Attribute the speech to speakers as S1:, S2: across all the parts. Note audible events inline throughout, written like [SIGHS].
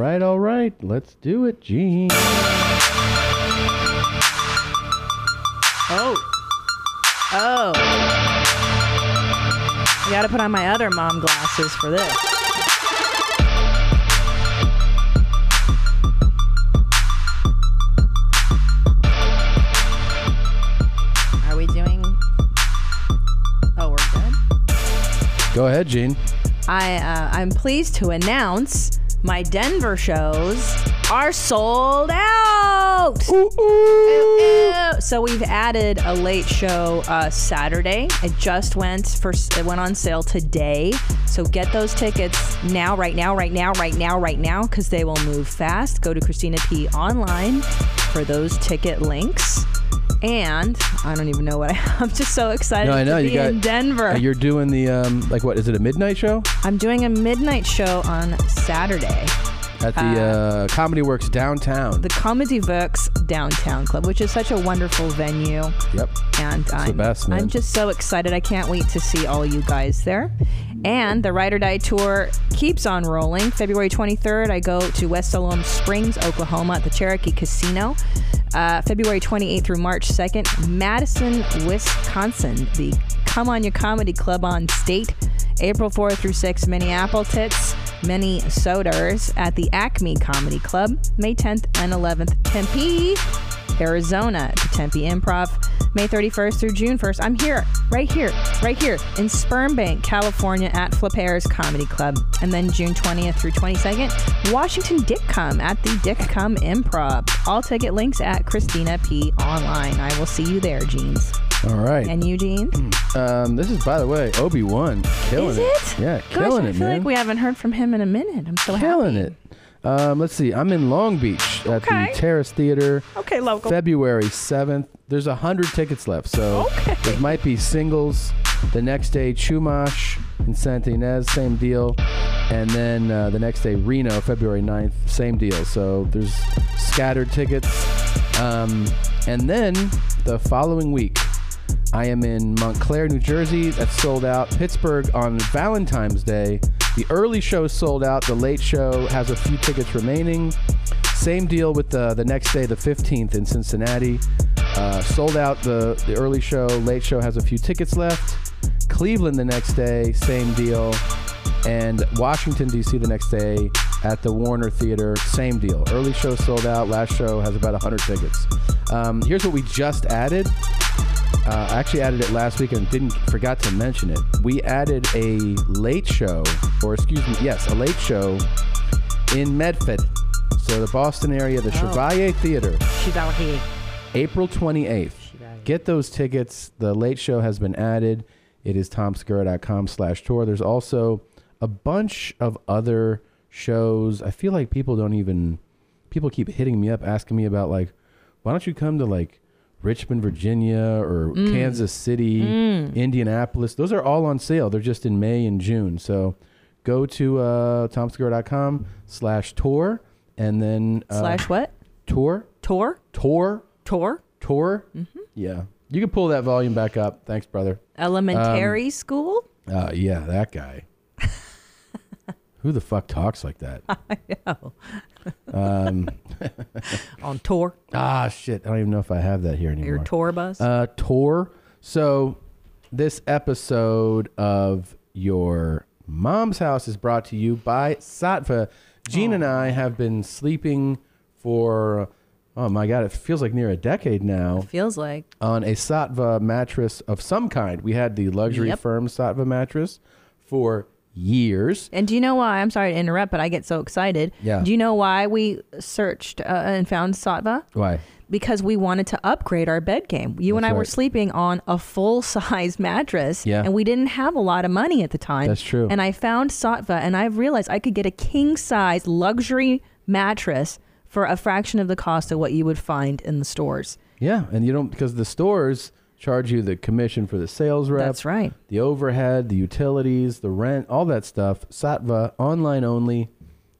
S1: right, let's do it, Gene.
S2: Oh. Oh. I gotta put on my other mom glasses for this. Are we doing. Oh, we're good?
S1: Go ahead, Gene.
S2: I uh, I'm pleased to announce my Denver shows are sold out. Ooh, ooh. So we've added a late show uh, Saturday. It just went for it went on sale today. So get those tickets now, right now, right now, right now, right now, because they will move fast. Go to Christina P online for those ticket links. And I don't even know what I, [LAUGHS] I'm just so excited
S1: No, I know
S2: to
S1: you
S2: be
S1: got
S2: in Denver.
S1: uh, you're doing the um, like what is it a midnight show
S2: I'm doing a midnight show on Saturday.
S1: at the uh, Comedy Works downtown?
S2: The Comedy Works Downtown Club, which is such a wonderful venue.
S1: yep.
S2: And I'm,
S1: best, man.
S2: I'm just so excited. I can't wait to see all you guys there. And the Ride or Die Tour keeps on rolling. February 23rd, I go to West Siloam Springs, Oklahoma at the Cherokee Casino. Uh, February 28th through March 2nd, Madison, Wisconsin, the Come On Your Comedy Club on State. April 4th through 6th, Minneapolis Tits, Minnesoters at the Acme Comedy Club. May 10th and 11th, Tempe. Arizona to Tempe Improv, May 31st through June 1st. I'm here, right here, right here in Sperm Bank, California at Flippers Comedy Club. And then June 20th through 22nd, Washington Dick Come at the Dick Come Improv. All ticket links at Christina P. Online. I will see you there, Jeans.
S1: All right.
S2: And you, Jean?
S1: um, this is by the way Obi Wan killing
S2: Is it?
S1: Yeah,
S2: Gosh,
S1: killing
S2: I
S1: it,
S2: feel
S1: man.
S2: like we haven't heard from him in a minute. I'm so
S1: killing
S2: happy.
S1: it. Um, let's see. I'm in Long Beach at
S2: Okay.
S1: the Terrace Theater.
S2: Okay, local.
S1: February 7th. There's a 100 tickets left, so
S2: Okay.
S1: it might be singles. The next day, Chumash and Santa Ynez, same deal. And then uh, the next day, Reno, February 9th, same deal. So there's scattered tickets. Um, and then the following week, I am in Montclair, New Jersey. That's sold out. Pittsburgh on Valentine's Day. The early show sold out. The late show has a few tickets remaining. Same deal with the the next day, the 15th in Cincinnati. Uh, sold out the the early show. Late show has a few tickets left. Cleveland the next day, same deal. And Washington D.C. the next day at the Warner Theater, same deal. Early show sold out. Last show has about 100 tickets. Um, here's what we just added. Uh, I actually added it last week and didn't forgot to mention it. We added a late show, or excuse me, yes, a late show in Medford, so the Boston area, the Chevalier Theater,
S2: She's out here.
S1: April 28th. Get those tickets. The late show has been added. It is tomskerr.com slash tour. There's also a bunch of other shows. I feel like people don't even, people keep hitting me up asking me about like, why don't you come to like Richmond, Virginia or
S2: Mm.
S1: Kansas City, Indianapolis? Those are all on sale. They're just in May and June. So go to uh, tomskerr.com slash tour and then uh,
S2: Slash what?
S1: tour,
S2: Tour?
S1: tour,
S2: Tour? Mm-hmm.
S1: tour. Yeah, you can pull that volume back up. Thanks, brother.
S2: Elementary school?
S1: Uh, yeah, that
S2: [LAUGHS]
S1: guy. Who the fuck talks like that? Um,
S2: [LAUGHS] On tour?
S1: ah, shit. I don't even know if I have that here anymore.
S2: Your tour bus?
S1: Uh, tour. So, this episode of Your Mom's House is brought to you by Satva. Gene and I have been sleeping for, oh my God, it feels like near a decade now.
S2: Feels like.
S1: on a Satva mattress of some kind. We had the luxury
S2: Yep.
S1: firm Satva mattress for years.
S2: And do you know why? I'm sorry to interrupt, but I get so excited.
S1: Yeah.
S2: Do you know why we searched uh, and found Satva?
S1: Why?
S2: Because we wanted to upgrade our bed game. You and I
S1: That's
S2: were
S1: right.
S2: sleeping on a full [LAUGHS] size mattress,
S1: Yeah.
S2: and we didn't have a lot of money at the time.
S1: That's true.
S2: And I found Satva, and I realized I could get a king size luxury mattress for a fraction of the cost of what you would find in the stores.
S1: Yeah, and you don't because the stores charge you the commission for the sales rep.
S2: That's right.
S1: The overhead, the utilities, the rent, all that stuff. Satva online only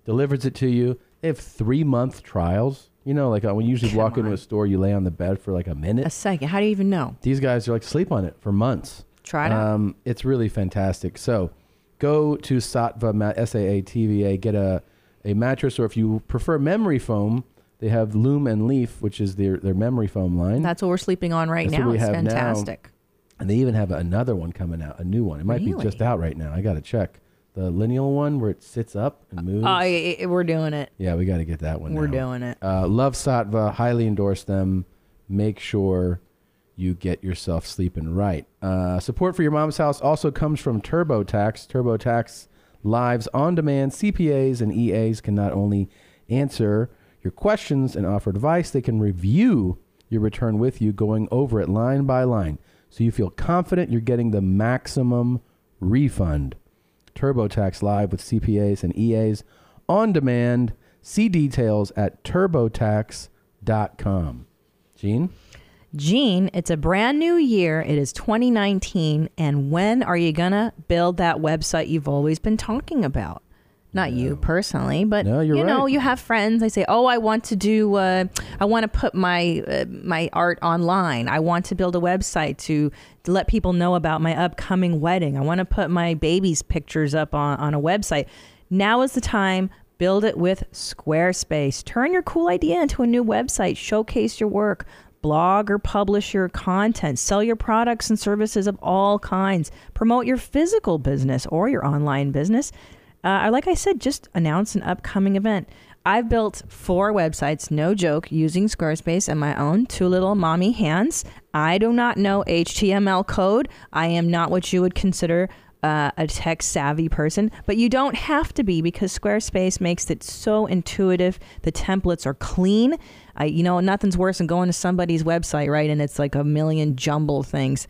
S1: delivers it to you. They have three month trials. You know, like uh, when you usually walk into a store, you lay on the bed for like a minute.
S2: A second. How do you even know?
S1: these guys are like sleep on it for months.
S2: Try it out.
S1: Um, it's really fantastic. So go to Sattva, S A A T V A, get a a mattress, or if you prefer memory foam, they have Loom and Leaf, which is their, their memory foam line.
S2: That's what we're sleeping on right
S1: That's what
S2: now.
S1: we
S2: It's
S1: have now.
S2: fantastic.
S1: and they even have another one coming out, a new one. It might be just
S2: Really?
S1: out right now. I got to check. The lineal one where it sits up and moves.
S2: Oh, i- i- we're doing it.
S1: Yeah, we got to get that one.
S2: We're
S1: now.
S2: doing it.
S1: Uh, Love Sattva, highly endorse them. Make sure you get yourself sleeping right. Uh, support for your mom's house also comes from TurboTax. TurboTax lives on demand. CPAs and EAs can not only answer your questions and offer advice, they can review your return with you, going over it line by line. So you feel confident you're getting the maximum refund. TurboTax Live with CPAs and EAs on demand. See details at turbotax.com. Gene?
S2: Gene, it's a brand new year. It is 2019. And when are you going to build that website you've always been talking about? Not you personally, but
S1: No, you're
S2: you know,
S1: right.
S2: you have friends. They say, "Oh, I want to do, uh, I want to put my uh, my art online. I want to build a website to, to let people know about my upcoming wedding. I want to put my baby's pictures up on on a website." Now is the time. Build it with Squarespace. Turn your cool idea into a new website. Showcase your work. Blog or publish your content. Sell your products and services of all kinds. Promote your physical business or your online business. Uh, like I said, just announce an upcoming event. I've built four websites, no joke, using Squarespace and my own two little mommy hands. I do not know HTML code. I am not what you would consider uh, a tech savvy person, but you don't have to be because Squarespace makes it so intuitive. The templates are clean. I, you know, nothing's worse than going to somebody's website, right? And it's like a million jumble things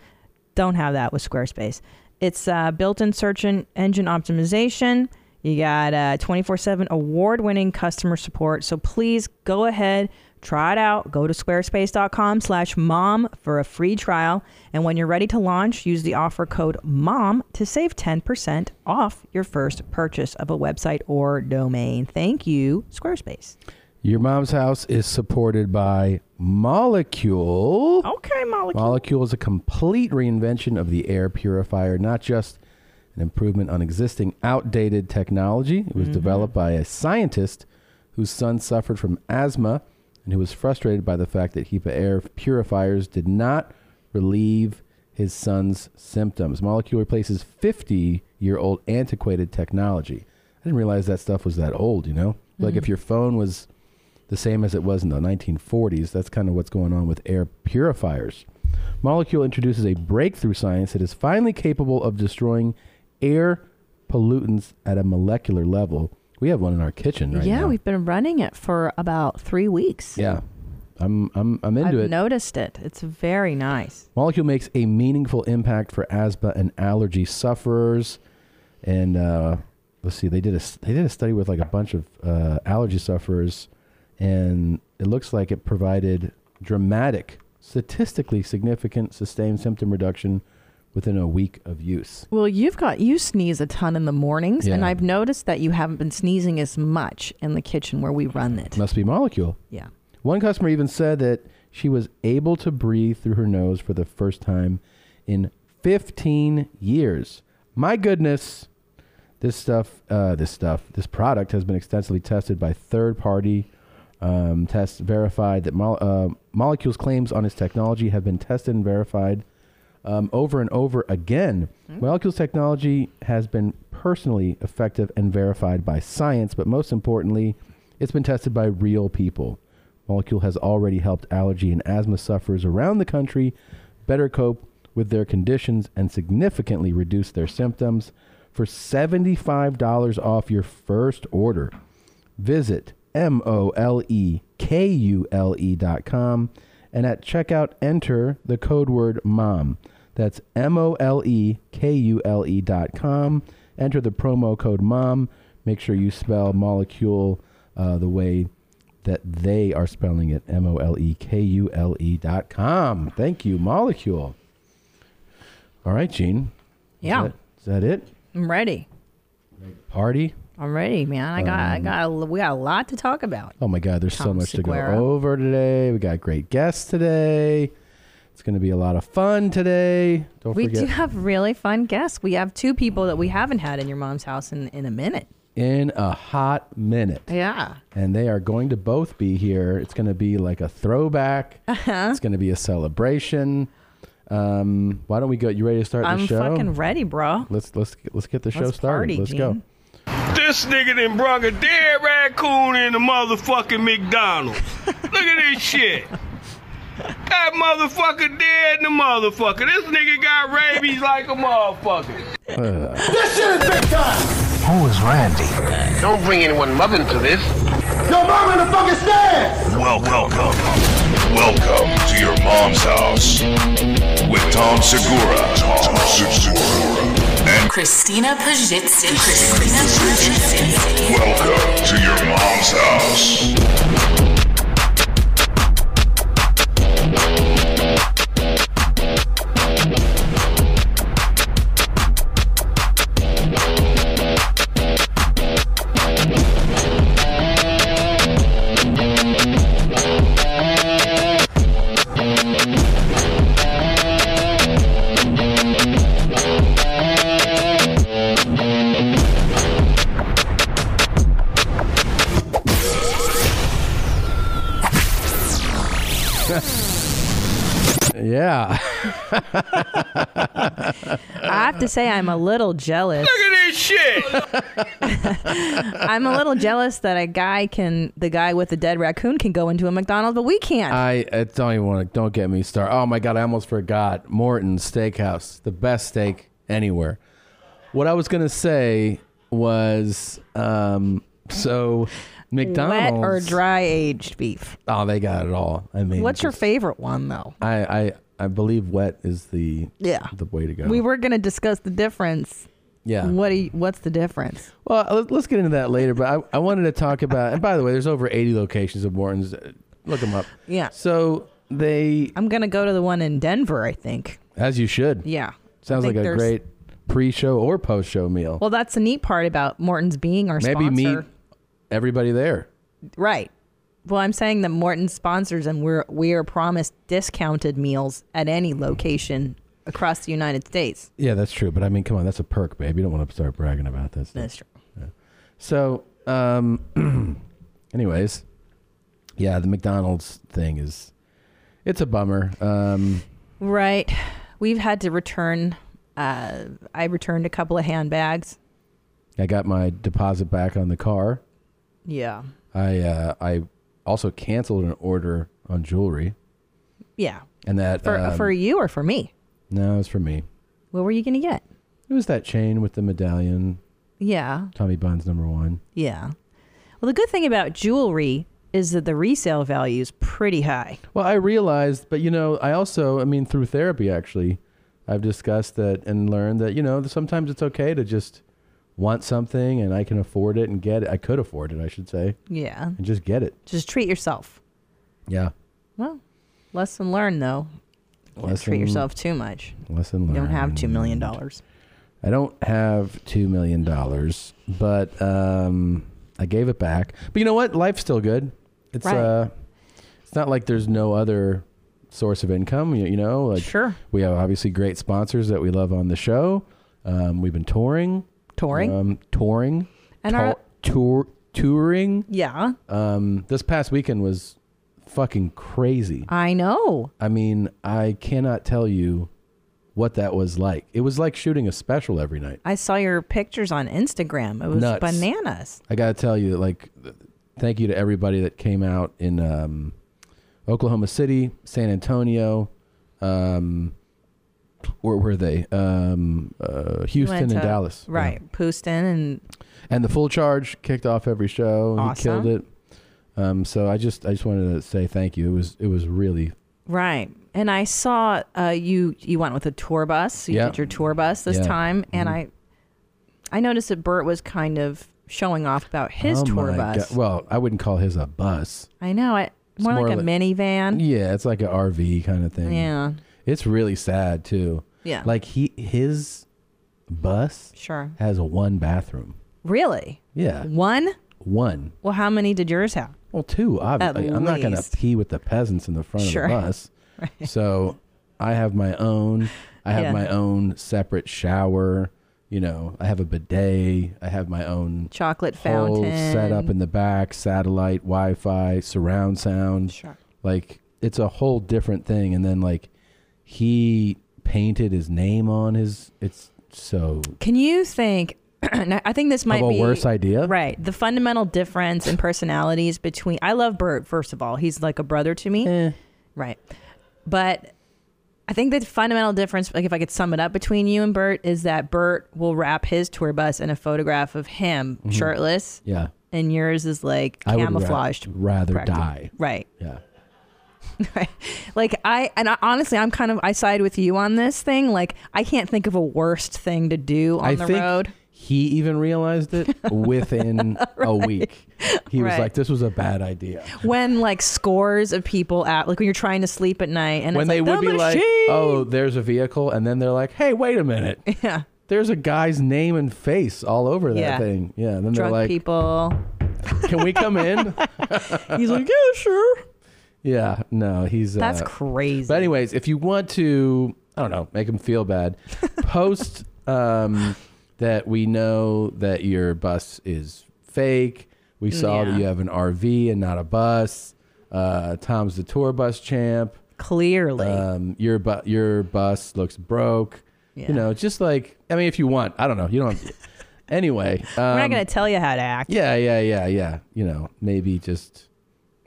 S2: don't have that with Squarespace. It's uh, built-in search en- engine optimization. You got uh, 24 7 award winning customer support. So please go ahead, try it out. Go to squarespace.com slash mom for a free trial. And when you're ready to launch, use the offer code MOM to save 10% off your first purchase of a website or domain. Thank you, Squarespace.
S1: Your mom's house is supported by Molecule.
S2: Okay, Molecule.
S1: Molecule is a complete reinvention of the air purifier, not just an improvement on existing outdated technology. It was
S2: Mm-hmm.
S1: developed by a scientist whose son suffered from asthma and who was frustrated by the fact that HEPA air purifiers did not relieve his son's symptoms. Molecule replaces 50 year old antiquated technology. I didn't realize that stuff was that old, you know? Like
S2: Mm-hmm.
S1: if your phone was the same as it was in the 1940s. That's kind of what's going on with air purifiers. Molecule introduces a breakthrough science that is finally capable of destroying air pollutants at a molecular level. We have one in our kitchen right
S2: yeah,
S1: now.
S2: we've been running it for about three weeks.
S1: yeah. I'm I'm I'm into
S2: I've
S1: it.
S2: noticed it. It's very nice.
S1: Molecule makes a meaningful impact for asthma and allergy sufferers. And uh, let's see, they did a s- they did a study with like a bunch of uh, allergy sufferers, and it looks like it provided dramatic, statistically significant sustained symptom reduction within a week of use.
S2: Well, you've got you sneeze a ton in the mornings, and
S1: Yeah.
S2: I've noticed that you haven't been sneezing as much in the kitchen where we run it.
S1: Must be molecule.
S2: Yeah.
S1: One customer even said that she was able to breathe through her nose for the first time in 15 years. My goodness, this stuff, uh, this stuff, this product has been extensively tested by third-party um, tests, verified that mo- uh, molecules claims on its technology have been tested and verified um, over and over again. Molecules technology has been personally effective and verified by science, but most importantly, it's been tested by real people. Molecule has already helped allergy and asthma sufferers around the country better cope with their conditions and significantly reduce their symptoms for $75 off your first order. Visit M O L E K U L E dot com and at checkout enter the code word MOM. That's M O L E K U L E dot com. Enter the promo code MOM. Make sure you spell molecule uh, the way that they are spelling it M O L E K U L E dot com. Thank you, molecule. All right, Gene. Is
S2: Yeah.
S1: that- Is that it?
S2: I'm ready.
S1: Party? Um,
S2: I'm ready, man. I got I got a, we got a lot to talk about.
S1: Oh my God, there's so
S2: Tom
S1: much to
S2: Segura.
S1: go over today. We got great guests today. It's going to be a lot of fun today. Don't
S2: we do
S1: forget.
S2: have really fun guests. We have two people that we haven't had in your mom's house in, in a minute.
S1: in a hot minute.
S2: Yeah.
S1: And they are going to both be here. It's going to be like a throwback.
S2: Uh-huh.
S1: It's going to be a celebration. Um, why don't we go? You ready to start the
S2: I'm
S1: show?
S2: fucking ready, bro.
S1: let's let's let's get the show
S2: Let's
S1: started.
S2: party,
S1: let's
S2: Gene.
S1: go.
S3: This nigga done brung a dead raccoon in the motherfucking McDonald's. Look at this shit. That motherfucker dead in the motherfucker. This nigga got rabies like a motherfucker.
S4: This shit is big time!
S5: Who is Randy?
S6: Don't bring anyone mother into this.
S4: Your mama in the fucking stands!
S7: Welcome. Welcome to your mom's house with Tom Segura. Tom Segura. And
S8: Christina Pajitsky. Christina Pajitsky.
S7: welcome to your mom's house.
S1: [LAUGHS] Yeah.
S2: I have to say, I'm a little jealous.
S3: Look at this shit.
S2: [LAUGHS] I'm a little jealous that a guy can, the guy with the dead raccoon can go into a McDonald's, but we can't.
S1: I, I don't even want to. Don't get me started. Oh my god, I almost forgot. Morton's Steakhouse, the best steak anywhere. What I was gonna say was, um, so
S2: Wet
S1: McDonald's.
S2: or dry aged beef.
S1: Oh, they got it all. I mean,
S2: What's your
S1: just-
S2: favorite one, though?
S1: I, I I believe wet is the
S2: Yeah.
S1: the way to go.
S2: We were going to discuss the difference.
S1: yeah.
S2: What do you, What's the difference?
S1: Well, let- let's get into that later. But I, I wanted to talk about. And by the way, there's over 80 locations of Morton's. Look them up.
S2: Yeah.
S1: So they,
S2: I'm going to go to the one in Denver, I think.
S1: as you should.
S2: Yeah. I
S1: Sounds like
S2: think
S1: a
S2: there's-
S1: great pre-show or post-show meal.
S2: Well, that's the neat part about Morton's being our
S1: Oh. Maybe meet
S2: sponsor.
S1: everybody there.
S2: Right. Well, I'm saying that Morton sponsors and we're we are promised discounted meals at any location across the United States.
S1: Yeah, that's true. But I mean, come on, that's a perk, babe. You don't want to start bragging about this.
S2: That's true.
S1: So, um, [CLEARS THROAT] anyways, yeah, the McDonald's thing is, it's a bummer. Um,
S2: Right. We've had to return uh, I returned a couple of handbags.
S1: I got my deposit back on the car.
S2: Yeah.
S1: I uh, I also canceled an order on jewelry,
S2: Yeah.
S1: and that
S2: For uh,
S1: um,
S2: for you or for me?
S1: no, it was for me.
S2: What were you going to get?
S1: It was that chain with the medallion,
S2: Yeah.
S1: Tommy Buns number one.
S2: Yeah. Well, the good thing about jewelry is that the resale value is pretty high.
S1: Well, I realized, but you know, I also, I mean, through therapy, actually, I've discussed that and learned that, you know, sometimes it's okay to just want something and I can afford it and get it. I could afford it, I should say,
S2: Yeah.
S1: and just get it.
S2: Just treat yourself.
S1: Yeah.
S2: Well, lesson learned though. Don't
S1: Lesson-
S2: treat yourself too much.
S1: Lesson
S2: You
S1: learned.
S2: don't have two million dollars.
S1: I don't have two million dollars, but um, I gave it back. But you know what? Life's still good. It's
S2: Right.
S1: uh, it's not like there's no other source of income. You, you know, like
S2: Sure.
S1: we have obviously great sponsors that we love on the show. Um, we've been touring,
S2: Touring.
S1: um, touring,
S2: And
S1: tou-
S2: our-
S1: tour touring.
S2: yeah,
S1: Um, this past weekend was fucking crazy.
S2: I know.
S1: I mean, I cannot tell you what that was like. It was like shooting a special every night.
S2: I saw your pictures on Instagram. It was
S1: Nuts.
S2: bananas.
S1: I gotta tell you, like, th- thank you to everybody that came out in um, Oklahoma City, San Antonio. Um, where were they? Um, uh, Houston
S2: Went
S1: and
S2: to-
S1: Dallas. Yeah.
S2: Right. Houston and
S1: And the full charge kicked off every show. and He
S2: Awesome.
S1: killed it. Um, so I just I just wanted to say thank you. It was it was really
S2: right. And I saw uh, you you went with a tour bus. You
S1: Yeah.
S2: did your tour bus this
S1: Yeah. Mm-hmm.
S2: time and I I noticed that Bert was kind of showing off about his
S1: Oh
S2: tour
S1: my
S2: bus.
S1: God. Well, I wouldn't call his a bus.
S2: I know. I more,
S1: more
S2: like a
S1: like-
S2: minivan.
S1: Yeah, it's like an RV kind of thing.
S2: Yeah.
S1: It's really sad too.
S2: Yeah.
S1: Like he his bus
S2: Sure.
S1: has one bathroom.
S2: Really?
S1: Yeah.
S2: One?
S1: One.
S2: Well, how many did yours have?
S1: Well, two, obviously. I'm not going to
S2: least.
S1: pee with the peasants in the front
S2: Sure.
S1: of the bus. So I have my own. I have
S2: Yeah.
S1: my own separate shower. you know, I have a bidet, I have my own
S2: Chocolate
S1: whole
S2: fountain.
S1: setup in the back, satellite, Wi-Fi, surround sound.
S2: Sure.
S1: Like it's a whole different thing. And then like he painted his name on his. It's so
S2: Can you think? [CLEARS THROAT] now, I think this might
S1: a
S2: be
S1: worse idea?
S2: right? The fundamental difference in personalities between I love Bert. First of all, he's like a brother to me,
S1: eh,
S2: right? But I think the fundamental difference, like if I could sum it up between you and Bert, is that Bert will wrap his tour bus in a photograph of him shirtless,
S1: Mm-hmm. yeah.
S2: and yours is like
S1: I would ra-
S2: camouflaged.
S1: rather
S2: practic-
S1: die.
S2: right?
S1: Yeah.
S2: like I and I, honestly, I'm kind of I side with you on this thing. Like I can't think of a worst thing to do on
S1: I
S2: the
S1: think
S2: road.
S1: he even realized
S2: [LAUGHS]
S1: it within a week. He was
S2: Right.
S1: like, "This was a bad idea."
S2: when like scores of people at like when you're trying to sleep at night and
S1: when
S2: it's
S1: they
S2: like,
S1: would
S2: "The
S1: be like,
S2: machine!"
S1: "Oh, there's a vehicle," and then they're like, "Hey, wait a minute."
S2: [LAUGHS] yeah
S1: There's a guy's name and face all over that
S2: Yeah.
S1: thing. Yeah. And then
S2: drunk
S1: they're like,
S2: people
S1: "Can we come in?"
S2: [LAUGHS] he's like yeah sure
S1: yeah. No, he's
S2: that's
S1: uh,
S2: crazy
S1: But anyways, if you want to, I don't know, make them feel
S2: [LAUGHS]
S1: bad, post um, that we know that your bus is fake. We saw
S2: Mm, Yeah.
S1: that you have an RV and not a bus. Uh, Tom's the tour bus champ.
S2: clearly
S1: Um, your bu- your bus looks broke.
S2: Yeah.
S1: You know, just like I mean, if you want, I don't know, you don't.
S2: [LAUGHS]
S1: anyway, um,
S2: we're not gonna tell you how to act
S1: yeah, yeah, yeah, yeah. You know, maybe just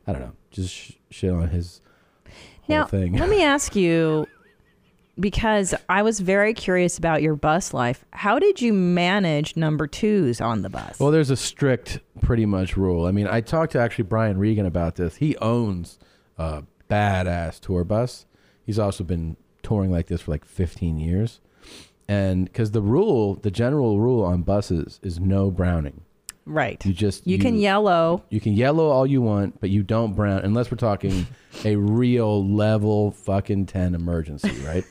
S1: I don't know, just sh- shit on his whole
S2: now
S1: thing.
S2: let me ask you because I was very curious about your bus life how did you manage number twos on the
S1: [LAUGHS]
S2: bus
S1: Well, there's a strict, pretty much rule. I mean, I talked to actually Brian Regan about this. He owns a badass tour bus. He's also been touring like this for like 15 years. And because the rule, the general rule on buses is no browning.
S2: right
S1: You just
S2: you can yellow
S1: You can yellow all you want, but you don't brown unless we're talking a real level fucking 10 emergency,
S2: [LAUGHS]
S1: right?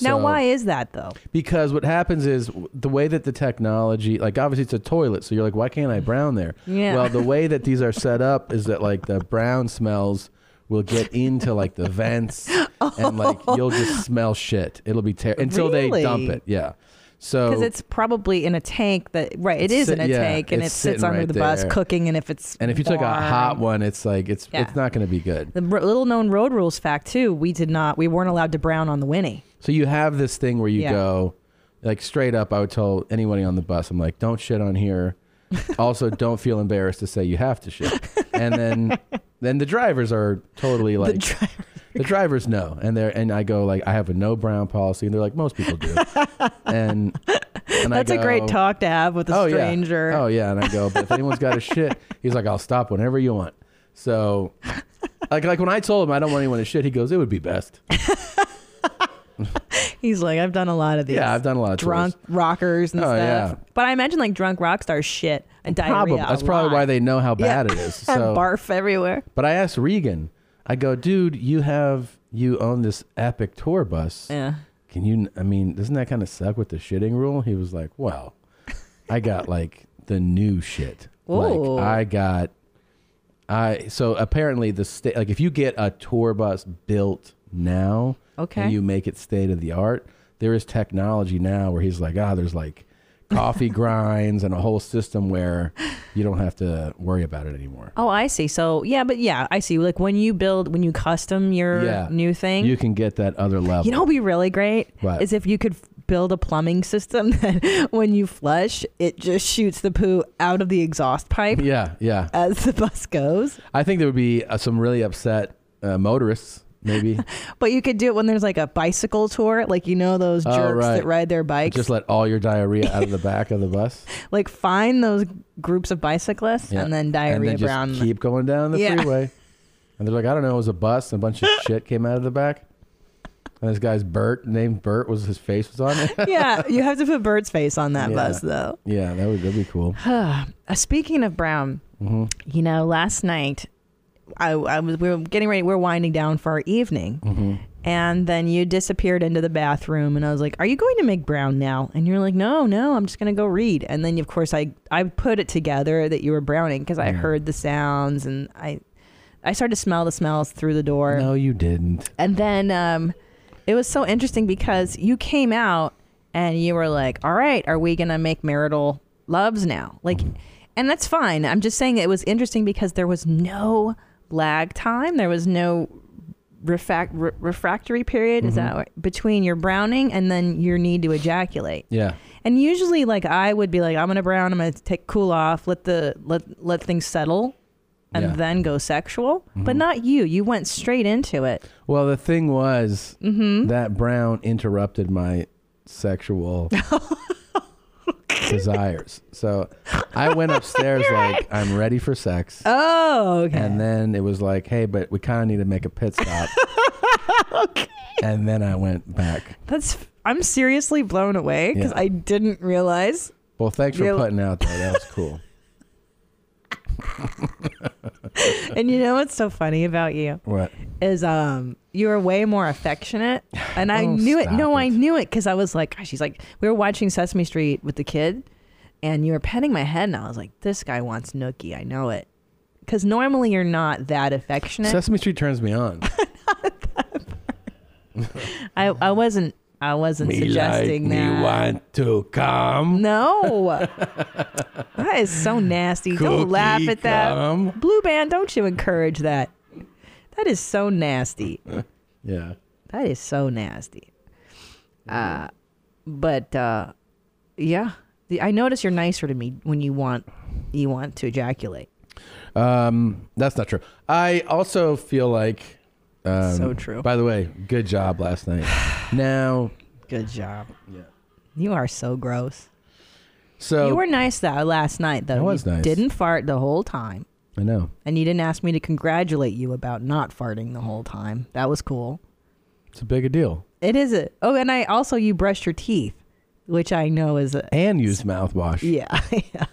S2: now
S1: So-
S2: why is that though
S1: because what happens is w- the way that the technology like obviously it's a toilet so you're like why can't i brown there
S2: Yeah.
S1: well the way that
S2: [LAUGHS]
S1: these are set up is that like the brown smells will get into like the vents and like you'll just smell shit it'll be terrible until they dump
S2: Oh. Really?
S1: it yeah so
S2: because it's probably in a tank that right it is
S1: sit-
S2: in a
S1: yeah,
S2: tank and it
S1: it's
S2: sits
S1: sitting
S2: under
S1: right
S2: the bus
S1: there.
S2: cooking and if it's
S1: and if you took a hot
S2: warm-
S1: one it's like it's
S2: Yeah.
S1: it's not going to be good
S2: the r- little known road rules fact too we did not we weren't allowed to brown on the winnie
S1: So you have this thing where you
S2: Yeah.
S1: go, like straight up, I would tell anybody on the bus, I'm like, don't shit on
S2: [LAUGHS]
S1: here. also, don't feel embarrassed to say you have to shit. And
S2: [LAUGHS]
S1: then, then the drivers are totally like, the,
S2: driver-
S1: drivers know, and they're and I go like, I have a no brown policy, and they're like, most people do. and, and I
S2: that's a great
S1: go,
S2: talk to have with a
S1: Oh
S2: stranger
S1: yeah. Oh yeah. And I go, but if anyone's got a shit, he's like, I'll stop whenever you want. So, like, like when I told him I don't want anyone to shit, he goes, it would be best.
S2: he's like i've done a lot of these
S1: Yeah, I've done a lot of tours.
S2: drunk rockers and
S1: Oh,
S2: stuff
S1: yeah.
S2: but i imagine like drunk rock stars shit and
S1: Probably.
S2: diarrhea a
S1: That's probably
S2: lot.
S1: why they know how
S2: Yeah.
S1: bad it is.
S2: [LAUGHS] And
S1: So,
S2: barf everywhere
S1: but I asked Regan, I go, dude, you have you own this epic tour bus.
S2: yeah
S1: Can you? I mean, doesn't that kind of suck with the shitting rule? He was like, well, I got like the new shit.
S2: Ooh.
S1: Like I got, I so apparently the state like if you get a tour bus built now,
S2: Okay.
S1: and you make it state of the art, there is technology now where he's like, ah, there's like
S2: [LAUGHS]
S1: coffee grinds and a whole system where you don't have to worry about it anymore.
S2: oh i see so yeah but yeah i see like when you build when you custom your
S1: yeah,
S2: new thing
S1: You can get that other level.
S2: You know, what would be really great
S1: What?
S2: is if you could f- build a plumbing system [LAUGHS] that when you flush, it just shoots the poo out of the exhaust pipe
S1: yeah, yeah.
S2: as the bus goes.
S1: I think there would be uh, some really upset uh, motorists, maybe.
S2: But you could do it when there's like a bicycle tour, like you know [LAUGHS] those
S1: Oh,
S2: jerks that
S1: right.
S2: ride their bikes.
S1: Just let all your diarrhea out of the back
S2: [LAUGHS]
S1: of the bus.
S2: like find those groups of bicyclists
S1: Yeah.
S2: and then diarrhea
S1: just
S2: brown.
S1: Keep going down the
S2: Yeah.
S1: freeway. And they're like, I don't know, it was a bus, and a
S2: [LAUGHS]
S1: bunch of shit came out of the back. And this guy's Bert, named Bert, was his face was on it.
S2: [LAUGHS] yeah, you have to put Bird's face on [LAUGHS]
S1: [LAUGHS]
S2: that
S1: Yeah.
S2: bus though. [SIGHS]
S1: yeah, that would that'd be cool. Mm-hmm.
S2: Uh, speaking of Brown, you know, last night I, I was we were getting ready, we were are winding down for our evening,
S1: Mm-hmm.
S2: and then you disappeared into the bathroom, and I was like, "Are you going to make Brown now?" And you're like, "No, no, I'm just gonna go read." And then of course I I put it together that you were Browning because I heard the sounds and I I started to smell the smells through the door.
S1: No, you didn't.
S2: And then um, it was so interesting because you came out and you were like, all right, are we going to make marital loves now? Like, and that's fine. I'm just saying it was interesting because there was no lag time, there was no refac- re- refractory period, is that what- between your browning and then your need to ejaculate.
S1: Yeah.
S2: And usually, like I would be like, I'm gonna brown, I'm gonna take cool off, let the let let things settle, and
S1: Yeah.
S2: then go sexual. But not you. You went straight into it.
S1: Well, the thing was
S2: Mm-hmm.
S1: that Brown interrupted my
S2: [LAUGHS]
S1: sexual desires. So I
S2: [LAUGHS]
S1: went upstairs like I'm ready for sex,
S2: Oh, okay.
S1: and then it was like, hey, but we kind of need to make a pit
S2: [LAUGHS]
S1: stop. And then I went back.
S2: That's I'm seriously blown away because
S1: Yeah.
S2: I didn't realize.
S1: Well, thanks for
S2: Real-
S1: putting out there. That was cool.
S2: [LAUGHS] And you know what's so funny about you
S1: What?
S2: is um you were way more affectionate, and I
S1: [SIGHS] Oh,
S2: knew it. No,
S1: stop
S2: I
S1: it.
S2: knew it because I was like, gosh, she's like we were watching Sesame Street with the kid, and you were petting my head, and I was like, this guy wants nookie. I know it. Because normally you're not that affectionate.
S1: Sesame Street turns me on.
S2: I, I wasn't I wasn't suggesting that.
S1: want to come. [LAUGHS]
S2: No. that is so nasty. don't
S1: Cookie
S2: laugh at that.
S1: cum.
S2: Blue band, don't you encourage that. That is
S1: [LAUGHS]
S2: so nasty.
S1: Yeah.
S2: That is so nasty. Uh but uh yeah. The, I notice you're nicer to me when you want you want to ejaculate.
S1: Um, that's not true. I also feel like. Um,
S2: So true.
S1: By the way, good job last
S2: [SIGHS]
S1: night. Now,
S2: Good job. Yeah. You are so gross.
S1: so
S2: you were nice though last night though.
S1: I was
S2: you
S1: nice.
S2: didn't fart the whole time.
S1: I know.
S2: And you didn't ask me to congratulate you about not farting the whole time. That was cool.
S1: It's a big a deal.
S2: It is it. Oh, and I also you brushed your teeth, which I know is a
S1: And use
S2: [LAUGHS]
S1: mouthwash.
S2: yeah, yeah.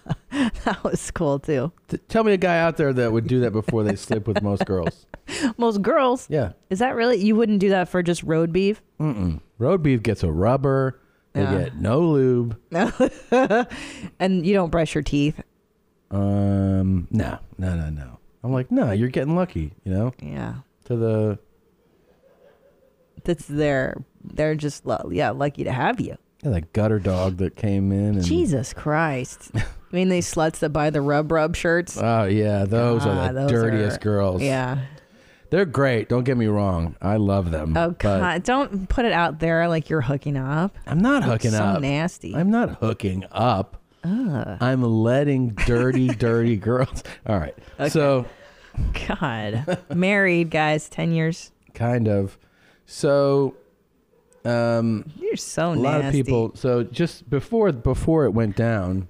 S2: That was cool too.
S1: T- tell me a guy out there that would do that before they sleep with most
S2: [LAUGHS]
S1: girls.
S2: Most girls.
S1: Yeah.
S2: Is that really you wouldn't do that for just road beef? [LAUGHS]
S1: Road beef gets a rubber. They
S2: Yeah.
S1: get no lube.
S2: And you don't brush your teeth.
S1: Um, no, no, no, no. I'm like, no, you're getting lucky, you know,
S2: Yeah.
S1: to the
S2: That's their they're just lo- yeah, lucky to have you.
S1: yeah, the gutter dog that came in. And, [LAUGHS]
S2: Jesus Christ. I mean these sluts that buy the rub rub shirts.
S1: Oh yeah, those
S2: Ah,
S1: are the
S2: those
S1: dirtiest
S2: are-
S1: girls.
S2: Yeah.
S1: They're great. Don't get me wrong. I love them.
S2: Oh
S1: but
S2: god, don't put it out there like you're hooking up.
S1: I'm not hooking
S2: so
S1: up.
S2: nasty.
S1: I'm not hooking up. I'm letting
S2: [LAUGHS]
S1: dirty, dirty girls. All right. So, [LAUGHS]
S2: God. Married guys, 10 years.
S1: kind of. So, um,
S2: You're so
S1: a
S2: nasty.
S1: lot of people. So, just before before it went down,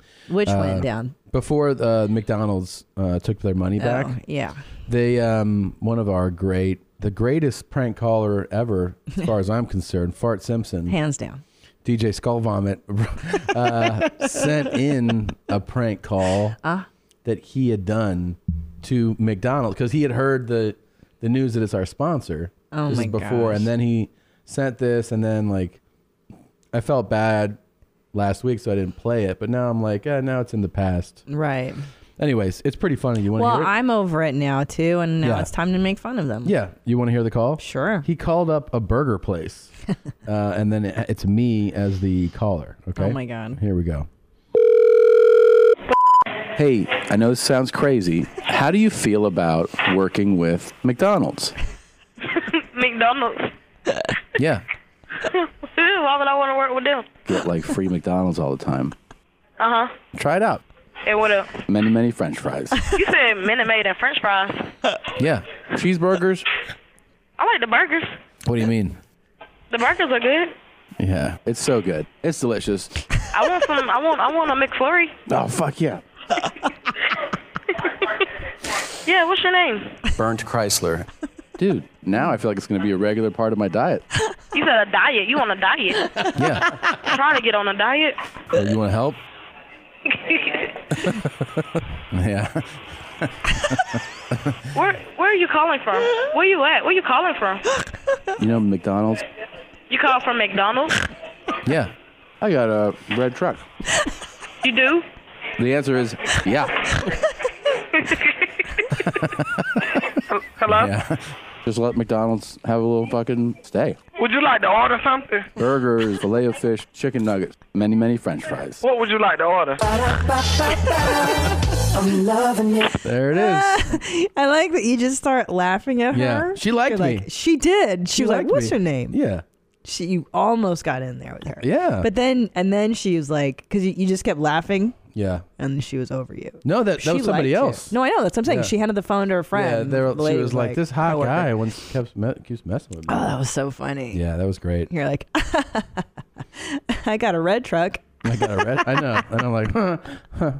S1: uh,
S2: Which went down?
S1: before uh, McDonald's uh, took their money back,
S2: Oh, yeah.
S1: They, um, one of our great, the greatest prank caller ever, as far as I'm concerned, [LAUGHS] Fart Simpson,
S2: Hands down.
S1: DJ Skull Vomit, [LAUGHS] uh, sent in a prank call
S2: Ah.
S1: that he had done to McDonald's because he had heard the the news that it's our sponsor.
S2: Oh
S1: this
S2: my
S1: is before,
S2: gosh.
S1: and then he sent this, and then like, I felt bad last week, so I didn't play it. But now I'm like, eh, now it's in the past.
S2: Right.
S1: Anyways, it's pretty funny. You want to
S2: Well,
S1: hear it?
S2: I'm over it now, too, and now
S1: Yeah.
S2: it's time to make fun of them.
S1: Yeah, you want to hear the call?
S2: Sure.
S1: He called up a burger
S2: [LAUGHS]
S1: place, uh, and then it, it's me as the caller. Okay.
S2: Oh my God.
S1: Here we go. Hey, I know this sounds crazy. How do you feel about working with McDonald's?
S5: [LAUGHS] McDonald's. [LAUGHS]
S1: Yeah,
S5: Ew, Why would I want to work with them?
S1: get like free McDonald's all the time.
S5: Uh huh.
S1: Try it out.
S5: Hey, what up?
S1: Many, many French fries.
S5: You said Minute Maid and French fries.
S1: Yeah, cheeseburgers.
S5: I like the burgers.
S1: What do you mean?
S5: The burgers are good.
S1: Yeah, it's so good. It's delicious.
S5: I want some. I want. I want a McFlurry.
S1: Oh fuck yeah!
S5: Yeah. What's your name?
S9: Burnt Chrysler.
S1: [LAUGHS] Dude, now I feel like it's gonna be a regular part of my diet.
S5: You said a diet. You on a diet?
S1: Yeah.
S5: I'm trying to get on a diet. [LAUGHS]
S1: Oh, you want to help? [LAUGHS] [LAUGHS] Yeah.
S5: where Where are you calling from? Where you at? Where you calling from?
S2: [LAUGHS]
S1: You know McDonald's?
S5: You call from McDonald's?
S1: Yeah. I got a red truck.
S5: You
S1: [LAUGHS]
S5: do?
S1: The answer is
S8: [LAUGHS]
S1: yeah.
S5: Hello.
S1: Yeah. Just let McDonald's have a little fucking stay.
S9: Would you like to order something?
S1: Burgers, filet of fish, chicken nuggets, many, many french fries.
S9: What would you like to order?
S10: [LAUGHS] I'm loving it.
S1: There it
S2: Uh,
S1: is.
S2: [LAUGHS] I like that you just start laughing at
S1: Yeah.
S2: her.
S1: She liked
S2: You're
S1: me.
S2: Like, she did. She, was like,
S1: liked
S2: "What's
S1: me.
S2: your name?"
S1: Yeah.
S2: She, you almost got in there with her.
S1: Yeah.
S2: But then, and then she was like, because you, you just kept laughing,
S1: Yeah.
S2: and she was over you.
S1: No, Uh, that,
S2: She
S1: that was somebody
S2: liked you.
S1: else.
S2: No, I know. That's what I'm saying.
S1: Yeah.
S2: She handed the phone to her
S1: Yeah,
S2: friend.
S1: there,
S2: the
S1: she
S2: lady,
S1: was like, this hot
S2: coworker.
S1: guy once kept, me- keeps messing with me.
S2: Oh, that was so funny.
S1: Yeah, that was great.
S2: You're like, [LAUGHS] I got a red truck.
S1: I got a red. I know. And I'm like, huh, [LAUGHS] huh.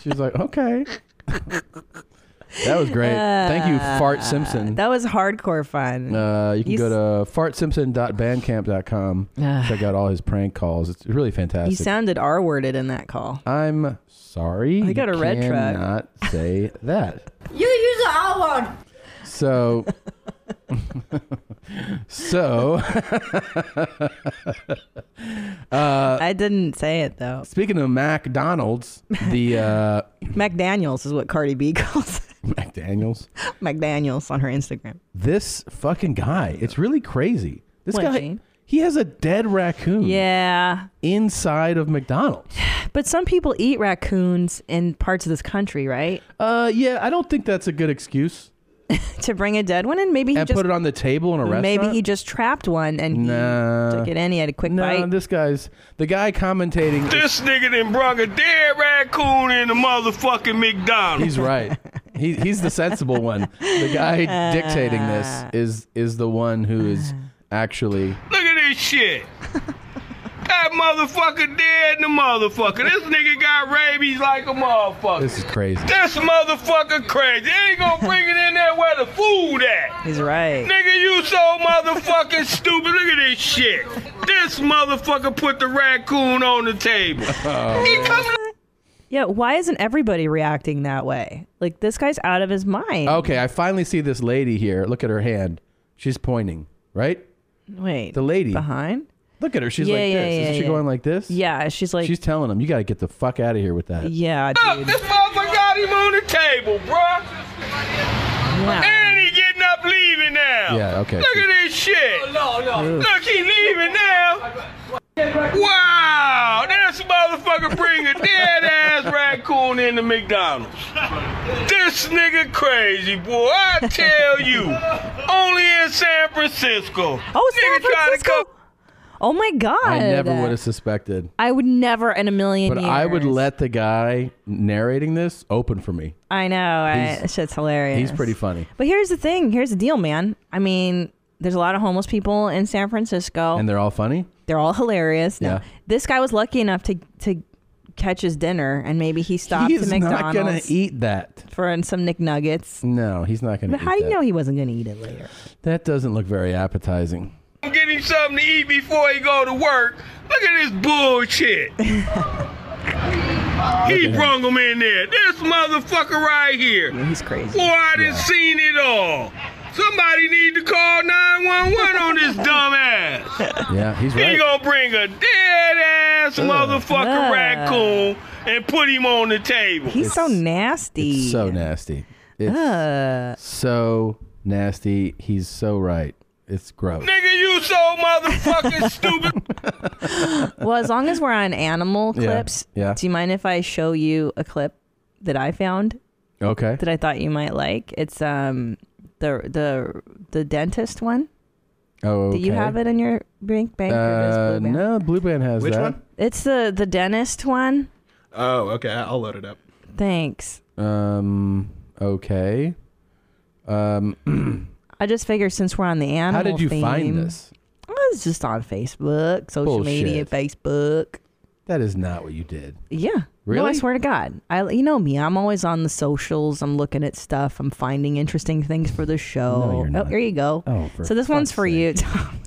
S1: She was like, okay. that was great. Thank you, Fart Simpson.
S2: Uh, That was hardcore fun.
S1: Uh, you can
S2: You
S1: go to fartsimpson.bandcamp.com. check out all his prank calls. It's really fantastic.
S2: you sounded R worded in that call.
S1: I'm sorry.
S2: I got
S1: you
S2: a red truck.
S1: cannot say that.
S10: You use the R word.
S1: So, [LAUGHS] so [LAUGHS] uh,
S2: I didn't say it though.
S1: speaking of
S2: [LAUGHS]
S1: McDonald's, the uh,
S2: McDaniels is what Cardi B [LAUGHS] calls it.
S1: McDaniel's,
S2: McDaniels on her Instagram.
S1: this fucking guy, it's really crazy. This
S2: What,
S1: guy,
S2: Gene?
S1: he has a dead raccoon
S2: Yeah.
S1: inside of McDonald's.
S2: [SIGHS] But some people eat raccoons in parts of this country, right?
S1: Uh, yeah, I don't think that's a good excuse.
S2: To bring a dead one in, maybe he
S1: And
S2: just
S1: put it on the table in a restaurant.
S2: maybe he just trapped one and
S1: Nah.
S2: he took it in. He had a quick
S1: No,
S2: bite.
S1: this guy's the guy commentating.
S3: This nigga done brung a dead raccoon in the motherfucking McDonald's.
S1: He's right. [LAUGHS] He, he's the sensible one. The
S2: [LAUGHS] Ah.
S1: guy dictating this is is the one who is
S2: Ah.
S1: actually.
S3: Look at this shit.
S1: [LAUGHS]
S3: That motherfucker dead in the motherfucker. This nigga got rabies like a motherfucker.
S1: This is crazy.
S3: This motherfucker crazy. They ain't gonna bring it in there where the food at.
S2: He's right.
S3: Nigga, you so motherfucking stupid. Look at this shit. This motherfucker put the raccoon on the table.
S1: Oh,
S3: He come to-
S2: Yeah, why isn't everybody reacting that way? Like this guy's out of his mind.
S1: Okay, I finally see this lady here. Look at her hand. She's pointing. Right.
S2: Wait.
S1: The lady.
S2: behind?
S1: Look at her. She's
S2: Yeah,
S1: like
S2: yeah,
S1: this. Isn't
S2: yeah,
S1: she
S2: yeah.
S1: going like this?
S2: Yeah, she's like
S1: She's telling him, "You got to get the fuck out of here with that."
S2: Yeah,
S3: Look,
S2: dude.
S3: this motherfucker got him on the table, bruh.
S2: Yeah.
S3: And he getting up leaving now.
S1: Yeah, okay.
S3: Look at this shit. Look, he leaving now. Wow, this motherfucker bring a dead ass raccoon into McDonald's. This nigga crazy, boy. I tell you. Only in San Francisco.
S2: Oh, San
S3: nigga trying to
S2: Francisco.
S3: come.
S2: Oh my god.
S1: I never would have suspected,
S2: I would never in a million
S1: but
S2: years.
S1: I would let the guy narrating this open for me.
S2: I know. Right?
S1: He's-
S2: That Shit's hilarious.
S1: He's pretty funny,
S2: But here's the thing. Here's the deal, man. I mean, there's a lot of homeless people in San Francisco.
S1: and they're all funny.
S2: they're all hilarious. No,
S1: Yeah.
S2: this guy was lucky enough to to catch his dinner, and maybe he stopped
S1: He's
S2: to
S1: not
S2: McDonald's
S1: gonna eat that.
S2: for some McNuggets.
S1: No, he's not going to.
S2: But how do you know he wasn't going to eat it later?
S1: That doesn't look very appetizing.
S3: Get him something to eat before he go to work. Look at this
S2: [LAUGHS]
S3: bullshit. he brung him in there. This motherfucker right here.
S2: Yeah, he's crazy.
S3: Boy, I done seen it all. Somebody need to call 911 on this
S2: [LAUGHS]
S3: dumbass.
S1: Yeah, he's
S3: He
S1: right.
S3: gonna bring a dead ass motherfucking
S2: Ugh.
S3: raccoon and put him on the table.
S2: He's so nasty.
S1: It's so nasty. It's
S2: Uh,
S1: so nasty. He's so right. It's gross.
S3: Nigga, you so
S1: [LAUGHS]
S3: motherfucking stupid.
S2: well, as long as we're on animal
S1: Yeah,
S2: clips,
S1: yeah.
S2: do you mind if I show you a clip that I found
S1: Okay.
S2: that I thought you might like? It's um the the the dentist one.
S1: Oh,
S2: Do you
S1: okay.
S2: have it in your bank bank? or does
S1: Uh,
S2: Blue Band?
S1: no, Blue Band has
S11: Which
S1: that.
S11: one?
S2: It's the the dentist one.
S11: Oh, okay. I'll load it up.
S2: Thanks.
S1: Um. Okay. Um. [CLEARS THROAT]
S2: I just figured since we're on the animal
S1: How did you
S2: theme,
S1: find this?
S2: I was just on Facebook, social media,
S1: Bullshit.
S2: Facebook.
S1: That is not what you did.
S2: Yeah. No, I
S1: Really?
S2: swear to God. I, you know me. I'm always on the socials. I'm looking at stuff. I'm finding interesting things for the show.
S1: No, you're not.
S2: Oh, here you go.
S1: Oh, for
S2: so this one's
S1: fuck's
S2: for
S1: sake.
S2: you, Tom.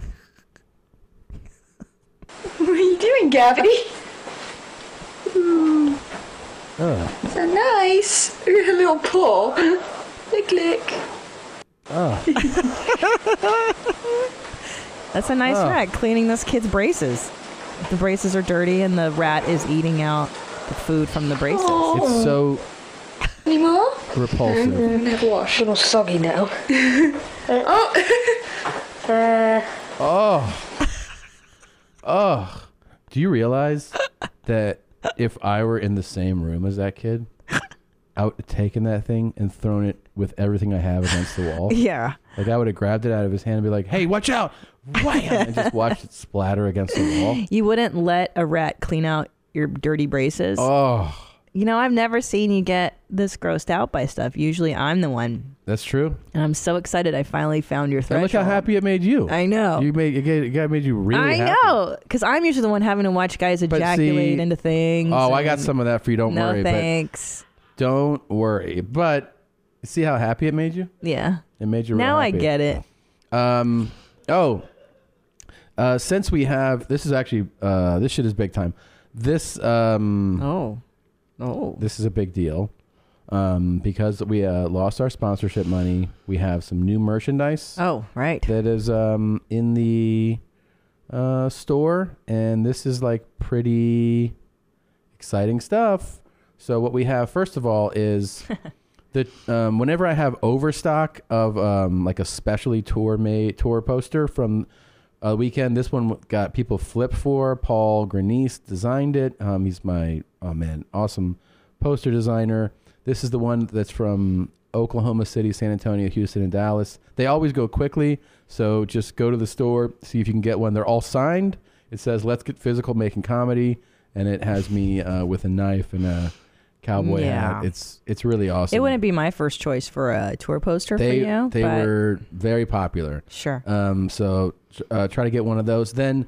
S10: What are you doing, Gavity? Ooh. So nice. Ooh, her little paw. Click, click.
S2: [LAUGHS]
S10: Ah.
S2: That's a nice
S1: Oh.
S2: rat cleaning this kid's braces. The braces are dirty, and the rat is eating out the food from the braces.
S1: It's so
S10: anymore? uh,
S1: Repulsive.
S10: never wash. A little soggy [LAUGHS] now. oh! [LAUGHS]
S1: Oh. Ugh. Do you realize that if I were in the same room as that kid, I would have taken that thing and thrown it with everything I have against the wall?
S2: Yeah.
S1: Like I would have grabbed it out of his hand and be like, hey, watch out! Wham! and just watched it splatter against the wall.
S2: You wouldn't let a rat clean out your dirty braces.
S1: Oh.
S2: You know, I've never seen you get this grossed out by stuff. Usually I'm the one.
S1: That's true.
S2: And I'm so excited I finally found your
S1: And
S2: threshold.
S1: look how happy it made you.
S2: I know.
S1: You made it, gave- it got- made you really
S2: I
S1: happy.
S2: know, because I'm usually the one having to watch guys ejaculate
S1: see-
S2: into things.
S1: Oh, I got
S2: and-
S1: some of that for you. Don't
S2: no
S1: worry. but
S2: thanks.
S1: don't worry. But see how happy it made you?
S2: Yeah.
S1: It made you real
S2: Now I
S1: happy.
S2: get it.
S1: Um, oh, uh, since we have this is actually uh, this shit is big time. This um,
S2: oh oh
S1: this is a big deal um, because we uh, lost our sponsorship money. We have some new merchandise.
S2: Oh right,
S1: that is um, in the uh, store, and this is like pretty exciting stuff. So what we have first of all is
S2: [LAUGHS]
S1: the um, whenever I have overstock of um, like a specially tour made tour poster from a weekend, this one got people flip for. Paul Grenice designed it. Um, he's my oh man, awesome poster designer. This is the one that's from Oklahoma City, San Antonio, Houston, and Dallas. They always go quickly, so just go to the store, see if you can get one. They're all signed. It says "Let's get physical, making comedy," and it has me uh, with a knife and a cowboy
S2: Yeah.
S1: hat. It's it's really awesome.
S2: It wouldn't be my first choice for a tour poster
S1: they
S2: for you.
S1: they
S2: but
S1: were very popular.
S2: Sure.
S1: Um, so uh, try to get one of those. Then,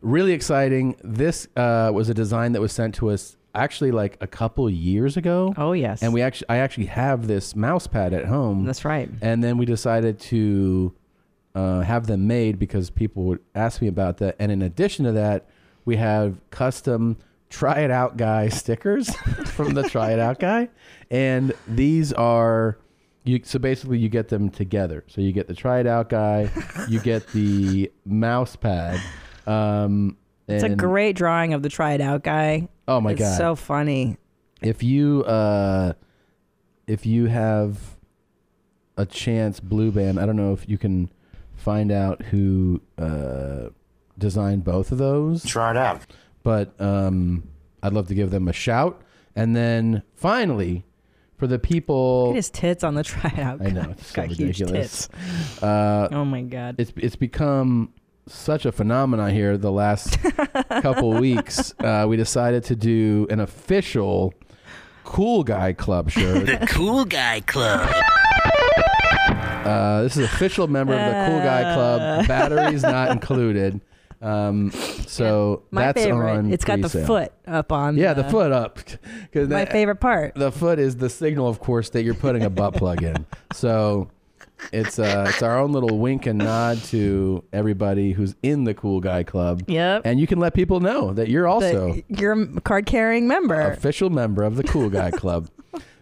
S1: really exciting. This uh, was a design that was sent to us actually like a couple years ago.
S2: Oh yes.
S1: And we actually, I actually have this mouse pad at home.
S2: That's right.
S1: And then we decided to uh, have them made because people would ask me about that. And in addition to that, we have custom try it out guy [LAUGHS] stickers from the try it out guy. And these are you so basically you get them together. So you get the try it out guy, you get
S2: [LAUGHS]
S1: the mouse pad. Um
S2: It's a
S1: and
S2: great drawing of the try it out guy.
S1: Oh my
S2: it's
S1: God.
S2: so funny.
S1: if you uh if you have a chance blue band i don't know if you can find out who uh designed both of those try it out but um i'd love to give them a shout and then finally for the people
S2: Look at his tits on the [LAUGHS] try it out guy.
S1: I know it's
S2: He's
S1: so
S2: got huge
S1: ridiculous.
S2: tits.
S1: Uh,
S2: oh my god!
S1: It's it's become such a phenomenon here the
S2: [LAUGHS]
S1: last couple weeks. Uh, we decided to do an official Cool Guy Club shirt.
S12: Cool Guy Club.
S1: Uh, this is official member of the Cool Guy Club.
S12: Uh.
S1: Batteries
S2: [LAUGHS]
S1: not included. Um, so
S2: My
S1: that's
S2: favorite.
S1: on.
S2: it's got the
S1: pre-sale.
S2: foot up on.
S1: Yeah, the foot up. 'Cause
S2: My
S1: that-
S2: favorite part.
S1: The foot is the signal, of course, that you're putting a butt plug
S2: [LAUGHS]
S1: in. So it's uh, it's our own little wink and nod to everybody who's in the Cool Guy Club.
S2: Yep.
S1: And you can let people know that you're also
S2: But you're a card carrying member.
S1: official member of the Cool Guy Club.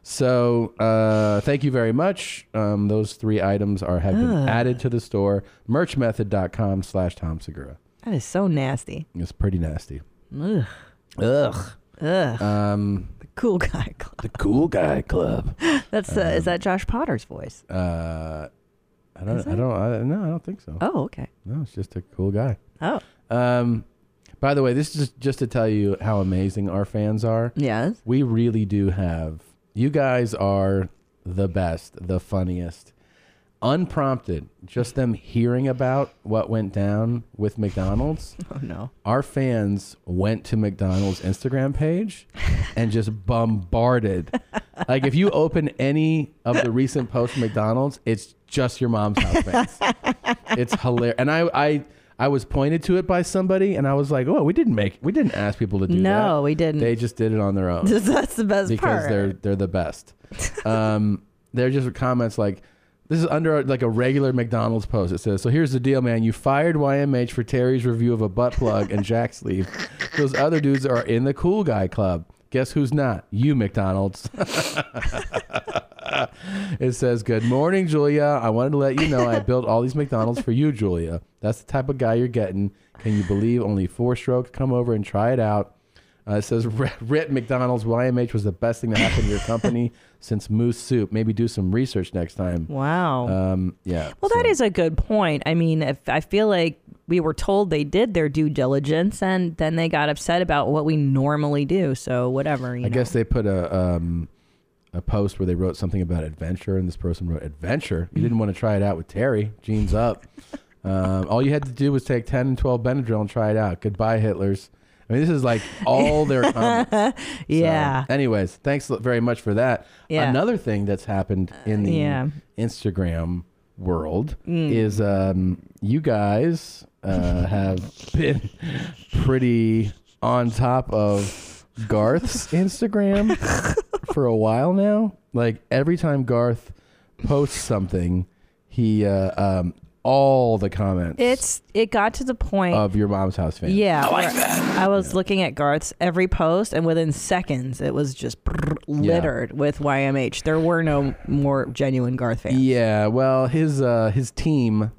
S1: So uh, thank you very much. Um, those three items are have been
S2: Ah.
S1: added to the store. Merchmethod.com slash Tom Segura.
S2: That is so nasty.
S1: It's pretty nasty.
S2: Ugh. [GASPS]
S1: Ugh.
S2: Ugh.
S1: Um,
S2: the Cool Guy Club.
S1: The Cool Guy Club.
S2: [LAUGHS]
S1: Um,
S2: That's uh, is that Josh Potter's voice?
S1: Uh, I don't.
S2: Is
S1: I
S2: it?
S1: don't. I, no, I don't think so.
S2: Oh, okay.
S1: No, it's just a cool guy.
S2: Oh.
S1: Um, by the way, this is just, just to tell you how amazing our fans are.
S2: Yes.
S1: We really do have. You guys are the best, the funniest. Unprompted, just them hearing about what went down with McDonald's.
S2: [LAUGHS] Oh no.
S1: Our fans went to McDonald's Instagram page and just bombarded. like if you open any of the recent posts from McDonald's, it's just your mom's
S2: [LAUGHS]
S1: house fans. it's hilarious. And I, I I was pointed to it by somebody and I was like, "Oh, we didn't make we didn't ask people to do that."
S2: No, we didn't.
S1: They just did it on their own.
S2: [LAUGHS] That's the best
S1: because
S2: part.
S1: they're they're the best. Um, they're just comments like, "This is under like a regular McDonald's post." It says, "So here's the deal, man. You fired YMH for Terry's review of a butt plug and Jack sleeve. Those other dudes are in the cool guy club. Guess who's not? You, McDonald's." [LAUGHS] it says, Good morning, Julia. I wanted to let you know I built all these McDonald's for you, Julia. That's the type of guy you're getting. Can you believe only four strokes? Come over and try it out. Uh, it says, "Ri- Rit McDonald's YMH was the best thing that happened to your company since Moose Soup. Maybe do some research next time.
S2: Wow.
S1: Um, yeah.
S2: Well, that is a good point. I mean, if I feel like we were told they did their due diligence and then they got upset about what we normally do. So, whatever. You
S1: I
S2: know.
S1: guess they put a um, a post where they wrote something about adventure, and this person wrote adventure. You didn't want to try it out with Terry. Jeans
S2: [LAUGHS]
S1: up. um, all you had to do was take ten and twelve Benadryl and try it out. Goodbye, Hitler's. I mean, this is like all
S2: [LAUGHS]
S1: their comments.
S2: yeah.
S1: So, anyways, thanks l- very much for that.
S2: Yeah. Uh,
S1: Another thing that's happened in the
S2: yeah.
S1: Instagram world
S2: Mm.
S1: is um, you guys uh, have been pretty on top of Garth's Instagram for a while now. Like every time Garth posts something, he uh, um, all the comments
S2: It's it got to the point.
S1: of your mom's house fans.
S2: yeah, where I was looking at Garth's every post, and within seconds, it was just littered with YMH. There were no more genuine Garth fans.
S1: Yeah, well, his uh, his
S2: [LAUGHS]
S1: team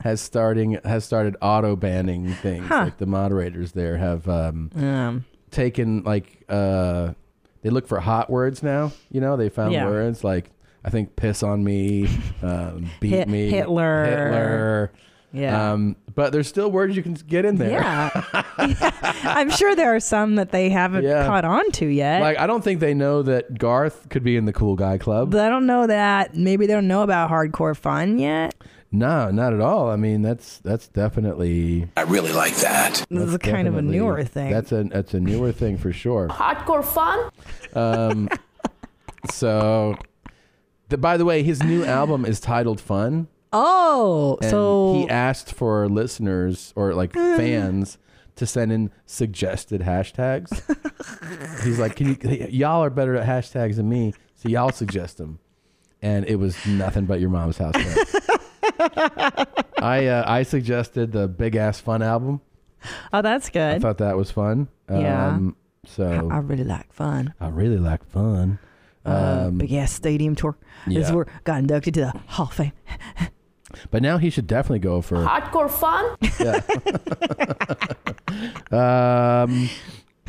S1: has starting has started auto banning things.
S2: Huh.
S1: Like the moderators there have um, [LAUGHS]
S2: Um.
S1: taken like uh, they look for hot words now. You know, they found
S2: Yeah.
S1: words like I think piss on
S2: [LAUGHS]
S1: me, um, beat
S2: Hit-
S1: me,
S2: Hitler.
S1: Hitler.
S2: Yeah.
S1: Um, but there's still words you can get in there.
S2: Yeah.
S1: [LAUGHS]
S2: I'm sure there are some that they haven't
S1: Yeah.
S2: caught on to yet.
S1: Like I don't think they know that Garth could be in the cool guy club.
S2: but I don't know that. Maybe they don't know about hardcore fun yet.
S1: No, not at all. I mean, that's that's definitely. I really like that.
S2: This is kind of a newer thing.
S1: That's a that's a newer thing for sure.
S12: Hardcore fun?
S2: [LAUGHS]
S1: Um, so, the, by the way, his new album is titled "Fun."
S2: Oh,
S1: and
S2: so
S1: he asked for listeners or
S2: [LAUGHS]
S1: like fans to send in suggested
S2: [LAUGHS]
S1: hashtags. He's like, "Can you? Y'all are better at hashtags than me, so y'all suggest them." And it was nothing but your mom's house.
S2: [LAUGHS]
S1: Fans. I uh, I suggested the big ass fun album.
S2: oh, that's
S1: I
S2: good.
S1: thought that was fun. Um,
S2: Yeah.
S1: so
S2: I really like fun.
S1: I really like fun.
S2: Uh,
S1: Um,
S2: big ass stadium tour. This is
S1: yeah.
S2: where I got inducted to the Hall of Fame.
S1: but now he should definitely go for
S12: Hardcore fun?
S1: Um,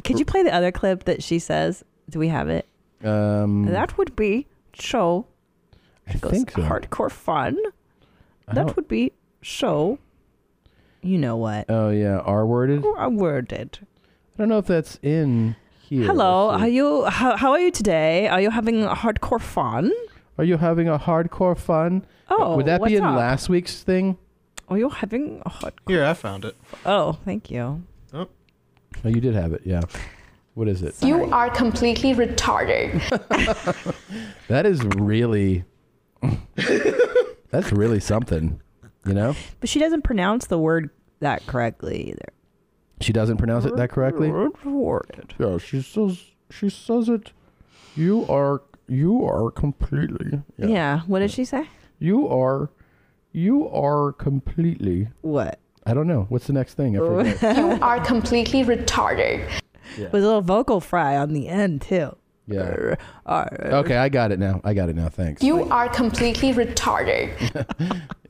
S2: Could you play the other clip that she says? Do we have it?
S1: um,
S2: That would be show.
S1: I
S2: goes,
S1: think so.
S2: Hardcore fun.
S1: I
S2: That
S1: don't-
S2: would be show. You know what?
S1: Oh yeah, R worded.
S2: I worded.
S1: I don't know if that's in here.
S2: Hello,
S1: Let's
S2: are
S1: see.
S2: you? How, how are you today? Are you having hardcore fun?
S1: Are you having a hardcore fun?
S2: Oh,
S1: would that be
S2: what's
S1: in
S2: up?
S1: last week's thing?
S2: Are you having a hard?
S11: Here, I found it.
S2: Oh, thank you.
S1: Oh, you did have it. Yeah. What is it?
S12: You are completely retarded.
S1: [LAUGHS] That is really. [LAUGHS] that's really something, you know.
S2: But she doesn't pronounce the word that correctly either.
S1: She doesn't pronounce it that correctly. Yeah, she says she says it. You are you are completely.
S2: Yeah. What did she say?
S1: You are you are completely.
S2: What?
S1: I don't know. What's the next thing? I forget.
S2: [LAUGHS]
S12: you are completely retarded.
S1: Yeah.
S2: With a little vocal fry on the end too.
S1: Yeah. Okay, I got it now. I got it now. Thanks.
S12: You are completely retarded.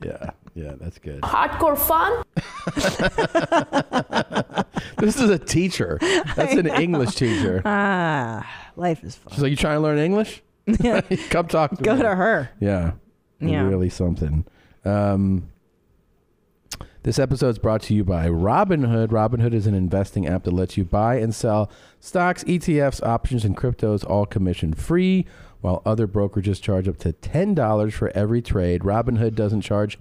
S1: Yeah. Yeah, that's good.
S2: [LAUGHS]
S12: Hardcore fun?
S1: [LAUGHS] This is a teacher. That's
S2: [LAUGHS]
S1: an
S2: I know.
S1: English teacher.
S2: Ah, life is fun.
S1: So you trying to learn English? [LAUGHS] Come talk to
S2: Go
S1: me.
S2: to her.
S1: Yeah.
S2: Yeah.
S1: Really something. Um, this episode is brought to you by Robinhood. Robinhood is an investing app that lets you buy and sell stocks, ETFs, options, and cryptos all commission free, while other brokerages charge up to $10 for every trade. Robinhood doesn't charge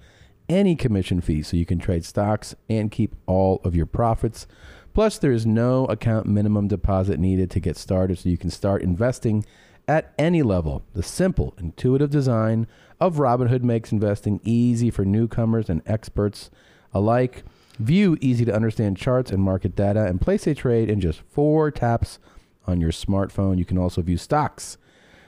S1: any commission fees, so you can trade stocks and keep all of your profits. Plus, there is no account minimum deposit needed to get started, so you can start investing at any level. The simple, intuitive design of Robinhood makes investing easy for newcomers and experts alike. View easy to understand charts and market data and place a trade in just four taps on your smartphone. You can also view stocks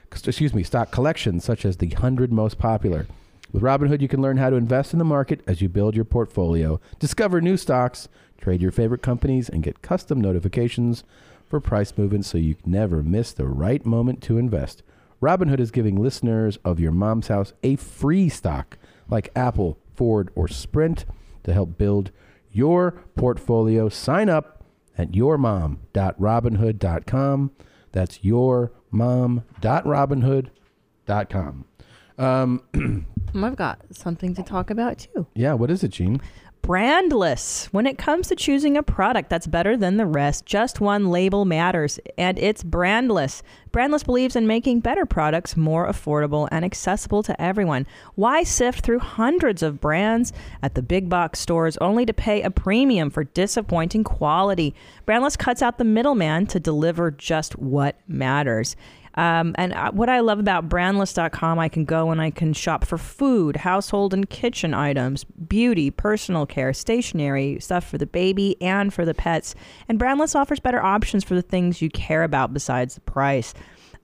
S1: excuse me, stock collections such as the 100 most popular. With Robinhood, you can learn how to invest in the market as you build your portfolio, discover new stocks, trade your favorite companies, and get custom notifications for price movements so you never miss the right moment to invest. Robinhood is giving listeners of your mom's house a free stock like Apple, Ford, or Sprint to help build your portfolio. Sign up at yourmom.robinhood.com. That's yourmom.robinhood.com. Um, [CLEARS THROAT]
S2: I've got something to talk about too.
S1: yeah, what is it, Gene?
S2: Brandless. When it comes to choosing a product that's better than the rest, just one label matters, and it's Brandless. Brandless believes in making better products more affordable and accessible to everyone. Why sift through hundreds of brands at the big box stores only to pay a premium for disappointing quality? Brandless cuts out the middleman to deliver just what matters. Um, and uh, what I love about brandless.com, I can go and I can shop for food, household and kitchen items, beauty, personal care, stationery, stuff for the baby and for the pets. And Brandless offers better options for the things you care about besides the price.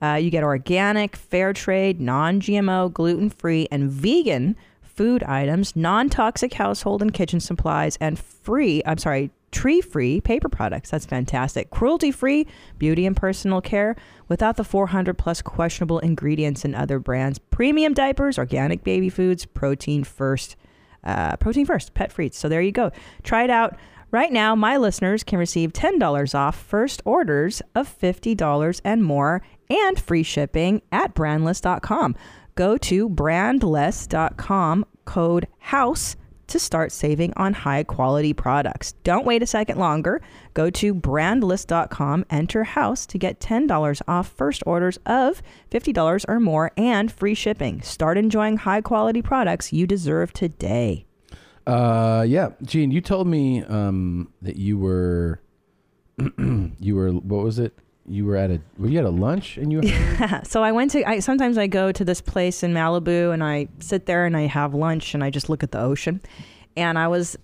S2: Uh, you get organic, fair trade, non GMO, gluten free, and vegan food items, non toxic household and kitchen supplies, and free, I'm sorry, tree free paper products. That's fantastic. Cruelty free, beauty and personal care without the 400 plus questionable ingredients in other brands. Premium diapers, organic baby foods, protein first. Uh, protein first, pet free. So there you go. Try it out. Right now, my listeners can receive $10 off first orders of $50 and more and free shipping at brandless.com. Go to brandless.com, code HOUSE to start saving on high quality products. Don't wait a second longer. Go to brandlist.com, enter house to get $10 off first orders of $50 or more and free shipping. Start enjoying high quality products you deserve today.
S1: Uh, yeah, Gene, you told me um, that you were, [CLEARS THROAT] you were, what was it? You were at a, were you at a lunch and you were,
S2: so I went to I sometimes I go to this place in Malibu and I sit there and I have lunch and I just look at the ocean. And I was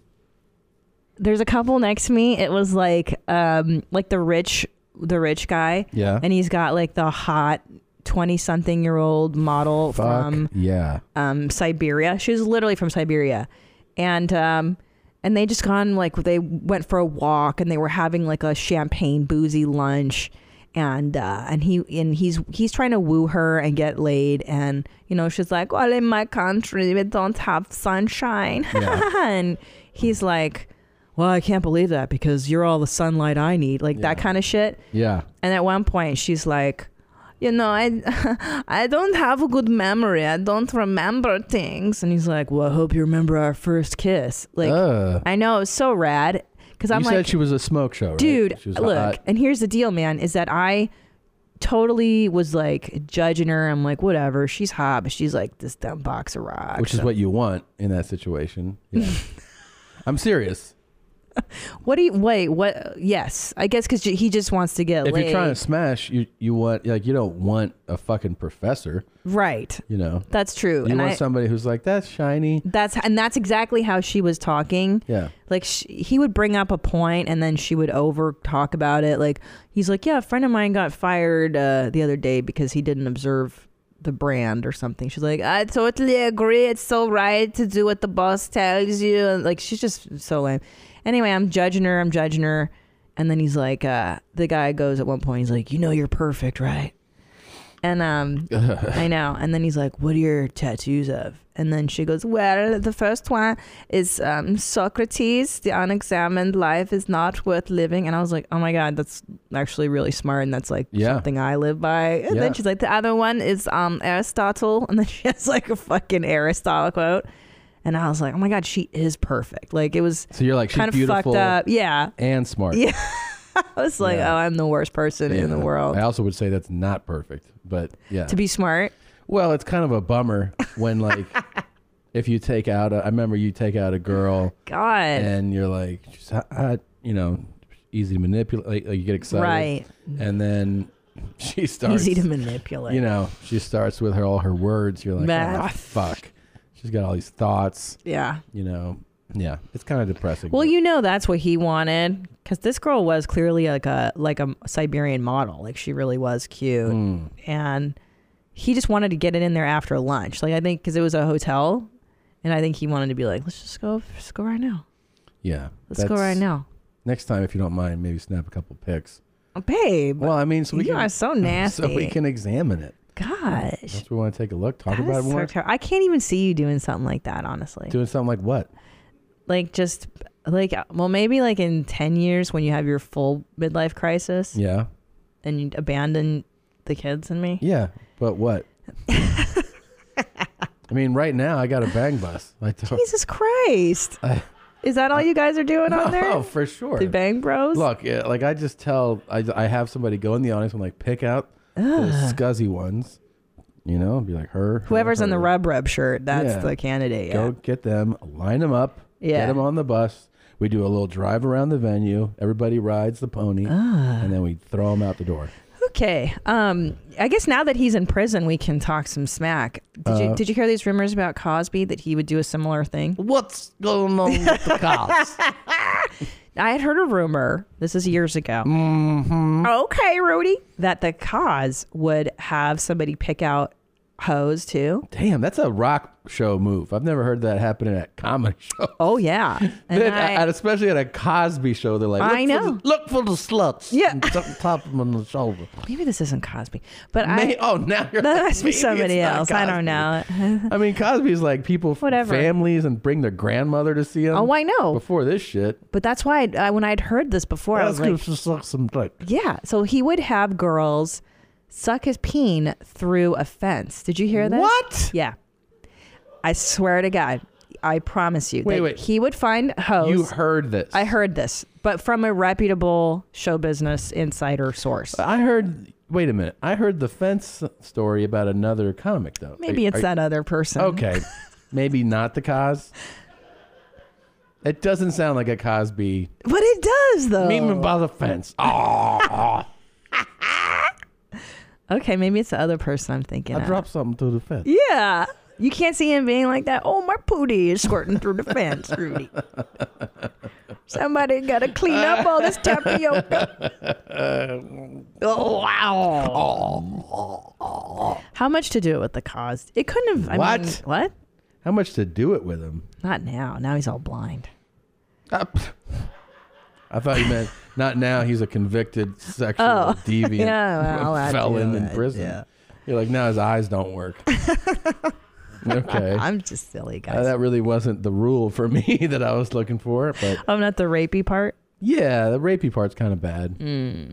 S2: there's a couple next to me. It was like um like the rich the rich guy.
S1: Yeah.
S2: And he's got like the hot 20 something year old model
S1: fuck,
S2: [LAUGHS] from
S1: yeah.
S2: um, Siberia. She was literally from Siberia, and um, and they just gone like they went for a walk and they were having like a champagne boozy lunch, and uh, and he and he's he's trying to woo her and get laid, and you know she's like, well, in my country we don't have sunshine, [LAUGHS] and he's like. Well, I can't believe that because you're all the sunlight I need, like that kind of shit.
S1: Yeah.
S2: And at one point, she's like, "You know, I, [LAUGHS] I don't have a good memory. I don't remember things." And he's like, "Well, I hope you remember our first kiss." Like,
S1: Ugh.
S2: I know it's so rad because
S1: you
S2: I'm
S1: said
S2: like,
S1: she was a smoke show, right?
S2: dude,
S1: She was
S2: look.
S1: hot.
S2: And here's the deal, man: is that I totally was like judging her. I'm like, whatever, she's hot, but she's like this dumb box of rocks.
S1: which is what you want in that situation.
S2: [LAUGHS]
S1: Yeah. I'm serious.
S2: What do you wait? What? Yes, I guess because he just wants to get
S1: If
S2: laid.
S1: you're trying to smash, you you want like you don't want a fucking professor,
S2: right.
S1: you know.
S2: That's true.
S1: You
S2: and
S1: want
S2: I,
S1: somebody who's like that's shiny.
S2: That's and that's exactly how she was talking.
S1: Yeah.
S2: Like sh he would bring up a point and then she would over talk about it. Like he's like, "Yeah, a friend of mine got fired uh, the other day because he didn't observe the brand or something." She's like, "I totally agree. It's so right to do what the boss tells you." And like she's just so lame. Anyway, I'm judging her. I'm judging her. And then he's like, uh, the guy goes at one point. He's like, "You know, you're perfect, right?" And um,
S13: [LAUGHS]
S2: I know. And then he's like, "What are your tattoos of?" And then she goes, "Well, the first one is um, Socrates. The unexamined life is not worth living." And I was like, "Oh my god, that's actually really smart, and that's like
S13: Yeah.
S2: something I live by." And
S13: Yeah.
S2: then she's like, "The other one is um, Aristotle," [LAUGHS] and then she has like a fucking Aristotle quote. And I was like, "Oh my god, she is perfect!" Like it was
S1: So you're like she's
S2: kind of
S1: beautiful
S2: fucked up, yeah,
S1: and smart.
S2: yeah. [LAUGHS] I was like,
S1: Yeah.
S2: "Oh, I'm the worst person in the
S1: Yeah.
S2: world."
S1: I also would say that's not perfect, but yeah.
S2: To be smart.
S1: Well, it's kind of a bummer when
S2: [LAUGHS]
S1: like if you take out a I remember you take out a girl
S2: God.
S1: and you're like she's hot, hot, you know, easy to manipulate, like, like you get excited.
S2: Right.
S1: And then [LAUGHS] she starts
S2: Easy to manipulate.
S1: You know, she starts with her all her words. You're like,
S2: Bah.
S1: "Ah, fuck. She's got all these thoughts.
S2: Yeah.
S1: You know. Yeah. It's kind of depressing.
S2: Well, you know that's what he wanted because this girl was clearly like a like a Siberian model. Like she really was cute,
S1: Mm.
S2: and he just wanted to get it in there after lunch. Like I think because it was a hotel, and I think he wanted to be like, let's just go, let's go right now.
S1: yeah.
S2: Let's go right
S1: that's-
S2: now,
S1: Next time, if you don't mind, maybe snap a couple pics.
S2: oh, babe.
S1: Well, I mean, [LAUGHS] so we
S2: you
S1: can,
S2: are so
S1: So we
S2: nasty.
S1: can examine it.
S2: Gosh.
S1: That's what we want to take a look, talk
S2: That
S1: about
S2: is
S1: it more.
S2: so ter- I can't even see you doing something like that, honestly.
S1: Doing something like what?
S2: like just like uh, well maybe like in 10 years when you have your full midlife crisis
S1: Yeah.
S2: and you abandon the kids and me
S1: Yeah, but
S2: [LAUGHS]
S1: what? I mean, right now I got a bang bus. [LAUGHS] I don't-
S2: jesus christ
S1: I-
S2: is that all you guys are
S1: [LAUGHS]
S2: doing on there
S1: Oh, for sure.
S2: the bang bros
S1: Look, yeah, like I just tell, I, I have somebody go in the audience. I'm like, pick out the
S2: Ugh.
S1: scuzzy ones. You know, be like her. her,
S2: whoever's in the
S1: her.
S2: rub rub shirt that's
S1: Yeah.
S2: the candidate yeah.
S1: Go get them, line them up, get
S2: Yeah.
S1: them on the bus. We do a little drive around the venue. Everybody rides the pony,
S2: Ah.
S1: and then we throw them out the door.
S2: okay um i guess now that he's in prison we can talk some smack did
S1: Uh,
S2: you did you hear these rumors about cosby that he would do a similar thing
S1: what's going on with the cops
S2: [LAUGHS] I had heard a rumor, this is years ago.
S1: Mm-hmm.
S2: Okay, Rudy. That the cause would have somebody pick out hoes too.
S1: Damn, that's a rock show move. I've never heard that happen at a comedy [LAUGHS] show.
S2: Oh
S1: [LAUGHS]
S2: yeah, and
S1: Then,
S2: I-
S1: at- especially at a Cosby show, they're like,
S2: I
S1: "Look for
S2: know.
S1: the- look for the sluts.
S2: Yeah.
S1: and t- tap them on the shoulder.
S2: Maybe this isn't Cosby, but
S1: May- [LAUGHS]
S2: I.
S1: oh, now you're
S2: [LAUGHS] that
S1: like,
S2: must
S1: maybe
S2: be
S1: it's
S2: somebody
S1: not
S2: else. I don't know.
S1: [LAUGHS] I mean, Cosby's like people,
S2: Whatever.
S1: families, and bring their grandmother to see him.
S2: Oh, I know.
S1: Before this shit,
S2: But that's why I, I- when I'd heard this before, I was
S1: let's go
S2: like,
S1: just suck some dick.
S2: yeah. So he would have girls suck his peen through a fence. Did you hear this?
S1: What?
S2: Yeah. I swear to God, I promise you.
S1: Wait,
S2: that
S1: wait.
S2: He would find hoes.
S1: You heard this?
S2: I heard this, but from a reputable show business insider source.
S1: I heard. Wait a minute. I heard the fence story about another comic though.
S2: Maybe it's that other person. [LAUGHS]
S1: Okay, maybe not the Cos. It doesn't sound like a
S2: [LAUGHS]
S1: Cosby.
S2: But it does, though.
S1: Meet me by the fence. Oh,
S2: Okay, maybe it's the other person I'm thinking
S1: I
S2: of.
S1: dropped something through the fence.
S2: yeah. You can't see him being like that. Oh, my pooty is squirting through the fence,
S1: [LAUGHS]
S2: Rudy. Somebody got to clean up all this tapioca.
S1: [LAUGHS]
S2: Oh, wow. How much to do it with the cause? It couldn't have. I
S1: What?
S2: mean, what?
S1: How much to do it with him?
S2: Not now. Now he's all blind.
S1: Uh, I thought you meant not now. He's a convicted sexual
S2: Oh.
S1: deviant
S2: Yeah, well, I
S1: felon
S2: do
S1: in
S2: it,
S1: prison.
S2: yeah.
S1: You're like now his eyes don't
S2: [LAUGHS]
S1: work. okay,
S2: I'm just silly, guys.
S1: Uh, that really wasn't the rule for me [LAUGHS] that I was looking for, but
S2: I'm Oh, not the rapey part.
S1: yeah, the rapey part's kind of bad. Hmm.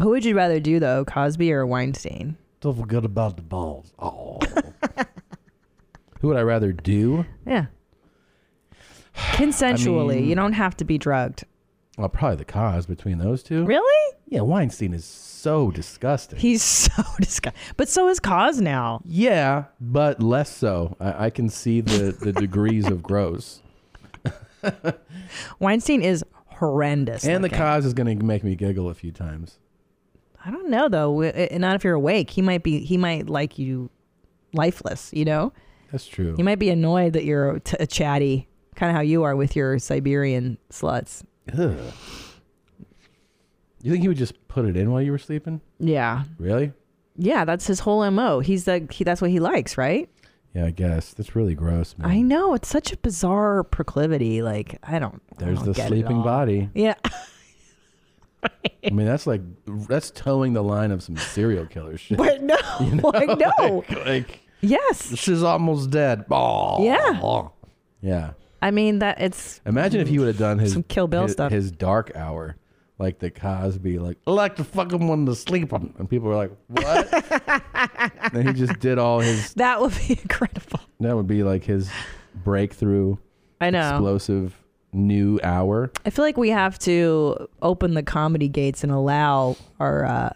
S2: Who would you rather do though, Cosby or Weinstein?
S1: Don't forget about the balls. Oh. Who would I rather do? [SIGHS]
S2: Yeah. Consensually,
S1: mean-
S2: you don't have to be drugged.
S1: Well, probably the cause between those two.
S2: Really?
S1: Yeah, Weinstein is so disgusting.
S2: He's [LAUGHS] so disgusting. But so is Cos now.
S1: Yeah, but less so. I, I can see the,
S2: [LAUGHS]
S1: the degrees of gross.
S2: Weinstein is horrendous.
S1: and the
S2: looking.
S1: cause is going to make me giggle a few times.
S2: I don't know though. W- uh, Not if you're awake. He might be. He might like you, lifeless. You know.
S1: That's true.
S2: You might be annoyed that you're t- a chatty, kind of how you are with your Siberian sluts.
S1: Ugh. You think he would just put it in while you were sleeping?
S2: Yeah.
S1: Really?
S2: Yeah, that's his whole mo. He's the. He, that's what he likes, right?
S1: Yeah, I guess. That's really gross, man.
S2: I know it's such a bizarre proclivity. Like I don't. I
S1: There's
S2: don't
S1: the
S2: get it
S1: sleeping
S2: all.
S1: body.
S2: Yeah,
S1: I mean, that's like, that's towing the line of some serial killer shit.
S2: [LAUGHS] but no,
S1: [LAUGHS] You
S2: I know.
S1: Like, [LAUGHS] like,
S2: Oh, yes,
S1: she's almost dead. Oh.
S2: Yeah.
S1: Yeah.
S2: I mean
S1: [LAUGHS]
S2: that it's.
S1: Imagine if he would have done his
S2: Some Kill Bill
S1: his,
S2: stuff.
S1: his dark hour, like the Cosby, like I like to fuck him when to sleep on, and people were like, "What?"
S2: [LAUGHS]
S1: and he just did all his.
S2: That would be [LAUGHS] incredible.
S1: That would be like his breakthrough.
S2: I know.
S1: Explosive new hour.
S2: I feel like we have to open the comedy gates and allow our uh,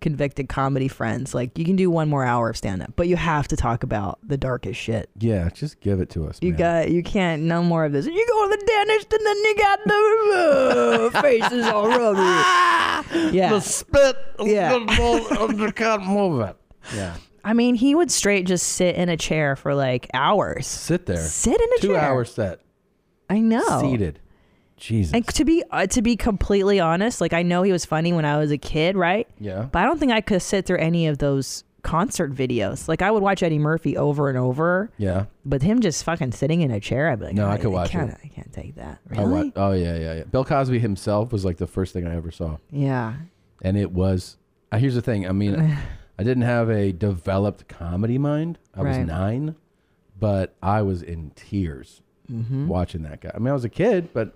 S2: convicted comedy friends. Like you can do one more hour of stand up, but you have to talk about the darkest shit.
S1: Yeah, just give it to us.
S2: You
S1: man.
S2: got you can't no more
S1: [GASPS]
S2: of this. You go to the dentist and then you got the uh, faces all rubbery. Yeah.
S1: the spit.
S2: Yeah. [LAUGHS]
S1: undercut move it. Yeah.
S2: I mean, he would straight just sit in a chair for like hours.
S1: Sit there.
S2: Sit in a
S1: Two
S2: chair.
S1: hour set.
S2: I know.
S1: Seated. Jesus.
S2: And to be uh, to be completely honest, like I know he was funny when I was a kid, right?
S1: [LAUGHS] Yeah.
S2: But I don't think I could sit through any of those concert videos. Like I would watch Eddie Murphy over and over,
S1: yeah.
S2: but him just fucking sitting in a chair, I'd be like,
S1: No,
S2: "Oh,
S1: I could watch it.
S2: can't, I can't take that.
S1: I wa-
S2: Really?
S1: oh yeah, yeah, yeah. Bill Cosby himself was like the first thing I ever saw.
S2: yeah.
S1: and it was uh, here's the thing i
S2: [LAUGHS]
S1: mean i didn't have a developed comedy mind i was
S2: Right.
S1: nine
S2: Mm-hmm.
S1: but i was in tears watching that guy i mean i was a kid but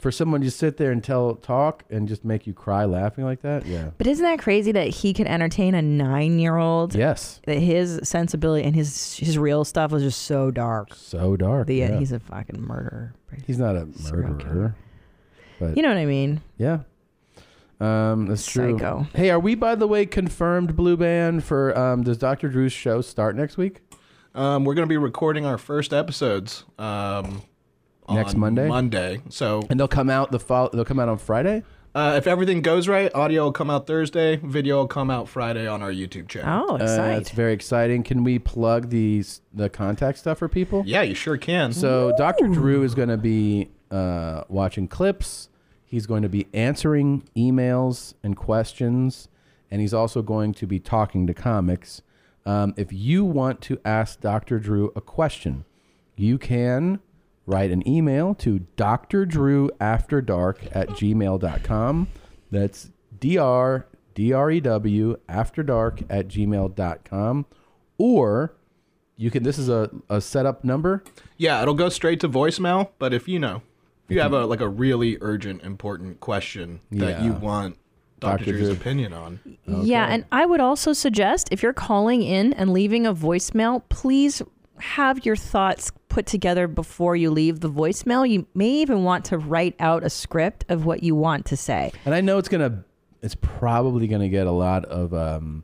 S1: for someone to sit there and tell talk and just make you cry laughing like that, yeah.
S2: But isn't that crazy that he could entertain a nine-year-old?
S1: Yes.
S2: That his sensibility and his his real stuff was just so dark.
S1: So dark.
S2: The,
S1: yeah.
S2: He's a fucking murderer.
S1: He's not a
S2: Serial
S1: murderer. But
S2: You know what I mean?
S1: Yeah. Um, that's true.
S2: Psycho.
S1: Hey, are we by the way confirmed blue band for um does Dr. Drew's show start next week?
S11: Um, we're going to be recording our first episodes. Um,
S1: Next
S11: on
S1: Monday?
S11: Monday. So,
S1: and they'll come out the follow. They'll come out on Friday.
S11: Uh, if everything goes right, audio will come out Thursday. Video will come out Friday on our YouTube
S2: Oh,
S11: channel.
S1: Uh, That's very exciting. Can we plug the the contact stuff for people?
S11: Yeah, you sure can.
S1: So Dr. Drew is going to be uh, watching clips. He's going to be answering emails and questions, and he's also going to be talking to comics. Um, if you want to ask Dr. Drew a question, you can write an email to drdrewafterdark at gmail.com. That's dr E d-r-e-w afterdark at gmail.com. Or you can, this is a, a setup number.
S11: Yeah, it'll go straight to voicemail. But if you know, if you have a like a really urgent, important question that you
S1: Yeah.
S11: want Dr.
S1: Dr.
S11: Drew's
S1: Drew.
S11: opinion on,
S2: Yeah, and I would also suggest if you're calling in and leaving a voicemail, please have your thoughts put together before you leave the voicemail. You may even want to write out a script of what you want to say.
S1: And I know it's gonna, it's probably gonna get a lot of um,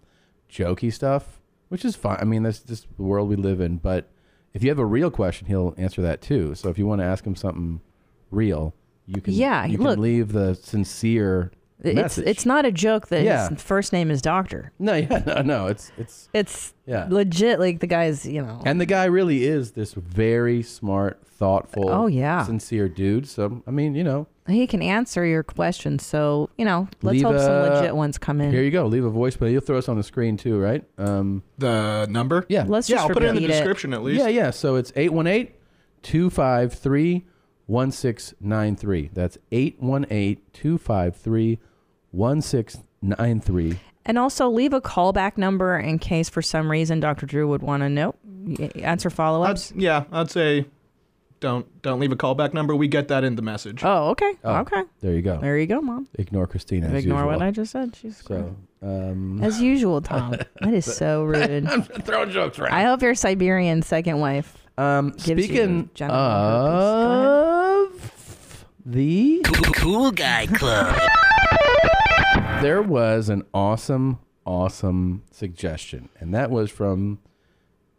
S1: jokey stuff, which is fine. I mean, that's just the world we live in. But if you have a real question, he'll answer that too. So if you want to ask him something real, you can.
S2: Yeah,
S1: you
S2: look-
S1: can leave the sincere.
S2: It's
S1: message.
S2: it's not a joke that
S1: Yeah.
S2: his first name is Doctor.
S1: no, yeah, no, no. It's it's
S2: It's
S1: Yeah.
S2: legit like the guy's, you know.
S1: and the guy really is this very smart, thoughtful.
S2: Oh, yeah.
S1: sincere dude. So I mean, you know,
S2: He can answer your questions, so you know. Let's
S1: leave
S2: hope some
S1: a-
S2: legit ones come in.
S1: Here you go. Leave a voicemail. You'll throw us on the screen too, right? Um,
S11: the number?
S1: Yeah.
S2: Let's Yeah, just I'll put it in the repeat it. description at least.
S1: Yeah, yeah. So it's 818 253 1693. That's 818 253 1693.
S2: And also leave a callback number in case for some reason Dr. Drew would want to know y- answer follow ups.
S11: yeah, I'd say don't don't leave a callback number. We get that in the message.
S2: Oh, okay. okay.
S1: There you go.
S2: There you go, Mom.
S1: Ignore Christina. as
S2: Ignore what
S1: usual.
S2: I just said. She's
S1: So, um,
S2: As
S1: [LAUGHS]
S2: usual, Tom. That is so rude.
S1: I'm throwing jokes around.
S2: I hope your Siberian second wife.
S1: Um,
S2: gives
S1: speaking
S2: you genital
S1: of the
S13: Cool, cool Guy Club.
S1: there was an awesome, awesome suggestion, and that was from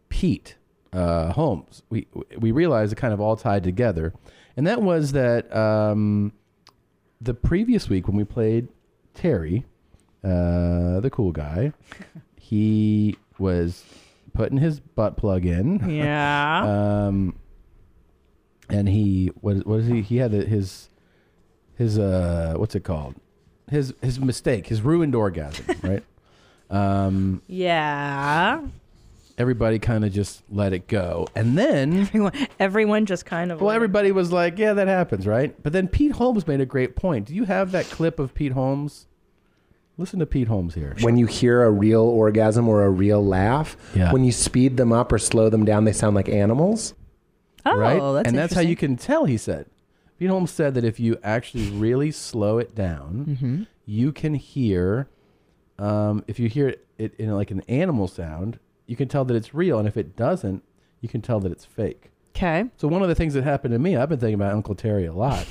S1: Pete uh, Holmes. We we realized it kind of all tied together, and that was that um, the previous week when we played Terry, uh, the cool guy, he was putting his butt plug in. [LAUGHS]
S2: Yeah.
S1: um, and he what what is he? He had the, his his uh what's it called? His his mistake, his ruined
S2: [LAUGHS]
S1: orgasm, right? Um,
S2: Yeah.
S1: everybody kind of just let it go, and then
S2: everyone everyone just kind of
S1: well, everybody was like, yeah, that happens, right? But then Pete Holmes made a great point. Do you have that clip of Pete Holmes? Listen to Pete Holmes here.
S14: When you hear a real orgasm or a real laugh,
S1: Yeah.
S14: when you speed them up or slow them down, they sound like animals.
S2: Oh,
S1: right?
S2: that's
S1: and that's how
S2: interesting.
S1: you can tell. He said, Pete Holmes said that if you actually really slow it down,
S2: Mhm.
S1: you can hear. Um, if you hear it, it in like an animal sound, you can tell that it's real, and if it doesn't, you can tell that it's fake.
S2: Okay.
S1: So one of the things that happened to me, I've been thinking about Uncle Terry a lot.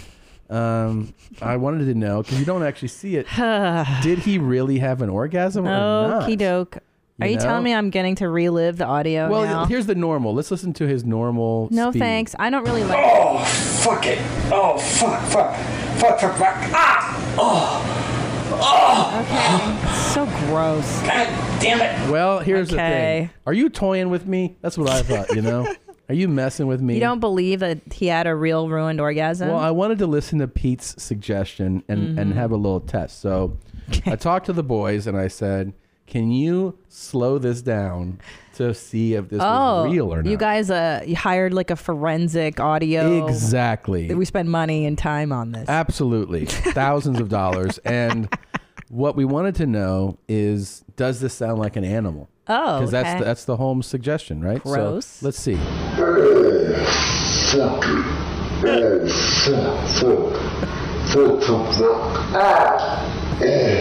S1: Um, I wanted to know because you don't actually see
S2: [SIGHS]
S1: it. did he really have an orgasm or not?
S2: Okie doke. Are you
S1: know?
S2: telling me I'm getting to relive the audio
S1: Well,
S2: now?
S1: here's the normal. Let's listen to his normal.
S2: no
S1: speed.
S2: thanks. I don't really like
S4: Oh, fuck it. Oh, fuck, fuck. Fuck, fuck, fuck. Ah! Oh! Oh!
S2: So gross.
S4: God damn it.
S1: Well, here's the
S2: Okay.
S1: thing. Are you toying with me? That's what I thought, you
S2: [LAUGHS]
S1: know? Are you messing with me?
S2: You don't believe that he had a real ruined orgasm?
S1: well, I wanted to listen to Pete's suggestion and, and
S2: Mhm.
S1: have a little test. So I talked to the boys and I said, Can you slow this down to see if this
S2: oh,
S1: was real or not?
S2: You guys uh, you hired like a forensic audio.
S1: Exactly.
S2: We spend money and time on this.
S1: Absolutely. Thousands of
S2: [LAUGHS]
S1: dollars. And what we wanted to know is does this sound like an animal?
S2: Oh,
S1: Because that's,
S2: okay.
S1: the, that's the home suggestion, right? So
S2: Gross.
S15: Hmm.
S1: let's see.
S4: Fuck. Oh, fuck, fuck. Fuck, fuck, fuck. Ah! Eh.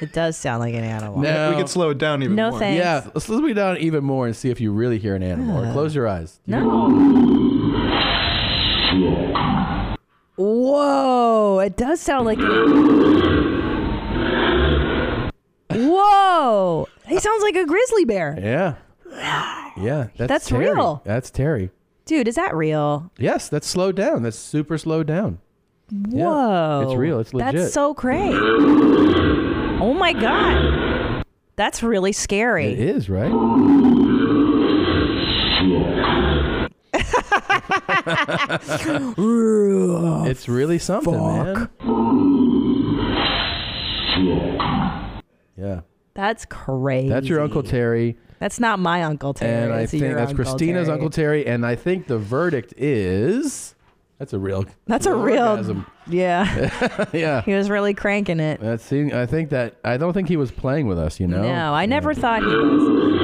S2: It does sound like an animal.
S11: We could slow it down even
S2: No
S11: more.
S2: thanks. Uh,
S1: Yeah, let's slow it down even more and see if you really hear an animal. Or close your eyes.
S2: Whoa! It does sound like. Whoa! He sounds like a grizzly bear,
S1: Yeah. Yeah, that's
S2: That's
S1: Terry.
S2: real.
S1: That's Terry.
S2: dude. Is that real?
S1: Yes, that's slowed down. That's super slowed down. Yeah.
S2: Whoa!
S1: It's real. It's legit.
S2: That's so great. Oh my god! That's really scary.
S1: It is,
S2: [LAUGHS]
S1: right? it's really something, man. Yeah.
S2: That's crazy.
S1: That's your Uncle Terry.
S2: That's not my Uncle Terry.
S1: and I
S2: that's
S1: think
S2: your
S1: that's
S2: Uncle
S1: Christina's
S2: Terry.
S1: Uncle Terry. And I think the verdict is that's a real.
S2: That's a real.
S1: orgasm.
S2: Yeah.
S1: [LAUGHS] yeah.
S2: he was really cranking it.
S1: That seem- I think that I don't think he was playing with us. You know.
S2: No, I never thought he was.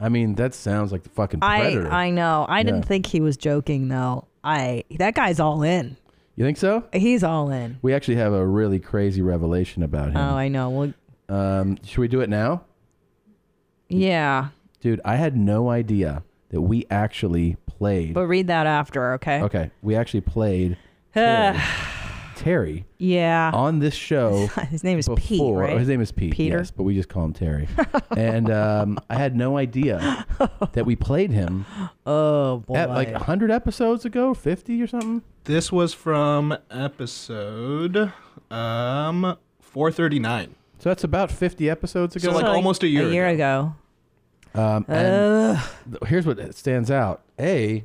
S1: I mean, that sounds like the fucking
S2: I
S1: predator.
S2: I know. I didn't
S1: Yeah.
S2: think he was joking though. I that guy's all in.
S1: You think so?
S2: He's all in.
S1: We actually have a really crazy revelation about him.
S2: Oh, I know. Well,
S1: Um, should we do it now?
S2: yeah.
S1: Dude, I had no idea that we actually played.
S2: But read that after, okay?
S1: Okay, we actually played Terry
S2: [SIGHS] yeah.
S1: on this show.
S2: [LAUGHS] His name is Pete,
S1: before-
S2: right?
S1: His name is Pete.
S2: Peter?
S1: Yes, but we just call him
S2: [LAUGHS]
S1: Terry. and um, I had no idea that we played him.
S2: Oh boy!
S1: At like 100 episodes ago, 50 or something.
S11: This was from episode um 439.
S1: So that's about 50 episodes
S11: So like almost a year.
S2: ago.
S11: ago.
S1: Um, and th- here's what stands out: A,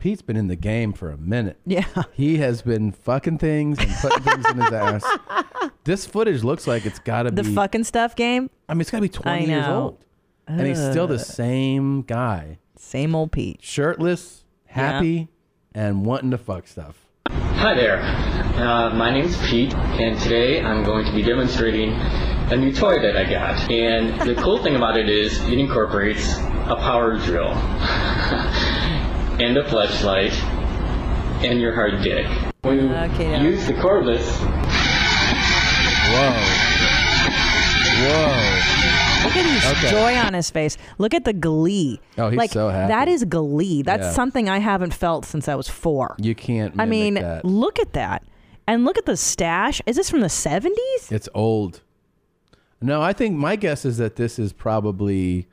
S1: Pete's been in the game for a minute.
S2: Yeah,
S1: he has been fucking things and putting things in his ass.
S2: [LAUGHS]
S1: This footage looks like it's got to
S2: The
S1: be.
S2: fucking stuff game.
S1: I mean, it's got to be
S2: I
S1: 20 years
S2: know.
S1: old, and he's still the
S2: Ugh.
S1: same guy,
S2: same old Pete,
S1: shirtless, happy, and wanting to fuck stuff.
S16: Hi there. Uh, my name's Pete, and today I'm going to be demonstrating a new toy that I got. And the cool thing about it is it incorporates a power drill, [LAUGHS] and a flashlight, and your hard dick. When you use the cordless.
S1: Whoa.
S2: Look at his
S16: Okay.
S2: joy on his face. Look at the glee.
S1: Oh, he's
S2: like,
S1: so happy.
S2: That is glee. That's
S1: Yeah.
S2: something I haven't felt since I was four.
S1: You can't.
S2: I
S1: mimic
S2: mean,
S1: that.
S2: look at that. And look at the stash. Is this from the 70s?
S1: It's old. No, I think my guess is that this is probably.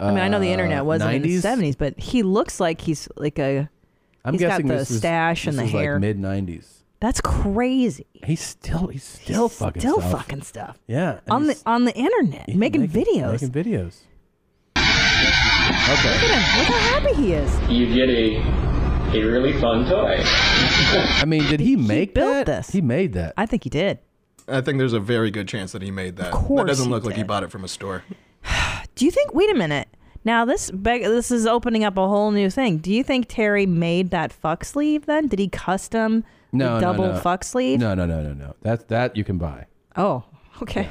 S2: I mean, I know the
S1: uh,
S2: internet wasn't
S1: 90s.
S2: in the 70s, but he looks like he's like a.
S1: I'm
S2: he's
S1: guessing
S2: got the
S1: this is-
S2: stash and
S1: this
S2: the
S1: is
S2: hair.
S1: like mid '90s.
S2: That's crazy.
S1: He's still he's still fucking
S2: still
S1: stuff.
S2: fucking stuff.
S1: Yeah, and
S2: on the
S1: he's
S2: on the internet, making, videos.
S1: making videos.
S16: Okay.
S2: Look at him. Look how happy he is.
S16: You get a a really fun toy.
S1: I mean, did he make
S2: built
S1: that?
S2: this.
S1: He made that.
S2: I think he did.
S11: I think there's a very good chance that he made that. Of
S2: course
S11: That doesn't
S2: he
S11: look like he
S2: did.
S11: bought it from a store.
S2: Do you think? Wait a minute. Now this beg, this is opening up a whole new thing. Do you think Terry made that fuck sleeve? Then did he custom the
S1: No, no,
S2: double
S1: no.
S2: fuck sleeve?
S1: No, no, no, no, no. That that you can buy.
S2: Oh, okay.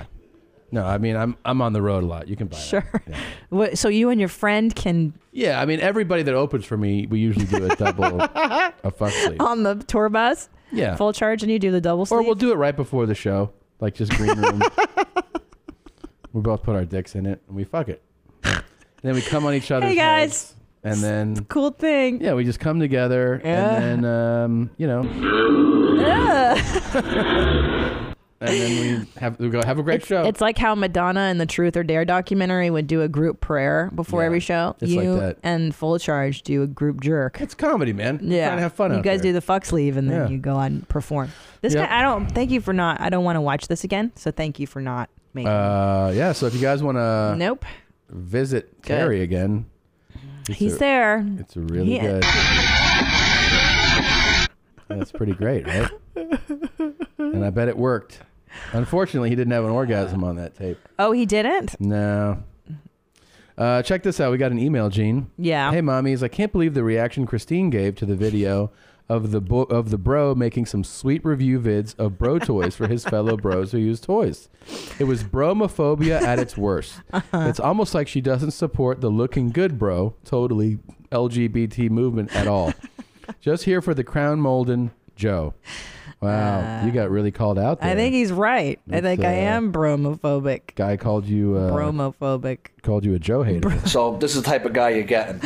S1: No, I mean I'm I'm on the road a lot. You can buy. Sure.
S2: [LAUGHS] What, so you and your friend can
S1: Yeah, I mean everybody that opens for me, we usually do a double
S2: [LAUGHS]
S1: a fuck sleeve,
S2: on the tour bus,
S1: Yeah.
S2: full charge, and you do the double
S1: or
S2: sleeve.
S1: we'll do it right before the show, like just green
S2: [LAUGHS]
S1: room. we both put our dicks in it and we fuck it. And then we come on each other's
S2: hey
S1: heads,
S2: guys,
S1: and then
S2: cool thing.
S1: yeah, we just come together
S2: Yeah.
S1: and then um, you know. and then we have we go have a great show.
S2: It's like how Madonna in the Truth or Dare documentary would do a group prayer before every show.
S1: it's
S2: you
S1: like that.
S2: and Full Charge do a group jerk.
S1: It's comedy, man. We're
S2: Yeah,
S1: trying to have fun
S2: You
S1: out
S2: guys
S1: there.
S2: do the fuck sleeve, and then
S1: Yeah.
S2: you go on and perform. This
S1: Yep.
S2: guy, I don't. Thank you for not. I don't want to watch this again. So thank you for not making.
S1: Uh, yeah. So if you guys want to
S2: nope.
S1: visit
S2: Good.
S1: Terry again, it's
S2: He's
S1: a-
S2: there.
S1: It's a really
S2: He-
S1: good. That's pretty great,
S2: [LAUGHS]
S1: right? And I bet it worked. Unfortunately, he didn't have an orgasm on that tape.
S2: Oh, he didn't.
S1: No. Uh, check this out. We got an email, Gene.
S2: Yeah.
S1: Hey, mommies. I can't believe the reaction Christine gave to the video of the bo- of the bro making some sweet review vids of
S2: [LAUGHS]
S1: bro toys for his fellow bros who use toys. It was bromophobia at its worst.
S2: Uh-huh.
S1: It's almost like she doesn't support the looking good bro, totally LGBT movement at
S2: [LAUGHS]
S1: all. Just here for the crown molding Joe. Wow, you got really called out there.
S2: I think he's right. I
S1: That's,
S2: think I
S1: uh,
S2: am bromophobic.
S1: Guy called you uh,
S2: bromophobic.
S1: called you a Joe hater.
S17: So this is the type of guy you're getting.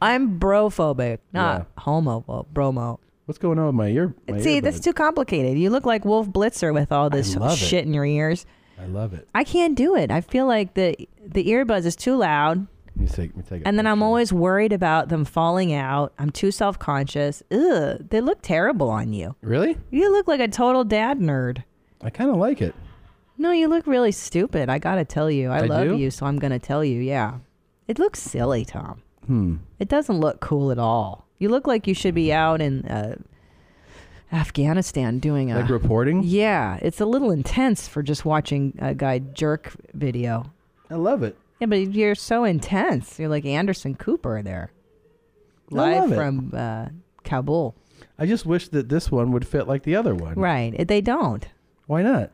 S2: I'm brophobic, not homo. Bromo.
S1: What's going on with my ear? My
S2: See,
S1: earbud?
S2: that's too complicated. You look like Wolf Blitzer with all this
S1: love it.
S2: shit in your ears.
S1: I love it.
S2: I can't do it. I feel like the the earbuds is too loud,
S1: Let me take, let me take it.
S2: and then I'm always worried about them falling out. I'm too self conscious. Ugh, they look terrible on you.
S1: Really?
S2: You look like a total dad nerd.
S1: I kind of like it.
S2: No, you look really stupid. I gotta tell you, I,
S1: I
S2: love
S1: do?
S2: you, so I'm gonna tell you. Yeah, it looks silly, Tom.
S1: Hmm.
S2: It doesn't look cool at all. You look like you should be out in uh, Afghanistan doing a
S1: Like reporting?
S2: Yeah, it's a little intense for just watching a guy jerk video.
S1: I love it.
S2: Yeah, but you're so intense. You're like Anderson Cooper there,
S1: I
S2: live
S1: love it.
S2: from uh, Kabul.
S1: I just wish that this one would fit like the other one.
S2: Right? It- They don't. Uh,
S1: Why not?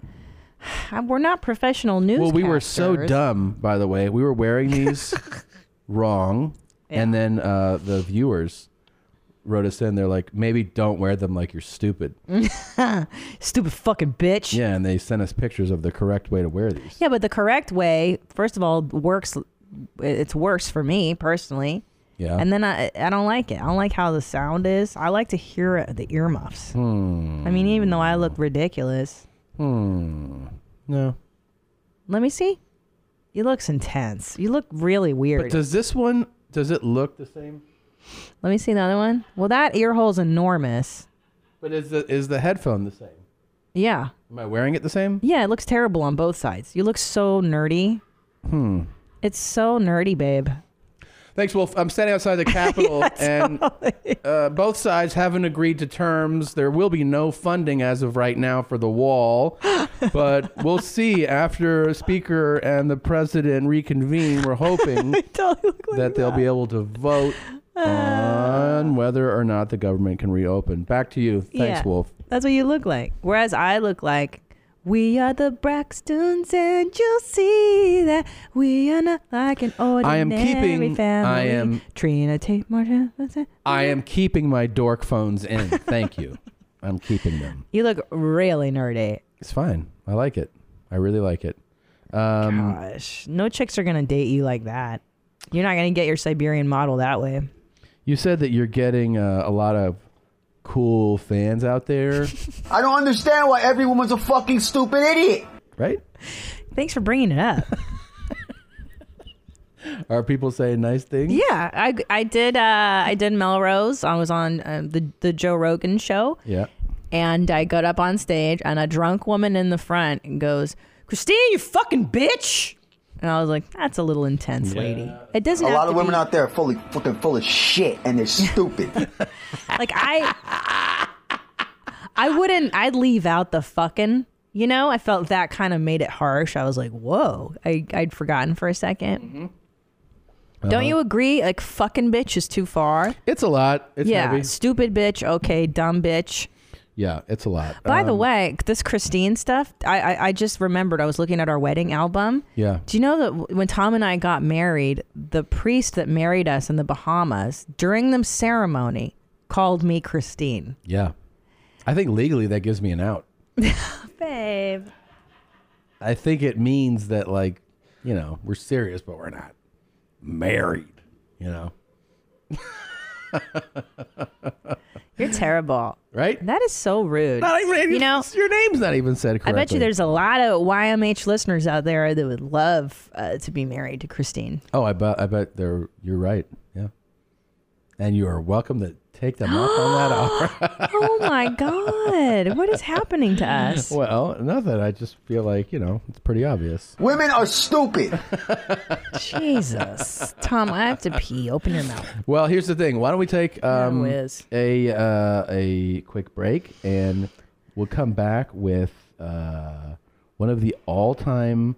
S2: [SIGHS] We're not professional news.
S1: Well, we were so dumb, by the way. We were
S2: [LAUGHS]
S1: wearing these wrong, and then uh, the viewers wrote us in. They're like, maybe don't wear them like you're stupid.
S2: [LAUGHS] Stupid fucking bitch.
S1: Yeah, and they sent us pictures of the correct way to wear these.
S2: Yeah, but the correct way, first of all, works. It's worse for me personally.
S1: Yeah.
S2: And then I, I don't like it. I don't like how the sound is. I like to hear it- the earmuffs.
S1: Hmm.
S2: I mean, even though I look ridiculous,
S1: Hmm. No.
S2: let me see. You looks intense. You look really weird.
S1: But does this one? Does it look the same?
S2: let me see the other one. Well, that ear hole's enormous.
S1: But is the is the headphone the same?
S2: Yeah.
S1: Am I wearing it the same?
S2: Yeah, it looks terrible on both sides. You look so nerdy.
S1: Hmm.
S2: It's so nerdy, babe.
S1: Thanks, Wolf. I'm standing outside
S2: [LAUGHS]
S1: the Capitol, and uh, both sides haven't agreed to terms. There will be no funding as of right now for the
S2: [LAUGHS]
S1: wall, but we'll see after Speaker and the President reconvene. We're
S2: [LAUGHS]
S1: hoping that they'll be able to vote on whether or not the government can reopen. Back to you. Thanks,
S2: Ah. Yeah,
S1: Wolf.
S2: That's what you look like. Whereas I look like we are the Braxtons, and you'll see that we are not like an ordinary
S1: I am keeping.
S2: family.
S1: I am.
S2: Trina Tate Martin.
S1: I am keeping my dork phones in. Thank you. I'm keeping them.
S2: You look really nerdy.
S1: It's fine. I like it. I really like it. Um,
S2: Gosh, no chicks are gonna date you like that. You're not gonna get your Siberian model that way.
S1: You said that you're getting uh, a lot of cool fans out
S2: [LAUGHS]
S1: there,
S15: I don't understand why every woman's a fucking stupid idiot.
S1: right?
S2: Thanks for bringing it up.
S1: Are people saying nice things?
S2: yeah, I, I did uh, I did Melrose. I was on uh, the the Joe Rogan show.
S1: Yeah.
S2: And I got up on stage, and a drunk woman in the front goes, Christine, you fucking bitch. And I was like, that's a little intense, lady. It doesn't
S15: A
S2: have
S15: lot
S2: to
S15: of women
S2: be,
S15: out there are fully fucking full of shit and they're
S2: [LAUGHS]
S15: stupid.
S2: Like, I. I wouldn't, I'd leave out the fucking, you know? I felt that kind of made it harsh. I was like, whoa. I, I'd forgotten for a 2nd do Don't you agree? Like, fucking bitch is too far.
S1: Uh-huh. It's a lot. It's
S2: yeah.
S1: heavy.
S2: Stupid bitch. Okay. Dumb bitch.
S1: Yeah, it's a lot.
S2: By the
S1: Um,
S2: way, this Christine stuff, I, I I just remembered. I was looking at our wedding album.
S1: Yeah.
S2: Do you know that w- when Tom and I got married, the priest that married us in the Bahamas during the ceremony called me Christine.
S1: Yeah. I think legally that gives me an out.
S2: Babe.
S1: I think it means that, like, you know, we're serious, but we're not married, you know?
S2: You're terrible.
S1: [LAUGHS] Right?
S2: That is so rude.
S1: Not even-
S2: you know,
S1: your name's not even said
S2: I
S1: correctly.
S2: bet you there's a lot of YMH listeners out there that would love uh, to be married to Christine.
S1: Oh, I bet. I bet they're. You're right. Yeah. And you are welcome to take them up on
S2: [GASPS]
S1: that offer.
S2: oh my God. What is happening to
S1: [LAUGHS]
S2: us?
S1: Well, nothing. I just feel like you know it's pretty obvious.
S15: Women are stupid.
S2: Jesus. Tom, I have to pee. Open your mouth.
S1: Well, here's the thing. Why don't we take um,
S2: whiz.
S1: a uh, a quick break, and we'll come back with uh, one of the all-time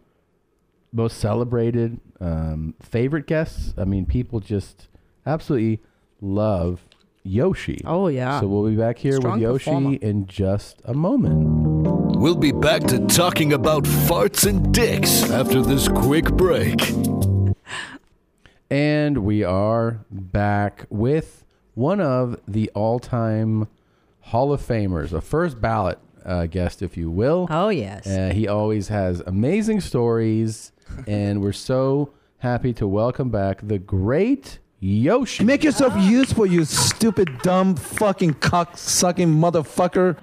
S1: most celebrated um, favorite guests. I mean, people just absolutely love Yoshi. Oh
S2: yeah.
S1: So we'll be back here
S2: Strong
S1: with Yoshi
S2: performer.
S1: in just a moment.
S18: We'll be back to talking about farts and dicks after this quick break.
S1: And we are back with one of the all-time Hall of Famers, a first ballot uh, guest, if you will.
S2: Oh yes.
S1: Uh, he always has amazing
S2: [LAUGHS]
S1: stories, and we're so happy to welcome back the great Yoshi.
S19: Make yourself
S2: Ah.
S19: useful, you stupid, dumb, fucking cock sucking motherfucker.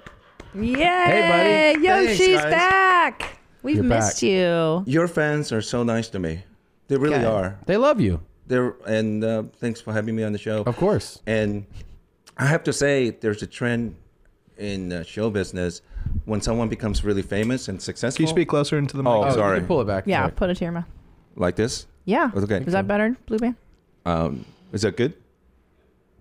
S2: Yay!
S19: Hey, buddy.
S2: Yoshi's
S19: Thanks, guys.
S2: back. We've missed you.
S20: Your fans are so nice to me. They really
S2: Good.
S20: are.
S1: They love you.
S20: They're and uh, thanks for having me on the show. Of
S1: course.
S20: And I have to say, there's a trend in uh, show business when someone becomes really famous and successful.
S11: Can you speak closer into the mic?
S20: Oh, sorry.
S2: Yeah, put it to your mouth.
S20: Like this.
S2: Yeah.
S20: Okay.
S2: Is that better, Blue Band?
S20: Um, is that good?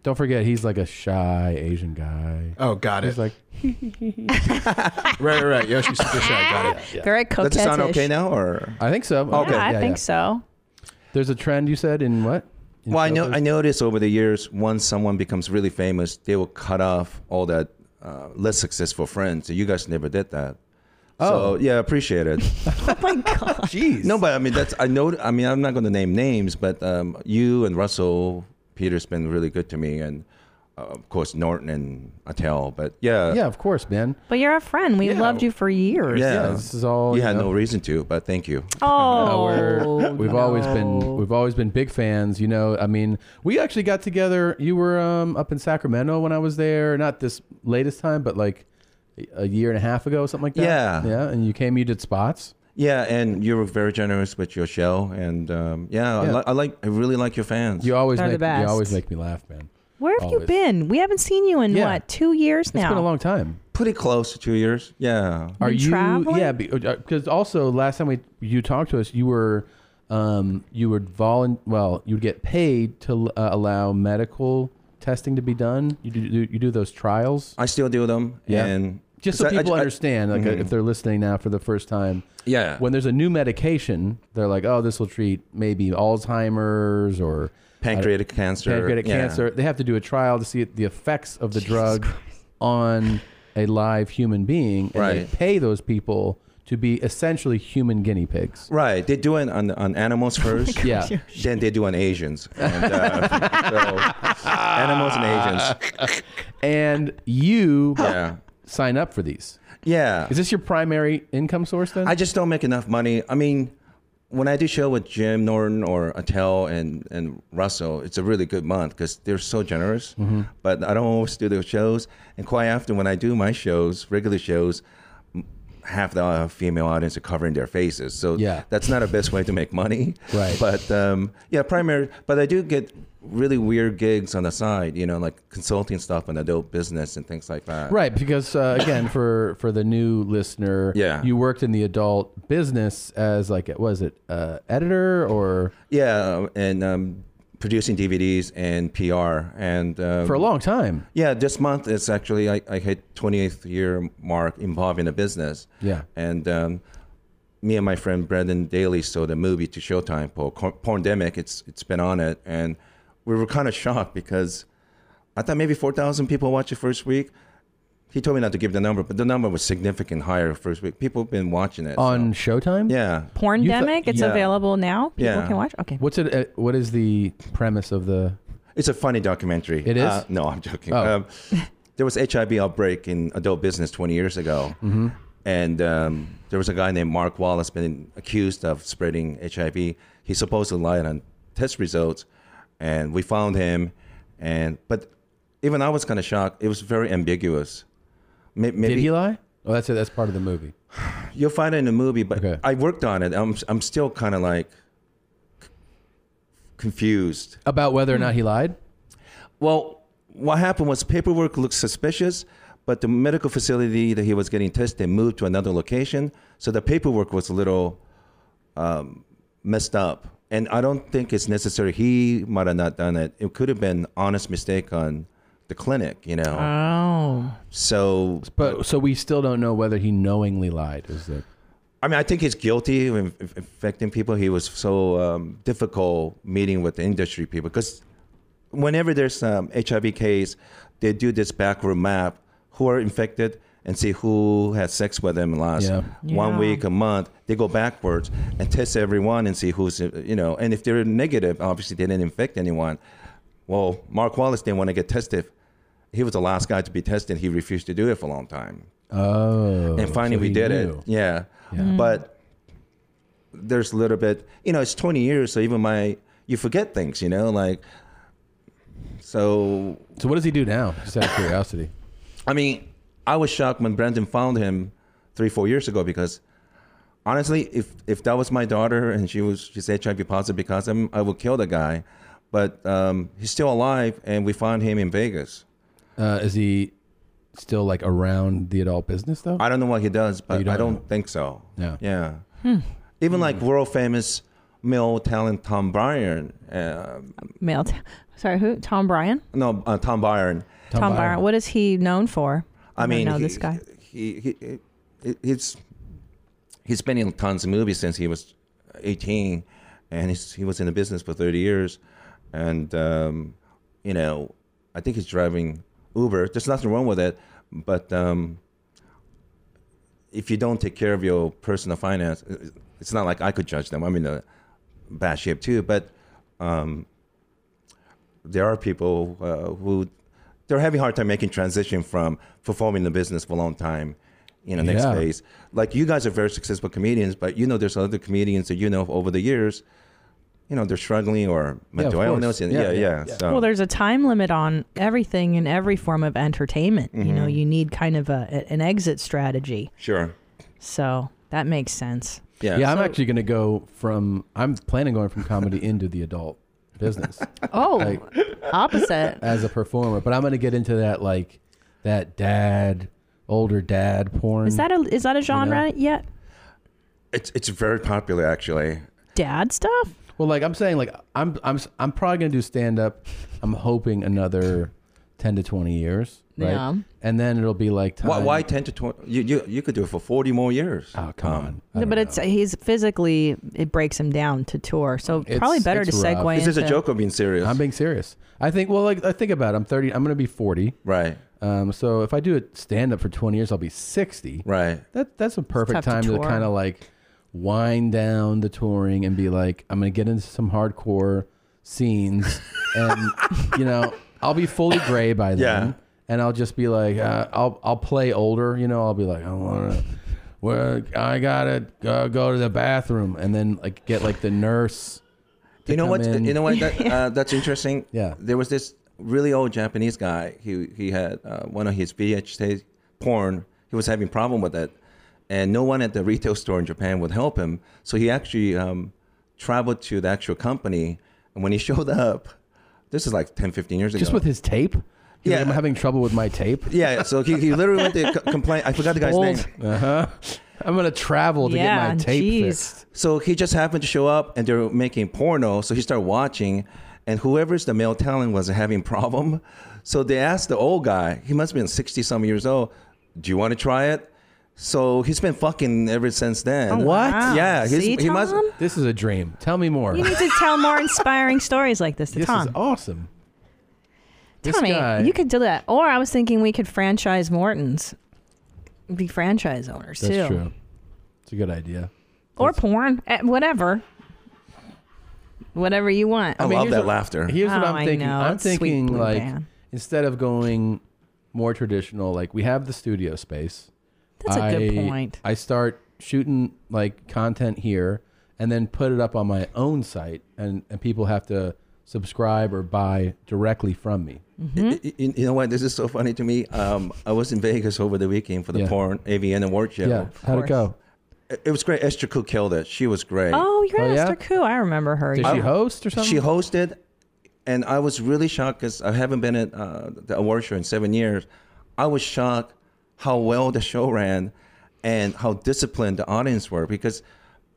S1: Don't forget, he's like a shy Asian guy.
S11: Oh, got
S1: He's
S11: it.
S1: like,
S11: right, right, right. Yoshi's super shy. Got it.
S2: Very coquettish.
S20: or
S1: I think so.
S2: Yeah, I think so.
S1: There's a trend you said in what? In
S20: Well, I
S1: show
S20: know
S1: business?
S20: I noticed over the years, once someone becomes really famous, they will cut off all that uh, less successful friends. So you guys never did that.
S1: Oh.
S20: So yeah, I appreciate
S1: [LAUGHS]
S20: it. oh my god,
S1: jeez.
S20: No, but I mean that's I know. I mean I'm not going to name names, but um, you and Russell Peter's been really good to me, and uh, of course Norton and Attell. But yeah,
S1: Yeah, of course, man.
S2: But you're a friend. We loved you for years.
S20: yeah,
S1: this is all
S20: You,
S1: you
S20: had
S1: know.
S20: no reason to, but thank you.
S1: Uh,
S2: Oh.
S1: we're- we've always been we've always been big fans. You know, I mean, we actually got together. You were um, up in Sacramento when I was there, not this latest time, but like a year and a half ago, something like that.
S20: Yeah.
S1: yeah. And you came, you did spots.
S20: Yeah, and you were very generous with your show, and um, yeah,
S1: Yeah.
S20: I, li- I like I really like your fans.
S1: You always
S2: They're the
S1: make you
S2: best.
S1: always make me laugh, man.
S2: Where have you
S20: Always.
S2: been? We haven't seen you in
S20: Yeah.
S2: what two years now.
S1: long time.
S20: Pretty close to two years. Yeah.
S1: Are you?
S2: traveling?
S1: Yeah, because also last time we you talked to us, you were um, you would volun well, you'd get paid to uh, allow medical testing to be done. You do you, do those trials.
S20: I still do them.
S1: Yeah.
S20: And
S1: just so
S20: I- I-
S1: people
S20: I-
S1: understand, like uh,
S20: Mhm.
S1: if they're listening now for the first time,
S20: Yeah.
S1: when there's a new medication, they're like, oh, this will treat maybe Alzheimer's or
S20: Pancreatic cancer,
S1: Pancreatic
S20: yeah.
S1: cancer. They have to do a trial to see the effects of the drug on a live human being, and
S20: Right.
S1: they pay those people to be essentially human guinea pigs.
S20: Right, they do it on on
S2: [LAUGHS]
S20: animals first.
S1: gosh, Yeah.
S20: then they do on Asians. And, uh, so [LAUGHS]
S1: [LAUGHS]
S20: animals and Asians.
S1: And you sign up for these.
S20: Yeah.
S1: Is this your primary income source then?
S20: I just don't make enough money. I mean, when I do show with Jim Norton or Attell and, and Russell, it's a really good month because they're so generous.
S21: Mhm.
S20: But I don't always do their shows. And quite often, when I do my shows, regular shows, m- half the uh, female audience are covering their faces. So
S1: Yeah.
S20: that's not a best way to make money.
S1: Right.
S20: But um, yeah, primary. But I do get really weird gigs on the side, you know, like consulting stuff and adult business and things like that.
S1: Right, because uh, again, for for the new listener,
S20: Yeah.
S1: you worked in the adult business as like was it uh, editor or
S20: Yeah, and um, producing DVDs and PR and um,
S1: for a long time?
S20: Yeah, this month it's actually I, I hit 28th year mark involved in a business.
S1: Yeah.
S20: and um, me and my friend Brendan Daly saw the movie to Showtime for Cor- pandemic. It's it's been on it, and we were kind of shocked because I thought maybe 4,000 people watch it first week. He told me not to give the number, but the number was significant higher first week. People have been watching it
S1: on Showtime.
S20: Yeah,
S2: Porndemic. it's
S20: Yeah.
S2: available now. People
S20: Yeah.
S2: can watch. Okay.
S1: What's it? Uh, what is the premise of the?
S20: It's a funny documentary.
S1: It is?
S20: Uh, no, I'm joking.
S1: Oh.
S20: Um, there was HIV outbreak in adult business 20 years ago,
S1: Mhm.
S20: and um, there was a guy named Mark Wallace been accused of spreading HIV. He supposedly lied on test results, and we found him. And but even I was kind of shocked. It was very ambiguous. May- Maybe,
S1: Did he lie? Oh, that's it. That's part of the movie.
S20: [SIGHS] You'll find it in the movie, but I worked on it. I'm I'm still kind of like c- confused
S1: about whether or not he lied.
S20: Well, what happened was paperwork looked suspicious, but the medical facility that he was getting tested moved to another location, so the paperwork was a little um, messed up. And I don't think it's necessary. He might have not done it. It could have been honest mistake on the clinic, you know.
S2: Oh.
S20: So,
S1: but so we still don't know whether he knowingly lied. Is that?
S20: I mean, I think he's guilty of inf- infecting people. He was so um, difficult meeting with the industry people because whenever there's um, HIV case, they do this backward map who are infected and see who had sex with them last
S1: Yeah.
S20: one
S1: Yeah.
S20: week, a month. They go backwards and test everyone and see who's uh, you know. And if they're negative, obviously they didn't infect anyone. Well, Mark Wallace didn't want to get tested. He was the last guy to be tested. He refused to do it for a long time
S1: Oh.
S20: and finally
S1: so
S20: we
S1: he
S20: did
S1: knew.
S20: it. Yeah.
S1: Yeah. Mm.
S20: But there's a little bit, you know, it's 20 years, so even my, you forget things, you know, like, so.
S1: So what does he do now? Just out of curiosity.
S20: I mean, I was shocked when Brandon found him three, four years ago because honestly, if if that was my daughter and she was she's HIV positive because of him, I would kill the guy. But um, he's still alive, and we found him in Vegas.
S1: Uh, is he still like around the adult business though? Oh,
S20: I don't know what he does, but
S1: don't
S20: I don't
S1: know.
S20: think so.
S1: Yeah.
S20: Yeah.
S2: Hmm.
S20: Even like world famous male talent Tom Bryan. Uh,
S2: Male. T- [LAUGHS] Sorry, who? Tom Bryan?
S20: no, uh, Tom Bryan.
S2: Tom, Byron. What is he known for?
S20: I
S2: don't
S20: mean,
S2: know
S20: he-
S2: this guy.
S20: He, he, he, he's he's been in tons of movies since he was 18, and he's, he was in the business for 30 years, and um, you know, I think he's driving Uber. There's nothing wrong with it, but um, if you don't take care of your personal finance, uh, it's not like I could judge them. I'm in a bad shape too, but um, there are people uh, who they're having a hard time making transition from performing the business for a long time, you know, next
S1: Yeah.
S20: phase. Like you guys are very successful comedians, but you know, there's other comedians that you know over the years, you know, they're struggling or mental
S1: course.
S20: illness, and
S1: Yeah,
S20: yeah, yeah.
S1: yeah, yeah.
S20: So
S2: well, there's a time limit on everything in every form of entertainment. You
S20: Mm-hmm.
S2: know, you need kind of a, a- an exit strategy.
S20: sure,
S2: So that makes sense.
S1: Yeah, I'm actually going to go from. I'm planning on going from comedy [LAUGHS] into the adult business.
S2: [LAUGHS] Oh,
S1: Like,
S2: opposite.
S1: as a performer, but I'm going to get into that like that dad, older dad porn.
S2: Is that a is that a genre yet?
S20: it's it's very popular actually.
S2: Dad stuff.
S1: Well, like I'm saying, like I'm I'm I'm probably going to do stand up. I'm hoping another ten to twenty years, right?
S20: Yeah.
S1: And then it'll be like time.
S20: Why, why 10 to 20? You, you, you could do it for 40 more years. Oh,
S1: come
S2: No, but it's he's physically it breaks him down to tour. So
S1: It's-
S2: probably better to
S1: it's
S2: segue.
S1: rough.
S2: into,
S20: or being serious?
S1: I'm being serious. I think. Well, like I think about. it. I'm 30. I'm going to be 40.
S20: Right.
S1: Um. So if I do it stand up for 20 years, I'll be 60.
S20: Right.
S1: That that's a perfect
S20: tough to
S1: time to,
S20: tour.
S1: kind of like wind down the touring and be like, I'm going to get into some hardcore
S20: [LAUGHS]
S1: scenes, and you know, I'll be fully gray by then. And I'll just be like, uh, I'll I'll play older, you know. I'll be like, I want to, well, I gotta go, go to the bathroom, and then like get like the nurse. to
S20: You know
S1: come
S20: what?
S1: in.
S20: You know what?
S1: [LAUGHS]
S20: That, uh, that's interesting. Yeah. There was this really old Japanese guy. He he had uh, one of his VHS porn. He was having problem with it, and no one at the retail store in Japan would help him. So he actually um, traveled to the actual company, and when he [LAUGHS] showed up, this is like 10, 15 years ago.
S1: Just with his tape? He's like, I'm having trouble with my tape.
S20: [LAUGHS] Yeah, so he, he literally went to co- complain. I forgot the guy's
S1: Bold.
S20: name. Uh-huh.
S1: I'm gonna travel
S2: to get my Yeah, tape jeez. fixed.
S20: So he just happened to show up, and they're making porno. So he started watching, and whoever's the male talent was having problem. So they asked the old guy. He must have been sixty some years old. Do you want to try it? So he's been fucking ever since then.
S2: Oh, What? wow.
S20: Yeah, he's-
S2: See,
S20: he must.
S2: Tom?
S1: This is a dream. Tell me more.
S2: You need
S20: [LAUGHS]
S2: to tell more inspiring stories like this to
S1: This
S2: Tom.
S1: is awesome. This
S2: Tommy,
S1: guy-
S2: you could do that. Or I was thinking we could franchise Morton's, be franchise owners
S1: That's
S2: too,
S1: true. It's a good idea.
S2: or porn, eh, whatever, whatever you want.
S1: I mean, here's what- Here's what
S2: Oh,
S1: I'm
S2: I
S1: thinking.
S2: know.
S1: I'm
S2: It's sweet
S1: thinking
S2: blue
S1: like
S2: band.
S1: instead of going more traditional, like we have the studio space.
S2: That's
S1: a
S2: a good point.
S1: I start shooting like content here and then put it up on my own site and, and people have to subscribe or buy directly from me.
S20: Y-
S1: Mm-hmm.
S20: y- You know what? This is so funny to me. Um, I was in Vegas over the weekend for the
S1: Yeah.
S20: porn AVN award show.
S1: Yeah, Of how'd it go?
S20: It- It was great. Esther Cook killed it. She was great.
S2: Oh, you're oh, Esther Koo. I remember her. yeah.
S20: She hosted, and I was really shocked because I haven't been at uh, the award show in seven years. I was shocked how well the show ran and how disciplined the audience were because,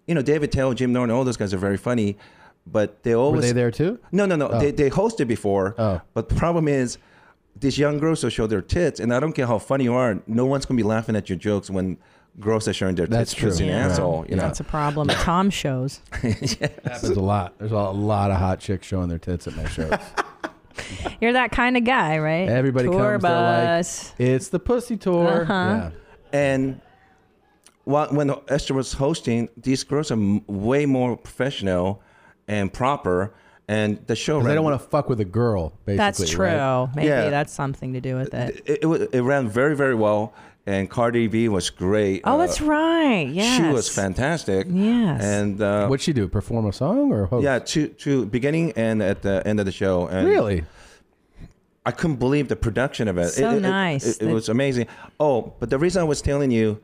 S20: you know, David Tell, Jim Norton, all those guys are very funny, but they always
S1: they there too?
S20: No, no, no.
S1: Oh.
S20: They they hosted before, but the problem is. These young girls will show their tits, and I don't care how funny you are. No one's gonna be laughing at your jokes when girls are showing their
S1: That's
S20: tits. pussy,
S1: true.
S20: and
S1: Yeah.
S20: asshole. You know,
S2: That's a problem. at Tom shows.
S20: [LAUGHS]
S2: [LAUGHS]
S1: Happens a lot. There's a lot of hot chicks showing their tits at my shows.
S2: You're that kind of guy, right?
S1: Everybody
S2: Tour
S1: comes. They're like,
S2: bus.
S1: it's the pussy tour.
S2: Uh-huh.
S20: And while, when Esther was hosting, these girls are m- way more professional and proper. And the show
S1: 'Cause they
S20: ran-
S1: don't want to fuck with a girl. Basically,
S2: That's true.
S20: right?
S2: Maybe
S20: Yeah.
S2: that's something to do with it.
S20: it, it, wa- it ran very very well and cardi b was great
S2: Oh,
S20: Uh,
S2: that's right. Yeah.
S20: she was fantastic
S2: Yes.
S20: and uh,
S1: What'd she do? Perform a song or host?
S20: yeah to to beginning and at the end of the show and
S1: Really?
S20: i couldn't believe the production of it
S2: So
S20: It- it- it-
S2: nice.
S20: it, it
S2: The-
S20: was amazing oh but the reason i was telling you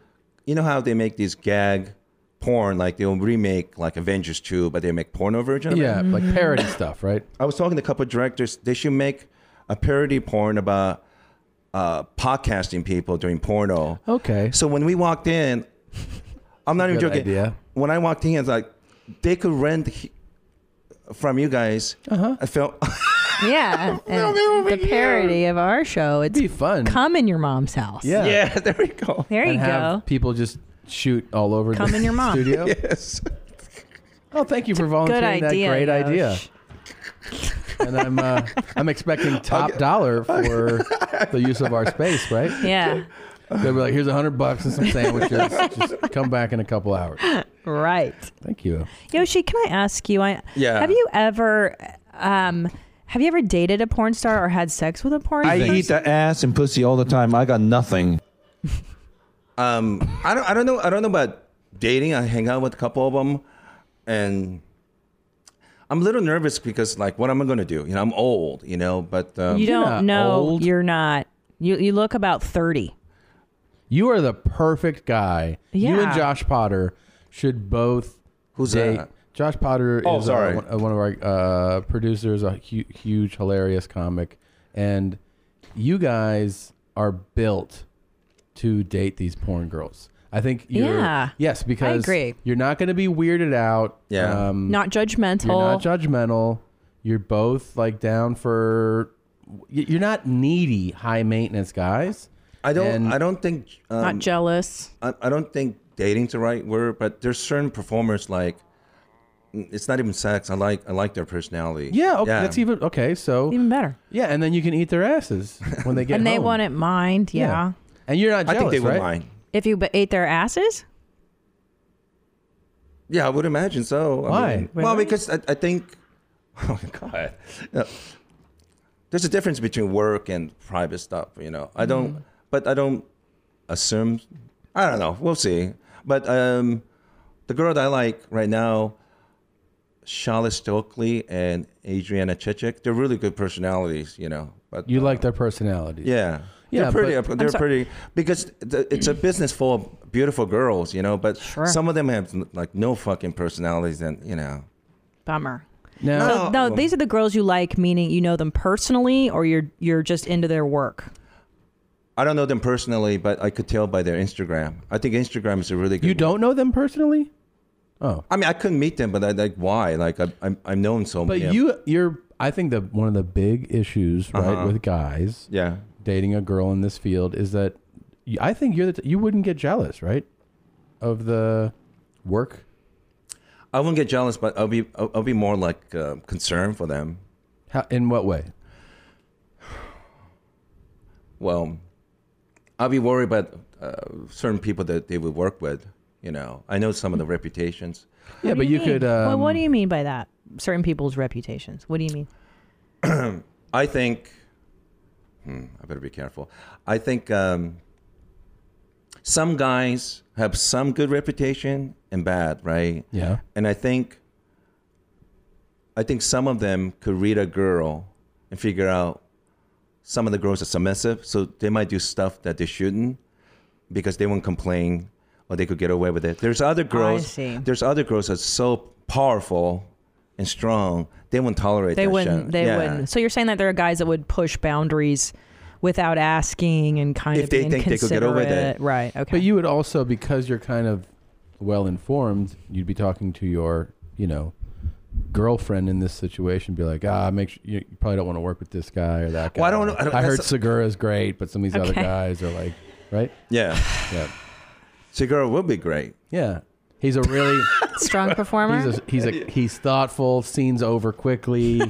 S20: you know how they make these gag porn like they'll remake like avengers 2 but they make porno version of it?
S1: Yeah,
S2: Mm-hmm.
S1: like parody stuff, right?
S20: I was talking to a couple of directors. They should make a parody porn about uh, podcasting people doing porno.
S1: Okay.
S20: So when we walked in, I'm not even
S1: Good
S20: joking.
S1: idea.
S20: When I walked in, it's like they could rent he- from you guys. Uh-huh. I felt
S2: yeah. and the parody of our show. It's
S1: be fun.
S2: Come in your mom's house.
S1: Yeah.
S20: Yeah, [LAUGHS] There we go.
S2: There you
S1: and
S2: go.
S1: have people just shoot all over
S2: Come
S1: the [LAUGHS]
S2: in your mom.
S1: studio.
S20: yes.
S1: Oh, thank you for volunteering
S2: idea,
S1: that great
S2: Yosh.
S1: idea. and I'm uh, I'm expecting top dollar for the use of our space, right?
S2: Yeah.
S1: They'll be like, here's a hundred bucks and some sandwiches. just come back in a couple hours.
S2: Right.
S1: Thank you.
S2: Yoshi, can I ask you? I
S1: Yeah.
S2: Have you ever, um, have you ever dated a porn star or had sex with a porn
S19: I
S2: star?
S19: eat the ass and pussy all the time. I got nothing.
S20: Um, I don't. I don't know. I don't know about dating. I hang out with a couple of them, and I'm a little nervous because like, what am I going to do? You know, I'm old. You know, but um,
S2: you don't know. You're not. You you look about thirty.
S1: You are the perfect guy. You and
S2: Yeah.
S1: Josh Potter should both
S20: Who's
S1: date.
S20: that?
S1: Josh Potter
S20: Oh,
S1: is uh,
S20: sorry.
S1: one, uh, one of our uh, producers, a hu- huge, hilarious comic, and you guys are built to date these porn girls. I think you're,
S2: Yeah.
S1: yes, because
S2: agree.
S1: you're not going to be weirded out. Yeah, um,
S2: Not judgmental.
S1: You're not judgmental. You're both like down for. y- You're not needy, high maintenance guys.
S20: I don't. I don't think. Um,
S2: Not jealous.
S20: I, I don't think dating's the right word, but there's certain performers like mm, it's not even sex. I like. I like their personality.
S1: Yeah, okay, that's even okay. So
S2: even better.
S1: Yeah, and then you can eat their asses when
S2: [LAUGHS]
S1: they get
S2: and they
S1: home.
S2: wouldn't mind. Yeah.
S1: And you're not
S20: I
S1: jealous,
S20: think they would
S1: right?
S20: mind.
S2: If you b- ate their asses.
S20: Yeah, I would imagine so. I
S1: Why?
S20: mean- well, because I, I think. [LAUGHS] Oh my god. No. there's a difference between work and private stuff. You know, I don't. But I don't assume. I don't know. We'll see. But um, the girl that I like right now, Charlotte Stokely and Adriana Chechik, they're really good personalities. You know, but
S1: You like their personality.
S20: Yeah.
S1: Yeah,
S20: they're pretty.
S1: but- I'm
S20: they're
S1: sorry.
S20: pretty because the,
S1: [CLEARS THROAT]
S20: it's a business full of beautiful girls, you know. But some of them have like no fucking personalities, and you know.
S2: Bummer.
S20: No.
S2: So, no, these are the girls you like, meaning you know them personally, or you're you're just into their work.
S20: I don't know them personally, but I could tell by their Instagram. I think Instagram is a really good.
S1: You don't know them personally, Oh.
S20: I mean, I couldn't meet them, but I like why? Like I, I'm, I've known so
S1: but
S20: many. of-
S1: you you're. I think that one of the big issues, right,
S20: Uh-huh.
S1: with guys,
S20: Yeah.
S1: dating a girl in this field is that y- I think you're the t- you wouldn't get jealous, right, of the work.
S20: I won't get jealous, but I'll be, I'll, I'll be more like uh, concerned for them.
S1: How, in what way?
S20: well, I'll be worried about uh, certain people that they would work with. You know, I know some of the reputations.
S1: Yeah,
S2: What do mean? well,
S1: um,
S2: what do you mean by that? Certain people's reputations. What do you mean?
S20: I think. Hmm, I better be careful. I think um, some guys have some good reputation and bad, right?
S1: Yeah.
S20: And I think. I think some of them could read a girl and figure out some of the girls are submissive, so they might do stuff that they shouldn't because they won't complain or they could get away with it. There's other girls.
S2: see.
S20: There's other girls that's so powerful and strong they won't tolerate.
S2: They
S20: that
S2: wouldn't.
S20: shit.
S2: They
S20: Yeah.
S2: wouldn't. So you're saying that there are guys that would push boundaries without asking and kind
S20: If
S2: of
S20: they
S2: being
S20: think they could get away with it.
S2: considerate. right? Okay.
S1: But you would also, because you're kind of well informed, you'd be talking to your, you know, girlfriend in this situation, be like, ah, make sure you, you probably don't want to work with this guy or that guy.
S20: Well, I don't know- I don't-
S1: heard
S20: that's-
S1: Segura's great, but some of these other
S20: Okay.
S1: guys are like, right?
S20: Yeah.
S1: Yeah.
S20: Segura would be great.
S1: Yeah. He's a
S2: [LAUGHS]
S1: really [LAUGHS]
S2: Strong
S20: [LAUGHS]
S2: performer.
S1: He's a, he's a he's thoughtful. Scenes over quickly.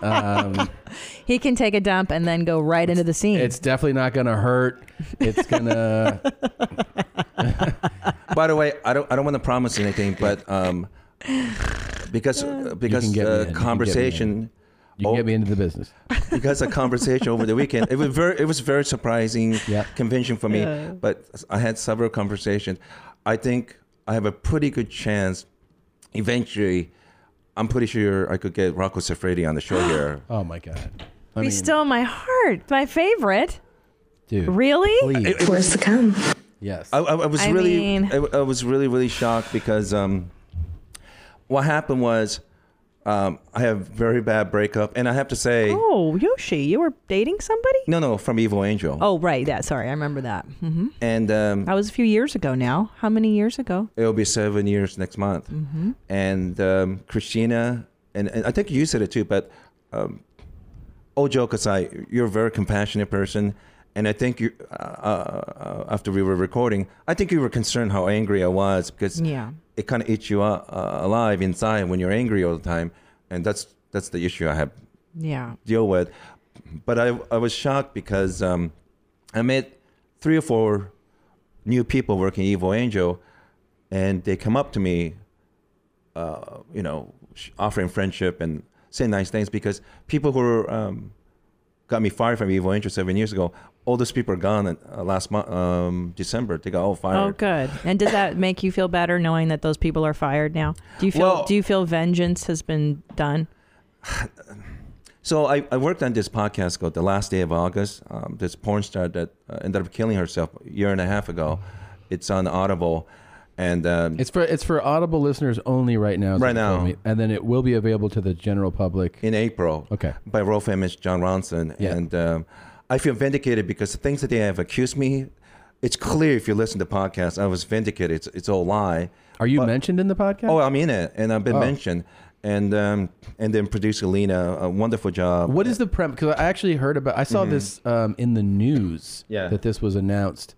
S1: Um,
S2: [LAUGHS] He can take a dump and then go right into the scene.
S1: it's definitely not gonna hurt. It's gonna.
S20: By the way, I don't I don't want to promise anything, but um, because uh, because
S1: get me in.
S20: the
S1: You can get me in.
S20: conversation.
S1: You can get me into the business.
S20: [LAUGHS] Because the conversation over the weekend, it was very, it was very surprising convention for me.
S1: Yeah.
S20: But I had several conversations. I think I have a pretty good chance. Eventually, I'm pretty sure I could get Rocco Siffredi on the
S2: [GASPS]
S20: show here.
S1: oh my god,
S2: Be still my heart, my favorite.
S1: dude!
S2: Really?
S20: It- it was-
S2: come?
S1: Yes.
S20: I, I, I was
S2: I
S20: really,
S2: mean-
S20: I, I was really, really shocked because um, what happened was um, I have very bad breakup, and I have to say,
S2: Oh, Yoshi, you were dating somebody?
S20: no, no, from Evil Angel,
S2: Oh, right. Yeah, sorry, I remember that. hmm
S20: and um,
S2: That was a few years ago now. How many years ago?
S20: it'll be seven years next month,
S2: Mhm.
S20: and um, Christina, and, and I think you said it too, but um, all joke aside, you're a very compassionate person. And I think you, uh, uh, after we were recording, I think you were concerned how angry I was because
S2: Yeah.
S20: it kind of eats you up, uh, alive inside when you're angry all the time, and that's that's the issue I have
S2: Yeah.
S20: deal with. But I I was shocked because um, I met three or four new people working Evil Angel, and they come up to me, uh, you know, sh- offering friendship and saying nice things because people who were, um, got me fired from Evil Angel seven years ago, all those people are gone uh, last month, um, December. They got all fired.
S2: Oh, good. And does that make you feel better knowing that those people are fired now? Do you feel
S20: Well-
S2: Do you feel vengeance has been done?
S20: So I, I worked on this podcast called The Last Day of August. Um, this porn star that uh, ended up killing herself a year and a half ago. It's on Audible, and um,
S1: It's for it's for Audible listeners only right now. is
S20: Right
S1: what they told
S20: now.
S1: me. and then it will be available to the general public
S20: in April. Okay. By Rolf Emmett, John Ronson, and um, I feel vindicated because the things that they have accused me. It's clear if you listen to podcasts, I was vindicated. It's it's all lie.
S1: Are you mentioned in the podcast?
S20: Oh, I'm in it, and I've been
S1: Oh.
S20: mentioned, and um, and then producer Lena, a wonderful job.
S1: What is the premise? Because I actually heard about. I saw
S20: Mhm.
S1: this um, in the news.
S20: Yeah.
S1: That this was announced.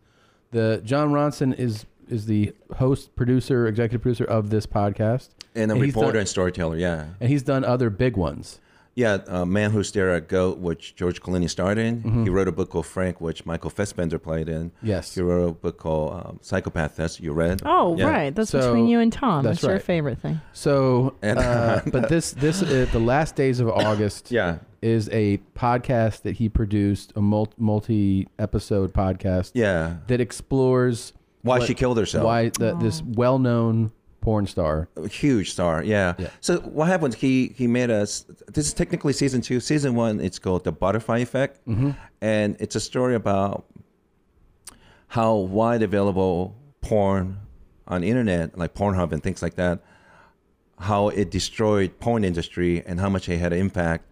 S1: The John Ronson is is the host, producer, executive producer of this podcast,
S20: and a
S1: he's
S20: reporter
S1: done-
S20: and storyteller? Yeah.
S1: and he's done other big ones.
S20: Yeah, uh, Man Who Stared at Goat, which George Clooney starred in.
S1: Mhm.
S20: He wrote a book called Frank, which Michael Fassbender played in.
S1: Yes.
S20: He wrote a book called um, Psychopath Test, you read.
S2: Oh,
S20: Yeah.
S2: right. That's
S1: So-
S2: between you and Tom.
S1: that's
S2: That's, your
S1: right.
S2: favorite thing.
S1: So,
S20: And- [LAUGHS]
S1: uh, but this this uh, the last days of August.
S20: Yeah.
S1: Is a podcast that he produced a multi episode podcast.
S20: Yeah.
S1: That explores
S20: Why she killed herself.
S1: Why the, this well known porn star.
S20: A huge star, yeah. So what happened? He he made us. This is technically season two. Season one, it's called the Butterfly Effect,
S1: Mhm.
S20: and it's a story about how wide available porn on the internet, like Pornhub and things like that, how it destroyed porn industry and how much it had an impact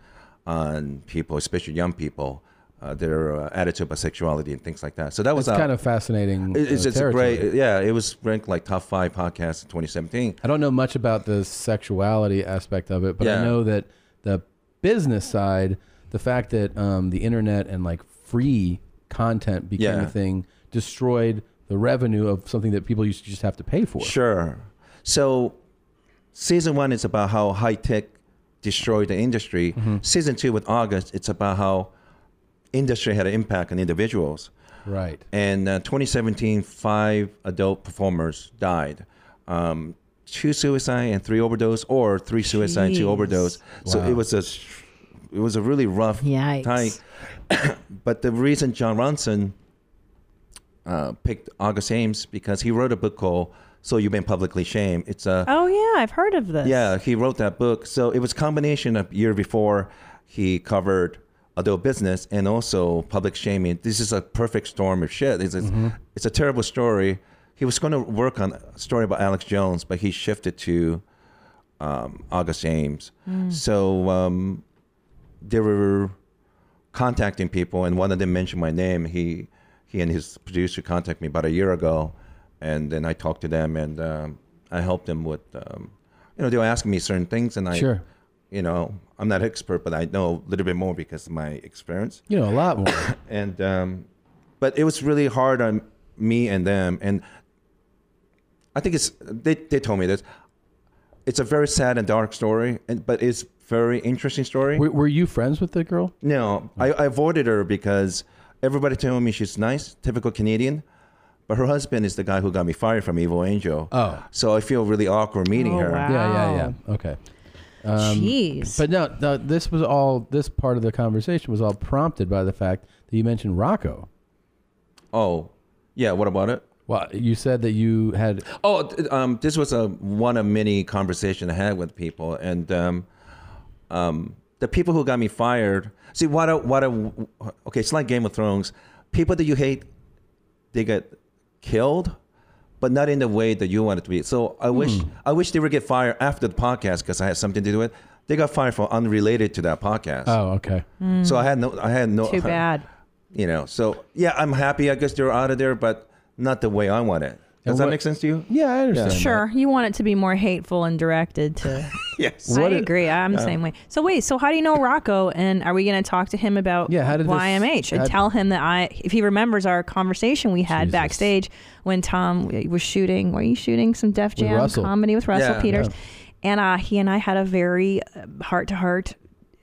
S20: on people, especially young people, uh, their uh, attitude about sexuality and things like that. So that was
S1: It's
S20: a-
S1: kind of fascinating.
S20: it- It's,
S1: uh,
S20: it's a great,
S1: territory.
S20: yeah. It was ranked like top five podcast in 2017.
S1: I don't know much about the sexuality aspect of it, but I
S20: Yeah.
S1: know that the business side, the fact that um, the internet and like free content became
S20: Yeah.
S1: a thing, destroyed the revenue of something that people used to just have to pay for.
S20: Sure. So, season one is about how high tech destroyed the industry.
S1: Mm-hmm.
S20: Season two with August, it's about how industry had an impact on individuals.
S1: Right.
S20: And uh, 2017, five adult performers died. Um, two suicide and three overdose, or three suicide and two
S11: Jeez.
S20: overdose. So
S11: Wow.
S20: it was a, s- it was a really rough
S11: Yikes.
S20: time. [COUGHS] but the reason John Ronson uh, picked August Ames because he wrote a book called "So You've Been Publicly Shamed." It's a
S2: Oh yeah, I've heard of this.
S20: Uh, yeah, he wrote that book. So it was a combination of year before he covered adult business and also public shaming. This is a perfect storm of shit. It's, it's-
S11: Mhm.
S20: it's a terrible story. He was going to work on a story about Alex Jones, but he shifted to um, August Ames.
S11: Mm.
S20: So um, they were contacting people, and one of them mentioned my name. He he and his producer contacted me about a year ago, and then I talked to them, and um, I helped them with, um, you know, they were asking me certain things, and I,
S1: Sure.
S20: you know, I'm not expert, but I know a little bit more because of my experience [COUGHS]
S1: You know, a lot more.
S20: and um, but it was really hard on me and them and i think it's they, they told me this it's a very sad and dark story and but it's very interesting story.
S1: Were, were you friends with the girl?
S20: No, I, I avoided her because everybody told me she's nice, typical Canadian, but her husband is the guy who got me fired from Evil Angel.
S1: Oh.
S20: So I feel really awkward meeting her.
S1: Yeah, yeah, yeah. Okay. Um,
S2: Jeez.
S1: But no, no, this was all. This part of the conversation was all prompted by the fact that you mentioned Rocco.
S20: Oh, yeah. What about it?
S1: Well, you said that you had.
S20: Oh, th- um, this was a one of many conversation I had with people, and um, um, the people who got me fired. See, what a what a okay. It's like Game of Thrones. People that you hate, they get killed, but not in the way that you want it to be. So I wish
S18: Hmm.
S20: I wish they would get fired after the podcast because I had something to do with. it. They got fired for unrelated to that podcast.
S1: Oh, okay.
S2: Hmm.
S20: So I had no. I had no. [LAUGHS]
S2: Too bad.
S20: You know. So yeah, I'm happy. I guess they're out of there, but not the way I want it. Does that make sense to you?
S1: Yeah, I
S2: Sure, you want it to be more hateful and directed to. [LAUGHS]
S20: yes.
S2: I agree. I'm the
S20: Yeah.
S2: same way. So wait, so how do you know Rocco? And are we going to talk to him about
S20: Yeah, how did this-
S2: YMH and
S20: how-
S2: tell him that I, if he remembers our conversation we had backstage when Tom was shooting, were you shooting some Def
S1: With
S2: Jam
S1: Russell.
S2: comedy with Russell
S1: Yeah.
S2: Peters?
S1: Yeah.
S2: And uh, he and I had a very heart to heart,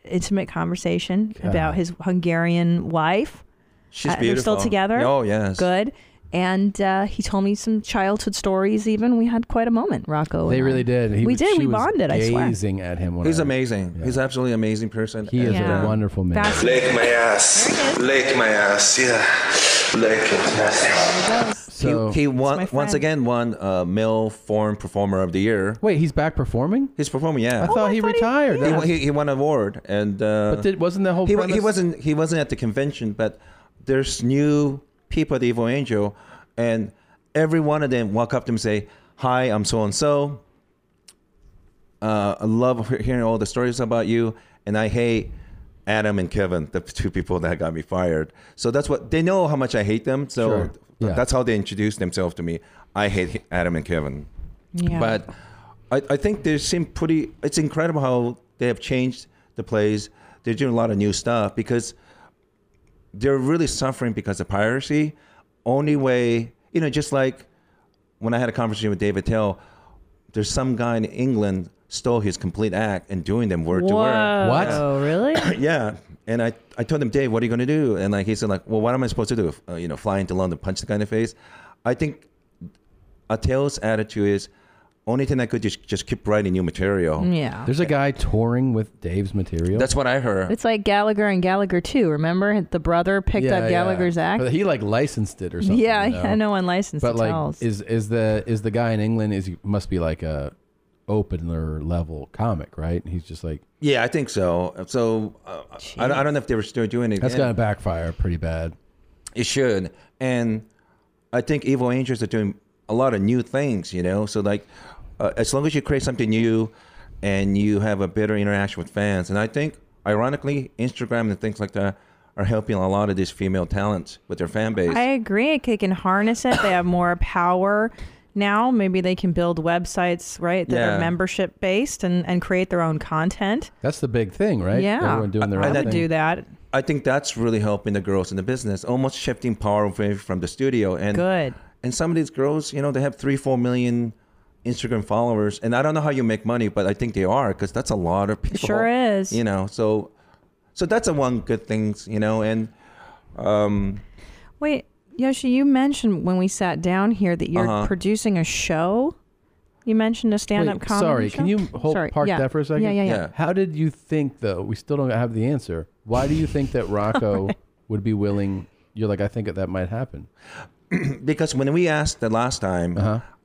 S2: intimate conversation
S20: God.
S2: about his Hungarian wife.
S20: She's
S2: Uh, They're
S20: beautiful.
S2: still together.
S20: Oh, yes.
S2: Good. And uh, he told me some childhood stories. Even we had quite a moment, Rocco.
S1: They
S2: and I.
S1: really did. He
S2: we
S1: was-
S2: did.
S1: she
S2: We
S1: was
S2: bonded. I swear.
S1: Gazing at him. When
S20: He's
S1: I-
S20: amazing. He's absolutely amazing person.
S1: He is a Yeah. wonderful man.
S21: Lick my ass. Lick my ass. Yeah. Lick it.
S20: So he, he won once again won uh, male foreign performer of the year.
S1: Wait, he's back performing?
S20: He's performing. Yeah,
S1: Oh, I thought he retired.
S20: He, won- he, he won an award, and uh,
S1: But did- wasn't the whole
S20: he, wa- he
S1: premise-
S20: wasn't he wasn't at the convention, but there's new people at Evil Angel, and every one of them walk up to him and say, "Hi, I'm so and so. uh, I love he- hearing all the stories about you, and I hate." Adam and Kevin, the [LAUGHS] two people that got me fired. So that's what they know how much I hate them. So
S1: Sure. Yeah.
S20: that's how they introduced themselves to me. I hate Adam and Kevin.
S2: Yeah.
S20: But I, I think they seem pretty. It's incredible how they have changed the plays. They're doing a lot of new stuff because they're really suffering because of piracy. Only way, you know, just like when I had a conversation with David Tell, there's some guy in England stole his complete act and doing them word to word.
S2: Whoa, Oh, really?
S20: [COUGHS] yeah. And I, I told him, Dave, what are you going to do? And like he said, like, well, what am I supposed to do? Uh, you know, fly into London, punch the guy in the face. I think Atel's attitude is only thing I could just just keep writing new material.
S2: Yeah.
S1: There's a guy touring with Dave's material.
S20: That's what I heard.
S2: It's like Gallagher and Gallagher too. Remember, the brother picked
S1: Yeah,
S2: up
S1: yeah.
S2: Gallagher's act.
S1: But he like licensed it or something.
S2: yeah, [LAUGHS]
S1: you
S2: yeah, no one licensed
S1: But
S2: to
S1: like,
S2: tell us.
S1: is is the is the guy in England is he must be like a opener level comic, right? He's just like
S20: Yeah, I think so. So uh, I, don't- I don't know if they were still doing it.
S1: that's gonna backfire pretty bad.
S20: It should. And I think Evil Angels are doing a lot of new things, you know? So, like, uh, as long as you create something new and you have a better interaction with fans, and I think, ironically, Instagram and things like that are helping a lot of these female talents with their fan base.
S2: I agree. They can harness it. They have more power now. Maybe they can build websites, right, that
S1: Yeah.
S2: are membership based and, and create their own content.
S1: That's the big thing, right?
S2: Yeah.
S1: Everyone doing their
S2: I
S1: own
S2: would
S1: thing.
S2: do that.
S20: I think that's really helping the girls in the business, almost shifting power away from the studio. And
S2: good.
S20: And some of these girls, you know, they have three, four million Instagram followers, and I don't know how you make money, but I think they are because that's a lot of people.
S2: sure is.
S20: You know, so so that's a one good thing, you know, and um,
S2: Wait, Yoshi, you mentioned when we sat down here that you're
S20: Uh-huh.
S2: producing a show. You mentioned a stand up
S1: Wait,
S2: comedy.
S1: Sorry,
S2: show?
S1: can you hold
S2: Sorry,
S1: park
S2: yeah.
S1: that for a second?
S2: Yeah, yeah, yeah.
S1: How did you think though? We still don't have the answer. Why do you think
S2: [LAUGHS]
S1: that Rocco would be willing? You're like, I think that might happen.
S20: [CLEARS THROAT] because when we asked the last time,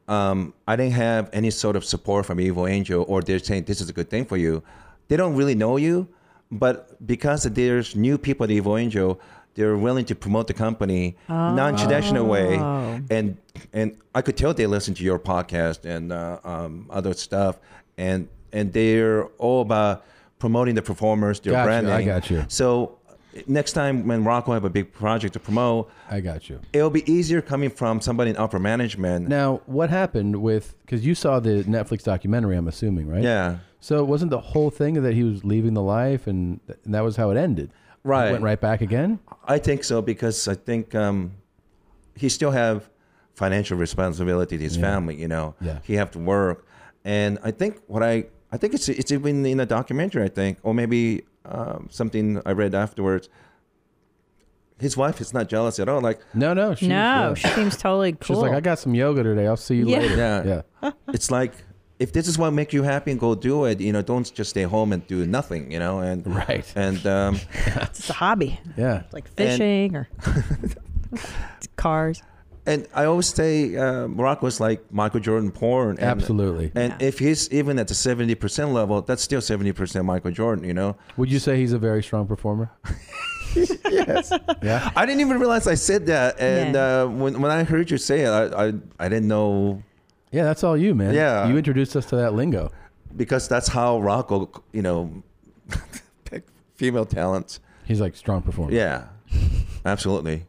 S20: um, I didn't have any sort of support from Evil Angel, or they're saying this is a good thing for you. They don't really know you, but because there's new people at Evil Angel, they're willing to promote the company non-traditional way,
S18: Oh.
S1: Mm-hmm.
S20: and and I could tell they listen to your podcast and uh, um, other stuff, and and they're all about promoting the performers, their
S1: Gotcha, I
S20: branding.
S1: got you.
S20: So next time when Rocco have a big project to promote,
S1: I got you.
S20: It'll be easier coming from somebody in upper management.
S1: Now, what happened with? Because you saw the Netflix documentary, I'm assuming, right?
S20: Yeah.
S1: So wasn't the whole thing that he was leaving the life, and, th- and that was how it ended? He
S20: Right.
S1: went right back again.
S20: I think so because I think um, he still have financial responsibility to his
S1: Yeah.
S20: family. You know,
S1: Yeah.
S20: he have to work, and I think what I I think it's it's even in a documentary, I think, or maybe um, something I read afterwards. His wife is not jealous at all. Like
S1: no, no,
S2: no,
S20: uh,
S2: she seems totally cool.
S1: She's like, I got some yoga today. I'll see you
S2: Yeah.
S1: later.
S20: Yeah. [LAUGHS] it's like if this is what makes you happy and go do it, you know, don't just stay home and do nothing, you know, and
S1: right.
S20: And
S1: [LAUGHS]
S20: um
S2: it's a hobby.
S1: yeah.
S2: Like fishing or [LAUGHS] cars.
S20: And I always say uh, Morocco's like Michael Jordan porn. And,
S1: Absolutely.
S20: And if he's even at the 70% level, that's still 70% Michael Jordan, you know?
S1: Would you say he's a very strong performer?
S20: yes.
S1: Yeah.
S20: I didn't even realize I said that. And
S1: Yeah.
S20: uh, when, when I heard you say it, I, I, I didn't know.
S1: Yeah, that's all you, man.
S20: Yeah.
S1: You introduced us to that lingo.
S20: Because that's how Rocco, you know, [LAUGHS] pick female talents.
S1: He's like strong performer.
S20: Yeah, absolutely.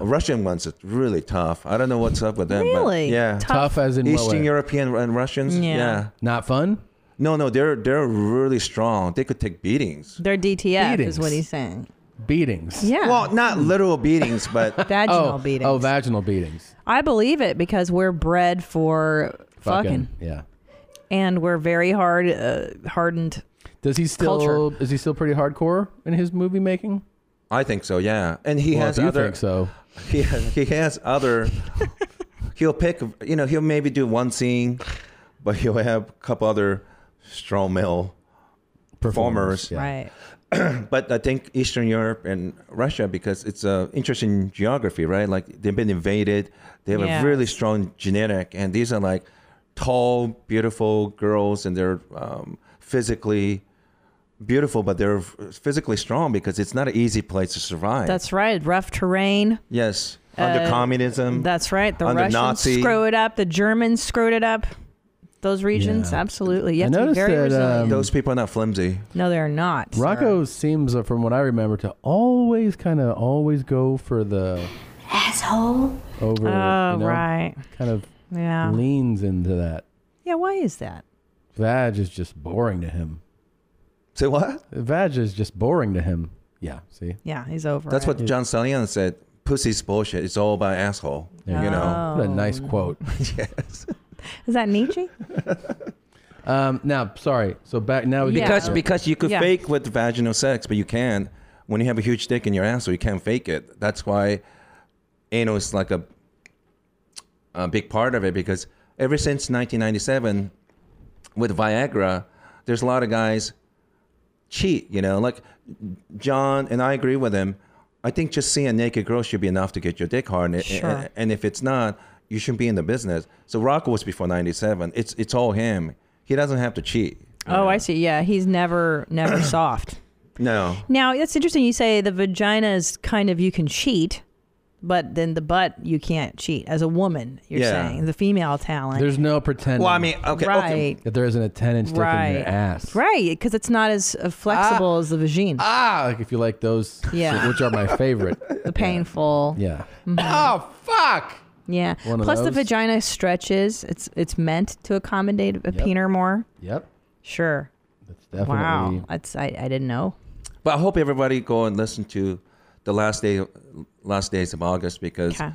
S20: Russian ones are really tough. I don't know what's up with them. but-
S1: Really?
S20: yeah.
S1: Tough as in what
S20: Eastern
S1: way?
S20: European and Russians.
S2: Yeah.
S20: Yeah.
S1: Not fun.
S20: No, no, they're they're really strong. They could take beatings.
S2: Their DTF is
S20: Beatings.
S2: what he's saying.
S1: Beatings.
S2: Yeah.
S20: Well, not literal beatings, but
S2: [LAUGHS] Vaginal Oh, beatings.
S1: Oh, vaginal beatings.
S2: I believe it because we're bred for fucking,
S1: Yeah.
S2: and we're very hard uh, hardened.
S1: Does he still
S2: Culture.
S1: is he still pretty hardcore in his movie making?
S20: I think so. Yeah, and he
S1: Well,
S20: has
S1: if you
S20: other.
S1: think so.
S20: [LAUGHS] He has, he has other. he'll pick. You know, he'll maybe do one scene, but he'll have a couple other strong male performers.
S2: Right.
S20: [CLEARS THROAT] but I think Eastern Europe and Russia, because it's an interesting geography, right? Like they've been invaded. They have
S2: Yeah.
S20: a really strong genetic, and these are like tall, beautiful girls, and they're um, physically beautiful, but they're physically strong because it's not an easy place to survive.
S2: That's right. Rough terrain.
S20: yes, under
S2: Uh,
S20: communism.
S2: That's right. The
S20: under
S2: Russians
S20: Nazi.
S2: screwed it up. The Germans screwed it up. Those regions, absolutely. You have to be very
S1: uh,
S2: resilient.
S20: those people are not uh, flimsy.
S2: no, they're not.
S1: Rocco seems, uh, from what I remember, to always kind of always go for the
S2: Asshole.
S1: over.
S2: Oh,
S1: you know,
S2: right.
S1: Kind of
S2: Yeah.
S1: leans into that.
S2: Yeah, why is that?
S1: Vag is just boring to him.
S20: Say what?
S1: Vag is just boring to him. Yeah. See.
S2: Yeah, he's over.
S20: That's
S2: it.
S20: what John Stallion said. Pussy's bullshit. It's all about asshole.
S2: There you
S20: You
S2: go.
S20: know.
S2: What a nice
S20: [LAUGHS]
S1: quote.
S20: yes.
S2: Is
S1: [LAUGHS]
S2: that Nietzsche?
S1: Um, now, sorry. So back now. we get
S20: Because
S1: to-
S20: because you could
S2: Yeah.
S20: fake with vaginal sex, but you can't when you have a huge dick in your asshole. You can't fake it. That's why anal is like a a big part of it because ever since 1997 with Viagra, there's a lot of guys cheat. You know, like John and I agree with him. I think just seeing a naked girl should be enough to get your dick hard, and,
S6: Sure.
S20: and, and if it's not, you shouldn't be in the business. So Rock was before '97. It's it's all him. He doesn't have to cheat.
S2: Oh, I see. Yeah, he's never, never [CLEARS THROAT] soft.
S20: No.
S2: Now, that's interesting. You say the vagina is kind of, you can cheat, but then the butt, you can't cheat. As a woman, you're
S1: Yeah.
S2: saying the female talent.
S1: There's no pretending.
S2: Well, I mean, okay, okay. Right.
S1: That there isn't a ten inch dick in
S2: Right.
S1: your ass.
S2: Right, because it's not as uh, flexible as the vagina.
S1: Ah, like if you like those,
S2: Yeah.
S1: [LAUGHS] which are my
S2: [LAUGHS]
S1: favorite.
S2: the uh, painful.
S1: Yeah. [LAUGHS]
S2: Oh
S1: Ah. fuck.
S2: Yeah.
S1: One of
S2: Plus the
S1: those.
S2: vagina stretches. It's it's meant to accommodate a peener more.
S1: Yep.
S2: Sure.
S1: That's
S2: Wow.
S20: definitely-
S2: That's I, I didn't know.
S20: But I hope everybody go and listen to the last day, last days of August because
S2: Okay.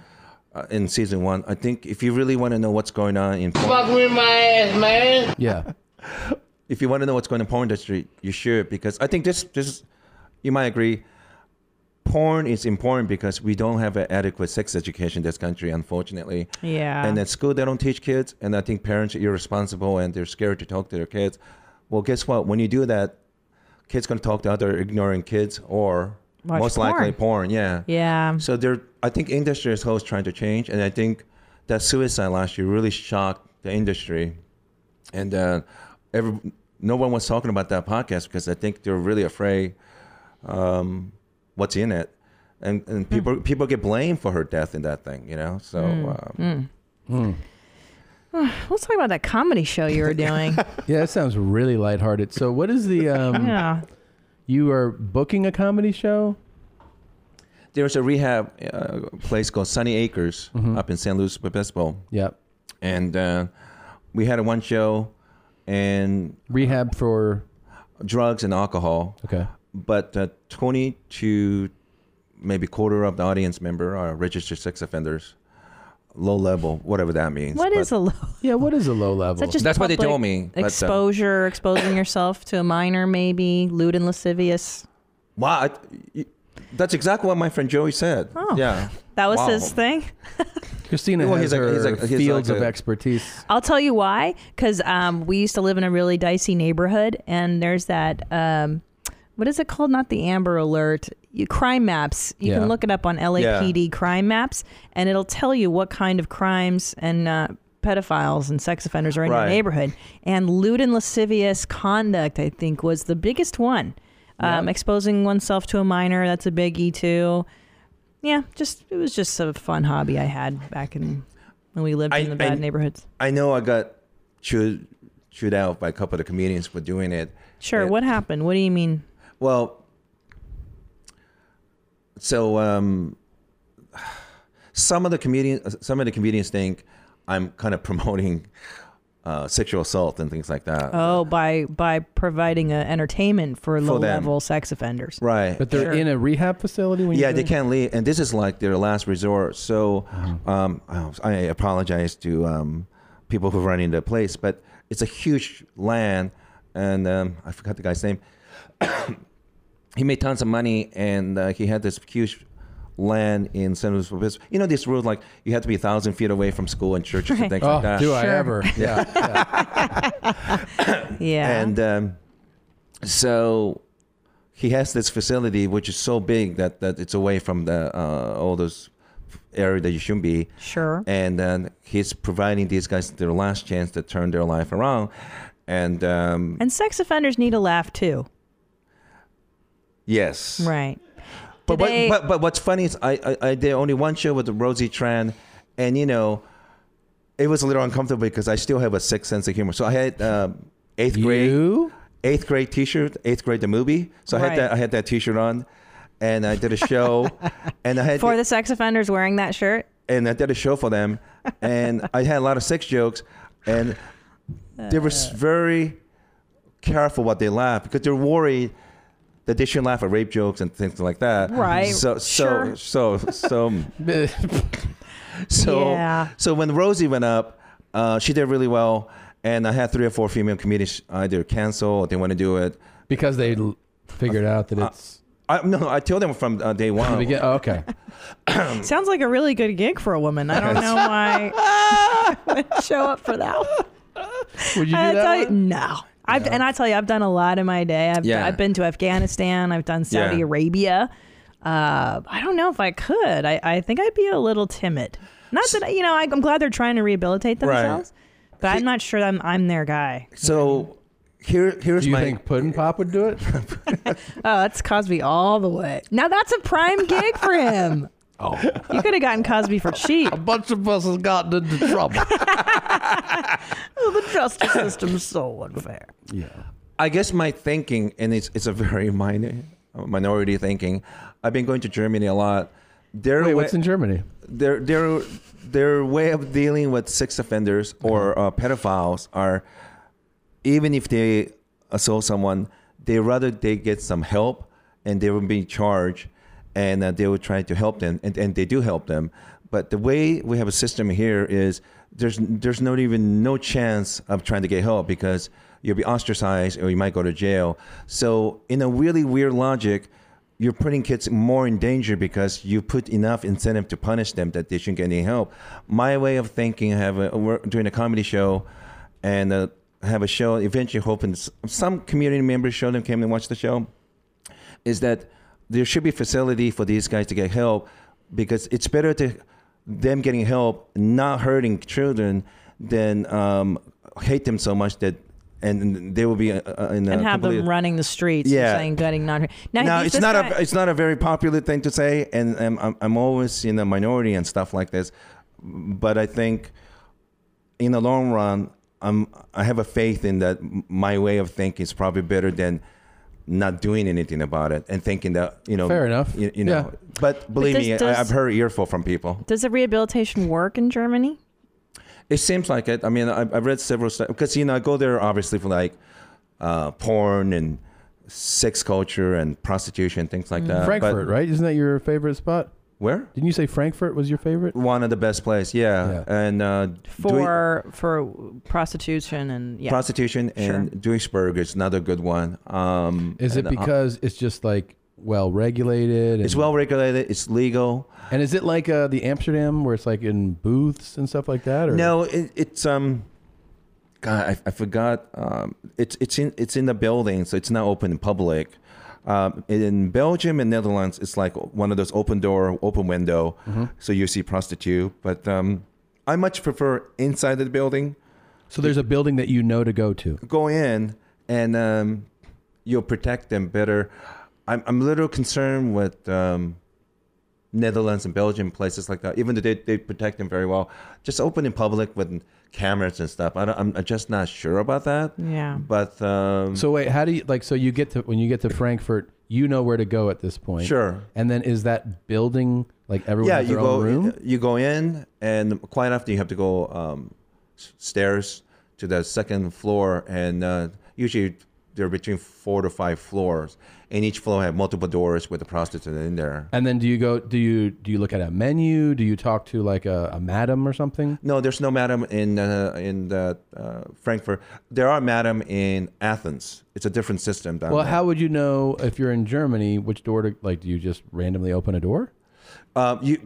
S20: uh, in season one, I think if you really want to know what's going on in porn,
S22: Fuck with my ass, man.
S1: yeah,
S20: if you want to know what's going on in porn industry, you should because I think this this you might agree. Porn is important because we don't have an adequate sex education in this country, unfortunately.
S2: Yeah.
S20: And at school, they don't teach kids, and I think parents are irresponsible and they're scared to talk to their kids. Well, guess what? When you do that, kids gonna talk to other ignorant kids or
S2: Watch
S20: most likely porn. Yeah.
S2: Yeah.
S20: So there, I think industry as whole is trying to change, and I think that suicide last year really shocked the industry, and uh, every no one was talking about that podcast because I think they're really afraid um, what's in it, and
S2: Hmm.
S20: and people people get blamed for her death in that thing, you know.
S1: Oh,
S20: So
S2: Mm. [SIGHS]
S20: um,
S1: Hmm.
S2: Let's talk about that comedy show you were doing.
S1: Yeah, that sounds really lighthearted. So, what is the? [LAUGHS] Um,
S2: Yeah.
S1: You are booking a comedy show.
S20: there's a rehab uh, place called Sunny Acres up in San Luis Obispo.
S1: Mm-hmm. Yep.
S20: And uh, we had a one show and
S1: rehab for
S20: drugs and alcohol.
S1: Okay.
S20: But uh, 20 to maybe quarter of the audience member are registered sex offenders. low level, whatever that means.
S2: What is a low?
S1: Yeah, what is a low
S20: level?
S2: Is that just
S20: That's what they
S2: public
S20: told me. but, uh,
S2: Exposure, exposing yourself to a minor, maybe lewd and lascivious.
S20: wow, I- y- that's exactly what my friend Joey said.
S2: Oh.
S20: Yeah,
S2: That was
S20: Wow.
S2: his thing.
S1: Christina
S20: Well,
S1: has
S20: he's like-
S1: her
S20: he's like- he's
S1: fields
S20: like
S1: of
S20: a-
S1: expertise.
S2: I'll tell you why. Because um, we used to live in a really dicey neighborhood, and there's that. Um, what is it called? Not the Amber Alert. You, crime maps. You
S6: Yeah.
S2: can look it up on LAPD crime maps, and it'll tell you what kind of crimes and uh, pedophiles and sex offenders are in your
S6: Right.
S2: neighborhood. And lewd and lascivious conduct, I think, was the biggest one. Um, Exposing oneself to a minor, that's a biggie too. Yeah, just it was just a fun hobby I had back in when we lived
S20: I-
S2: in the
S20: I-
S2: bad neighborhoods.
S20: I know I got chewed chewed out by a couple of the comedians for doing it.
S2: Sure. What happened? What do you mean?
S20: Well, so um, some of the comedians, some of the comedians think I'm kind of [LAUGHS] promoting uh, sexual assault and things like that.
S2: Oh, by by providing a entertainment for low
S20: Uh, them.
S2: level sex offenders.
S20: Right.
S1: But they're
S2: Sure.
S1: in a rehab facility when
S20: yeah,
S1: you
S20: they can't leave, and this is like their last resort. So,
S1: Uh-huh.
S20: um, I- I apologize to um, people who run into the place, but it's a huge land, and um, I forgot the guy's name. [COUGHS] he made tons of money, and uh, he had this huge land in San Luis Obispo. You know this rule, like you have to be a thousand feet away from school and churches
S1: Right.
S20: and things
S1: Oh,
S20: like that.
S1: do I
S20: [LAUGHS]
S1: Sure. ever. Yeah,
S2: [LAUGHS] Yeah.
S20: And um, so he has this facility which is so big that, that it's away from the uh, all those area that you shouldn't be.
S2: Sure.
S20: And then he's providing these guys their last chance to turn their life around. And um,
S2: And sex offenders need a laugh too.
S20: yes.
S2: Right.
S20: But, what,
S2: Today-
S20: but but what's funny is I, I I did only one show with Rosie Tran, and you know, it was a little uncomfortable because I still have a sick sense of humor. So I had um, eighth grade eighth grade T-shirt, eighth grade the movie. So I
S2: Right.
S20: had that I had that T-shirt on, and I did a
S2: [LAUGHS]
S20: show, and I had
S2: For the sex offenders wearing that
S20: [COUGHS]
S2: shirt.
S20: and I did a show for them,
S2: [LAUGHS]
S20: and I had a lot of sex jokes, and they were
S2: Uh.
S20: s- very careful what they laugh because they're worried that they shouldn't laugh at rape jokes and things like that.
S2: Right,
S20: So so
S2: sure.
S20: so
S2: [LAUGHS]
S20: so [LAUGHS] so
S2: Yeah.
S20: so when Rosie went up, uh, she did really well, and I had three or four female comedians either cancel or they want to do it Uh,
S1: because they l- figured out that it's
S20: I, no, no, I told them from uh,
S1: [LAUGHS]
S20: day one.
S1: begin- oh, okay.
S2: Sounds like a really good gig for a woman. I don't know why I
S20: [LAUGHS]
S2: [LAUGHS] would show up for that one.
S1: Would
S6: you do
S2: I
S6: that
S2: tell you, no. I've, And I tell you, I've done a lot in my day. I've,
S6: Yeah.
S2: I've been to Afghanistan. I've done Saudi
S6: Yeah.
S2: Arabia. Uh, I don't know if I could. I, I think I'd be a little timid. Not that, I- you know, I, I'm glad they're trying to rehabilitate
S20: Right.
S2: themselves, but I'm not sure I'm, I'm their guy.
S20: So here, here's
S1: Do you
S20: my.
S1: think Puddin Pop would do
S20: [LAUGHS]
S1: it?
S2: Oh, that's Cosby all the way. Now that's a prime gig for him.
S1: Oh.
S2: You could have gotten Cosby for cheap. A
S1: bunch of us has gotten into
S2: [LAUGHS]
S1: trouble.
S2: oh, the justice system's so unfair.
S20: I guess my thinking, and it's it's a very minor minority thinking. I've been going to Germany a lot. Their
S1: Wait,
S20: way,
S1: what's in Germany?
S20: Their their their way of dealing with sex offenders or uh, pedophiles are, even if they assault someone, they rather they get some help and they will be charged, and uh, they will try to help them, and, and they do help them. But the way we have a system here is there's there's not even no chance of trying to get help because you'll be ostracized or you might go to jail. So in a really weird logic, you're putting kids more in danger because you put enough incentive to punish them that they shouldn't get any help. My way of thinking, I have a, we're doing a comedy show, and uh, have a show. Eventually, hoping s- some community members show them came and watched the show is that there should be facility for these guys to get help because it's better to them getting help not hurting children than um, hate them so much that and they will be uh, uh, in a
S2: and have
S20: complete-
S2: them running the streets
S20: Yeah.
S2: and saying getting non now,
S20: Now,
S2: he's
S20: it's
S2: this
S20: not
S2: guy-
S20: a it's not a very popular thing to say, and I'm I'm, I'm always in the minority and stuff like this, but I think in the long run, I'm I have a faith in that m- my way of thinking is probably better than not doing anything about it and thinking that you know
S1: Fair enough.
S20: you, you know
S1: Yeah.
S20: but believe
S2: does-
S20: me
S2: does-
S20: I, i've heard earful from people
S2: does the rehabilitation work in Germany?
S20: it seems like it. I mean, I, I've read several stuff because you know I go there obviously for like uh, porn and sex culture and prostitution things like that.
S2: Mm.
S1: Frankfurt, right? Isn't that your favorite spot?
S20: Where?
S1: Didn't you say Frankfurt was your favorite?
S20: One of the best place, yeah. And uh, Dui-
S2: for for prostitution and yeah.
S20: prostitution and Duisburg is another good one. Um,
S1: Is it
S20: and, uh,
S1: because it's just like well regulated?
S20: It's well regulated. It's legal.
S1: And is it like uh, the Amsterdam where it's like in booths and stuff like that? Or
S20: No, it, it's um, God, I, I forgot. Um, it's it's in it's in the building, so it's not open in public. Um, in Belgium and Netherlands, it's like one of those open door, open window,
S1: Mhm.
S20: so you see prostitute. But um, I much prefer inside the building.
S1: So there's a building that you know to go to.
S20: Go in, and um, you'll protect them better. I'm I'm a little concerned with. Um, Netherlands and Belgium, places like that. Even though they, they protect them very well, just open in public with cameras and stuff. I don't, I'm, I'm just not sure about that.
S2: Yeah.
S20: But um,
S1: So wait, how do you like? So you get to when you get to Frankfurt, you know where to go at this point.
S20: Sure.
S1: And then is that building like everyone?
S20: yeah,
S1: has
S20: you
S1: their
S20: go
S1: own room.
S20: you go in, and quite often you have to go um, s- stairs to the second floor, and uh, usually they're between four to five floors, and each floor have multiple doors with a prostitute in there.
S1: And then do you go? Do you do you look at a menu? Do you talk to like a, a madam or something?
S20: No, there's no madam in uh, in uh, uh, Frankfurt. There are madam in Athens. It's a different system. Down
S1: well,
S20: there.
S1: how would you know if you're in Germany which door to like? Do you just randomly open a door?
S20: Um, you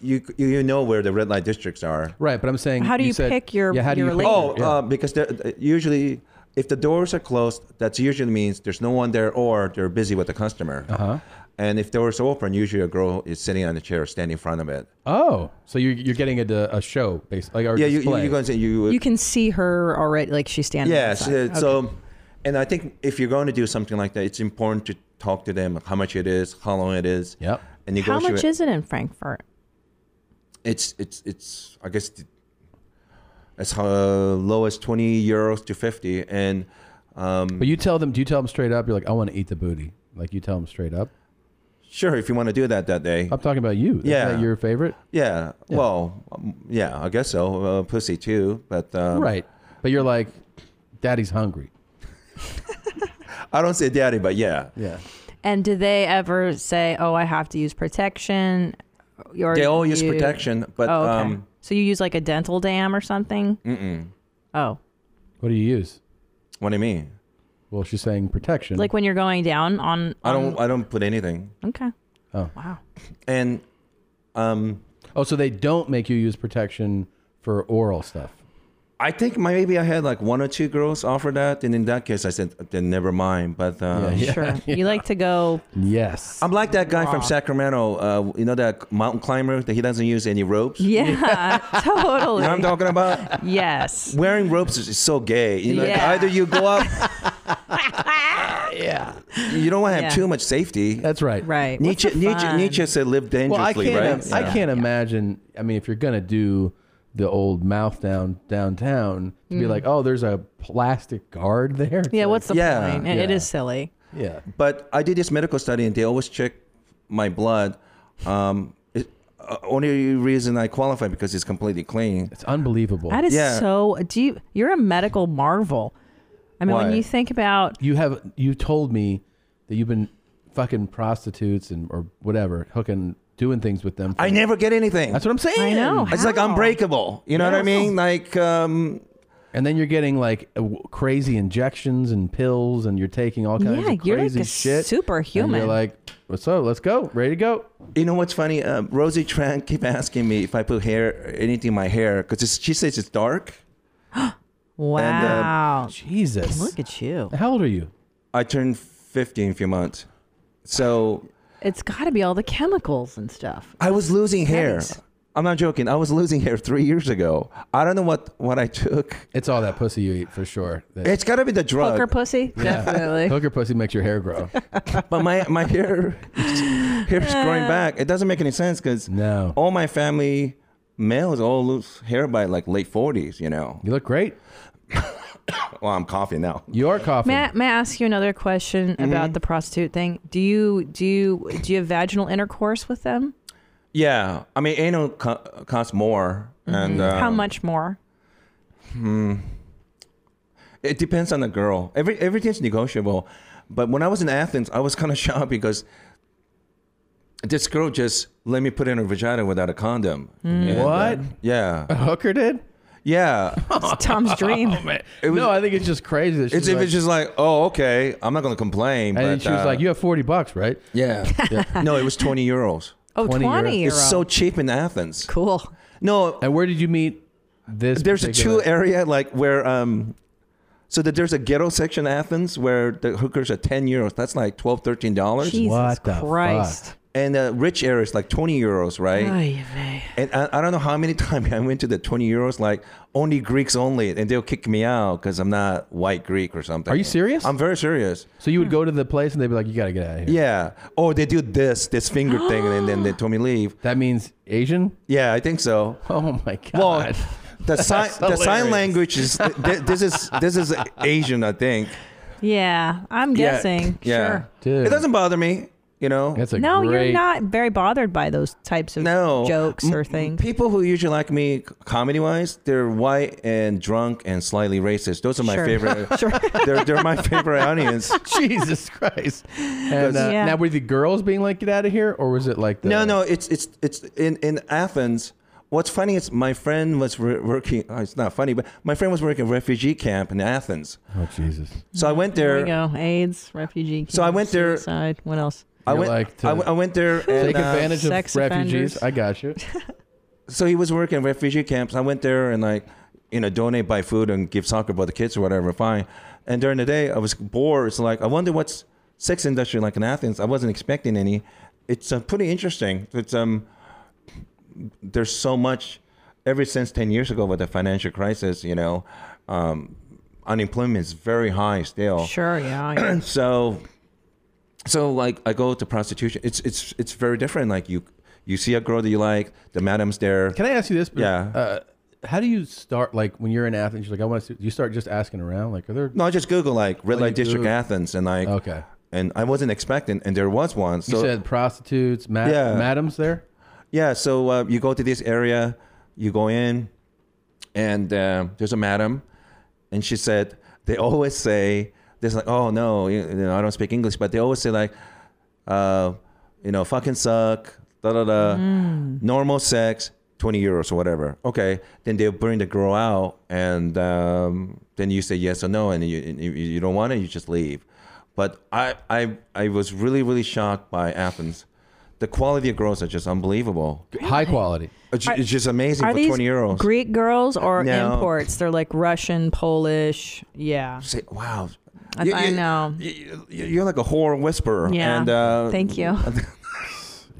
S20: you you know where the red light districts are,
S1: right? But I'm saying,
S2: How do you
S20: said-
S2: pick your- Yeah, how do your you pick- lane?
S20: Oh,
S2: Yeah.
S20: uh, because there- usually, if the doors are closed, that usually means there's no one there, or they're busy with the customer.
S1: Uh-huh.
S20: And if doors are open, usually a girl is sitting on a chair, standing in front of it.
S1: Oh, so you're you're getting a, a show basically? Like, or
S20: yeah, you, you
S1: display.
S20: you going to you.
S2: You can see her already, like she's standing.
S20: Yes.
S2: outside.
S20: uh, So, and I think if you're going to do something like that, it's important to talk to them how much it is, how long it is. Yep. And
S2: Okay. how
S20: negotiate.
S2: much is it in Frankfurt?
S20: It's it's it's. I guess th- as how, uh, low as twenty euros to fifty, and um,
S1: But you tell them. Do you tell them straight up? You're like, I want to eat the booty. Like you tell them straight up.
S20: sure if you want to do that that day.
S1: I'm talking about you. That's
S20: Yeah.
S1: not your favorite.
S20: Yeah. Well, um, yeah. I guess so. Uh, pussy too, but um,
S1: right. But you're like, Daddy's hungry.
S20: I don't say daddy, but yeah.
S1: Yeah.
S2: And do they ever say, "Oh, I have to use protection"? Or
S20: They all
S2: do
S20: use
S2: you-
S20: protection, but,
S2: Oh, okay.
S20: um,
S2: so you use like a dental dam or something?
S20: Mm-mm.
S2: Oh,
S1: What do you use?
S20: What do you mean?
S1: Well, she's saying protection.
S2: like when you're going down on.
S20: I don't. I don't put anything.
S2: Okay.
S1: Oh.
S2: Wow.
S20: And um
S1: Oh, so they don't make you use protection for oral stuff.
S20: I think maybe I had like one or two girls offer that, and in that case, I said, "Then never mind." But uh,
S2: Sure. You like to go.
S1: Yes.
S20: I'm like that guy
S2: Wow.
S20: from Sacramento. Uh, you know that mountain climber that he doesn't use any ropes. [LAUGHS]
S2: Yeah.
S20: You
S2: [LAUGHS] totally.
S20: know what I'm talking about?
S2: yes.
S20: Wearing ropes is is so gay. You know, like,
S2: Yeah.
S20: either you go up. You don't want to have
S1: Yeah.
S20: too much safety. That's
S1: right.
S2: Right.
S20: Nietzsche, Nietzsche, Nietzsche said, "Live
S1: Well, I
S20: dangerously."
S1: can't.
S20: right?
S1: I
S20: Yeah.
S1: can't imagine. I mean, if you're gonna do the old mouth down downtown, to be
S2: Mm.
S1: like, oh, there's a plastic guard [LAUGHS] there. It's
S2: Yeah.
S1: like-
S2: What's the
S20: Yeah.
S2: point? It- It
S20: Yeah.
S2: is silly.
S1: Yeah.
S20: But I did this medical study, and they always check my blood. Um, it, uh, only reason I qualify because it's completely clean.
S1: It's unbelievable.
S2: That is so. Do you? You're a medical marvel. I mean,
S1: Why?
S2: when you think about
S1: You have. You told me that you've been fucking prostitutes and or whatever, hooking, doing things with them.
S20: I never get anything.
S1: That's what I'm saying.
S20: It's like unbreakable. You know what I mean? Like, um,
S1: and then you're getting like w- crazy injections and pills, and you're taking all kinds
S2: Yeah,
S1: of
S2: you're like
S1: crazy
S2: a
S1: shit.
S2: superhuman.
S1: And you're like, what's up? Let's go. Ready to go.
S20: You know what's funny? Uh, Rosie Tran keep asking me if I put hair, anything in my hair, because she says it's dark. uh,
S2: Wow.
S1: Jesus.
S2: Look at you.
S1: How old are you?
S20: I turned 50 in a few months. So
S2: It's got to be all the chemicals and stuff.
S20: I was losing hair.
S2: Yikes.
S20: I'm not joking. I was losing hair three years ago. I don't know what, what I took.
S1: It's all that pussy you eat for sure.
S20: It's got to be the drug.
S2: Hooker pussy? [LAUGHS]
S20: [LAUGHS]
S2: Definitely.
S1: Hooker pussy makes your hair grow.
S20: but my my hair [LAUGHS] hair's growing back. It doesn't make any sense because
S1: no,
S20: all my family males all lose hair by like late forties. You know,
S1: you look great.
S20: [COUGHS] well, I'm coughing now.
S1: You are coughing.
S2: May I, may I ask you another question
S20: Mm-hmm.
S2: about the prostitute thing? Do you do you do you have vaginal intercourse with them?
S20: Yeah, I mean, anal co- costs more, and uh,
S2: Mm-hmm. How much more?
S20: Hmm, it depends on the girl. Every [LAUGHS] everything's negotiable. But when I was in Athens, I was kind of shocked because this girl just let me put in her vagina without a condom.
S2: Mm-hmm.
S1: Mm.
S20: And, uh,
S1: What?
S20: yeah.
S1: A hooker did?
S20: Yeah.
S1: [LAUGHS]
S2: It's Tom's dream.
S1: Oh, man. no, I think it's just crazy. That
S20: It's
S1: she's
S20: if it's just like, oh, okay, I'm not gonna complain.
S1: and then
S20: but,
S1: she was
S20: uh,
S1: like, "You have forty bucks, right?"
S2: [LAUGHS]
S20: yeah. no, it was twenty euros.
S2: Oh, 20 20
S20: It's so
S2: euro.
S20: cheap in Athens.
S2: Cool.
S20: No.
S1: And where did you meet this?
S20: There's a two
S1: particular-
S20: area like where um, so that there's a ghetto section in Athens where the hookers are ten euros. That's like 12 13 dollars.
S2: Jesus What the Christ. fuck?
S20: And the rich area is like twenty euros, right?
S2: Ay, vey.
S20: And I, I don't know how many [LAUGHS] times I went to the 20 euros, like only Greeks only, and they'll kick me out because I'm not white Greek or something.
S1: Are you serious?
S20: I'm very serious.
S1: So you would go to the place and they'd be like, "You got to get out of here."
S20: Yeah. Or they do this, this finger thing, and then they told me leave.
S1: That means Asian?
S20: Yeah, I think so.
S1: [LAUGHS] Oh my god.
S20: Well, the sign,
S1: [LAUGHS] That's
S20: the sign
S1: hilarious.
S20: language is th- this is this is Asian, I think.
S2: Yeah, I'm guessing.
S20: Yeah. yeah.
S2: Sure.
S20: It doesn't bother me. You know. That's a
S2: no, you're not very bothered by those types of
S20: no
S2: jokes or
S20: M-
S2: things.
S20: People who usually like me comedy wise, they're white and drunk and slightly racist. Those are my
S2: Sure.
S20: favorite.
S2: [LAUGHS] Sure.
S20: [LAUGHS] They're they're my favorite audience.
S1: [LAUGHS] Jesus Christ. And uh,
S20: Yeah.
S1: now were the girls being like, "Get out of here," or was it like the
S20: No, no, it's it's it's in in Athens. What's funny is my friend was re- working. Oh, it's not funny, but my friend was working at a refugee camp in Athens.
S1: Oh Jesus!
S20: So I went
S2: There
S20: there.
S2: we go. AIDS, refugee.
S20: So I went there.
S2: Suicide. What else?
S20: I went. I, went- I went there.
S1: [LAUGHS] Take
S20: And, uh,
S1: advantage of
S2: Sex
S1: refugees.
S2: offenders.
S1: I got you.
S20: [LAUGHS] so he was working in refugee camps. I went there and like, you know, donate, buy food, and give soccer ball to kids or whatever. Fine. And during the day, I was bored. It's like I wonder what's sex industry like in Athens. I wasn't expecting any. It's uh, pretty interesting. It's um, there's so much. Ever since ten years ago with the financial crisis, you know, um, unemployment is very high still.
S2: Sure, yeah,
S20: [CLEARS THROAT]
S2: yeah.
S20: so so like I go to prostitution. It's it's it's very different. Like you you see a girl that you like, the madam's there.
S1: Can I ask you this?
S20: Yeah.
S1: Uh, how do you start? Like when you're in Athens, you're like, "I want to." You start just asking around. Like, are there?
S20: No, I just Google like red
S1: Oh, you
S20: light district
S1: Google.
S20: Athens and like
S1: Okay.
S20: And I wasn't expecting, and there was one.
S1: You
S20: So
S1: said prostitutes, ma-
S20: Yeah.
S1: madams there.
S20: yeah, so uh, you go to this area, you go in, and uh, there's a madam, and she said they always say there's like oh no, you, you know I don't speak English, but they always say like, uh, you know fucking suck, da da da,
S2: Mm.
S20: normal sex, twenty euros or whatever. Okay, then they'll bring the girl out, and um, then you say yes or no, and you, you you don't want it, you just leave. But I I I was really really shocked by Athens. The quality of girls are just unbelievable.
S1: High quality.
S20: It's, it's just amazing
S2: Are
S20: for
S2: these
S20: twenty euros.
S2: Greek girls or
S20: No.
S2: imports? They're like Russian, Polish. Yeah.
S20: Say, wow.
S2: I,
S20: You-
S2: I
S20: you-
S2: know.
S20: you- You're like a whore whisperer.
S2: Yeah.
S20: And, uh, [LAUGHS]
S2: Thank you.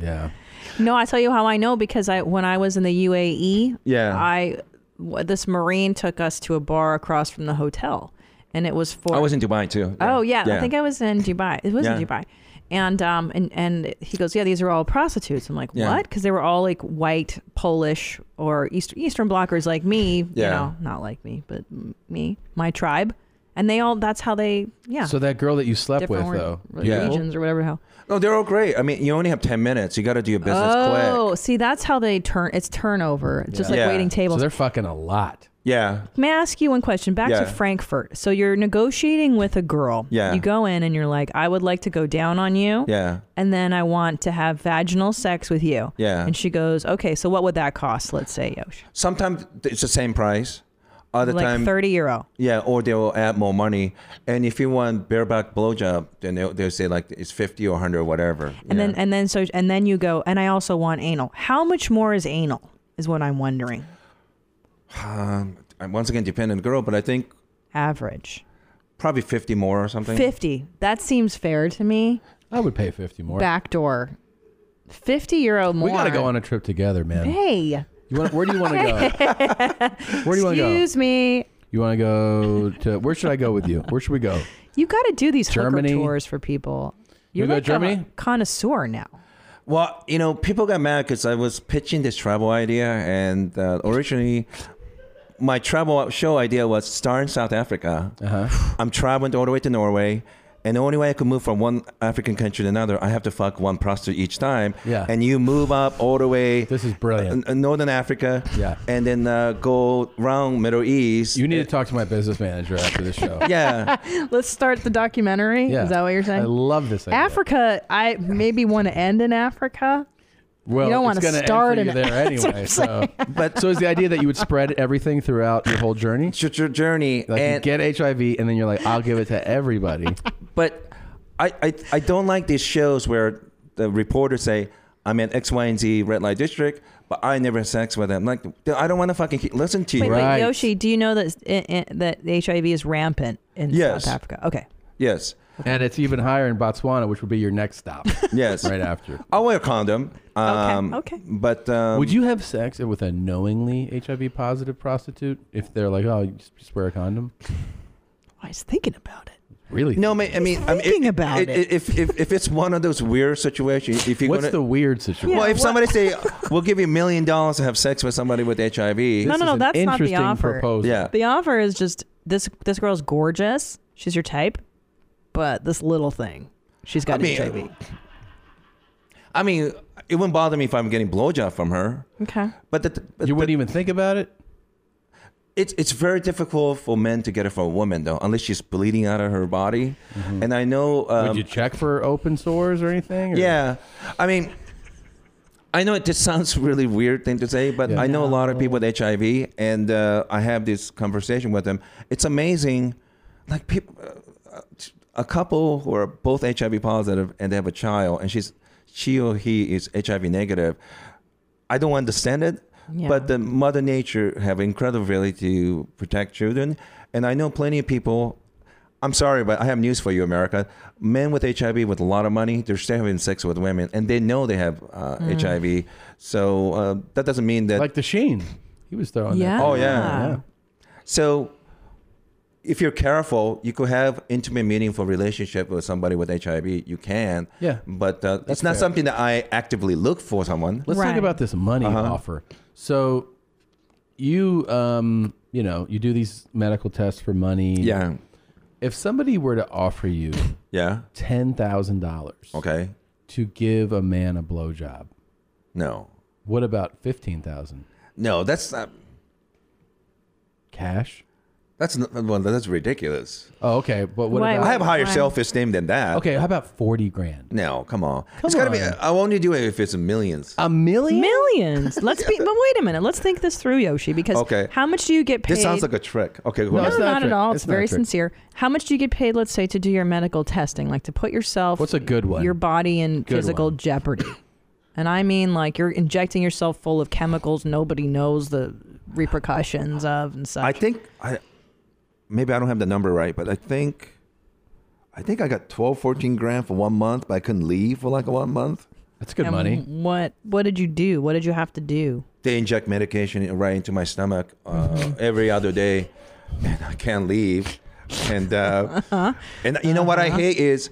S1: yeah.
S2: No, I tell you how I know because I when I was in the UAE,
S20: Yeah.
S2: I w- this marine took us to a bar across from the hotel, and it was for
S20: I was in Dubai too.
S2: Oh yeah, I think I was in Dubai. It was
S20: Yeah.
S2: in Dubai, and um and and he goes, yeah, these are all prostitutes. I'm like,
S20: Yeah.
S2: what? Because they were all like white, Polish, or Eastern Eastern blockers like me.
S1: Yeah.
S2: You know, not like me, but m- me, my tribe, and they all. That's how they. Yeah.
S1: So that girl that you slept
S2: different
S1: with,
S2: re-
S1: though.
S2: re- regions or whatever the hell.
S20: No, they're all great. I mean, you only have 10 minutes. You got to do your business quick.
S2: oh, see, that's how they turn. It's turnover, It's just like
S20: Yeah.
S2: waiting tables.
S1: they're fucking a lot.
S20: Yeah.
S2: May I ask you one question? Back
S20: Yeah.
S2: to Frankfurt. So you're negotiating with a girl.
S20: Yeah.
S2: You go in and you're like, I would like to go down on you.
S20: Yeah.
S2: And then I want to have vaginal sex with you.
S20: Yeah.
S2: And she goes, Okay, so what would that cost? Let's say, Yosh.
S20: Sometimes it's the same price. Other
S2: like
S20: time,
S2: 30 euro.
S20: Yeah, or they will add more money. And if you want bareback blowjob, then they'll, they'll say like it's 50 or 100 or whatever.
S2: And then and then so and then you go, and I also want anal. How much more is anal? Is what I'm wondering.
S20: Um, and once again, depend on the girl, but I think
S2: average
S20: probably 50 more or something.
S2: Fifty. That seems fair to me.
S1: I would pay fifty more.
S2: Backdoor. Fifty euro more.
S1: We gotta go on a trip together, man.
S2: Hey.
S1: You want, where do you want to
S2: [LAUGHS]
S1: go? Where do you want to go?
S2: Excuse me.
S1: You want to go to where should I go with you? Where should we go?
S2: You got to do these
S1: Germany?
S2: hooker tours for people.
S20: You
S2: You're
S20: go to
S2: like
S20: Germany?
S2: a connoisseur now.
S20: Well, you know, people got mad because I was pitching this travel idea, and uh, originally
S1: Uh-huh.
S20: my travel show idea was star in South Africa. I'm traveling all the way to Norway, And the only way I could move from one African country to another, I have to fuck one prostitute each time.
S1: Yeah.
S20: And you move up all the way. This
S1: is brilliant.
S20: Northern Africa.
S1: Yeah.
S20: And then uh, go round Middle East. You
S1: need to talk to my business manager after the show.
S20: [LAUGHS] yeah.
S2: [LAUGHS] Let's start the documentary.
S1: Yeah.
S2: [LAUGHS] Is that what you're saying?
S1: I love this idea.
S2: Africa. I maybe want to end in Africa.
S1: Well,
S2: you don't
S1: it's
S2: want
S1: gonna
S2: to
S1: end
S2: start
S1: for
S2: in
S1: you there
S2: [LAUGHS] That's what
S1: anyway.
S2: I'm
S1: So,
S2: saying.
S1: [LAUGHS] but so is the idea that you would spread everything throughout your whole journey?
S20: Your journey,
S1: like
S20: and-
S1: you get HIV, and then you're like, I'll give it to everybody.
S20: But I, I, I don't like these shows where the reporters say, I'm in X, Y, and Z red light district, but I never had sex with them. Like, I don't want to fucking he- listen to you.
S2: Wait, wait, Yoshi, do you know that uh, uh, that HIV is rampant in
S1: Yes.
S2: South Africa? Okay.
S20: [LAUGHS] Yes.
S1: And it's even higher in Botswana, which would be your next stop.
S20: Yes.
S1: Right after.
S20: [LAUGHS] I'll wear a condom. Um,
S1: Okay, okay.
S20: But [LAUGHS] um,
S1: would you have sex with a knowingly HIV positive prostitute if they're like, oh, you just, just wear a condom?
S2: I was thinking about
S1: Really?
S20: No, ma- I mean, I mean,
S2: thinking
S20: if-
S2: about
S20: if-
S2: it.
S20: If, if if it's one of those weird situations, if you
S1: What's the weird situation?
S20: well,
S2: Yeah,
S20: if
S2: what-
S20: somebody say, "We'll give you a million dollars to have sex with somebody with HIV,"
S2: no, no, no. That's not the offer.
S20: Yeah,
S2: The offer is just this. This girl's gorgeous. She's your type, but this little thing, she's got
S20: I mean,
S2: HIV.
S20: I mean, it wouldn't bother me if I'm getting blowjob from her,
S2: Okay.
S20: but the, you
S1: wouldn't even think about it.
S20: It's it's very difficult for men to get it from a woman though, unless she's bleeding out of her body. And I know. Um,
S1: Mm-hmm. would you check for open sores or anything? or-
S20: Yeah, I mean, I know it just sounds [LAUGHS] really weird thing to say, but I know a lot of people with HIV, and uh, I have this conversation with them. It's amazing, like people, uh, a couple who are both HIV positive and they have a child, and she's she or he is HIV negative. I don't understand it,
S6: Yeah.
S20: but the mother nature have incredible ability to protect children, and I know plenty of people. I'm sorry, but I have news for you, America. Men with HIV with a lot of money, they're still having sex with women, and they know they have uh,
S1: Mm.
S20: HIV. So uh, that doesn't mean that
S1: Like the Sheen, he was throwing.
S20: yeah.
S1: That.
S20: Oh yeah. So if you're careful, you could have intimate, meaningful relationship with somebody with HIV. You can.
S1: Yeah.
S20: But uh, it's not
S1: fair.
S20: something that I actively look for someone.
S1: Let's talk about this money
S20: Uh-huh.
S1: offer. So you um you know, you do these medical tests for money.
S20: Yeah.
S1: If somebody were to offer you
S20: Yeah.
S1: ten thousand dollars
S20: Okay.
S1: to give a man a blowjob.
S20: No.
S1: What about fifteen thousand?
S20: No, that's not
S1: cash.
S20: That's not, well, that's ridiculous.
S1: Oh, okay. But what
S20: Why-
S1: about
S20: I have higher
S1: why-
S20: self-esteem than that.
S1: Okay, how about forty grand?
S20: No, come on.
S1: Come
S20: it's gotta be.
S1: on.
S20: I will only do it if it's millions.
S1: A million?
S2: Millions. Let's
S20: [LAUGHS]
S2: be. But wait a minute. Let's think this through, Yoshi. Because
S20: Okay.
S2: how much do you get paid?
S20: This sounds like a trick. Okay, go
S2: no,
S20: ahead.
S2: no, not, at all. It's, very sincere. How much do you get paid? Let's say to do your medical testing, like to put yourself.
S1: What's a good one?
S2: Your body in
S1: Good
S2: physical jeopardy, and I mean like you're injecting yourself full of chemicals nobody knows the repercussions of and such.
S20: I think I maybe I don't have the number right, but I think I think I got 12, 14 grand for one month, but I couldn't leave for like one month.
S1: That's
S2: And What What did you do? What did you have to do?
S20: They inject medication right into my stomach uh, every other day, and I can't leave. And uh, and you know what I
S2: Uh-huh.
S20: hate is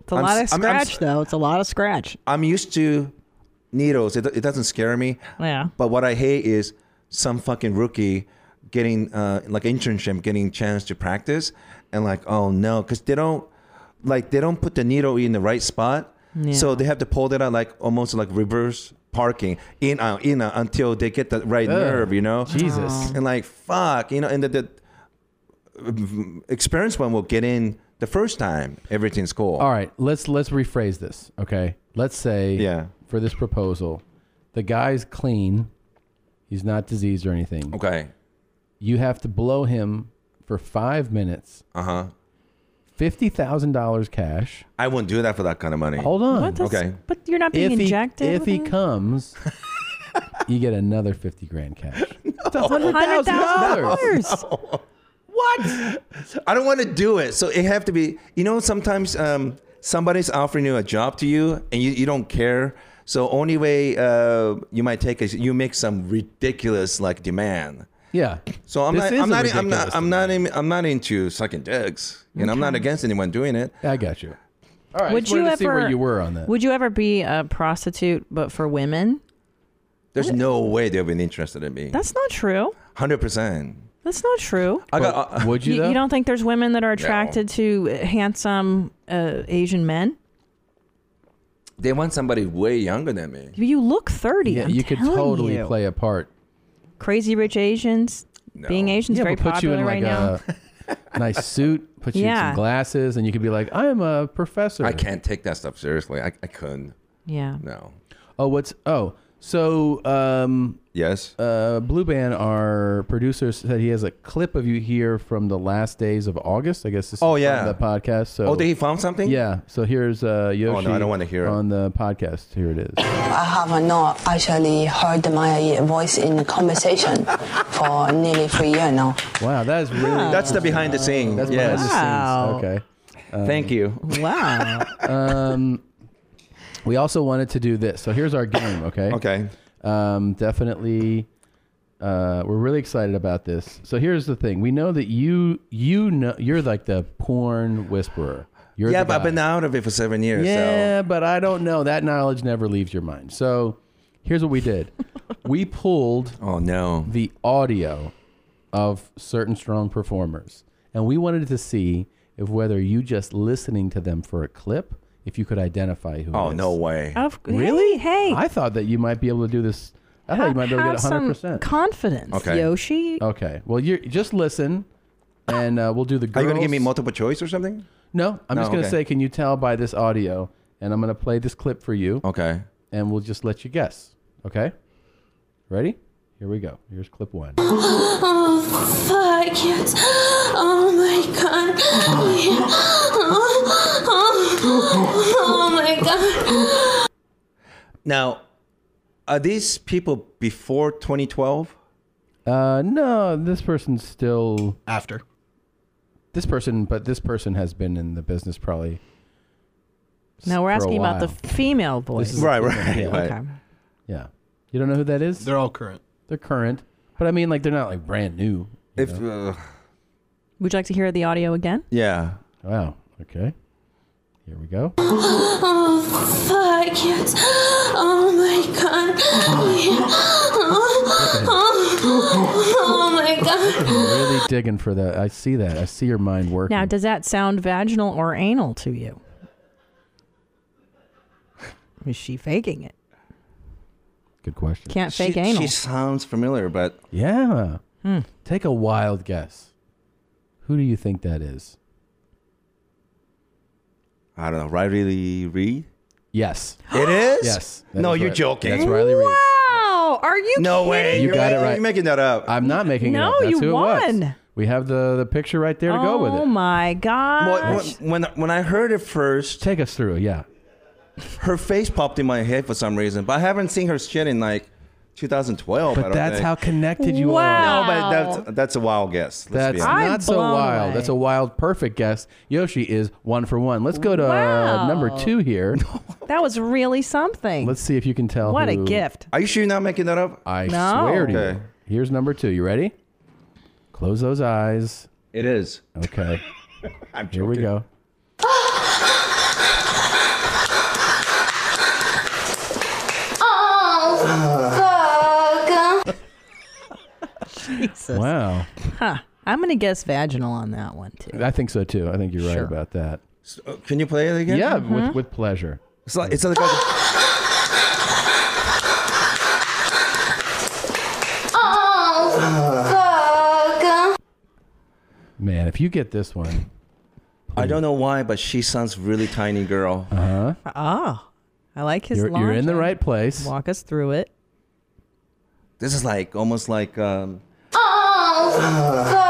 S2: It's a
S20: I'm
S2: lot of
S20: s- I'm- I'm s-
S2: scratch, though. It's a lot of scratch.
S20: I'm used to needles. It, it doesn't scare me.
S2: Yeah.
S20: But what I hate is some fucking rookie getting uh, like internship, getting chance to practice, and like, oh no, because they don't like they don't put the needle in the right spot,
S8: Yeah.
S20: so they have to pull it out like almost like reverse parking in out in out until they get the right
S1: Ugh.
S20: nerve, you know?
S1: Jesus. Oh.
S20: And like fuck, you know, and the, the experienced one will get in the first time. Everything's cool.
S1: All right, let's let's rephrase this. Okay, let's say
S20: Yeah.
S1: for this proposal, the guy's clean, he's not diseased or anything.
S20: Okay,
S1: you have to blow him for five minutes.
S20: Uh huh.
S1: Fifty thousand dollars cash.
S20: I wouldn't do that for that kind of money.
S1: Hold on.
S2: What? That's-
S20: Okay.
S2: But you're not being
S1: if
S2: injected.
S1: He, if he
S2: with it?
S1: comes, [LAUGHS] you get another fifty grand cash.
S20: [LAUGHS]
S1: It's
S2: $100,000.
S20: What? I don't want to do it. So it have to be. You know, sometimes um, somebody's offering you a job to you, and you, you don't care. So only way uh, you might take is you make some ridiculous like demand.
S1: Yeah.
S20: So I'm
S1: This
S20: not,
S1: is
S20: I'm
S1: a
S20: not, I'm
S1: ridiculous
S20: not, I'm not, in, I'm not into sucking dicks. You know, I'm not
S2: Okay.
S20: against anyone doing it.
S1: I got you. All right.
S2: would
S1: just
S2: you
S1: wanted to
S2: ever
S1: see where you were on that.
S2: Would you ever be a prostitute, but for women?
S20: There's no way they've been interested in me.
S2: That's not true.
S20: Hundred percent.
S2: That's not true.
S20: I got. Uh,
S1: Would
S2: You, you don't think there's women that are attracted to uh, handsome uh, Asian men?
S20: They want somebody way younger than me.
S2: You look 30.
S20: Yeah,
S2: I'm
S20: you could
S2: telling
S20: totally
S2: you.
S1: play a part.
S2: Crazy Rich Asians. Being Asians
S1: yeah,
S2: very
S1: but put you
S2: popular
S1: in
S2: right
S1: like
S2: now.
S20: [LAUGHS]
S1: a nice suit, put you in
S2: Yeah.
S1: some glasses, and you could be like, "I'm a professor."
S20: I can't take that stuff seriously. I, I couldn't.
S2: Yeah.
S20: No.
S1: Oh, what's oh? So, um,
S20: yes.
S1: Uh, Blue Band, our producer said he has a clip of you here from the last days of August. I guess this.
S20: Oh,
S1: is
S20: yeah.
S1: from the podcast. So,
S20: Oh, did he found something? Oh,
S1: Yeah. So here's uh, Yoshi.
S20: I don't wanna hear it.
S1: on the podcast. Here it is.
S6: I have not actually heard my voice in conversation for nearly three years now.
S1: Wow, that is really.
S20: That's the behind the scene.
S1: That's
S20: yes.
S1: behind the scenes. Okay.
S20: Thank you.
S2: Wow.
S1: um, we also wanted to do this. So here's our game, okay?
S20: Okay.
S1: Um, definitely uh, we're really excited about this. So here's the thing. We know that you you know you're like the porn whisperer. You're
S20: yeah,
S1: the
S20: but I've
S1: guy.
S20: been out of it for seven years. So.
S1: Yeah, but I don't know. That knowledge never leaves your mind. So here's what we
S2: [LAUGHS]
S1: did. we pulled
S20: oh no
S1: the audio of certain strong performers. And we wanted to see if whether you just listening to them for a clip, if you could identify who
S20: Oh,
S1: it is.
S20: no way.
S2: Of-
S1: really?
S2: Hey,
S1: I thought that you might be able to do this. I thought you might be able to
S2: Have
S1: get 100%.
S2: some confidence,
S1: Okay. Oh,
S2: Yoshi.
S1: Okay. Well, you just listen, and uh, we'll do the.
S20: Are
S1: Girls.
S20: you gonna give me multiple choice or something?
S1: No, I'm
S20: No,
S1: just gonna
S20: okay.
S1: say, can you tell by this audio? And I'm gonna play this clip for you.
S20: Okay.
S1: And we'll just let you guess. Okay. Ready? Here we go. Here's clip one.
S8: Oh, fuck, yes. Oh my god. Oh, yeah. oh, oh, oh my god.
S20: Now, are these people before 2012?
S1: Uh, no, this person's still
S11: after.
S1: This person, but this person has been in the business probably.
S2: Now we're
S1: for a
S2: asking about the
S1: while.
S2: female voice.
S1: This is a female.
S2: Okay.
S1: Yeah. You don't know who that is? They're
S11: all current.
S1: They're current. But I mean, like, they're not like brand new.
S20: If uh,
S2: Would you like to hear the audio again?
S20: Yeah.
S1: Wow. Okay. Here we go.
S8: Oh, fuck, yes. Oh my god. Oh, yeah. oh, oh, oh my god.
S1: really digging for that. I see that. I see your mind working.
S2: Now, does that sound vaginal or anal
S1: [LAUGHS]
S2: to you? Is she faking it?
S1: Good question.
S2: Can't
S20: She-
S2: fake anal.
S20: She sounds familiar, but
S1: yeah.
S2: Hmm.
S1: Take a wild guess. Who do you think that is?
S20: I don't know. Riley Reed.
S1: Yes.
S20: [GASPS] It is.
S1: Yes. that
S20: No,
S1: is
S20: you're
S1: right.
S20: joking.
S1: That's Riley Reed.
S2: Wow. Are you
S20: No
S2: kidding?
S20: way.
S1: You got it right.
S20: You're making that up.
S1: I'm not making it up.
S2: No,
S1: That's
S2: you
S1: who it was.
S2: won.
S1: We have the, the picture right there to go with it.
S2: Oh my gosh.
S20: Well, when, when when I heard it first,
S1: take us through. Yeah,
S20: her face popped in my head for some reason, but I haven't seen her shit in like 2012. I
S1: But
S20: don't
S1: that's
S20: think.
S1: how connected you
S20: No,
S1: are.
S20: but that's that's a wild guess. Let's
S1: That's
S20: be honest.
S1: not so wild. That's a wild, perfect guess. Yoshi is one for one. Let's go to uh, number
S2: Wow.
S20: [LAUGHS]
S1: two here.
S2: that was really something.
S1: Let's see if you can tell.
S2: What a
S1: who-
S2: gift.
S20: Are you sure you're not making that up?
S1: I
S2: No.
S1: swear to
S20: Okay.
S1: you. Here's number two. You ready? Close those eyes.
S20: It is. [LAUGHS]
S1: Okay. Here we go.
S8: Oh, fuck.
S2: Jesus.
S1: Wow.
S2: Huh. I'm going to guess vaginal on that one, too.
S1: I think so too. I think you're right about that.
S20: uh, Can you play it again?
S1: Yeah,
S2: Mm-hmm.
S1: with, with pleasure.
S20: It's like it's like a,
S8: Oh, fuck.
S1: man. If you get this one,
S20: I don't know why, but she sounds really tiny girl.
S1: Uh huh.
S2: Oh, I like his
S20: You're- you're in the
S2: lingerie.
S20: right place.
S2: Walk us through it.
S20: This is like almost like um,
S8: Oh, fuck.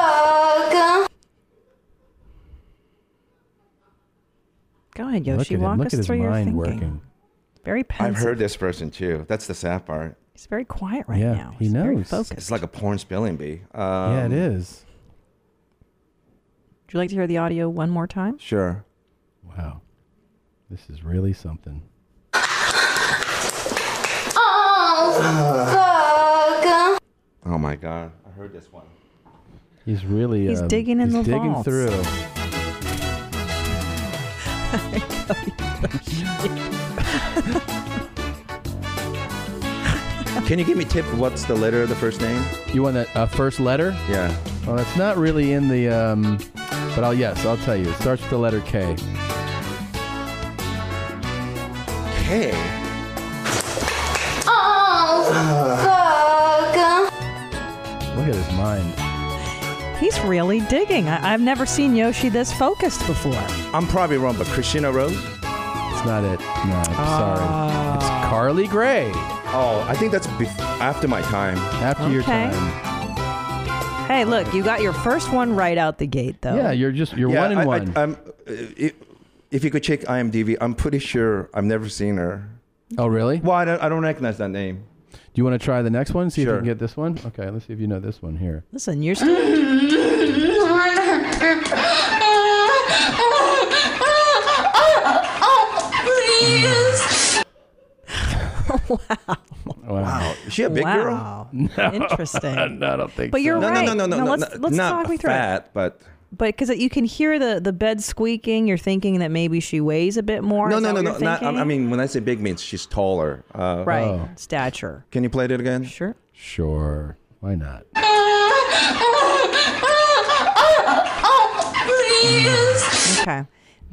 S2: Go ahead,
S20: Look
S2: Yoshi.
S20: at him.
S2: Walk
S20: Look
S2: us
S20: at his
S2: through your
S20: mind
S2: thinking.
S20: working.
S2: Very pensive.
S20: I've heard this person too. That's the sad part.
S2: He's very quiet right
S20: yeah,
S2: now.
S20: he knows.
S2: focused.
S20: It's like a porn spelling bee. Um,
S1: yeah, it is.
S2: Would you like to hear the audio one more time?
S20: Sure.
S1: Wow. This is really something.
S8: Oh, fuck.
S20: Oh my god, I heard this one.
S1: He's really
S8: He's
S1: um,
S8: digging in
S1: he's
S8: the
S1: digging
S8: vaults. [LAUGHS]
S2: [LAUGHS]
S1: through.
S20: Can you give me a tip? What's the letter of the first name?
S1: You want that uh, first letter?
S20: Yeah.
S1: Well, that's not really in the. Um, but I'll yes, I'll tell you. It starts with the letter K.
S20: K.
S8: Oh, fuck.
S1: Look at his mind.
S2: He's really digging. I- I've never seen Yoshi this focused before.
S20: I'm probably wrong, but Christina Rose? Ah.
S1: It's not it. No, I'm sorry. It's Carly Gray.
S20: Oh, I think that's bef- after my time.
S1: After
S2: your Okay. time. Hey, look, you got your first one right out the gate, though.
S20: Yeah, I- I- I'm- i- if you could check IMDb, I'm pretty sure I've never seen her.
S1: Oh, really?
S20: Well, I don't, I don't recognize that name.
S1: Do you want to try the next one? See if
S20: Sure.
S1: you can get this one. Okay, let's see if you know this one here.
S2: Listen, you're still.
S8: Please.
S1: Wow.
S20: Is she a big
S2: Wow.
S20: girl? [LAUGHS] No.
S2: Interesting.
S1: no, I don't think
S2: But so.
S20: [LAUGHS]
S2: you're
S20: no,
S2: right.
S20: No, no, no,
S2: No,
S20: no,
S2: let's-
S20: no,
S2: let's
S20: not
S2: talk me through it.
S20: fat, but
S2: But because you can hear the, the bed squeaking, you're thinking that maybe she weighs a bit more.
S20: no,
S2: Is
S20: no,
S2: that
S20: no,
S2: what
S20: no.
S2: you're
S20: Not, I I
S2: thinking?
S20: mean, when I say big, means she's taller. Uh,
S2: right, stature.
S20: Can you play that again? Sure.
S1: Oh. Sure. Why not?
S8: Please.
S2: Okay,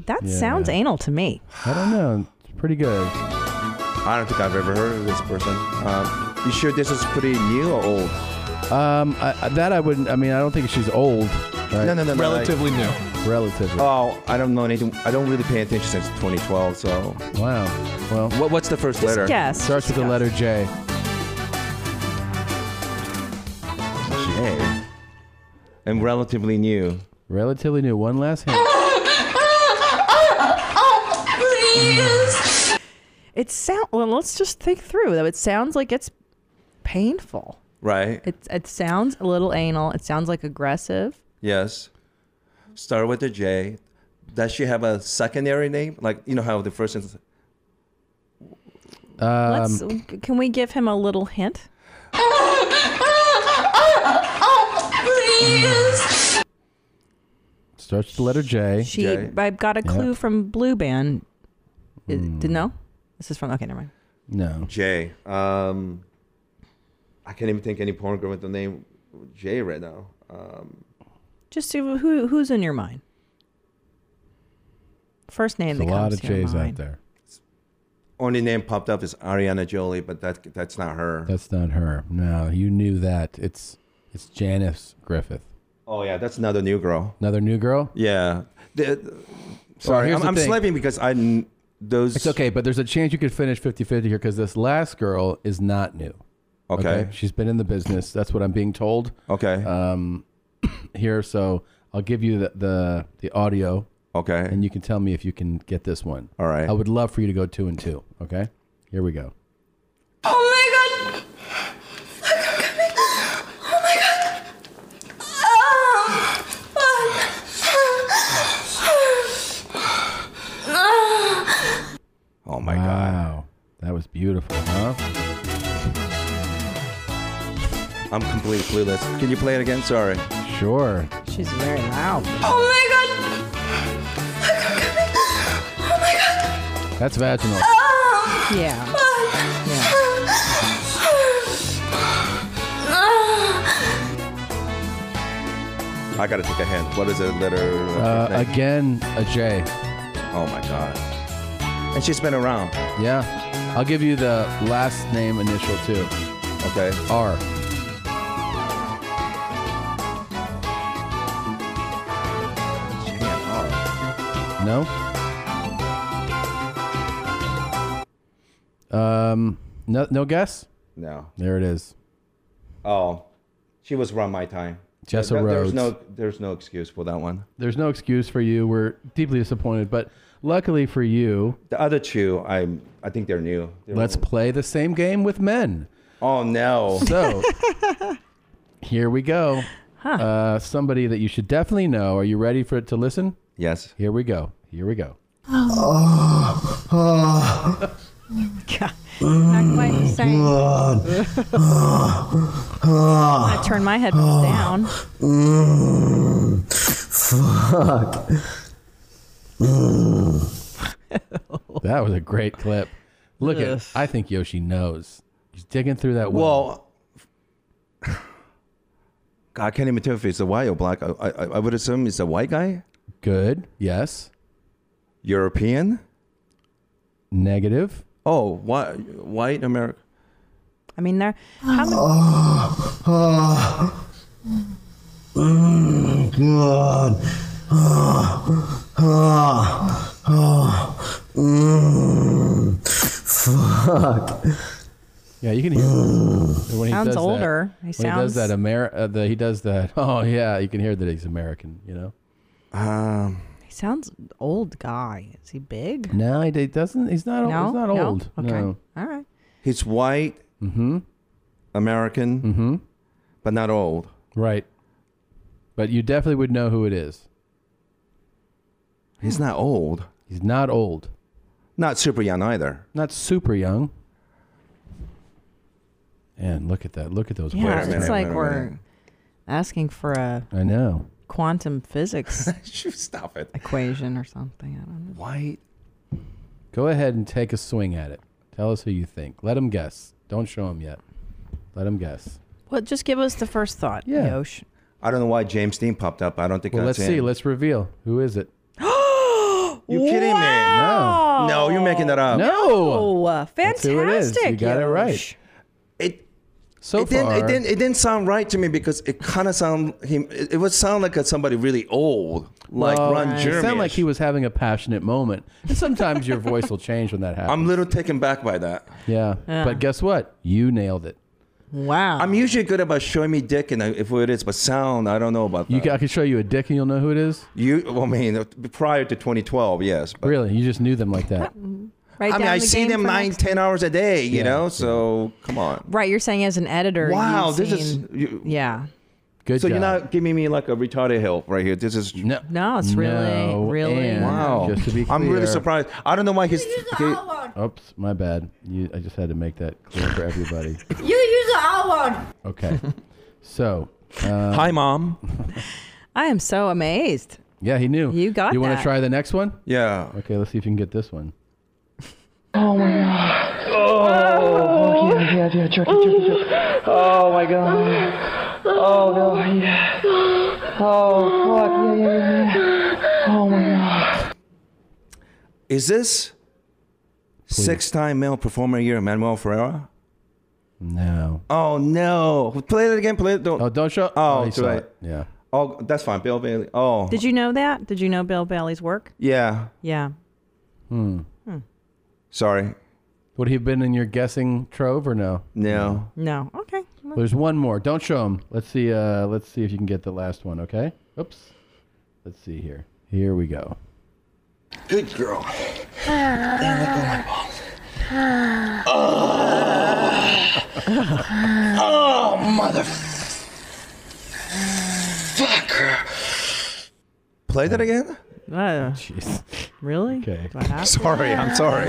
S2: that
S1: Yeah.
S2: sounds anal to me.
S1: I don't know. Oh, It's pretty good.
S20: I don't think I've ever heard of this person. Um, you sure this is pretty new or old?
S1: Um, I, I- that I wouldn't. I mean, I don't think she's old. Right?
S20: No, no, no, no, Relatively like-
S1: new. Relatively.
S20: Oh, I don't know anything. I don't really pay attention since 2012. So.
S1: Wow. Well.
S20: What, what's the first letter?
S1: Starts with the letter J.
S20: J. And relatively new.
S1: Relatively new. One last hint.
S8: Please.
S2: It sound well. Let's just think through though. It sounds like it's painful.
S20: Right.
S2: It it sounds a little anal. It sounds like aggressive.
S20: Yes. Start with the J. Does she have a secondary name? Like you know how the first is
S1: Um,
S2: Let's,
S20: Um,
S2: can we give him a little hint?
S8: Please.
S1: Starts with the letter J.
S2: She, I got a
S1: Yeah.
S2: clue from Blue Band. It-
S20: Hmm.
S2: Did no? This is from. Okay, never mind.
S1: No.
S20: J. Um, I can't even think any porn girl with the name J right now. Um,
S2: Just see who who's in your mind. First name
S20: There's a
S2: that
S20: lot
S2: comes
S20: of
S2: to your
S20: J's out
S2: mind.
S1: there.
S20: only name popped up is Ariana Jolie, but that that's not her.
S1: That's not her. No, you knew that. It's it's Janice Griffith.
S20: Oh yeah, that's another new girl.
S1: Another new girl.
S20: Yeah. The- sorry,
S1: here's
S20: I'm,
S1: the
S20: I'm
S1: thing.
S20: slapping because I kn- those.
S1: It's okay, but there's a chance you could finish 50-50 here because this last girl is not new.
S20: Okay.
S1: she's been in the business. That's what I'm being told.
S20: Okay,
S1: um, [CLEARS THROAT] here, so I'll give you the the, the audio.
S20: Okay,
S1: and you can tell me if you can get this one.
S20: All right,
S1: I would love for you to go two and two. Okay, here we go.
S8: Oh my god! Look, I'm coming! Oh my god! Oh Ah! Ah! Ah!
S20: Oh my
S1: god! Wow, that was beautiful, huh?
S20: I'm completely clueless. Can you play it again? Sorry.
S1: Sure.
S2: She's very
S8: [SIGHS]
S2: loud.
S8: Oh my god! Look, I'm coming! Oh my god!
S1: That's vaginal.
S8: Ah!
S2: Yeah.
S8: Ah!
S20: I gotta take a hint. What is the letter?
S1: Uh, again, a J.
S20: Oh my god! And she's been around.
S1: Yeah, I'll give you the last name initial too.
S20: Okay.
S1: R. No. Um, no, no guess.
S20: No.
S1: There it is.
S20: Oh, she was around my time.
S1: Jessa
S20: There- There's
S1: Rhodes.
S20: no, there's no excuse for that one.
S1: There's no excuse for you. We're deeply disappointed, but luckily for you,
S20: The other two, I'm, I think they're new. They're-
S1: let's play the same game with men.
S20: Oh no! [LAUGHS]
S1: So here we go. Uh, somebody that you should definitely know. Are you ready for it to listen?
S20: Yes.
S1: Here we go. Here we go.
S8: Oh.
S1: Oh.
S2: Not quite the same. I turn my headphones down.
S8: Mm, fuck. Mm.
S1: that was a great clip. Look at. I think Yoshi knows. He's digging through that. Well,
S20: I can't even tell if it's a white or black. I, I, I would assume it's a white guy.
S1: Good. Yes.
S20: European.
S1: Negative.
S20: Oh, white, white American.
S2: I mean, there. How many?
S8: Oh, [SIGHS] oh, God. Oh, oh, oh, mm, fuck.
S1: Yeah, you can hear when he
S2: Sounds
S1: does that-
S2: older. He
S1: when he does
S2: sounds-
S1: that Ameri- uh, the, he does that. [LAUGHS] Oh yeah, you can hear that he's American. You know.
S20: Um.
S2: He sounds old guy. Is he big?
S1: No, he, he doesn't. He's not.
S2: No?
S1: old He's not
S2: No?
S1: old.
S2: Okay.
S1: No.
S2: All right.
S20: He's white.
S1: Mm-hmm.
S20: American.
S1: Mm-hmm.
S20: But not old.
S1: Right. But you definitely would know who it is.
S20: He's not old.
S1: He's not old.
S20: Not super young either.
S1: Not super young. And look at that. Look at those.
S2: Yeah,
S1: words.
S2: it's like we're asking for a
S1: I know.
S20: [LAUGHS]
S2: quantum physics
S20: Stop it.
S2: equation or something. I don't know.
S20: White.
S1: Go ahead and take a swing at it. Tell us who you think. Let him guess. Don't show him yet. Let him guess.
S2: Well, just give us the first thought.
S1: Yeah.
S2: Yosh.
S20: I don't know why James Dean popped up. I don't think
S1: Well,
S20: that's
S1: let's
S20: him.
S1: see. Let's reveal. Who is it?
S20: [GASPS] You kidding me? No. No, you're making that up.
S2: No.
S20: That's who it is. You
S2: fantastic.
S20: got it right.
S2: Yosh.
S20: It.
S1: So
S20: it didn't,
S1: far-
S20: it didn't. It didn't sound right to me because it kind of sound him. It, it would sound like a, somebody really old, like
S1: Well,
S20: Ron
S1: It
S20: Jeremy.
S1: sounded like he was having a passionate moment. And
S20: [LAUGHS]
S1: sometimes your voice will change when that happens.
S20: I'm a little taken back by that.
S1: yeah.
S20: Yeah.
S1: But guess what? You nailed it.
S2: Wow.
S20: I'm usually good about showing me dick and I- if it is, but sound I don't know about that.
S1: You, I can show you a dick and you'll know who it is.
S20: You, well, I mean, uh, prior to 2012, yes. But
S1: Really? You just knew them like that.
S2: Write
S20: I mean,
S2: down
S20: I
S2: the
S20: see
S2: game
S20: them
S2: for
S20: nine,
S2: next-
S20: ten hours a day. [LAUGHS] You
S1: Yeah.
S20: know, so come on.
S2: Right, you're saying as an editor.
S20: Wow,
S2: you've
S20: this is-
S2: seen- yeah.
S1: Good
S20: so you're
S1: job.
S20: not giving me like a retarded help right here. This is
S1: no,
S2: No, it's really, really.
S1: and
S20: wow.
S1: just to be
S20: I'm really
S1: clear-
S20: surprised. I don't know why he's. Okay,
S1: Oops, my bad. You, I just had to make that clear
S20: [LAUGHS]
S1: for everybody.
S23: You use the R word.
S1: Okay. So. Uh,
S20: Hi, mom.
S2: I am so amazed.
S1: Yeah, he knew. You
S2: got
S1: You want
S2: that.
S1: to try the next one?
S20: Yeah.
S1: Okay, let's see if you can get this one.
S8: Oh my god. Oh, fuck yeah, yeah, yeah, jerky, jerky, jerky. Oh my god. Oh god, yeah. Oh fuck, yeah, yeah, yeah, yeah. Oh my god.
S20: is this six-time male performer of the year Manuel Ferreira?
S1: No.
S20: Oh no! Play it again. Play it. Don't. Oh,
S1: don't show.
S20: Oh,
S1: he
S20: too
S1: saw
S20: late.
S1: it. Yeah.
S20: Oh, that's fine. Bill Bailey. Oh.
S2: Did you know that? Did you know Bill Bailey's work?
S20: Yeah.
S2: Yeah.
S1: Hmm.
S2: Hmm.
S20: Sorry.
S1: Would he have been in your guessing trove or no?
S20: No.
S2: No. Okay.
S1: Well, There's one more. Don't show him. Let's see. Uh, let's see if you can get the last one. Okay. Oops. Let's see here. Here we go.
S8: Good girl. Oh mother fucker.
S20: Play that again.
S1: Jeez.
S2: Really?
S1: Okay.
S20: Sorry. I'm sorry.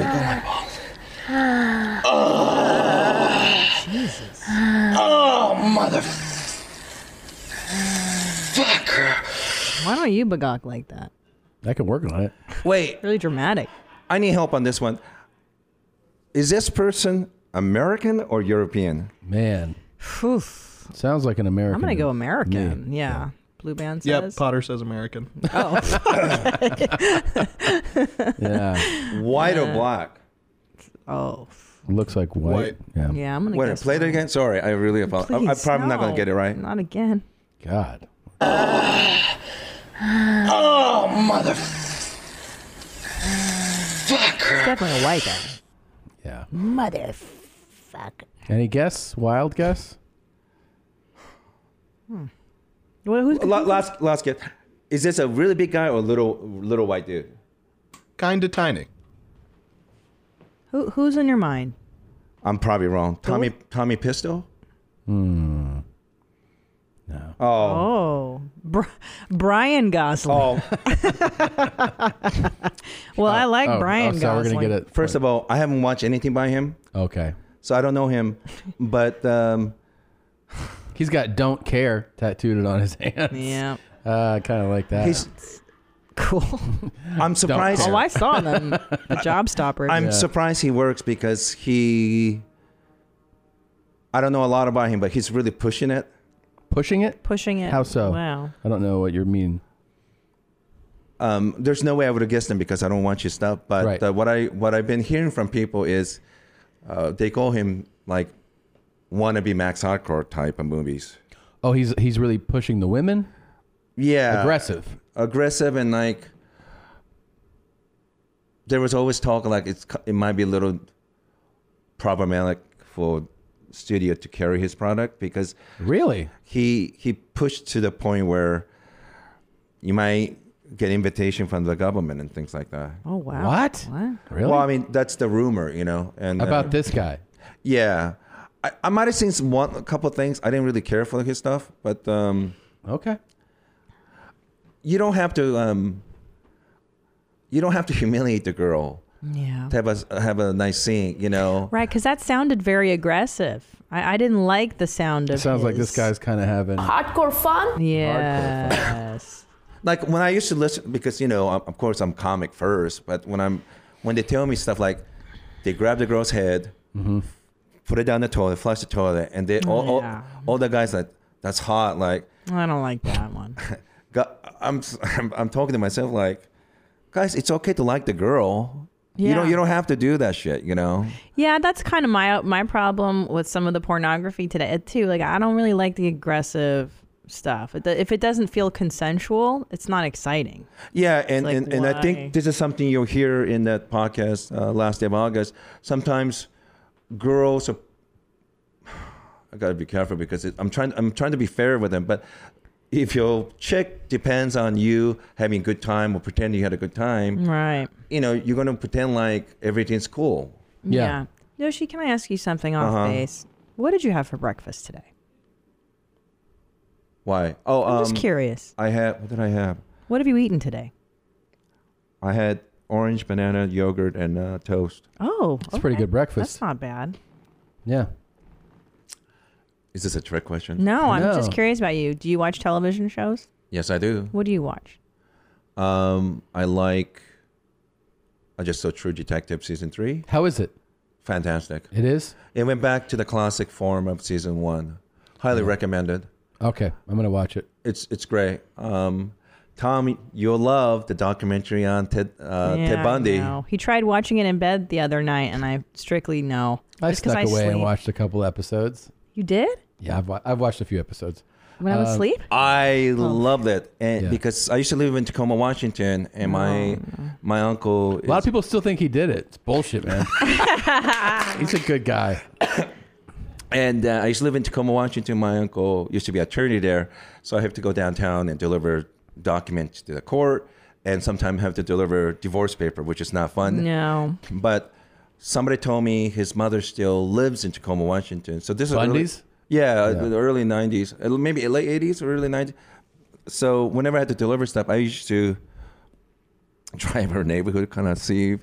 S8: Jesus. Oh mother fucker.
S2: Why don't you begawk like that?
S1: I can work on it.
S20: Wait.
S2: Really dramatic.
S20: I need help on this one. Is this person American or European?
S1: Man. Sounds like an American.
S2: I'm gonna go
S1: to
S2: American.
S1: me.
S2: Yeah. Blue band
S11: Yep,
S2: says.
S11: Potter says American.
S2: Oh. [LAUGHS]
S1: Yeah.
S20: White
S2: Yeah.
S20: or black?
S2: Oh.
S1: Looks like white. Yeah.
S2: [LAUGHS] Yeah, I'm gonna
S20: Wait,
S2: guess
S20: play that again. Sorry, I really apologize. I'm, I'm
S2: Please,
S20: probably not gonna
S2: no.
S20: get it right.
S2: Not again.
S1: God.
S8: Oh mother fucker.
S2: Definitely a white guy.
S1: Yeah.
S2: Motherfucker.
S1: Any guess? Wild guess?
S2: Well, who's
S20: La- last last guess. Is this a really big guy or a little little white dude?
S11: Kinda tiny.
S2: Who, who's in your mind?
S20: I'm probably wrong. Tommy Tommy Pistol.
S1: Hmm.
S20: Oh.
S2: Oh, Br- Brian Gosling. [LAUGHS] well, I
S1: Oh,
S2: like Brian Gosling.
S20: First of all, I haven't watched anything by him,
S1: Okay.
S20: so I don't know him. But um,
S1: He's got "Don't Care" tattooed on his hands.
S2: Yeah.
S1: [LAUGHS] Uh, kind of like that.
S20: He's-
S2: cool.
S20: [LAUGHS] I'm surprised.
S2: Oh, I saw them. The Job Stoppers.
S20: I'm surprised he works because he. I don't know a lot about him, but he's really pushing it.
S1: Pushing it?
S2: Pushing it.
S1: How so?
S2: Wow.
S1: I don't know what you mean.
S20: um, there's no way I would have guessed them because I don't want you stuff. But
S1: Right.
S20: uh, what I what I've been hearing from people is uh, they call him like wannabe Max Hardcore type of movies.
S1: Oh, he's he's really pushing the women.
S20: Yeah,
S1: Aggressive.
S20: aggressive, and like there was always talk like it's co- it might be a little problematic for studio to carry his product because
S1: really
S20: he he pushed to the point where you might get invitation from the government and things like that.
S2: Oh wow.
S1: What? Really?
S20: Well, I mean, that's the rumor, you know. And uh,
S1: About this guy.
S20: yeah, I, I might have seen some, one a couple of things. I didn't really care for his stuff, but um,
S1: okay.
S20: You don't have to. Um, you don't have to [LAUGHS] humiliate the girl
S2: Yeah.
S20: to have a have a nice scene, you know.
S2: Right, because that sounded very aggressive. I, I didn't like the sound of.
S1: It sounds like this
S2: his-
S1: guy's kind of having.
S12: Hardcore fun?
S2: Yes.
S20: Like when I used to listen, because you know, of course, I'm comic first, but when I'm when they tell me stuff like they grab the girl's head, put it down the toilet, flush the toilet, and they all, all-
S2: Mm-hmm. Oh, Yeah.
S20: all the guys like that's hot, like [LAUGHS]
S2: I don't like that one.
S20: God, I'm, I'm I'm talking to myself like, guys, it's okay to like the girl. You don't
S2: Yeah.
S20: you don't have to do that shit. You know.
S2: Yeah, that's kind of my my problem with some of the pornography today uh, too. Like, I don't really like the aggressive stuff. It- If it doesn't feel consensual, it's not exciting.
S20: Yeah, and
S2: like,
S20: and, and I
S2: why?
S20: think this is something you'll hear in that podcast uh, last day of August. Sometimes girls are. [SIGHS] I gotta be careful because it, I'm trying. I'm trying to be fair with them, but if your chick depends on you having a good time or pretending you had a good time,
S2: right?
S20: You know, you're gonna pretend like everything's cool.
S2: Yoshi, can I ask you something off
S20: Uh-huh.
S2: base? What did you have for breakfast today?
S20: Why? Oh,
S2: I'm just
S20: um,
S2: curious.
S20: I had. What did I have?
S2: What have you eaten today?
S20: I had orange, banana, yogurt, and uh, toast.
S2: Oh,
S20: It's pretty good breakfast.
S2: That's not bad.
S1: Yeah.
S20: Is this a trick question?
S2: No, I'm just curious about you. Do you watch television shows?
S20: Yes, I do.
S2: What do you watch?
S20: Um, I like. I just saw True Detective season three.
S1: How is it?
S20: Fantastic.
S1: It is.
S20: It went back to the classic form of season one. Highly recommended.
S1: Okay, I'm gonna watch it.
S20: It's it's great. Um, Tom, you'll love the documentary on Ted uh,
S2: Yeah,
S20: Ted Bundy.
S2: no. He tried watching it in bed the other night, and I strictly no.
S1: I
S2: Just 'cause
S1: snuck away and
S2: sleep.
S1: watched a couple episodes.
S2: You did?
S1: Yeah, I've, wa- I've watched a few episodes.
S2: When I was
S1: Uh,
S2: asleep? Oh.
S20: I loved it, and because I used to live in Tacoma, Washington, and
S2: Oh.
S20: my my uncle. A lot of
S1: people still think he did it. It's bullshit,
S2: [LAUGHS]
S1: man. He's a good guy.
S20: [COUGHS] And uh, I used to live in Tacoma, Washington. My uncle used to be attorney there, so I have to go downtown and deliver documents to the court, and sometimes have to deliver divorce paper, which is not fun.
S2: No.
S20: But somebody told me his mother still lives in Tacoma, Washington. So this is
S1: Bundy's?
S20: early, yeah, uh, the early '90s, uh, maybe late '80s or early '90s. So whenever I had to deliver stuff, I used to [LAUGHS] drive her neighborhood, kind of see.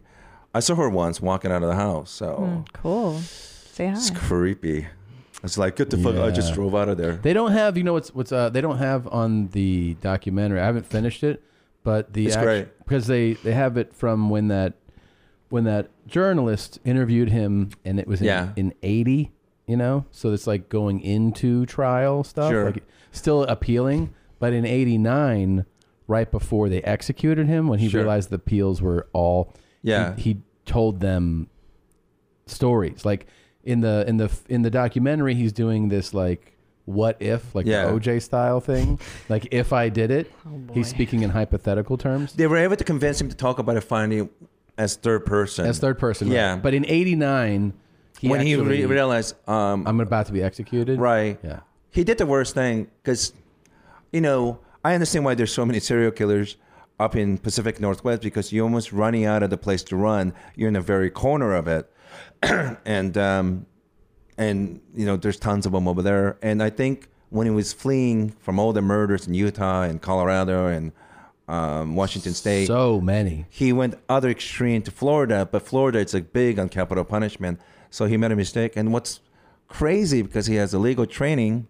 S20: I saw her once walking out of the house, so
S1: Oh.
S2: Hmm, cool. Say hi.
S20: creepy. It's like get the fuck. I just
S1: Yeah.
S20: drove out of there.
S1: They don't have, you know, what's what's uh, they don't have on the documentary. I haven't finished it, but the
S20: It's
S1: act-
S20: great.
S1: because they they have it from when that when that journalist interviewed him, and it was in,
S20: Yeah.
S1: in eighty, you know, so it's like going into trial stuff,
S20: Sure.
S1: like still appealing, but in eighty nine, right before they executed him, when he
S20: Sure.
S1: realized the appeals were all,
S20: Yeah.
S1: he, he told them stories like in the in the in the documentary he's doing this like what if like
S20: Yeah.
S1: the oj style
S20: [LAUGHS]
S1: thing like if i did it
S2: Oh,
S1: he's speaking in hypothetical terms
S20: They were able to convince him to talk about it finally as third person.
S1: as third person right?
S20: Yeah.
S1: but in 89 he
S20: when he
S1: actually-
S20: re- realized, um,
S1: i'm about to be executed.
S20: Right.
S1: Yeah.
S20: He did the worst thing because, you know, I understand why there's so many serial killers up in Pacific Northwest because you're almost running out of the place to run. You're in the very corner of it, [CLEARS THROAT] and um, and you know there's tons of them over there. And I think when he was fleeing from all the murders in Utah and Colorado and um, Washington State,
S1: so many.
S20: He went other extreme to Florida, but Florida it's like big on capital punishment. So he made a mistake. And what's crazy because he has a legal training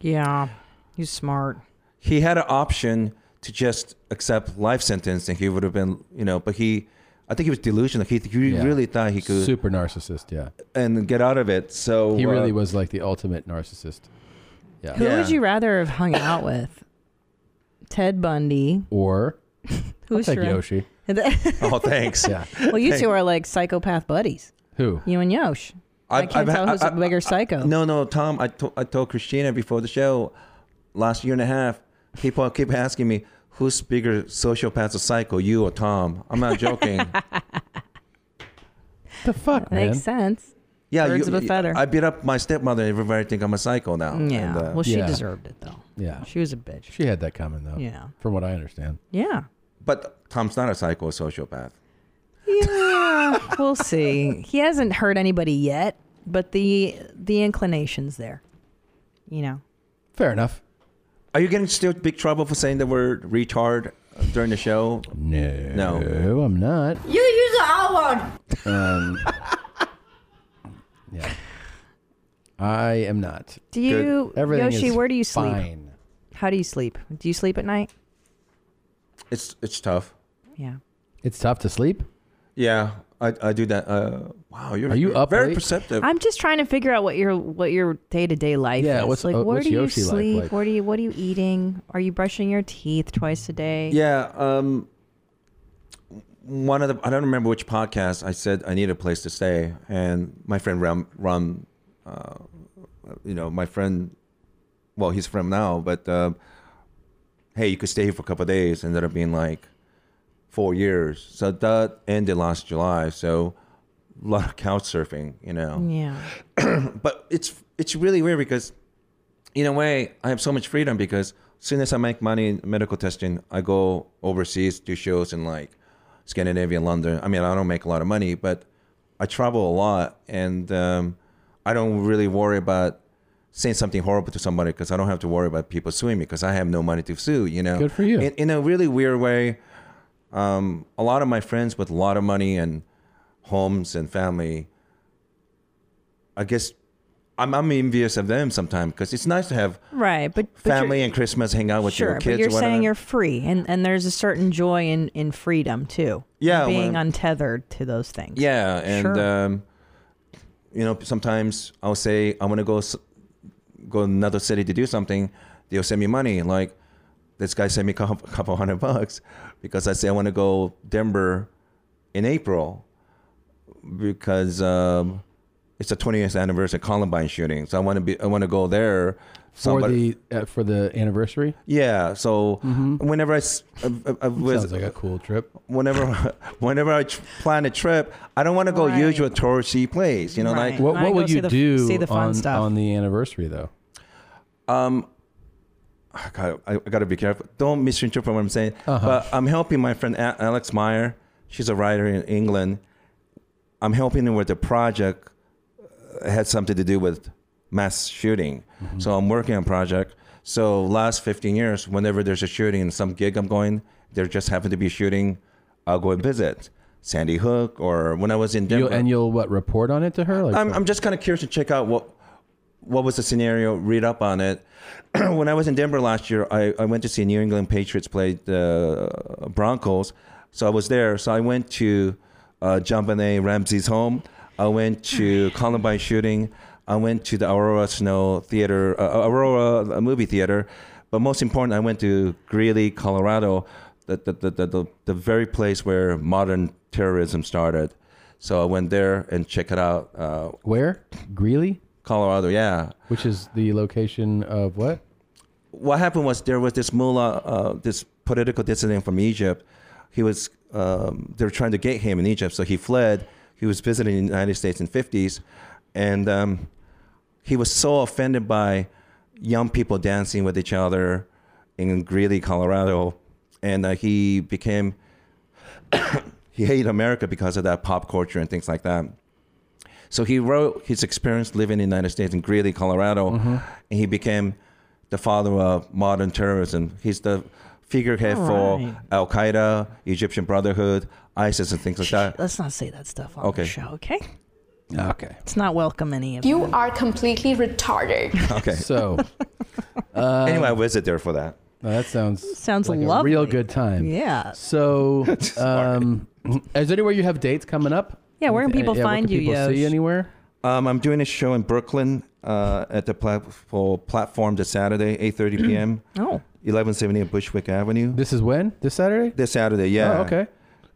S2: Yeah. He's smart.
S20: he had an option to just accept life sentence and he would have been you know but he i think he was delusional he, he
S1: Yeah.
S20: really thought he could
S1: super narcissist yeah
S20: and get out of it so
S1: he
S20: uh,
S1: really was like the ultimate narcissist Yeah.
S2: Who would you rather have hung
S1: [COUGHS]
S2: out with? Ted Bundy. [LAUGHS]
S1: Or
S2: Who's
S1: I'll take
S2: your- [LAUGHS]
S1: Yoshi.
S20: [LAUGHS] oh, thanks. Yeah.
S2: well, you two are like psychopath buddies.
S1: Who?
S2: You and Yosh. I can't tell who's a bigger psycho.
S20: No, no, Tom. I to- I told Christina before the show, last year and a half, people keep asking me who's bigger sociopath or psycho, you or Tom. I'm not
S2: [LAUGHS]
S20: joking.
S1: the fuck,
S2: Makes sense.
S20: yeah,
S2: Birds
S20: you,
S2: of a feather.
S20: I beat up my stepmother. and Everybody think I'm a psycho now. uh,
S2: Yeah. Well, she Yeah. deserved it though.
S1: Yeah.
S2: She was a bitch.
S1: She had that coming though.
S2: Yeah.
S1: From what I understand.
S2: Yeah.
S20: But Tom's not a psycho or sociopath.
S2: Yeah,
S1: [LAUGHS]
S2: we'll see. He hasn't hurt anybody yet, but the the inclination's there. You know.
S1: Fair enough.
S20: Are you getting still big trouble for saying the word retard during the show?
S1: No.
S20: No.
S1: No, I'm not.
S8: You use the R word.
S1: [LAUGHS] Um, yeah. I am not.
S2: Do you
S1: Everything
S2: Yoshi,
S1: is
S2: where do you sleep?
S1: fine.
S2: How do you sleep? Do you sleep at night?
S20: It's it's tough.
S2: Yeah.
S1: It's tough to sleep.
S20: Yeah, I, I do that. Uh, wow, you're
S1: Are you up
S20: Very
S1: late?
S20: perceptive.
S2: I'm just trying to figure out what your what your day to day life
S20: Yeah,
S2: is.
S20: what's-
S2: like
S20: uh,
S2: where
S20: what's
S2: do you
S20: Yoshi like?
S2: sleep?
S20: Like-
S2: Where do you what are you eating? Are you brushing your teeth twice a day?
S20: Yeah. Um, one of the I don't remember which podcast I said I need a place to stay, and my friend Ram, Ram uh, you know, my friend, well, he's from now, but um hey, you could stay here for a couple of days. Ended up being like four years. So that ended last July. So a lot of couch surfing, you know.
S2: Yeah.
S20: [CLEARS THROAT] but it's it's really weird because in a way I have so much freedom because as soon as I make money in medical testing, I go overseas, do shows in like Scandinavia, London. I mean, I don't make a lot of money, but I travel a lot, and um, I don't really worry about saying something horrible to somebody because I don't have to worry about people suing me because I have no money to sue. You know,
S1: Good for you.
S20: In, in a really weird way, um, a lot of my friends with a lot of money and homes and family, I guess I'm, I'm envious of them sometimes because it's nice to have
S2: Right, but, but you're-
S20: family and Christmas, hang out with
S2: sure,
S20: your kids.
S2: but you're
S20: or whatever.
S2: saying you're free, and, and there's a certain joy in, in freedom too.
S20: Yeah,
S2: being
S20: well-
S2: untethered to those things.
S20: Yeah, and
S2: Sure.
S20: um, you know, sometimes I'll say I want to go s- go another city to do something. They'll send me money. Like this guy sent me a cou- couple [LAUGHS] hundred bucks because I say I want to go Denver in April because um, it's the 20th anniversary of Columbine shooting. So I want to be I want to go there.
S1: For
S20: Somebody-
S1: the uh, for the anniversary.
S20: yeah. So whenever I, s- I- I- I was
S1: Mm-hmm. Sounds like a cool trip.
S20: Whenever, [LAUGHS] whenever I tr- plan a trip, I don't want to go usual touristy place. You know, like
S1: what what will you do on, on the anniversary though?
S20: Um, I gotta, Ah, I gotta be careful. Don't misinterpret what I'm saying.
S1: Uh-huh.
S20: But I'm helping my friend A- Alex Meyer. She's a writer in England. I'm helping her with a project uh, had something to do with mass shooting.
S1: Mm-hmm.
S20: So I'm working on project. So last 15 years, whenever there's a shooting in some gig I'm going, there just happened to be a shooting, I'll go and visit Sandy Hook or when I was in Denver.
S1: You'll, and you'll what report on it to her? Like
S20: I'm, I'm just kind of curious to check out what what was the scenario, read up on it. [CLEARS THROAT] when I was in Denver last year, I, I went to see New England Patriots play the uh, Broncos. So I was there. So I went to uh, JonBenet Ramsey's home. I went to Columbine shooting. I went to the Aurora Snow Theater, uh, Aurora uh, movie theater. But most important, I went to Greeley, Colorado, the, the, the, the, the, the very place where modern terrorism started. So I went there and check it out. Uh,
S1: where? Greeley?
S20: Colorado, yeah.
S1: Which is the location of what?
S20: What happened was there was this mullah, uh, this political dissident from Egypt. He was, um, they were trying to get him in Egypt, so he fled. He was visiting the United States in 50s. And um, he was so offended by young people dancing with each other in Greeley, Colorado. And uh, he became, he hated America because of that pop culture and things like that. So he wrote his experience living in the United States in Greeley, Colorado,
S1: Mm-hmm.
S7: Mhm.
S20: and he became the father of modern terrorism. He's the figurehead
S2: All right.
S20: for Al Qaeda, Egyptian Brotherhood, ISIS, and things like that.
S2: Let's not say that stuff on
S20: Okay.
S2: the show, okay?
S1: Okay.
S2: It's not welcome any of
S12: You are completely retarded.
S20: Okay. [LAUGHS]
S1: So um,
S20: anyway, I visit there for that.
S1: Now, that sounds
S2: Sounds
S1: like
S2: lovely.
S1: a real good time.
S2: Yeah.
S20: [LAUGHS]
S1: So, um, [CLEARS THROAT] is there anywhere you have dates coming up?
S2: Yeah, where can
S1: Anything-
S2: people
S1: yeah,
S2: find
S1: can
S2: you,
S1: People see
S2: Yosh?
S1: you anywhere?
S20: Um, I'm doing a show in Brooklyn uh, at the plat- for platform this Saturday, 8:30 p.m.
S2: Oh.
S20: 1170 Bushwick Avenue.
S1: This is when? This Saturday?
S20: This Saturday, yeah.
S1: Oh, okay.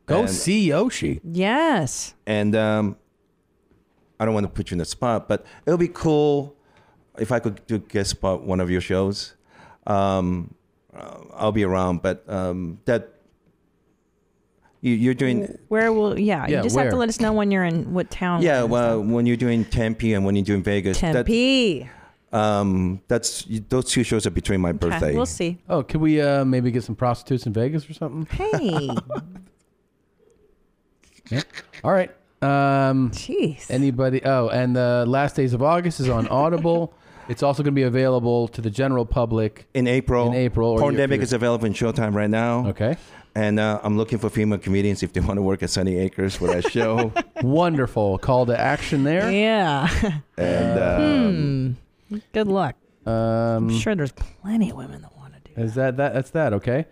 S1: Go
S20: And-
S1: see Yoshi.
S2: Yes.
S20: And um, I don't want to put you in the spot, but it'll be cool if I could do guest spot one of your shows. Um, uh, I'll be around, but um, that you, you're doing.
S2: Where will? Yeah,
S20: Yeah,
S2: you just have to
S20: where?
S2: let us know when you're in what town.
S20: Yeah, well, when you're doing Tempe and when you're doing Vegas, that-
S2: Tempe.
S20: um, that's those two shows are between my birthday.
S2: We'll see.
S1: Oh, could we uh, maybe get some prostitutes in Vegas or something?
S2: Hey.
S1: [LAUGHS] Yeah. All right. Um,
S2: Jeez.
S1: Anybody? Oh, and the last days of August is on
S2: [LAUGHS]
S1: Audible. it's also going to be available to the general public
S20: in April.
S1: In April. or
S20: Pandemic
S1: if
S20: is available in Showtime right now.
S1: Okay.
S20: And uh, I'm looking for female comedians if they want to work at Sunny Acres for that show.
S1: you're- [LAUGHS] wonderful call to action there.
S2: [LAUGHS] Yeah. [LAUGHS]
S20: And
S1: uh,
S20: um,
S2: hmm. Good luck.
S1: Um,
S2: I'm sure there's plenty of women.
S1: Is that that? That's that. Okay.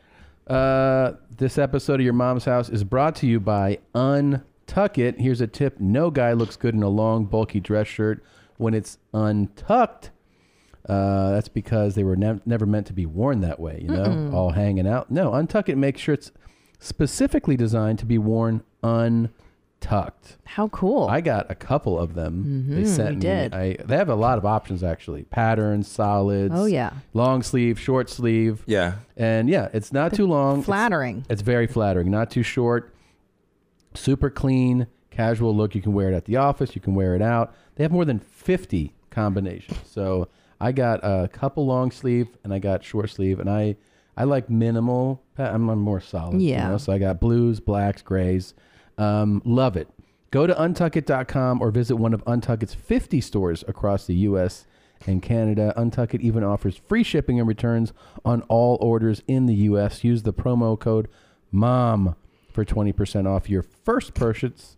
S1: Uh, this episode of Your Mom's House is brought to you by Untuck It. Here's a tip: No guy looks good in a long, bulky dress shirt when it's untucked. Uh, that's because they were nev- never meant to be worn that way. You know,
S7: Mm-mm.
S1: all hanging out. No, Untuck It makes shirts specifically designed to be worn untucked.
S2: How cool!
S1: I got a couple of them.
S2: Mhm,
S1: They sent
S2: you
S1: me.
S2: did.
S1: I, they have a lot of options actually: patterns, solids.
S2: Oh, yeah.
S1: long sleeve, short sleeve.
S20: Yeah.
S1: And yeah, it's not too long. It's-
S2: flattering.
S1: It's, very flattering. Not too short. Super clean, casual look. You can wear it at the office. You can wear it out. They have more than 50 combinations. So I got a couple long sleeve and I got short sleeve and I I like minimal. I'm, I'm more solid. you
S2: Yeah.
S1: know? So I got blues, blacks, grays. Um, love it. Go to untuckit.com or visit one of Untuckit's 50 stores across the U.S. and Canada. Untuckit even offers free shipping and returns on all orders in the U.S. Use the promo code MOM for 20% off your first purchase.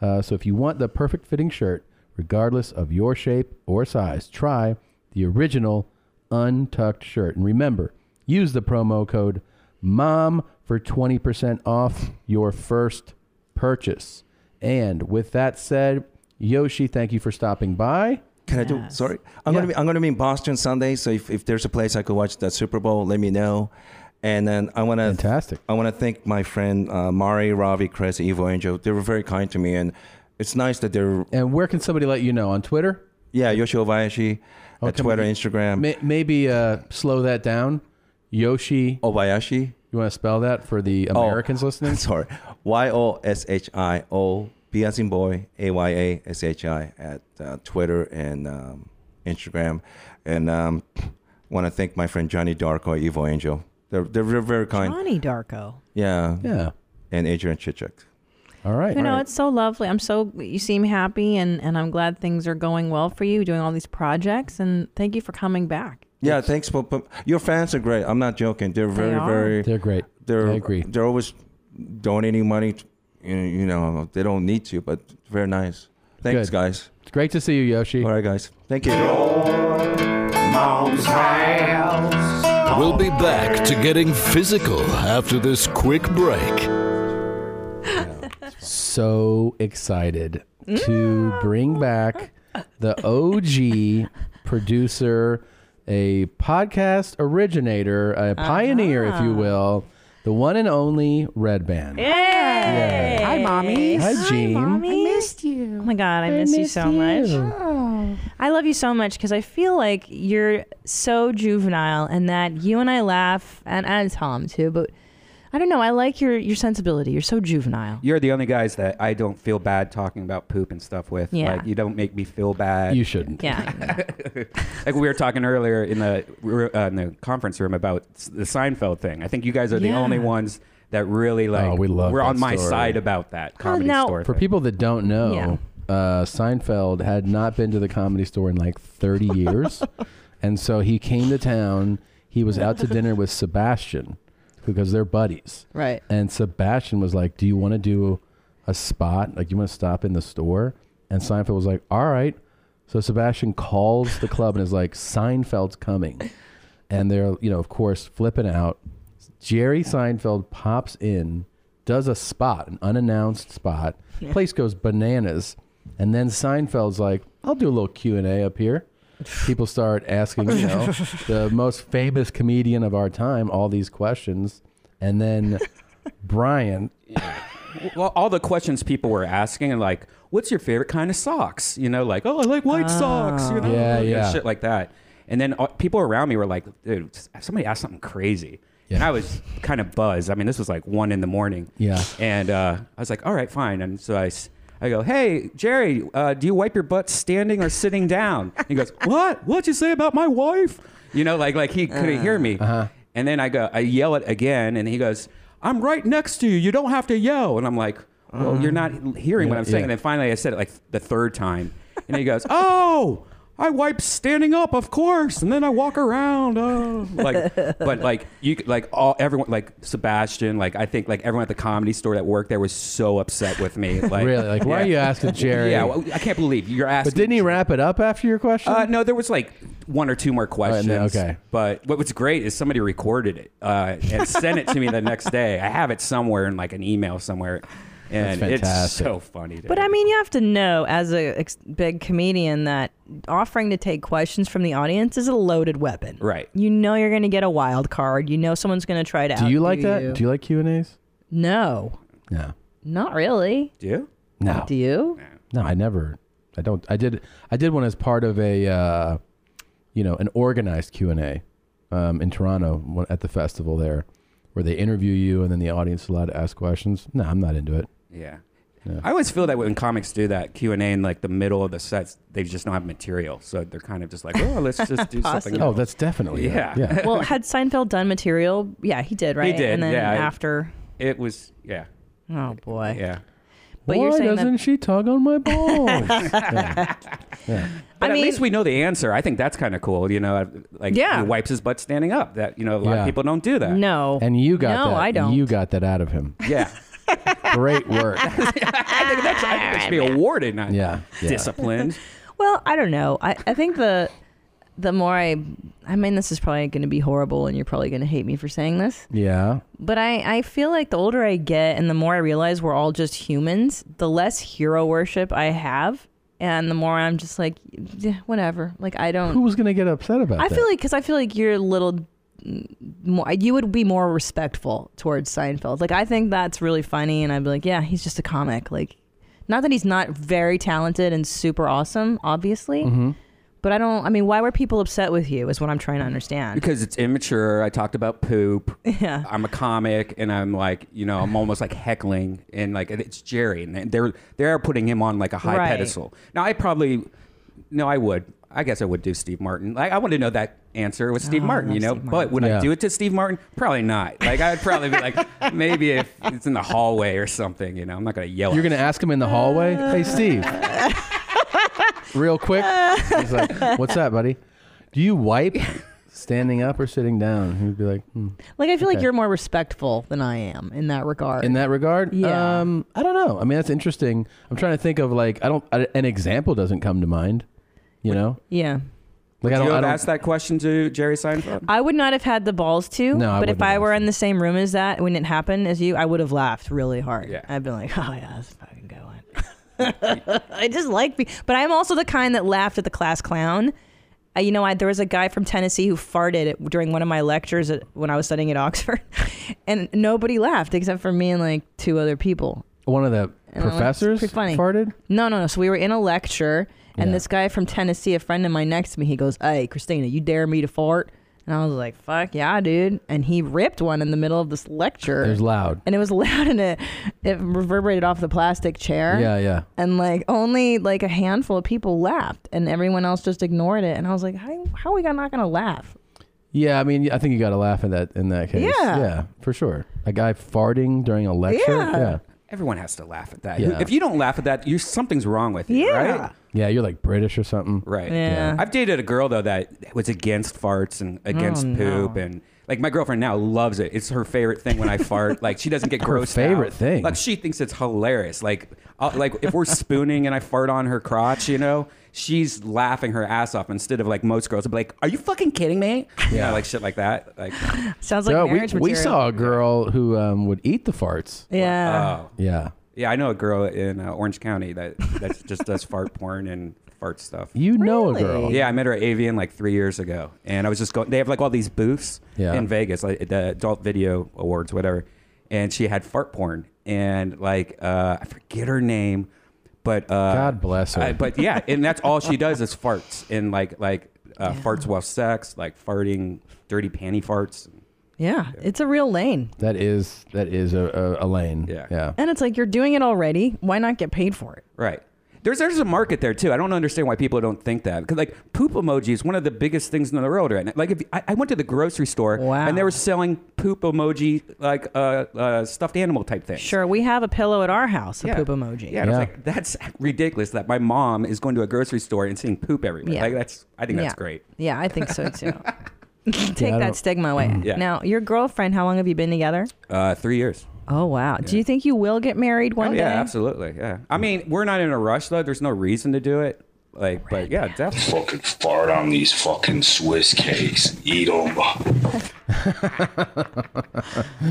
S1: Uh, so if you want the perfect fitting shirt, regardless of your shape or size, try the original untucked shirt. And remember, use the promo code MOM for 20% off your first purchase. And with that said, Yoshi, thank you for stopping by.
S20: Can I do? Sorry, I'm gonna be I'm gonna be in Boston Sunday. So if, if there's a place I could watch the Super Bowl, let me know. And then I want to
S1: fantastic.
S20: I want to thank my friend uh, Mari, Ravi, Chris, Evo, Angel. They were very kind to me, and it's nice that they're
S1: And where can somebody let you know? On Twitter?
S20: yeah Yoshi Obayashi at
S1: Oh, come
S20: Twitter,
S1: on.
S20: Instagram.
S1: May, maybe uh, slow that down. Yoshi
S20: Obayashi.
S1: You want to spell that for the
S20: Oh, [LAUGHS]
S1: Americans listening?
S20: Sorry, Y O S H I O B as in boy A Y A S H I at uh, Twitter and um, Instagram, and um, [CLEARS THROAT] want to thank my friend Johnny Darko, Evo Angel. They're they're very, very kind.
S2: Johnny Darko.
S20: Yeah.
S1: Yeah.
S20: And Adrian Chichik.
S1: All right.
S2: You know, it's so lovely. I'm so you seem happy, and and I'm glad things are going well for you, doing all these projects, and thank you for coming back.
S20: Yeah, thanks. But, but your fans are great. I'm not joking. They're very,
S2: are.
S20: very.
S1: They're great.
S20: They're,
S1: I agree.
S20: They're always donating money. To, you know- you know, they don't need to, but very nice. Thanks,
S1: Good.
S20: guys.
S1: It's great to see you, Yoshi. All
S20: right, guys. Thank you.
S18: Mom's house. We'll be back to getting physical after this quick break.
S1: so excited to bring back the OG producer, a podcast originator, a pioneer, if
S2: Uh-huh.
S1: you will, the one and only Red Band.
S2: Yay!
S1: Hi, mommies. Hi, Jean.
S2: I missed you. Oh my god, I, miss, you
S1: miss
S2: so much. I love you so much because I feel like you're so juvenile, and that you and I laugh, and and Tom too. But I don't know. I like your your sensibility. You're so juvenile.
S9: You're the only guys that I don't feel bad talking about poop and stuff with.
S2: Yeah.
S9: Like, you don't make me feel bad.
S1: You shouldn't.
S2: [LAUGHS] Yeah.
S9: Like we were talking earlier in the uh, in the conference room about s- the Seinfeld thing. I think you guys are the
S1: Yeah.
S9: only ones that really like
S1: Oh, we love
S9: we're
S1: that
S9: on my
S1: story.
S9: side about that comedy
S2: now-
S9: story.
S1: For
S9: thing.
S1: people that don't know, uh, Seinfeld had not been to the comedy store in like 30
S2: [LAUGHS]
S1: years. and so he came to town. He was out to dinner with Sebastian because they're buddies.
S2: Right.
S1: And Sebastian was like, Do you want to do a spot? Like, you want to stop in the store? And Seinfeld was like, All right. So Sebastian calls the club and is like, Seinfeld's coming. And they're, you know, of course, flipping out. Jerry Seinfeld pops in, does a spot, an unannounced spot.
S7: Yeah.
S1: Place goes bananas. And then Seinfeld's like, I'll do a little Q and A up here. People start asking, you know, the most famous comedian of our time, all these questions, and then Brian.
S9: well, all the questions people were asking, like, what's your favorite kind of socks? You know, like, oh, I like white socks. You
S1: Ah.
S9: know,
S1: Yeah,
S9: and
S1: yeah.
S9: shit like that. And then uh, people around me were like, dude, s- somebody asked something crazy. And I was kind of buzzed. I mean, this was like one in the morning.
S1: Yeah.
S9: And uh, I was like, all right, fine. And so I, s- I go, hey, Jerry, uh, do you wipe your butt standing or sitting down? And he goes, what? What'd you say about my wife? You know, like like he couldn't
S3: Uh.
S9: hear me. And then I go, I yell it again, and he goes, I'm right next to you. You don't have to yell. And I'm like, well, you're not hearing what
S3: Uh-huh. Yeah,
S9: I'm saying.
S3: yeah.
S9: And then finally I said it like the third time. And he goes, oh, I wipe standing up, of course. And then I walk around. Oh.
S1: [LAUGHS]
S2: [LAUGHS]
S9: Like, but like you, could- like all everyone, like Sebastian, like I think like everyone at the comedy store that worked there was so upset with
S1: [LAUGHS]
S9: me. Like,
S1: Really? Like, why are you asking Jerry?
S9: [LAUGHS] Yeah, well, I can't believe you're asking.
S1: But didn't he wrap it up after your question?
S9: Uh, no, there was like one or two more questions.
S1: no, okay.
S9: But what was great is somebody recorded it uh, and sent it to me the next day. I have it somewhere in like an email somewhere, and
S1: That's
S9: it's
S1: fantastic.
S9: so funny. Dude.
S2: But I mean, you have to know as a ex- big comedian that offering to take questions from the audience is a loaded weapon.
S9: Right.
S2: You know you're going to get a wild card. You know someone's going to try to.
S1: Do you
S2: outdo
S1: like that? Do you like Q and A's?
S2: No,
S1: No.
S2: not really.
S9: Do you?
S1: No.
S2: Do you?
S1: No, I never. I don't. I did. I did one as part of a, uh, you know, an organized Q and A um, in Toronto one- at the festival there, where they interview you and then the audience is allowed to ask questions. No, I'm not into it.
S9: yeah. I always feel that when comics do that Q and A in like the middle of the sets, they just don't have material, so they're kind of just like, oh, let's
S2: [LAUGHS]
S9: just do something.
S1: [LAUGHS] Oh,
S9: else."
S1: that's definitely it.
S9: Yeah.
S1: Yeah.
S2: well, had Seinfeld done material? Yeah, he did, right?
S9: He did.
S2: And then
S9: yeah. I-
S2: after.
S9: it was yeah.
S2: Oh boy.
S9: Yeah.
S2: But
S1: Why
S2: you're saying
S1: doesn't she tug on
S2: [LAUGHS]
S1: my balls?
S9: But at least we know the answer. I think that's kind of cool. You know, like
S2: Yeah.
S9: he wipes his butt standing up. That you know, a lot
S1: Yeah.
S9: of people don't do that.
S2: No.
S1: And you got
S9: No,
S1: that.
S9: I don't.
S1: You got that out of him.
S9: Yeah.
S1: [LAUGHS] Great work.
S9: [LAUGHS] I
S2: [LAUGHS]
S9: should be awarded, not
S1: Yeah, yeah.
S9: disciplined.
S2: Well, I don't know. I, I think the the more I I mean this is probably going to be horrible and you're probably going to hate me for saying this.
S1: Yeah.
S2: But I, I feel like the older I get and the more I realize we're all just humans, the less hero worship I have. And the more I'm just like, yeah, whatever. Like, I don't.
S1: Who was going to get upset about
S2: I
S1: that?
S2: feel like, because I feel like you're a little mm, more, you would be more respectful towards Seinfeld. Like, I think that's really funny. And I'd be like, yeah, he's just a comic. Like, not that he's not very talented and super awesome, obviously.
S1: Mm-hmm.
S9: Mhm.
S2: But I don't, I mean, why were people upset with you is what I'm trying to understand.
S9: Because it's immature. I talked about poop.
S2: [LAUGHS] Yeah.
S9: I'm a comic, and I'm like, you know, I'm almost like heckling, and like it's Jerry, and they're they're putting him on like a high
S2: Right.
S9: pedestal. Now I probably, no, I would. I guess I would do Steve Martin. Like I want to know that answer with Steve
S3: Oh, I
S9: Martin,
S3: love
S9: you know.
S3: Steve
S9: But would
S3: Yeah.
S9: I do it to Steve Martin? Probably not. Like I'd probably be like, [LAUGHS] maybe if it's in the hallway or something, you know. I'm not gonna yell.
S1: You're going to ask him in the hallway? hey, Steve. Real quick. He's like, what's up, buddy? Do you wipe standing up or sitting down? He'd be like, hmm.
S2: Like I feel like
S1: Okay.
S2: you're more respectful than I am in that regard.
S1: in that regard?
S2: Uh, Yeah.
S1: Um, I don't know. I mean, that's interesting. I'm trying to think of like, I don't, I, an example doesn't come to mind, you know?
S2: yeah.
S9: Would
S1: Like, I don't,
S9: you
S1: I
S9: have
S1: don't,
S9: asked that question to Jerry Seinfeld?
S2: I would not have had the balls to,
S1: No, I
S2: but
S1: wouldn't
S2: if I were in the same room as that when it happened as you, I would have laughed really hard.
S9: Yeah.
S2: I'd been like, [LAUGHS] oh yeah, that's fucking going.
S1: [LAUGHS]
S2: I just like me, but I'm also the kind that laughed at the class clown. Uh, you know, I, there was a guy from Tennessee who farted at, during one of my lectures at, when I was studying at Oxford, [LAUGHS] and nobody laughed except for me and like two other people.
S1: one of the
S2: And I'm like, "It's
S1: professors
S2: pretty funny.
S1: farted?
S2: No, no, no. So we were in a lecture, and this guy from Tennessee, a friend of mine next to me, he goes, Hey, Christina, you dare me to fart? And I was like, Fuck yeah, dude. And he ripped one in the middle of this lecture.
S1: It was loud.
S2: And it was [LAUGHS] loud and it, it reverberated off the plastic chair.
S1: Yeah, yeah.
S2: And like only like a handful of people laughed, and everyone else just ignored it. And I was like, How, how are we not going to laugh?
S1: Yeah, I mean, I think you got to laugh at that in that case.
S2: Yeah.
S1: for sure. A guy farting during a lecture.
S9: Yeah.
S1: Yeah,
S9: Everyone has to laugh at that.
S1: Yeah.
S9: If you don't laugh at that, you something's wrong with you,
S1: Yeah.
S9: right?
S1: Yeah, you're like British or something.
S9: Right.
S1: Yeah.
S9: I've dated a girl though that was against farts and against
S1: Oh,
S9: poop and like my girlfriend now loves it. It's her favorite thing when I fart. Like she doesn't get
S1: Her
S9: grossed
S1: favorite
S9: out.
S1: thing.
S9: Like she thinks it's hilarious. Like I'll, like if we're spooning and I fart on her crotch, you know, she's laughing her ass off instead of like most girls would be like, "Are you fucking kidding me?" You know, like shit like that. Like
S2: Sounds
S1: No, we, we saw a girl who um, would eat the farts.
S2: Yeah.
S9: Oh.
S1: Yeah.
S9: Yeah, I know a girl in uh, Orange County that that's just does fart porn and art stuff.
S1: You know a girl.
S9: Yeah, I met her at Avian like three years ago, and I was just going. They have like all these booths
S1: Yeah.
S9: in Vegas, like the Adult Video Awards, whatever. And she had fart porn, and like uh, I forget her name, but uh,
S1: God bless her.
S9: I- but yeah, and that's all she does is farts and like like uh, farts while sex, like farting, dirty panty farts.
S2: Yeah, it's a real lane.
S1: That is that is a, a, a lane. Yeah. Yeah.
S2: And it's like you're doing it already. Why not get paid for it?
S9: Right. There's there's a market there too. I don't understand why people don't think that because like poop emoji is one of the biggest things in the world right now. Like if I, I went to the grocery store and they were selling poop emoji like uh, uh, stuffed animal type thing.
S2: Sure, we have a pillow at our house, a
S9: Yeah.
S2: poop emoji.
S9: Yeah, and I was like, that's ridiculous that my mom is going to a grocery store and seeing poop everywhere.
S2: Yeah.
S9: Like that's, I think that's
S2: Yeah.
S9: great.
S2: Yeah, I think so
S9: [LAUGHS]
S2: too. Take
S9: I don't-
S2: that stigma away.
S9: Mm. Yeah.
S2: Now, your girlfriend, how long have you been together?
S9: Uh, three years.
S2: Oh wow. Do you think you will get married one
S9: Oh,
S2: day?
S9: yeah, absolutely. Yeah. I mean, we're not in a rush though. There's no reason to do it. Like, but yeah, definitely.
S3: Fucking fart on these fucking Swiss cakes. Eat them.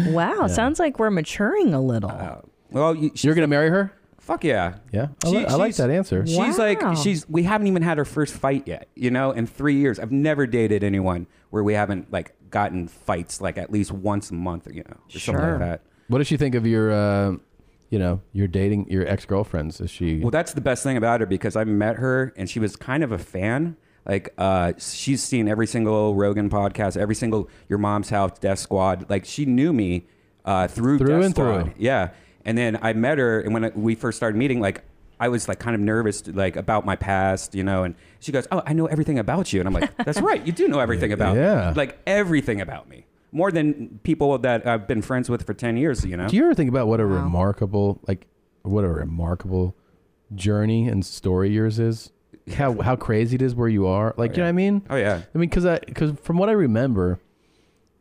S2: Wow,
S3: Yeah.
S2: sounds like we're maturing a little.
S9: Uh, well, you,
S1: are gonna marry her?
S9: Fuck yeah.
S1: Yeah. I, li- I like
S9: she's-
S1: that answer.
S9: She's
S2: Wow.
S9: like, she's. We haven't even had our first fight yet. You know, in three years, I've never dated anyone where we haven't like gotten fights like at least once a month. You know, or something like that.
S1: What does she think of your, uh, you know, your dating your ex girlfriends? Is she?
S9: Well, that's the best thing about her because I met her and she was kind of a fan. Like uh, she's seen every single Rogan podcast, every single Your Mom's House, Death Squad. Like she knew me uh, through
S1: Through
S9: Death
S1: and
S9: Squad.
S1: through.
S9: Yeah, and then I met her, and when I, we first started meeting, like I was like kind of nervous, like about my past, you know. And she goes, "Oh, I know everything about you," and I'm
S1: [LAUGHS]
S9: like, "That's right, you do know everything about
S1: Yeah.
S9: me. like everything about me, more than people that I've been friends with for ten years." You know,
S1: Do you ever think about what a remarkable, like, what a remarkable journey and story yours is? How how crazy it is where you are. Like, you know what I mean?
S9: Oh yeah.
S1: I mean, because I because from what I remember,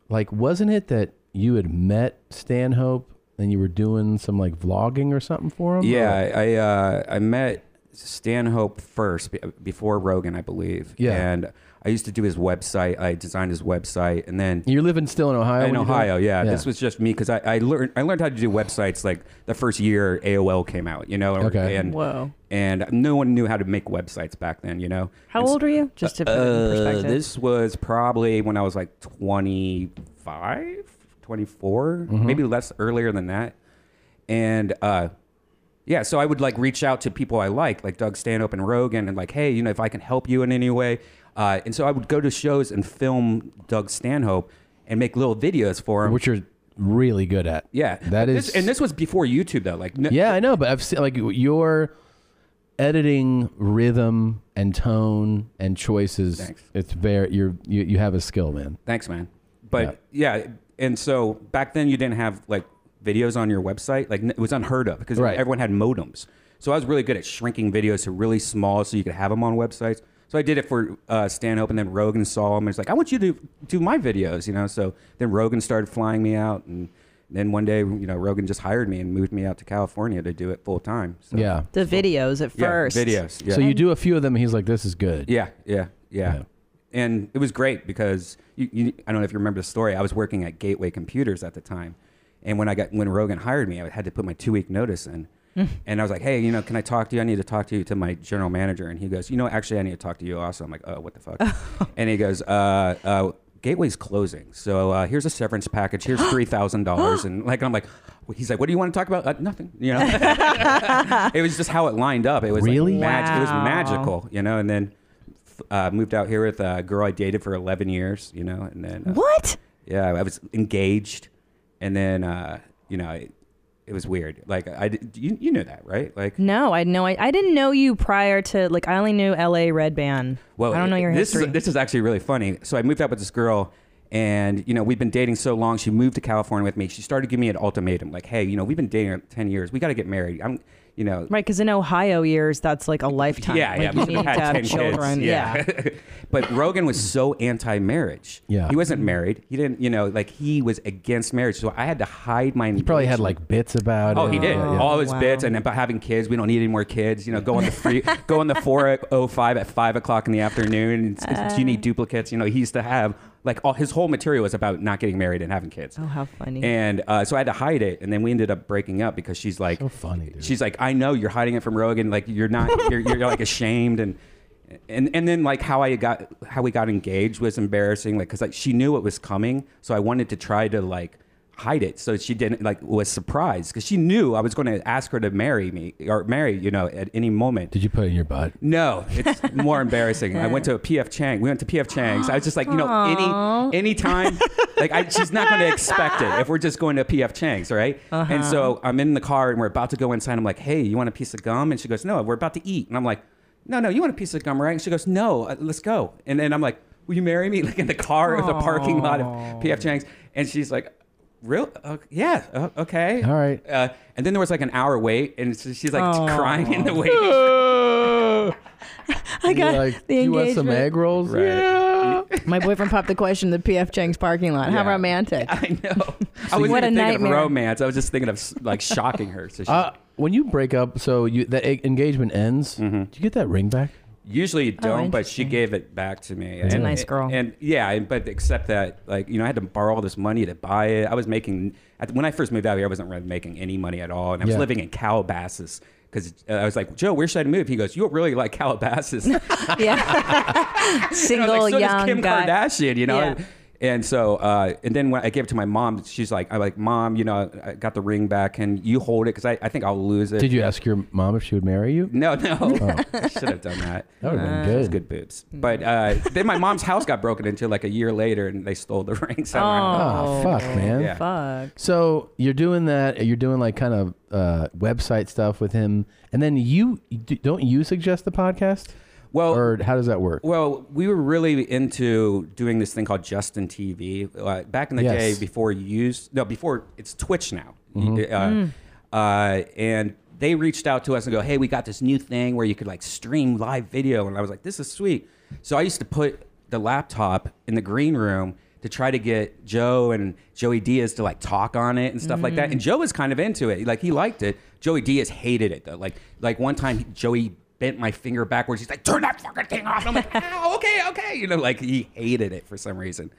S1: like, wasn't it that you had met Stanhope and you were doing some like vlogging or something for him?
S9: Yeah, I I, uh, I met Stanhope first be- before Rogan, I believe.
S1: Yeah.
S9: and I used to do his website. I designed his website, and then
S1: You're living still in Ohio.
S9: in
S1: when you did
S9: Ohio,
S1: it?
S9: yeah, This was just me because I, I learned I learned how to do websites like the first year AOL came out. You know,
S1: Okay.
S9: and
S2: Whoa.
S9: and no one knew how to make websites back then. You know,
S2: How
S9: And s-
S2: old are you? Just to put it in
S9: uh,
S2: perspective.
S9: This was probably when I was like 25, 24,
S1: Mhm.
S9: maybe less earlier than that. And uh, yeah, so I would like reach out to people I like, like Doug Stanhope and Rogan, and like, hey, you know, if I can help you in any way. Uh, and so I would go to shows and film Doug Stanhope and make little videos for him.
S1: which you're really good at.
S9: um, yeah,
S1: that
S9: But
S1: is.
S9: this, and this was before YouTube though. Like, no,
S1: yeah, I know, but I've seen like your editing rhythm and tone and choices.
S9: Thanks.
S1: It's very you're you, you have a skill, man.
S9: Thanks, man. But yeah. and so back then you didn't have like videos on your website. Like n- it was unheard of because
S1: Right.
S9: everyone had modems. So I was really good at shrinking videos to really small so you could have them on websites. So I did it for uh, Stanhope, and then Rogan saw him. and was like, I want you to do my videos, you know. So then Rogan started flying me out, and then one day, you know, Rogan just hired me and moved me out to California to do it full time. So.
S1: Yeah.
S2: the videos at
S9: Yeah,
S2: first.
S9: videos, yeah.
S1: So you
S9: And-
S1: do a few of them. And he's like, this is good.
S9: Yeah, yeah, yeah. And it was great because you, you, I don't know if you remember the story. I was working at Gateway Computers at the time, and when I got when Rogan hired me, I had to put my two week notice in, and I was like, "Hey, you know, can I talk to you? I need to talk to you to my general manager." And he goes, "You know, actually, I need to talk to you also." I'm like, "Oh, what the fuck?" and he goes, uh, uh, "Gateway's closing, so uh, here's a severance package. Here's three thousand dollars." And like, I'm like, he's like, "What do you want to talk about?" Uh, nothing, you know. [LAUGHS] it was just how it lined up. It was really like mag- it was
S1: Wow.
S9: magical, you know. And then f- uh, moved out here with a girl I dated for eleven years, you know. And then uh,
S2: what?
S9: Yeah, I was engaged, and then uh, you know, it, it was weird. Like I, did- you you know that right? Like
S2: No, I know. I, I didn't know you prior to like I only knew L.A. Red Band.
S9: Well,
S2: I don't know your
S9: this
S2: history.
S9: Is, this is actually really funny. So I moved out with this girl, and you know we've been dating so long. She moved to California with me. She started giving me an ultimatum, like, "Hey, you know, we've been dating like ten years. We got to get married. I'm, you know,
S2: Right, because in Ohio years, that's like a lifetime.
S9: Yeah,
S2: like,
S9: yeah.
S2: You
S9: we
S2: need to
S9: had
S2: have
S9: 10 kids,
S2: children. Yeah.
S9: [LAUGHS] but Rogan was so anti-marriage.
S1: Yeah.
S9: He wasn't married. He didn't, you know, like he was against marriage. So I had to hide my. He
S1: Probably had like bits about.
S9: Oh,
S1: it.
S9: he did
S1: Yeah, yeah.
S9: all his bits and about having kids. We don't need any more kids. You know, go on the
S2: [LAUGHS]
S9: free, go on the four oh five at five o'clock in the afternoon. It's, it's- you
S2: Uh.
S9: need duplicates. You know, he used to have like all his whole material was about not getting married and having kids.
S2: Oh, how funny. [LAUGHS]
S9: And uh, so I had to hide it, and then we ended up breaking up because she's like,
S1: funny,
S9: She's like, I know you're hiding it from Rogan. Like you're not, you're, you're like ashamed, and and and then like how I got how we got engaged was embarrassing, like because like she knew it was coming, so I wanted to try to like hide it so she didn't like was surprised because she knew I was going to ask her to marry me or marry you know at any moment.
S1: Did you put it in your butt?
S9: No, it's more embarrassing. I went to a PF Chang. We went to PF Chang's. I was just like you know any any time like I, she's not going to expect it if we're just going to PF Chang's, right? And
S7: Uh-huh.
S9: so I'm in the car and we're about to go inside. I'm like, hey, you want a piece of gum? And she goes, no, we're about to eat. And I'm like no, no, you want a piece of gum, right? And she goes, no, uh, let's go. And then I'm like, will you marry me? [LAUGHS] Like in the car of the parking lot of PF Chang's. And she's like, real? Uh, yeah, uh, okay. All
S1: right.
S9: Uh, and then there was like an hour wait, and so she's like
S2: Aw.
S9: crying in the waiting.
S1: [LAUGHS]
S2: [LAUGHS] I got
S1: like,
S2: the engagement.
S1: "You want some egg rolls?" Right.
S9: [LAUGHS]
S1: Yeah.
S2: My boyfriend popped the question in the PF Chang's parking lot. How
S9: Yeah.
S2: romantic.
S9: [LAUGHS] I know. I was
S2: what a
S9: thinking
S2: nightmare.
S9: of romance. I was just thinking of s-
S2: [LAUGHS]
S9: like shocking her. So she,
S1: Uh, when you break up, so you that e- engagement ends.
S9: Mm-hmm.
S1: Do you get that ring back?
S9: Usually
S2: Oh,
S9: you don't, but she gave it back to me.
S1: That's a
S9: and,
S1: nice
S2: girl.
S9: And yeah, and- but except that, like, you know, I had to borrow all this money to buy it. I was making, at, when I first moved out here, I wasn't really making any money at all. And I was
S1: Yeah.
S9: living in Calabasas because uh, I was like, Joe, where should I move? He goes, You'll really like
S2: [LAUGHS]
S9: Calabasas. [LAUGHS] And I was
S2: Single
S9: like, so does
S2: young
S9: Kim
S2: guy.
S9: Kardashian, you know?
S2: Um, Yeah.
S9: And so, uh, and then when I gave it to my mom, she's like, I'm like, Mom, you know, I got the ring back and you hold it because I, I think I'll lose it.
S1: Did you ask your mom if she would marry you?
S9: No,
S1: [LAUGHS]
S9: no. Should have done that.
S1: That would've been
S9: Uh,
S1: good.
S9: Those good boobs. But uh, then my mom's house got broken into like a year later, and they stole the [LAUGHS] ring somehow.
S1: Oh, fuck, man.
S9: Yeah.
S2: Fuck.
S1: So you're doing that. You're doing like kind of uh, website stuff with him, and then you d- don't you suggest the podcast?
S9: Well,
S1: or how does that work?
S9: Well, we were really into doing this thing called Justin TV uh, back in the
S1: Yes.
S9: day before you used no before it's Twitch now,
S1: Mhm.
S9: uh, uh, and they reached out to us and go, "Hey, we got this new thing where you could like stream live video," and I was like, "This is sweet." So I used to put the laptop in the green room to try to get Joe and Joey Diaz to like talk on it and stuff like that.
S10: Mhm.
S9: And Joe was kind of into it. Like he liked it. Joey Diaz hated it though. Like like one time he- Joey bent my finger backwards. He's like, "Turn that fucking thing off." I'm like, "Ow, okay, okay." You know, like he hated it for some reason.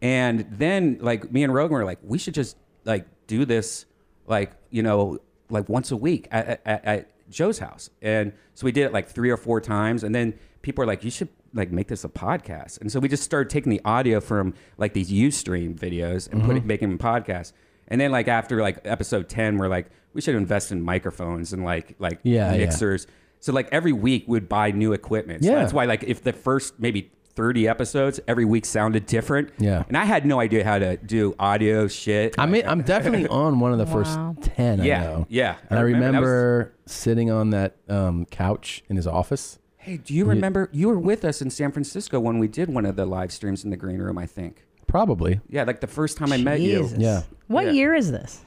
S9: And then like me and Rogan were like, "We should just like do this like, you know, like once a week at, at, at Joe's house." And so we did it like 3 or 4 times and then people are like, "You should like make this a podcast." And so we just started taking the audio from like these Ustream videos and putting
S1: Mm-hmm.
S10: Mhm.
S9: making them podcasts. And then like after like episode 10, we're like, "We should invest in microphones and like like
S1: Yeah, yeah.
S9: mixers." So like every week we'd buy new equipment. So
S1: Yeah.
S9: that's why like if the first maybe 30 episodes every week sounded different.
S1: Yeah.
S9: And I had no idea how to do audio shit.
S1: I mean, I'm
S9: [LAUGHS]
S1: definitely on one of the
S9: Wow.
S1: first ten. I
S9: Yeah,
S1: know.
S9: yeah.
S1: And I
S9: I
S1: remember,
S9: remember that was-
S1: sitting on that um, couch in his office.
S9: Hey, do you
S1: Yeah.
S9: remember you were with us in San Francisco when we did one of the live streams in the green room, I think.
S1: Probably
S9: Yeah, like the first time I met you.
S1: Jesus. Yeah.
S2: What year is this?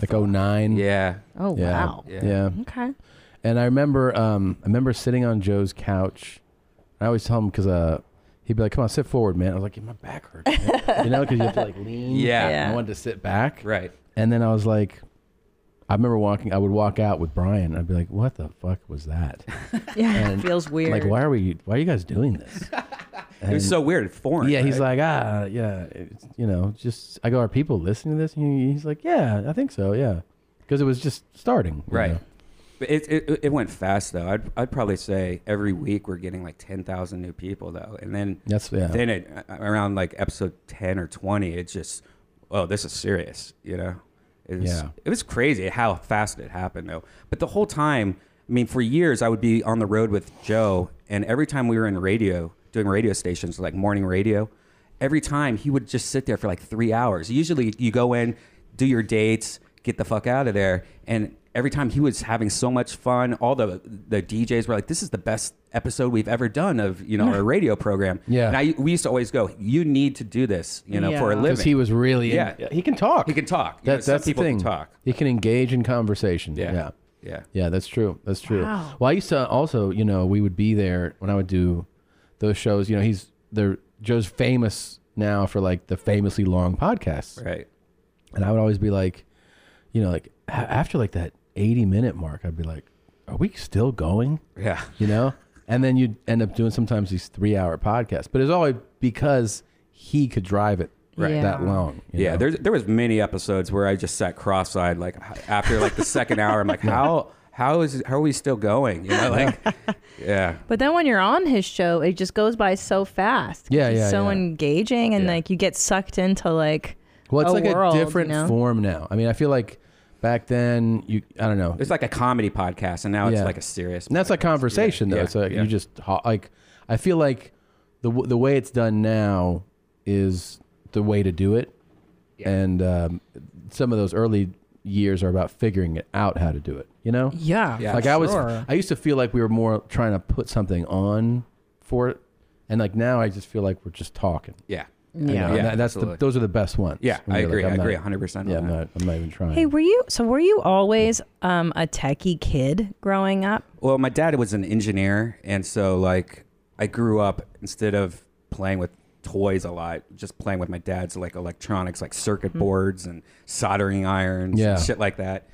S1: like oh nine.
S9: Yeah.
S2: Oh,
S1: yeah.
S2: wow.
S1: Yeah.
S2: Okay.
S1: And I remember, um, I remember sitting on Joe's couch. I always tell him because uh, he'd be like, "Come on, sit forward, man." I was like, "My back hurts," man." you know, because you have to like lean.
S9: Yeah. Yeah.
S1: I wanted to sit back.
S9: Right.
S1: And then I was like, I remember walking. I would walk out with Brian. And I'd be like, "What the fuck was that?"
S2: [LAUGHS] Yeah, it
S1: And,
S2: feels weird.
S1: Like, why are we? Why are you guys doing
S2: [LAUGHS]
S1: this?
S9: It was so weird, foreign.
S1: Yeah, he's
S9: right?
S1: like, ah, yeah, it's, you know, just I go, are people listening to this? And he- he's like, yeah, I think so, yeah, because it was just starting, you
S9: Right.
S1: know.
S9: But it, it, it went fast though. I'd, I'd probably say every week we're getting like ten thousand new people though, and then
S1: That's- yeah.
S9: Then it, around like episode ten or twenty, it just oh this is serious, you know. It was,
S1: Yeah.
S9: It was crazy how fast it happened though. But the whole time, I mean, for years I would be on the road with Joe, and every time we were in radio doing radio stations like morning radio, every time he would just sit there for like three hours. Usually you go in, do your dates, get the fuck out of there. And every time he was having so much fun, all the the DJs were like, "This is the best episode we've ever done of you know our radio program."
S1: Yeah.
S9: And I, we used to always go, "You need to do this, you know, for a
S1: Yeah.
S9: living."
S1: 'Cause he was really in-
S9: yeah.
S1: he can talk.
S9: He can talk. You know,
S1: That,
S9: some
S1: that's the
S9: people
S1: thing.
S9: can talk.
S1: You can engage in conversation. Yeah. Yeah.
S9: Yeah.
S1: that's true. That's true.
S9: Wow.
S1: Well, I used to also, you know, we would be there when I would do those shows. You know, he's there. Joe's famous now for like the famously long podcasts.
S9: Right.
S1: And I would always be like, you know, like a- after like that 80 minute mark, I'd be like, are we still going?
S9: Yeah.
S1: You know? And then you'd end up doing sometimes these three hour podcasts, but it's always because he could drive it that long.
S9: Yeah,
S1: [LAUGHS]
S9: there's there was many episodes where I just sat cross-eyed, like h- after like the second hour, I'm like, how how is how are we still going? You know, like, yeah.
S2: But then when you're on his show, it just goes by so fast. 'cause
S1: Yeah,
S2: he's
S1: yeah,
S2: So
S1: yeah.
S2: engaging, and like you get sucked into like.
S1: Well, it's
S2: a
S1: like
S2: world,
S1: a
S2: you
S1: different
S2: know?
S1: form now. I mean, I feel like back then you I don't know.
S9: It's like a comedy podcast, and now it's like a serious.
S1: And that's like conversation though.
S9: Yeah,
S1: it's like
S9: yeah.
S1: you just ho- like I feel like the w- the way it's done now is the way to do it. And um, some of those early years are about figuring it out how to do it, you know?
S2: Yeah, Yeah.
S1: Like
S2: for
S1: I was
S2: sure.
S1: I used to feel like we were more trying to put something on for it. And like now I just feel like we're just talking.
S9: Yeah.
S1: You know,
S9: Yeah.
S1: and
S9: Yeah,
S1: that- that's the,
S9: absolutely.
S1: those are the best ones.
S9: Yeah,
S1: When
S9: I
S1: you're
S9: agree.
S1: I'm
S9: I
S1: not-
S9: agree 100% on
S1: Yeah, I'm
S9: that.
S1: not, I'm not even trying.
S2: Hey, were you so? Were you always um, a techie kid growing up?
S9: Well, my dad was an engineer, and so like I grew up instead of playing with toys a lot, just playing with my dad's like electronics, like circuit
S7: Mhm.
S9: boards and soldering irons
S7: Yeah.
S9: and shit like that.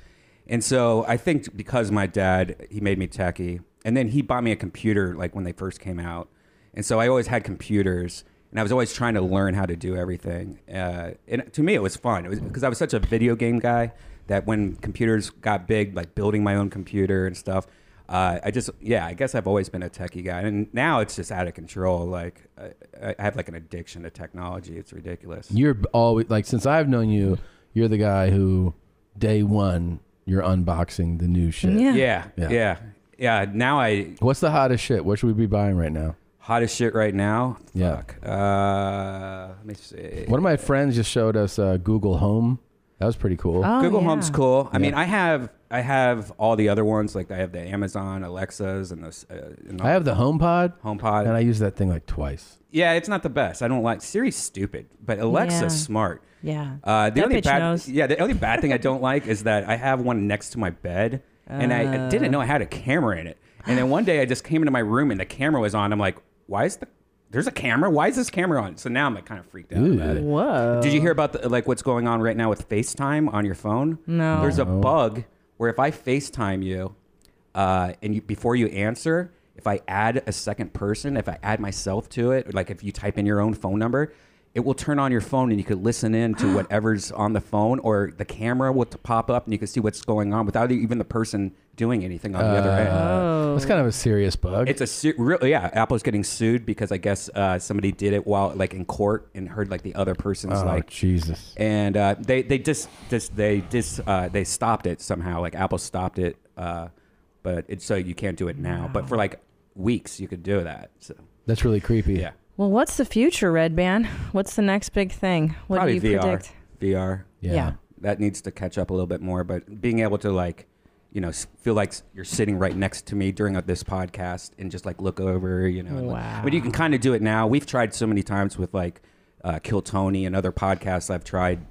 S9: And so I think because my dad, he made me techie, and then he bought me a computer like when they first came out, and so I always had computers. And I was always trying to learn how to do everything. Uh, and to me, it was fun. It was because I was such a video game guy that when computers got big, like building my own computer and stuff, uh, I just, yeah, I guess I've always been a techie guy, and now it's just out of control. Like I, I have like an addiction to technology. It's ridiculous.
S1: You're b- always like since I've known you, you're the guy who day one you're unboxing the new shit.
S9: Yeah, yeah, yeah. now I
S1: What's the hottest shit? What should we be buying right now?
S9: hottest shit right now.
S1: Yeah.
S9: Fuck. Uh, let me see.
S1: One of my friends just showed us uh, Google Home. That was pretty cool.
S2: Oh,
S9: Google Home's cool. I
S1: Yeah.
S9: mean, I have I have all the other ones. Like I have the Amazon Alexas and those. Uh, and all-
S1: I have the HomePod.
S9: HomePod.
S1: And I use that thing like twice.
S9: Yeah, it's not the best. I don't like Siri's stupid, but Alexa's
S2: Yeah.
S9: smart.
S2: Yeah.
S9: Uh, the
S2: That
S9: only
S2: bitch
S9: bad,
S2: knows.
S9: yeah, the only bad
S2: [LAUGHS]
S9: thing I don't like is that I have one next to my bed, and I, I didn't know I had a camera in it. And then one day I just came into my room and the camera was on. I'm like, why is the there's a camera? Why is this camera on? So now I'm like kind of freaked out about it.
S2: Whoa.
S9: Did you hear about the, like what's going on right now with FaceTime on your phone?
S2: No.
S9: There's a
S2: No.
S9: bug where if I FaceTime you, uh, and you, before you answer, if I add a second person, if I add myself to it, like if you type in your own phone number, it will turn on your phone and you could listen in
S2: [GASPS]
S9: to whatever's on the phone, or the camera will t- pop up and you can see what's going on without even the person doing anything on the other end. Oh.
S1: Uh,
S2: Oh.
S1: That's kind of a serious bug.
S9: It's a su- real, yeah. Apple's getting sued because I guess uh, somebody did it while like in court and heard like the other person's
S1: Oh,
S9: like
S1: Jesus.
S9: and uh, they they just just they just uh, they stopped it somehow. Like Apple stopped it, uh, but it's so you can't do it now. But for like weeks, you could do that. So
S1: That's really creepy.
S9: Yeah.
S2: Well, what's the future, Red Band? What's the next big thing? What
S9: probably
S2: do you
S9: VR,
S2: predict?
S9: VR,
S2: Yeah. Yeah.
S9: that needs to catch up a little bit more. But being able to like. You know, s- feel like s- you're sitting right next to me during uh, this podcast, and just like look over. You know, and, like-
S7: Wow.
S9: but you can kind of do it now. We've tried so many times with like uh, Kill Tony and other podcasts I've tried,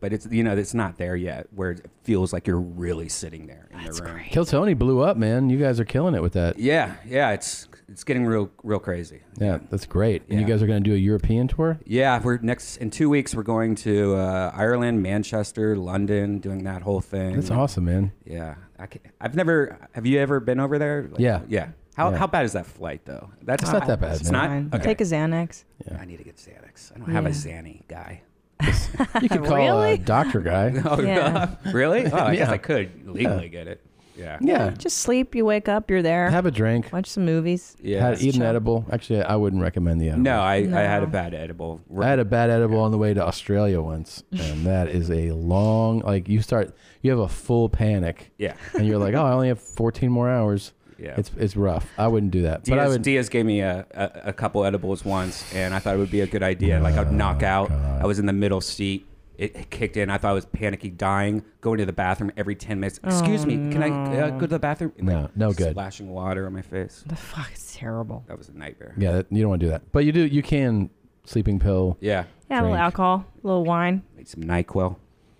S9: but it's you know it's not there yet where it feels like you're really sitting there in the room.
S1: Kill Tony blew up, man. You guys are killing it with that.
S9: Yeah, yeah, it's it's getting real real crazy.
S1: Yeah, that's great. And you guys are going to do a European tour?
S9: Yeah, we're next in two weeks. We're going to uh, Ireland, Manchester, London, doing that whole thing.
S1: That's awesome, man.
S9: Yeah, I can, I've never. Have you ever been over there? Like,
S1: Yeah.
S9: yeah. How
S1: Yeah.
S9: how bad is that flight though?
S1: It's not that bad,
S9: It's
S1: man.
S9: not. Okay.
S2: Take a Xanax.
S9: I need to get Xanax. I don't have a
S2: Yeah.
S9: Xanny guy.
S1: [LAUGHS] You
S2: [LAUGHS]
S1: could call a doctor guy.
S9: [LAUGHS] Oh,
S2: Yeah.
S9: really? Oh, I guess
S1: Yeah.
S9: I could legally get it. Yeah.
S2: Just sleep. You wake up. You're there.
S1: Have a drink.
S2: Watch some movies.
S9: Yeah.
S1: Had, eat an edible. Actually, I wouldn't recommend the edible.
S9: No, I, I had a
S2: No.
S9: bad edible.
S1: I had a bad edible on the way to Australia
S2: [LAUGHS]
S1: once, and that is a long like you start you have a full panic.
S9: Yeah.
S1: And you're like, oh, I only have 14 more hours.
S9: Yeah.
S1: It's it's rough. I wouldn't do that.
S9: Diaz,
S1: but I would.
S9: Diaz gave me a, a, a couple edibles once, and I thought it would be a good idea. Like
S1: Oh,
S9: I'd knock out. I was in the middle seat. It it kicked in. I thought I was panicking, dying, going to the bathroom every ten minutes. Excuse
S2: Oh,
S9: me, can I uh,
S2: no.
S9: go to the bathroom?
S1: No, no good.
S9: Splashing water on my face.
S2: The fuck, it's terrible.
S9: That was a nightmare.
S1: Yeah, that, you don't want to do that. But you do. You can sleeping pill.
S9: Yeah.
S2: Yeah, a little
S1: drink.
S2: alcohol, a little wine.
S9: Need some Nyquil.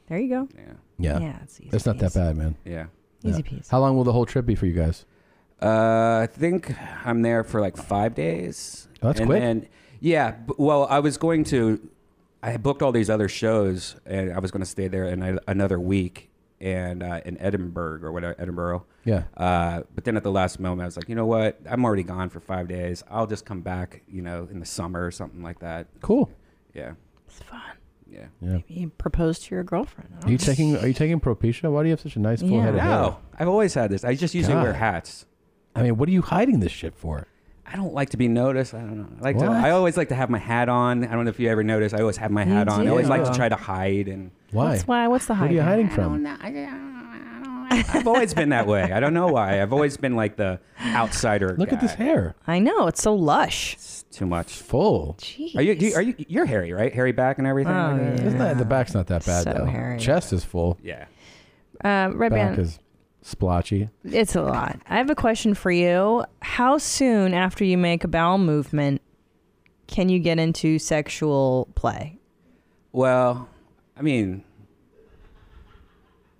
S2: There you go.
S9: Yeah.
S1: Yeah.
S2: Yeah, it's easy.
S1: That's not that bad, man.
S9: Yeah.
S2: Easy peasy.
S1: How long will the whole trip be for you guys?
S9: Uh, I think I'm there for like five days.
S1: Oh, that's
S9: and
S1: quick.
S9: Then, yeah. b- Well, I was going to. I had booked all these other shows, and I was going to stay there in a- another week, and uh, in Edinburgh or whatever, Edinburgh.
S1: Yeah.
S9: Uh, but then at the last moment, I was like, you know what? I'm already gone for five days. I'll just come back, you know, in the summer or something like that.
S1: Cool.
S9: Yeah.
S2: It's fun.
S9: Yeah.
S1: Yeah.
S2: He proposed to your girlfriend. I
S1: Are
S2: don't
S1: you
S2: know.
S1: taking Are you taking Propecia? Why do you have such a nice full
S2: Oh, Yeah.
S1: head of hair?
S9: No, I've always had this. I just usually wear
S1: God.
S9: hats.
S1: I mean, what are you hiding this shit for?
S9: I don't like to be noticed. I don't know. I like to,
S1: What?
S9: I always like to have my hat on. I don't know if you ever notice. I always have my
S2: You
S9: hat on. I always
S2: do.
S9: like to try to hide and
S2: That's why. What's the hiding?
S9: What are you hiding
S2: I don't
S9: from?
S2: know. I don't
S9: I've always been that way. I don't know why. I've always been like the outsider.
S1: Look at this hair.
S2: I know it's so lush.
S9: Too much.
S1: Full.
S9: Are you, you? Are you? You're hairy, right? Hairy back and everything.
S2: Oh,
S9: like that?
S1: It's not, the back's not that bad
S9: So
S1: though.
S9: hairy.
S1: Chest is full.
S9: Yeah.
S2: Uh, Red
S1: Back
S2: Band,
S1: is splotchy.
S2: it's a lot. I have a question for you. How soon after you make a bowel movement can you get into sexual play?
S9: Well, I mean,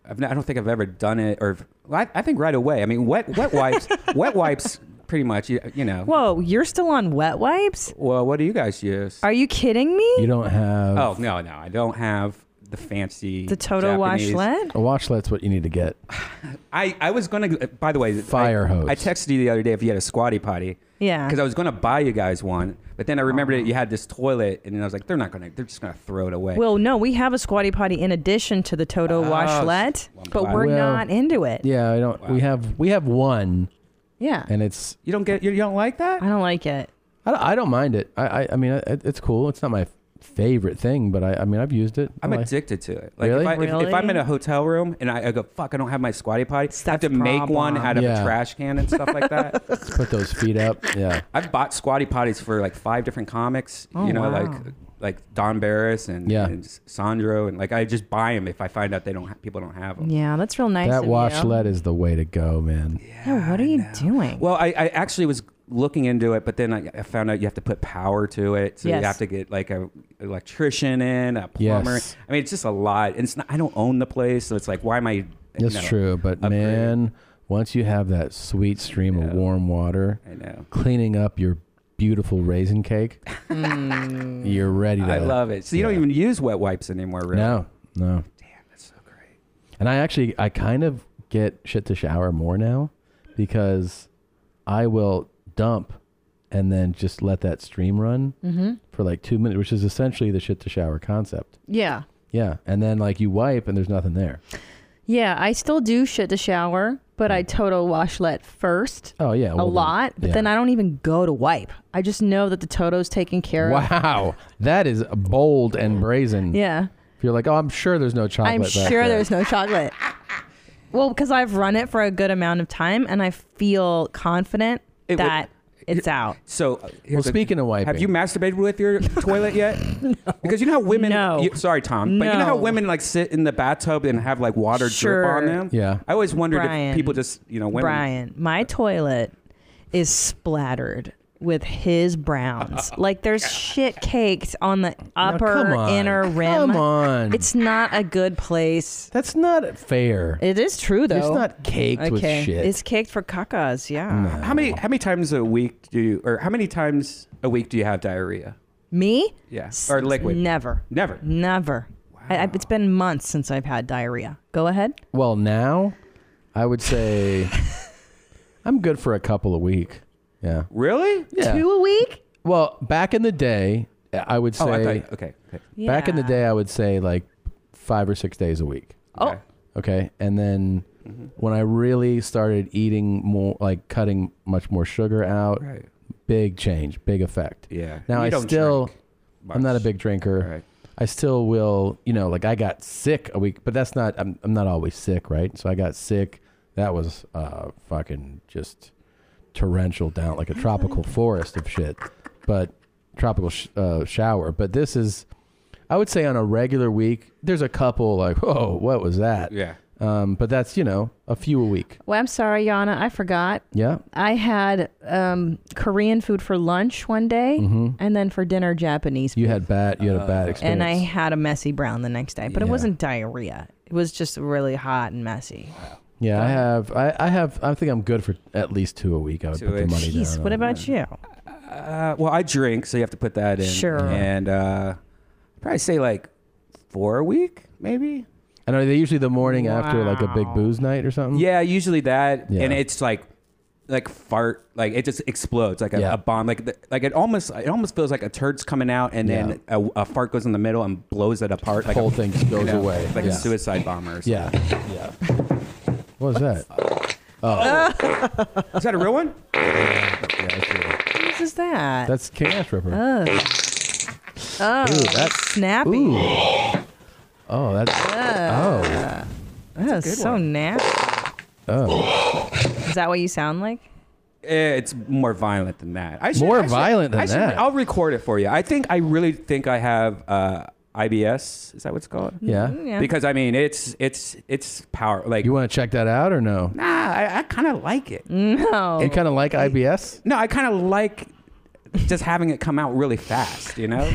S9: I've not, I don't think I've ever done it, or well, I, I think right away. I mean, wet wet
S2: [LAUGHS]
S9: wipes, wet wipes, pretty much. You, you know.
S2: Whoa, you're still on wet wipes?
S9: Well, what do you guys use?
S2: Are you kidding me?
S1: You don't have
S9: Oh no, no, I don't have the fancy
S2: The Toto
S9: Japanese-
S2: washlet?
S1: A washlet's what you need to get.
S9: I, I was gonna. By the way, fire hose. I texted you the other day if you had a squatty potty.
S2: Yeah.
S9: Because I was gonna buy you guys one, but then I remembered that you had this toilet, and then I was like, they're not gonna. They're just gonna throw it away.
S2: Well, no, we have a squatty potty in addition to the Toto washlet, but
S1: glad.
S2: we're
S1: Well-
S2: not into it.
S1: Yeah, I don't. We have we have one,
S2: Yeah.
S1: and it's
S9: you don't get you don't like that.
S2: I don't like it.
S1: I don't, I don't mind it. I I, I mean I, it's cool. It's not my favorite thing, but I I mean I've used it.
S9: I'm
S1: I like-
S9: addicted to it. Like
S1: Really?
S9: if, I, if, if I'm in
S1: Really?
S9: a hotel room and I, I go, fuck, I don't have my squatty potty. I have to make one
S1: problem.
S9: out of
S1: Yeah.
S9: a trash can and stuff like
S2: [LAUGHS]
S9: that.
S1: Put those
S9: [LAUGHS]
S1: feet up. Yeah.
S9: I've bought squatty potties for like five different comics.
S1: Oh,
S9: you know,
S1: wow.
S9: like like Don Barris and,
S1: Yeah.
S9: and Sandro, and like I just buy them if I find out they don't ha- people don't have them.
S2: Yeah, that's real nice.
S1: that
S2: of you.
S1: washlet is the way to go, man.
S2: Yeah, what are you doing?
S9: Well, I, I actually was looking into it, but then I, I found out you have to put power to it, so
S2: Yes.
S9: you have to get like a electrician in, a plumber.
S1: Yes.
S9: I mean, it's just a lot, and it's not, I don't own the place, so it's like, why am I?
S1: That's
S9: you know,
S1: true, but man, once you have that sweet stream of warm water, I
S9: know.
S1: cleaning up your beautiful raisin
S2: [LAUGHS]
S1: cake,
S2: Mm.
S1: you're ready to.
S9: I love it. So you don't even use wet wipes anymore, really?
S1: No, no. Damn, that's so great. And I actually, I kind of get shit to shower more now because I will dump and then just let that stream run
S2: Mhm.
S1: for like two minutes, which is essentially the shit to shower concept.
S2: Yeah.
S1: Yeah, and then like you wipe and there's nothing there.
S2: Yeah, I still do shit to shower, but I total washlet first.
S1: Mm. Oh, yeah, well,
S2: a
S1: then-
S2: lot. But
S1: yeah.
S2: then I don't even go to wipe. I just know that the Toto's taken care of.
S1: Wow, that is bold and brazen.
S2: Yeah.
S1: If you're like, oh, I'm sure there's no chocolate.
S2: I'm
S1: back
S2: sure
S1: there."
S2: there's no
S1: [LAUGHS]
S2: chocolate. Well, because I've run it for a good amount of time, and I feel confident
S9: It would-
S2: that it's out.
S9: So, uh,
S1: Well,
S9: here's a-
S1: speaking of wiping,
S9: Have you masturbated with
S1: [LAUGHS]
S9: your toilet yet? Because you know how women. you- sorry, Tom, but you know
S1: No.
S9: how women like sit in the bathtub and have like water drip
S2: Sure.
S9: on them.
S1: Yeah.
S9: I always wondered
S2: Brian.
S9: if people just you know women.
S2: Brian, my toilet is splattered with
S9: [LAUGHS]
S2: his browns. like there's shit caked on the upper
S1: on.
S2: inner rim.
S1: Come on.
S2: It's not a good place.
S1: That's not fair.
S2: It is true though.
S1: It's not caked with shit. Mm.
S2: It's caked for cuckas, yeah.
S9: How many how many times a week do you or how many times a week do you have diarrhea?
S2: Me?
S9: Yeah, or liquid.
S2: Never.
S9: Never.
S2: Never. I, I, it's been months since I've had diarrhea. Go ahead.
S1: Well, now I would say
S9: [LAUGHS]
S1: I'm good for a couple a week. Yeah.
S9: Really?
S1: Yeah.
S2: Two a week?
S1: Well, back in the day, I would say.
S9: Oh, I thought you- okay, okay.
S1: Back in the
S9: Yeah.
S1: day, I would say like five or six days a week.
S2: Oh.
S1: Okay. And then
S9: Mm-hmm.
S1: when I really started eating more, like cutting much more sugar out,
S9: Right.
S1: big change, big effect.
S9: Yeah.
S1: Now
S9: You
S1: I
S9: don't
S1: still, I'm not a big drinker. I still will, you know, like I got sick a week, but that's not, I'm, I'm not always sick, right? So I got sick. That was uh, fucking just torrential down, like a
S2: [LAUGHS]
S1: tropical forest of shit, but tropical sh- uh, shower. But this is, I would say on a regular week, there's a couple like, whoa, what was that?
S9: Yeah.
S1: Um, but that's, you know, a few a week.
S2: Well, I'm sorry, Yana. I forgot.
S1: Yeah.
S2: I had um, Korean food for lunch one day,
S1: Mhm.
S2: and then for dinner Japanese.
S1: You had bad, you had a bad experience.
S2: and I had a messy brown the next day, but it
S1: Yeah.
S2: wasn't diarrhea. It was just really hot and messy.
S1: yeah, I have, I, I have, I think I'm good for at least two a week. I would
S9: Two
S1: put the
S9: weeks.
S1: money
S2: Jeez,
S1: down.
S2: what
S1: on.
S2: about you?
S9: Uh, well, I drink, so you have to put that in.
S2: Sure.
S9: And uh, probably say like four a week, maybe.
S1: And are they usually the morning after like a big booze night or something?
S9: Yeah, usually that,
S1: Mm. Yeah.
S9: and it's like like fart, like it just explodes like a,
S1: Yeah.
S9: a bomb. Like the, like it almost it almost feels like a turd's coming out, and then a, a fart goes in the middle and blows it apart. Like
S1: whole
S9: a,
S1: thing
S9: you
S1: goes
S9: know,
S1: away.
S9: like
S1: Yeah.
S9: a suicide bomber. Or something.
S1: Yeah. Yeah. What was that? Oh,
S9: [LAUGHS] Oh. Is that a real one?
S2: What is that?
S1: that's King Ash Ripper.
S2: Ugh. Oh,
S1: Ooh, that-
S2: that's snappy.
S1: Ooh. Oh, that's
S2: Ugh. That is so nasty.
S1: oh oh.
S2: Is that what you sound like?
S9: Eh, It's more violent than that. I
S1: More violent than
S9: I should-
S1: that.
S9: I'll record it for you. I think I really think I have uh, IBS. Is that what's called?
S1: Yeah. Mm, yeah.
S9: Because I mean, it's it's it's power. Like
S1: You want to check that out or no?
S9: nah, I, I kind of like it.
S2: No.
S1: You kind of like IBS?
S9: No, I kind of like just having it come out really fast. You know.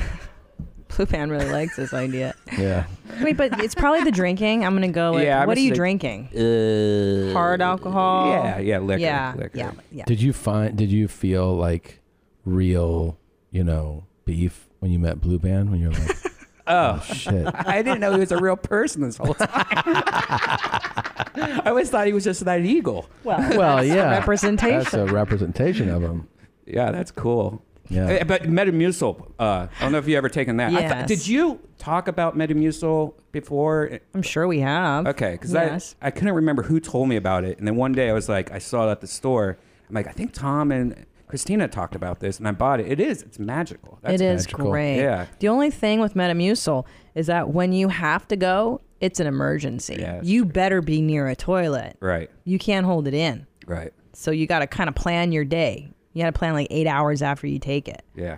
S2: Blue Pan really likes this idea.
S1: [LAUGHS] Yeah.
S2: Wait, but it's probably the drinking. I'm gonna go with.
S9: Yeah, I'm
S2: what are
S9: just
S2: you
S9: like-
S2: drinking?
S9: Uh,
S2: Hard alcohol.
S9: Yeah, yeah, liquor,
S2: Yeah,
S9: liquor.
S2: yeah, yeah.
S1: Did you find? Did you feel like real? You know, beef when you met Blue Band when you were like,
S9: Oh,
S1: shit.
S9: [LAUGHS] I didn't know he was a real person this whole time. [LAUGHS] I always thought he was just that eagle.
S2: Well,
S1: well, yeah,
S2: representation.
S1: That's a representation of him.
S9: Yeah, that's cool.
S1: Yeah.
S9: Eh, But Metamucil, uh, I don't know if you ever taken that. I thought-
S2: Yes.
S9: did you talk about Metamucil before?
S2: I'm sure we have.
S9: Okay, because
S2: Yes.
S9: I, I couldn't remember who told me about it. And then one day I was like, I saw it at the store. I'm like, I think Tom and Christina talked about this, and I bought it. It is. It's magical. That's
S2: it is
S9: magical.
S2: great.
S9: Yeah.
S2: The only thing with Metamucil is that when you have to go, it's an emergency.
S9: Yeah, that's
S2: you better be near a toilet.
S9: Right.
S2: You can't hold it in.
S9: Right.
S2: So you got to kind of plan your day. You got to plan like eight hours after you take it.
S9: Yeah.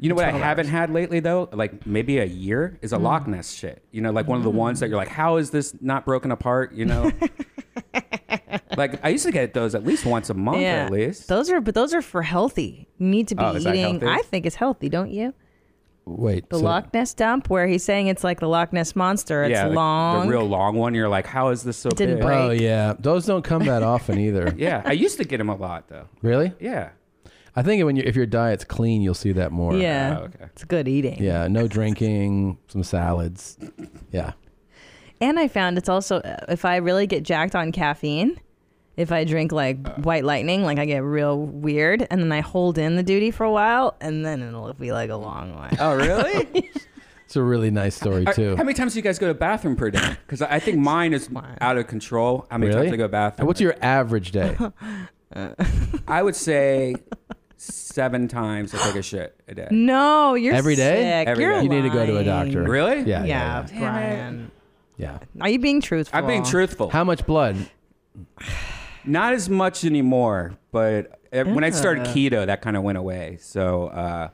S9: You know what I haven't had lately though, like maybe a year, is a
S2: Mm.
S9: Loch Ness shit. You know, like one of the ones that you're like, how is this not broken apart? You
S2: [LAUGHS]
S9: know, like I used to get those at least once a month
S2: yeah.
S9: at least.
S2: Those are, but those are for healthy. You need to be
S9: Oh, is that
S2: eating.
S9: healthy?
S2: I think it's healthy, don't you?
S1: Wait.
S2: The
S9: so-
S2: Loch Ness dump, where he's saying it's like the Loch Ness monster. It's
S9: yeah, like,
S2: long.
S9: the real long one. You're like, how is this so
S2: didn't
S9: big?
S1: Oh yeah, those don't come
S9: [LAUGHS]
S1: that often either.
S9: yeah, I used to get them a lot though.
S1: Really?
S9: Yeah.
S1: I think when you if your diet's clean, you'll see that more. Oh,
S2: yeah,
S9: Oh,
S2: it's good eating.
S1: Yeah. No drinking. Some salads. Yeah.
S2: And I found it's also uh, if I really get jacked on caffeine, if I drink like
S9: Uh.
S2: White Lightning, like I get real weird, and then I hold in the duty for a while, and then it'll be like a long one.
S9: Oh really?
S1: [LAUGHS] It's a really nice story
S9: Are-
S1: too.
S9: How many times do you guys go to bathroom per day? Because I I think mine is out of control. How many
S1: Really?
S9: times I go bathroom?
S1: What's your average
S2: [LAUGHS]
S1: day?
S2: Uh.
S9: I would say seven times I take a shit a day.
S2: No, you're
S1: Every day?
S2: Sick.
S9: Every
S2: you're
S9: day. You need
S1: to go to a
S2: lying.
S1: doctor. Really? Yeah, yeah,
S2: Yeah,
S1: yeah.
S2: Brian.
S1: Yeah.
S2: Are you being truthful?
S9: I'm
S2: [LAUGHS]
S9: being truthful.
S1: How much blood?
S9: Not as much anymore, but uh, when I started
S2: Ugh.
S9: keto, that kind of went away. So uh,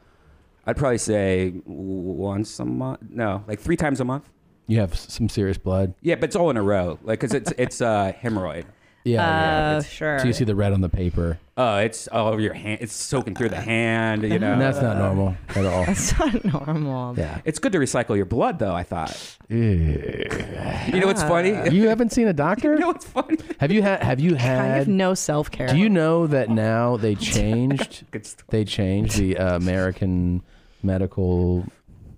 S9: I'd probably say w- once a month. No, like three times a month.
S1: You have s- some serious blood.
S9: Yeah, but it's all in a row, like because it's it's uh, hemorrhoid.
S1: [LAUGHS] Yeah. yeah.
S2: Oh,
S1: It's-
S2: sure.
S1: So you see the red on the paper.
S9: Oh, it's all over your hand. It's soaking through the hand. You know,
S1: And that's not normal at all.
S2: That's not normal.
S1: [LAUGHS] Yeah.
S9: It's good to recycle your blood, though. I thought.
S1: you
S9: know what's funny?
S1: Ah. You haven't
S9: [LAUGHS]
S1: seen a doctor? you know
S9: what's funny?
S1: Have you had? Have you had?
S2: I have no self care.
S1: Do you know that now
S2: [LAUGHS]
S9: [LAUGHS]
S1: they changed? they changed the uh, American Medical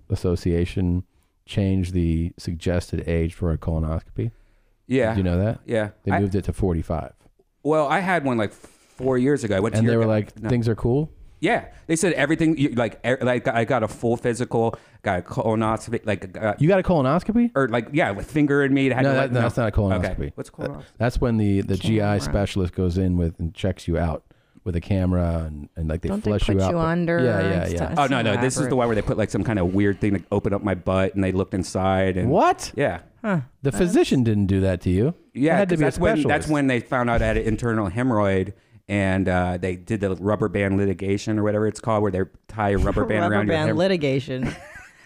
S1: Association changed the suggested age for a colonoscopy.
S9: Yeah.
S1: Did you know that?
S9: Yeah.
S1: They
S9: I-
S1: moved it to 45.
S9: Well, I had one like four years ago. I went to
S1: And they
S9: your
S1: were
S9: gu-
S1: like,
S9: No.
S1: things are cool.
S9: Yeah, they said everything. You, like, er, like I got a full physical, got a colonoscopy, like uh,
S1: You got a colonoscopy?
S9: or like yeah, with finger in me. it Had
S1: no,
S9: to,
S1: that-
S9: like,
S1: no, that's not a colonoscopy.
S9: Okay. What's
S1: That-
S9: colonoscopy?
S1: That's when the, the GI specialist goes in with and checks you out with a camera and, and like they
S2: Don't they
S1: flush
S2: put
S1: you out.
S2: you
S1: but-
S2: under
S1: Yeah, yeah,
S2: and
S1: yeah.
S2: stuff?
S9: Oh no, no, this is the
S2: elaborate.
S9: one where they put like some kind of weird thing to open up my butt, and they looked inside. And
S1: What?
S9: Yeah,
S2: Huh.
S1: The physician didn't do that to you.
S9: yeah.
S1: it had to
S9: 'cause
S1: be
S9: that's
S1: a
S9: when
S1: specialist.
S9: that's when they found out I had an internal hemorrhoid. And uh, they did the rubber band litigation or whatever it's called, where they tie a rubber band
S2: Rubber
S9: around your
S2: band
S9: hem-
S2: litigation.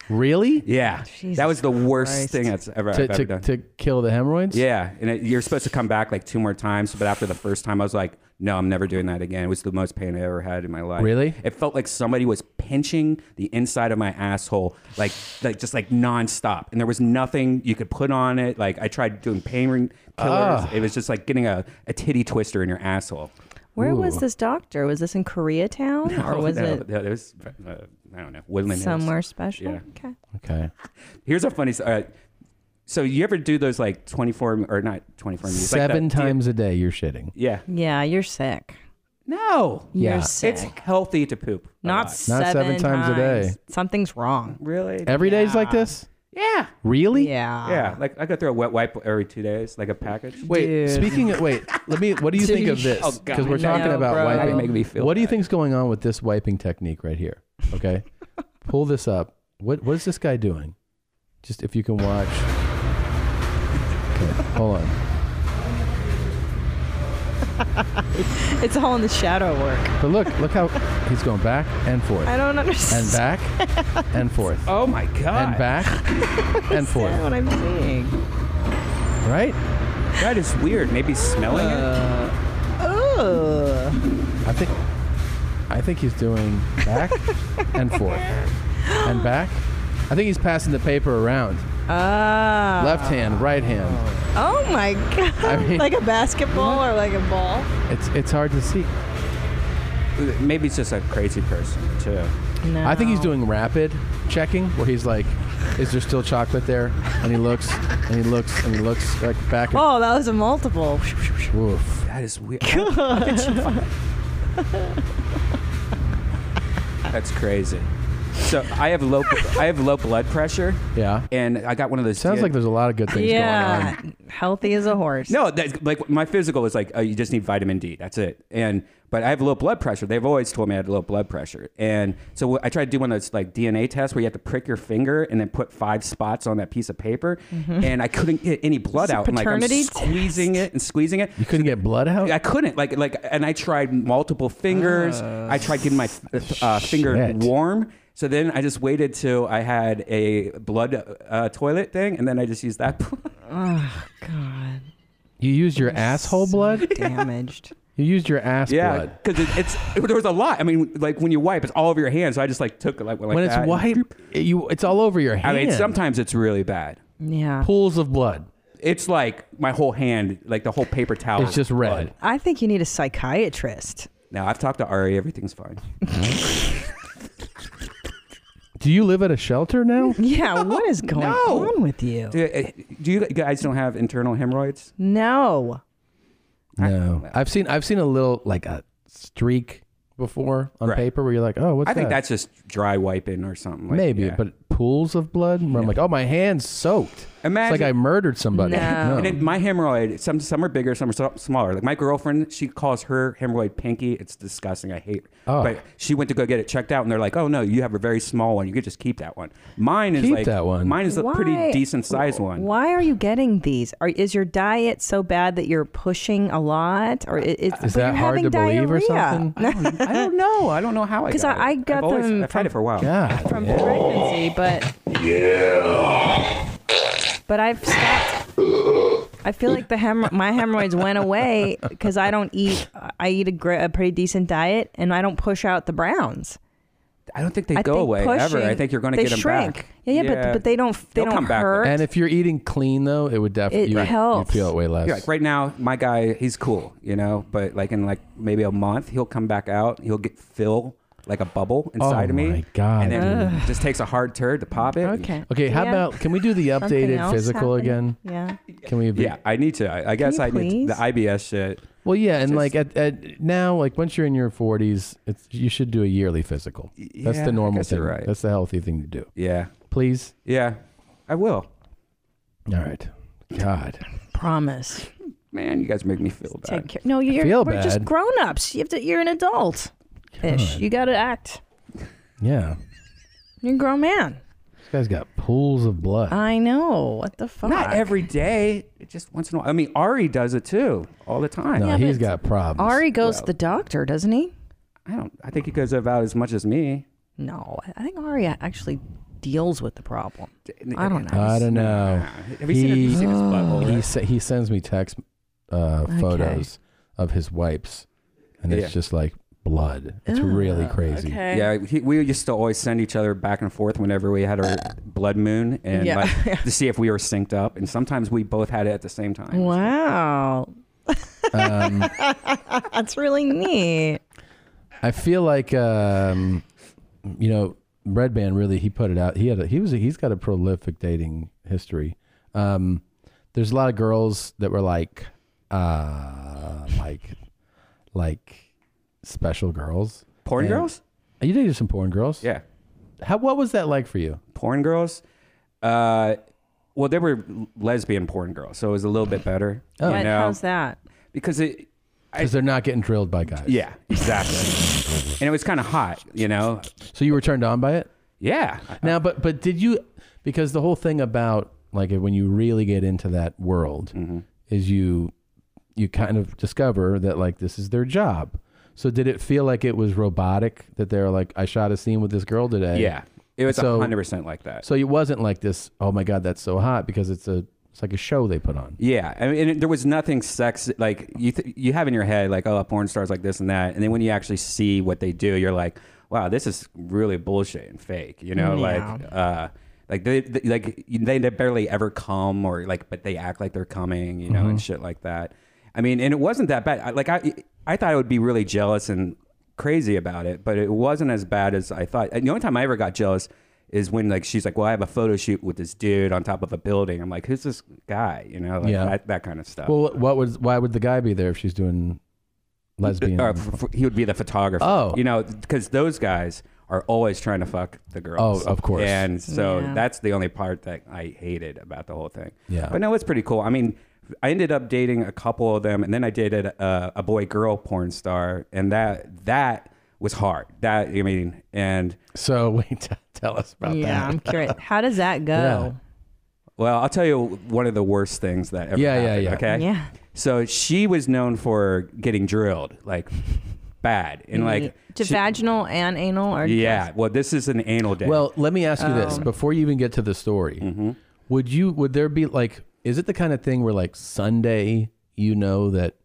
S1: Really?
S9: Yeah, that was the worst thing that's ever
S1: to,
S9: I've ever
S1: to,
S9: done.
S1: to kill the hemorrhoids.
S9: Yeah, and it, you're supposed to come back like two more times, but after the first time, I was like, "No, I'm never doing that again." It was the most pain I ever had in my life.
S1: Really?
S9: It felt like somebody was pinching the inside of my asshole, like, like just like nonstop, and there was nothing you could put on it. Like I tried doing pain ring killers.
S1: Ah.
S2: Ugh.
S9: It was just like getting a, a titty twister in your asshole.
S2: Where
S9: [LAUGHS]
S2: was this doctor? Was this in Koreatown or was
S9: No,
S2: it
S9: no, it was, uh, I don't know. Woodland Hills.
S2: somewhere special?
S9: Yeah.
S2: Okay.
S1: Okay.
S9: Here's a funny. s- Uh, so you ever do those like 24 or not 24 minutes?
S1: Seven times a day, you're shitting.
S9: Yeah.
S2: Yeah, you're sick.
S9: No.
S1: Yeah. You're
S9: It's
S1: sick.
S9: healthy to poop.
S2: Not
S1: Not
S2: seven,
S1: seven times a day.
S2: Something's wrong.
S9: Really?
S1: Every day's like this?
S9: Yeah.
S1: Really?
S2: Yeah.
S9: yeah, like I go through a wet wipe every two days, like a package.
S1: Wait, speaking of wait, let me. What do you think of
S9: Dude.
S1: this?
S9: Oh, God.
S1: Because we're talking
S9: No,
S1: about
S9: bro. Now
S1: wiping.
S9: you make me feel
S1: what do you think's going on with this wiping technique right here?
S2: [LAUGHS]
S1: Okay, pull this up. What What is this guy doing? Just if you can watch. Okay, hold on.
S2: it's all in the shadow work.
S1: But look, look how he's going back and forth.
S2: I don't understand.
S1: And back and forth.
S9: Oh my god.
S1: And back [LAUGHS] and forth.
S2: what I'm seeing.
S1: Right?
S9: That is weird. Maybe smelling
S2: Ooh. [LAUGHS]
S1: I think I think he's doing
S2: [LAUGHS]
S1: back and forth and back. I think he's passing the paper around.
S2: Ah.
S1: Left hand, right hand.
S2: Oh my god.
S1: [LAUGHS] I mean-
S2: like a basketball or like a ball.
S1: It's it's hard to see.
S9: it. Maybe it's just a crazy person too.
S1: I think he's doing rapid checking where he's like, is there still chocolate there? And he looks and he looks and he looks like back and
S2: Oh, that was a multiple.
S1: Oof.
S9: That is weird.
S2: [LAUGHS]
S9: That's crazy. So I have low I have low blood pressure.
S1: Yeah.
S9: And I got one of those.
S1: Sounds like there's a lot of good things going on.
S2: yeah. Healthy as a
S9: [LAUGHS]
S2: horse.
S9: No, that's like my physical is like oh, you just need vitamin D. That's it. And but I have low blood pressure. They've always told me I had low blood pressure. And so I tried to do one of those like DNA tests where you have to prick your finger and then put five spots on that piece of paper.
S2: Mhm.
S9: And I couldn't get any blood
S2: It's a
S9: out. And like I'm
S2: paternity
S9: squeezing it and squeezing it.
S1: You couldn't get blood out.
S9: I couldn't. Like like and I tried multiple fingers. I tried getting my uh, finger
S1: Ah, shit.
S9: warm. So then I just waited till I had a blood uh, toilet thing, and then I just used that. [LAUGHS]
S2: Oh god.
S1: You used your asshole blood?
S2: Damaged.
S1: [LAUGHS] You used your ass
S9: Yeah,
S1: blood.
S9: because it, it's there was a lot. I mean, like when you wipe, it's all over your hands. So I just like took like, like
S1: when it's
S9: that and-
S1: white, you it's all over your
S9: I
S1: hand.
S9: mean, sometimes it's really bad.
S2: Yeah.
S1: pools of blood.
S9: It's like my whole hand, like the whole paper towel.
S1: It's just red.
S2: I think you need a psychiatrist.
S9: Now I've talked to Ari. Everything's fine.
S1: Do you live at a shelter now?
S2: [LAUGHS] Yeah, what is going
S9: No.
S2: on with you?
S9: Do, uh, do you guys don't have internal hemorrhoids?
S2: No.
S1: No, I've seen I've seen a little like a streak before on paper where you're like, oh, what's
S9: I think
S1: that?
S9: that's just dry wiping or something. Like,
S1: Maybe,
S9: yeah.
S1: but pools of blood where I'm like, oh, my hand's soaked.
S9: Imagine-
S1: it's like I murdered somebody. No.
S9: And it, my hemorrhoid, some some are bigger, some are so- smaller. Like my girlfriend, she calls her hemorrhoid pinky. It's disgusting. I hate. It.
S1: Oh.
S9: But she went to go get it checked out, and they're like, "Oh no, you have a very small one. You could just keep that one." Mine is
S1: Keep
S9: like
S1: that one.
S9: Mine is a
S2: Why-
S9: pretty decent sized one.
S2: Why are you getting these? Are, is your diet so bad that you're pushing a lot, or i- is,
S9: Is
S2: but
S9: that
S2: you're
S9: hard
S2: having
S9: to believe or
S2: diarrhea.
S9: something? I don't know. I don't know how I.
S2: Because
S9: got
S2: I- I
S9: it.
S2: got
S9: I've always-
S2: them
S9: I've had it for a while.
S1: Yeah.
S2: from pregnancy, but
S3: Yeah.
S2: but I've stopped. I feel like the hem- my hemorrhoids went away because I don't eat. I eat a, gr- a pretty decent diet, and I don't push out the browns.
S9: I don't think they
S2: I
S9: go
S2: think
S9: away ever. I
S2: pushing-
S9: think you're going to
S2: they
S9: get them
S2: shrink.
S9: back.
S2: Yeah, yeah, but- but they don't- they They'll don't come back. hurt.
S1: And if you're eating clean though, it would
S2: It
S1: definitely you,
S2: helps.
S1: you feel it way less.
S9: Yeah, like right now, my guy, he's cool, you know. But like in like maybe a month, he'll come back out. He'll get fill like a bubble inside of me.
S1: Oh my
S9: And
S1: God.
S9: then
S1: Ugh.
S9: just takes a hard turd to pop it.
S2: Okay.
S1: Okay, how
S2: Yeah.
S1: about can we do the
S2: Something
S1: updated
S2: else
S1: physical
S2: happening?
S1: again?
S2: Yeah.
S1: Can we?
S9: Yeah, I need to. I, I guess
S1: you
S9: I need to- the IBS shit.
S1: Well, yeah, and like at, at now, like once you're in your 40s, it's you should do a yearly physical. That's
S9: yeah, I
S1: the normal
S9: guess
S1: thing.
S9: you're right.
S1: That's the healthy thing to do.
S9: Yeah.
S1: Please.
S9: Yeah, I will.
S1: All right. God.
S2: Promise.
S9: Man, you guys make me feel bad.
S2: Take care. No, you're
S1: feel
S2: we're just
S1: bad.
S2: grown ups. You have to. You're an adult. Ish. You got to act.
S1: Yeah.
S2: You're a grown man.
S1: This guy's got pools of blood.
S2: I know. What the fuck?
S9: Not every day. It Just once in a while. I mean, Ari does it too, all the time.
S1: no, he's got problems.
S2: Ari goes to the doctor, doesn't he?
S9: I don't. I think he goes about as much as me.
S2: No, I think Ari actually deals with the problem. I don't know.
S1: I don't know.
S9: Have you seen it? You've seen his butthole,
S1: He,
S9: right?
S1: se- he sends me text uh,
S2: Okay.
S1: photos of his wipes, and
S9: Yeah.
S1: it's just like blood. It's
S2: Ugh,
S1: really crazy.
S2: okay.
S9: Yeah, he, we used to always send each other back and forth whenever we had our blood moon and
S2: Yeah. [LAUGHS]
S9: like, to see if we were synced up. And sometimes we both had it at the same time.
S2: Wow.
S1: Um,
S2: [LAUGHS] That's really neat.
S1: I feel like um, you know Red Band really he put it out. He had a, he was a, he's got a prolific dating history. Um, there's a lot of girls that were like uh, like like special girls.
S9: Porn
S1: And-
S9: girls?
S1: You dated some porn girls.
S9: Yeah.
S1: How, what was that like for you?
S9: Porn girls? Uh, well, they were lesbian porn girls, so it was a little bit better.
S2: Oh.
S9: you
S2: What?
S9: know?
S2: How's that?
S9: Because it.
S1: Because they're not getting drilled by guys.
S9: Yeah, exactly. and it was kind of hot, you know.
S1: So you were turned on by it?
S9: Yeah.
S1: Now, but but did you? Because the whole thing about like when you really get into that world
S9: Mm-hmm.
S1: is you you kind of discover that like this is their job. So did it feel like it was robotic that they were like I shot a scene with this girl today?
S9: Yeah. It was
S1: So-
S9: 100% like that.
S1: So it wasn't like this. Oh my god, that's so hot because it's a it's like a show they put on.
S9: Yeah, I mean, and there was nothing sex like you th- you have in your head like oh porn stars like this and that, and then when you actually see what they do, you're like, wow, this is really bullshit and fake. You know,
S7: Yeah.
S9: like uh, like they, they like they barely ever come or like, but they act like they're coming, you know, and
S7: Mhm.
S9: shit like that. I mean, and it wasn't that bad. I, like I I thought I would be really jealous and crazy about it, but it wasn't as bad as I thought. And the only time I ever got jealous is when like she's like, "Well, I have a photo shoot with this dude on top of a building." I'm like, "Who's this guy?" You know, like
S1: Yeah.
S9: that, that kind of stuff.
S1: Well, what was why would the guy be there if she's doing
S9: [LAUGHS]
S1: lesbian?
S9: Uh, f- f- he would be the photographer.
S1: Oh.
S9: you know, because those guys are always trying to fuck the girls.
S1: Oh, of course.
S9: And so
S1: Yeah.
S9: that's the only part that I hated about the whole thing.
S1: Yeah.
S9: but no, it's pretty cool. I mean. I ended up dating a couple of them, and then I dated a, a boy-girl porn star, and that that was hard. That I mean, and
S1: so [LAUGHS] wait, t- tell us [LAUGHS] about
S2: yeah, I'm curious. How does that go?
S9: Well, I'll tell you one of the worst things that ever
S1: Yeah, yeah,
S9: happened.
S1: yeah.
S9: Okay.
S2: Yeah.
S9: So she was known for getting drilled, like bad, and
S1: Mm-hmm.
S9: like
S2: to
S9: she-
S2: vaginal and anal, or
S9: yeah. Well, this is an anal day.
S1: Well, let me ask you this
S2: Um,
S1: before you even get to the story.
S9: Mm-hmm.
S1: Would you? Would there be like? Is it the kind of thing where like Sunday you know that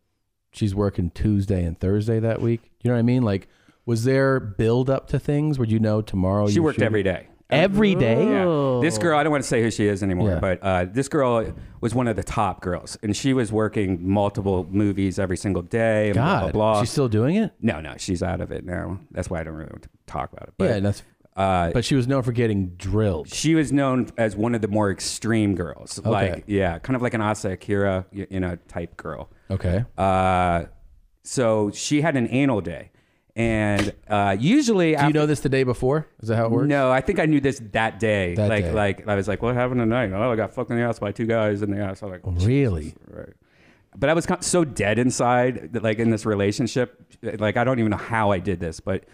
S1: she's working Tuesday and Thursday that week? You know what I mean? Like, was there build up to things? Would you know tomorrow?
S9: She
S1: you
S9: worked
S1: shoot?
S9: every day.
S1: Every day.
S9: Yeah. This girl, I don't want to say who she is anymore,
S1: Yeah.
S9: but uh, this girl was one of the top girls, and she was working multiple movies every single day. And blah, blah,
S1: God,
S9: blah.
S1: she's still doing it.
S9: no, no, she's out of it now. That's why I don't really want to talk about it.
S1: yeah, and that's.
S9: Uh,
S1: but she was known for getting drilled.
S9: She was known as one of the more extreme girls,
S1: Okay.
S9: like yeah, kind of like an Asa Akira, y- you know, type girl.
S1: Okay.
S9: Uh, so she had an anal day, and uh, usually, do you know
S1: this the day before? Is that how it works?
S9: No, I think I knew this that day.
S1: That
S9: like,
S1: day.
S9: like I was like, what happened tonight? Oh, I got fucked in the ass by two guys in the ass. I'm like, "Oh,
S1: really?
S9: Right. But I was kind so dead inside, that, like in this relationship, like I don't even know how I did this, but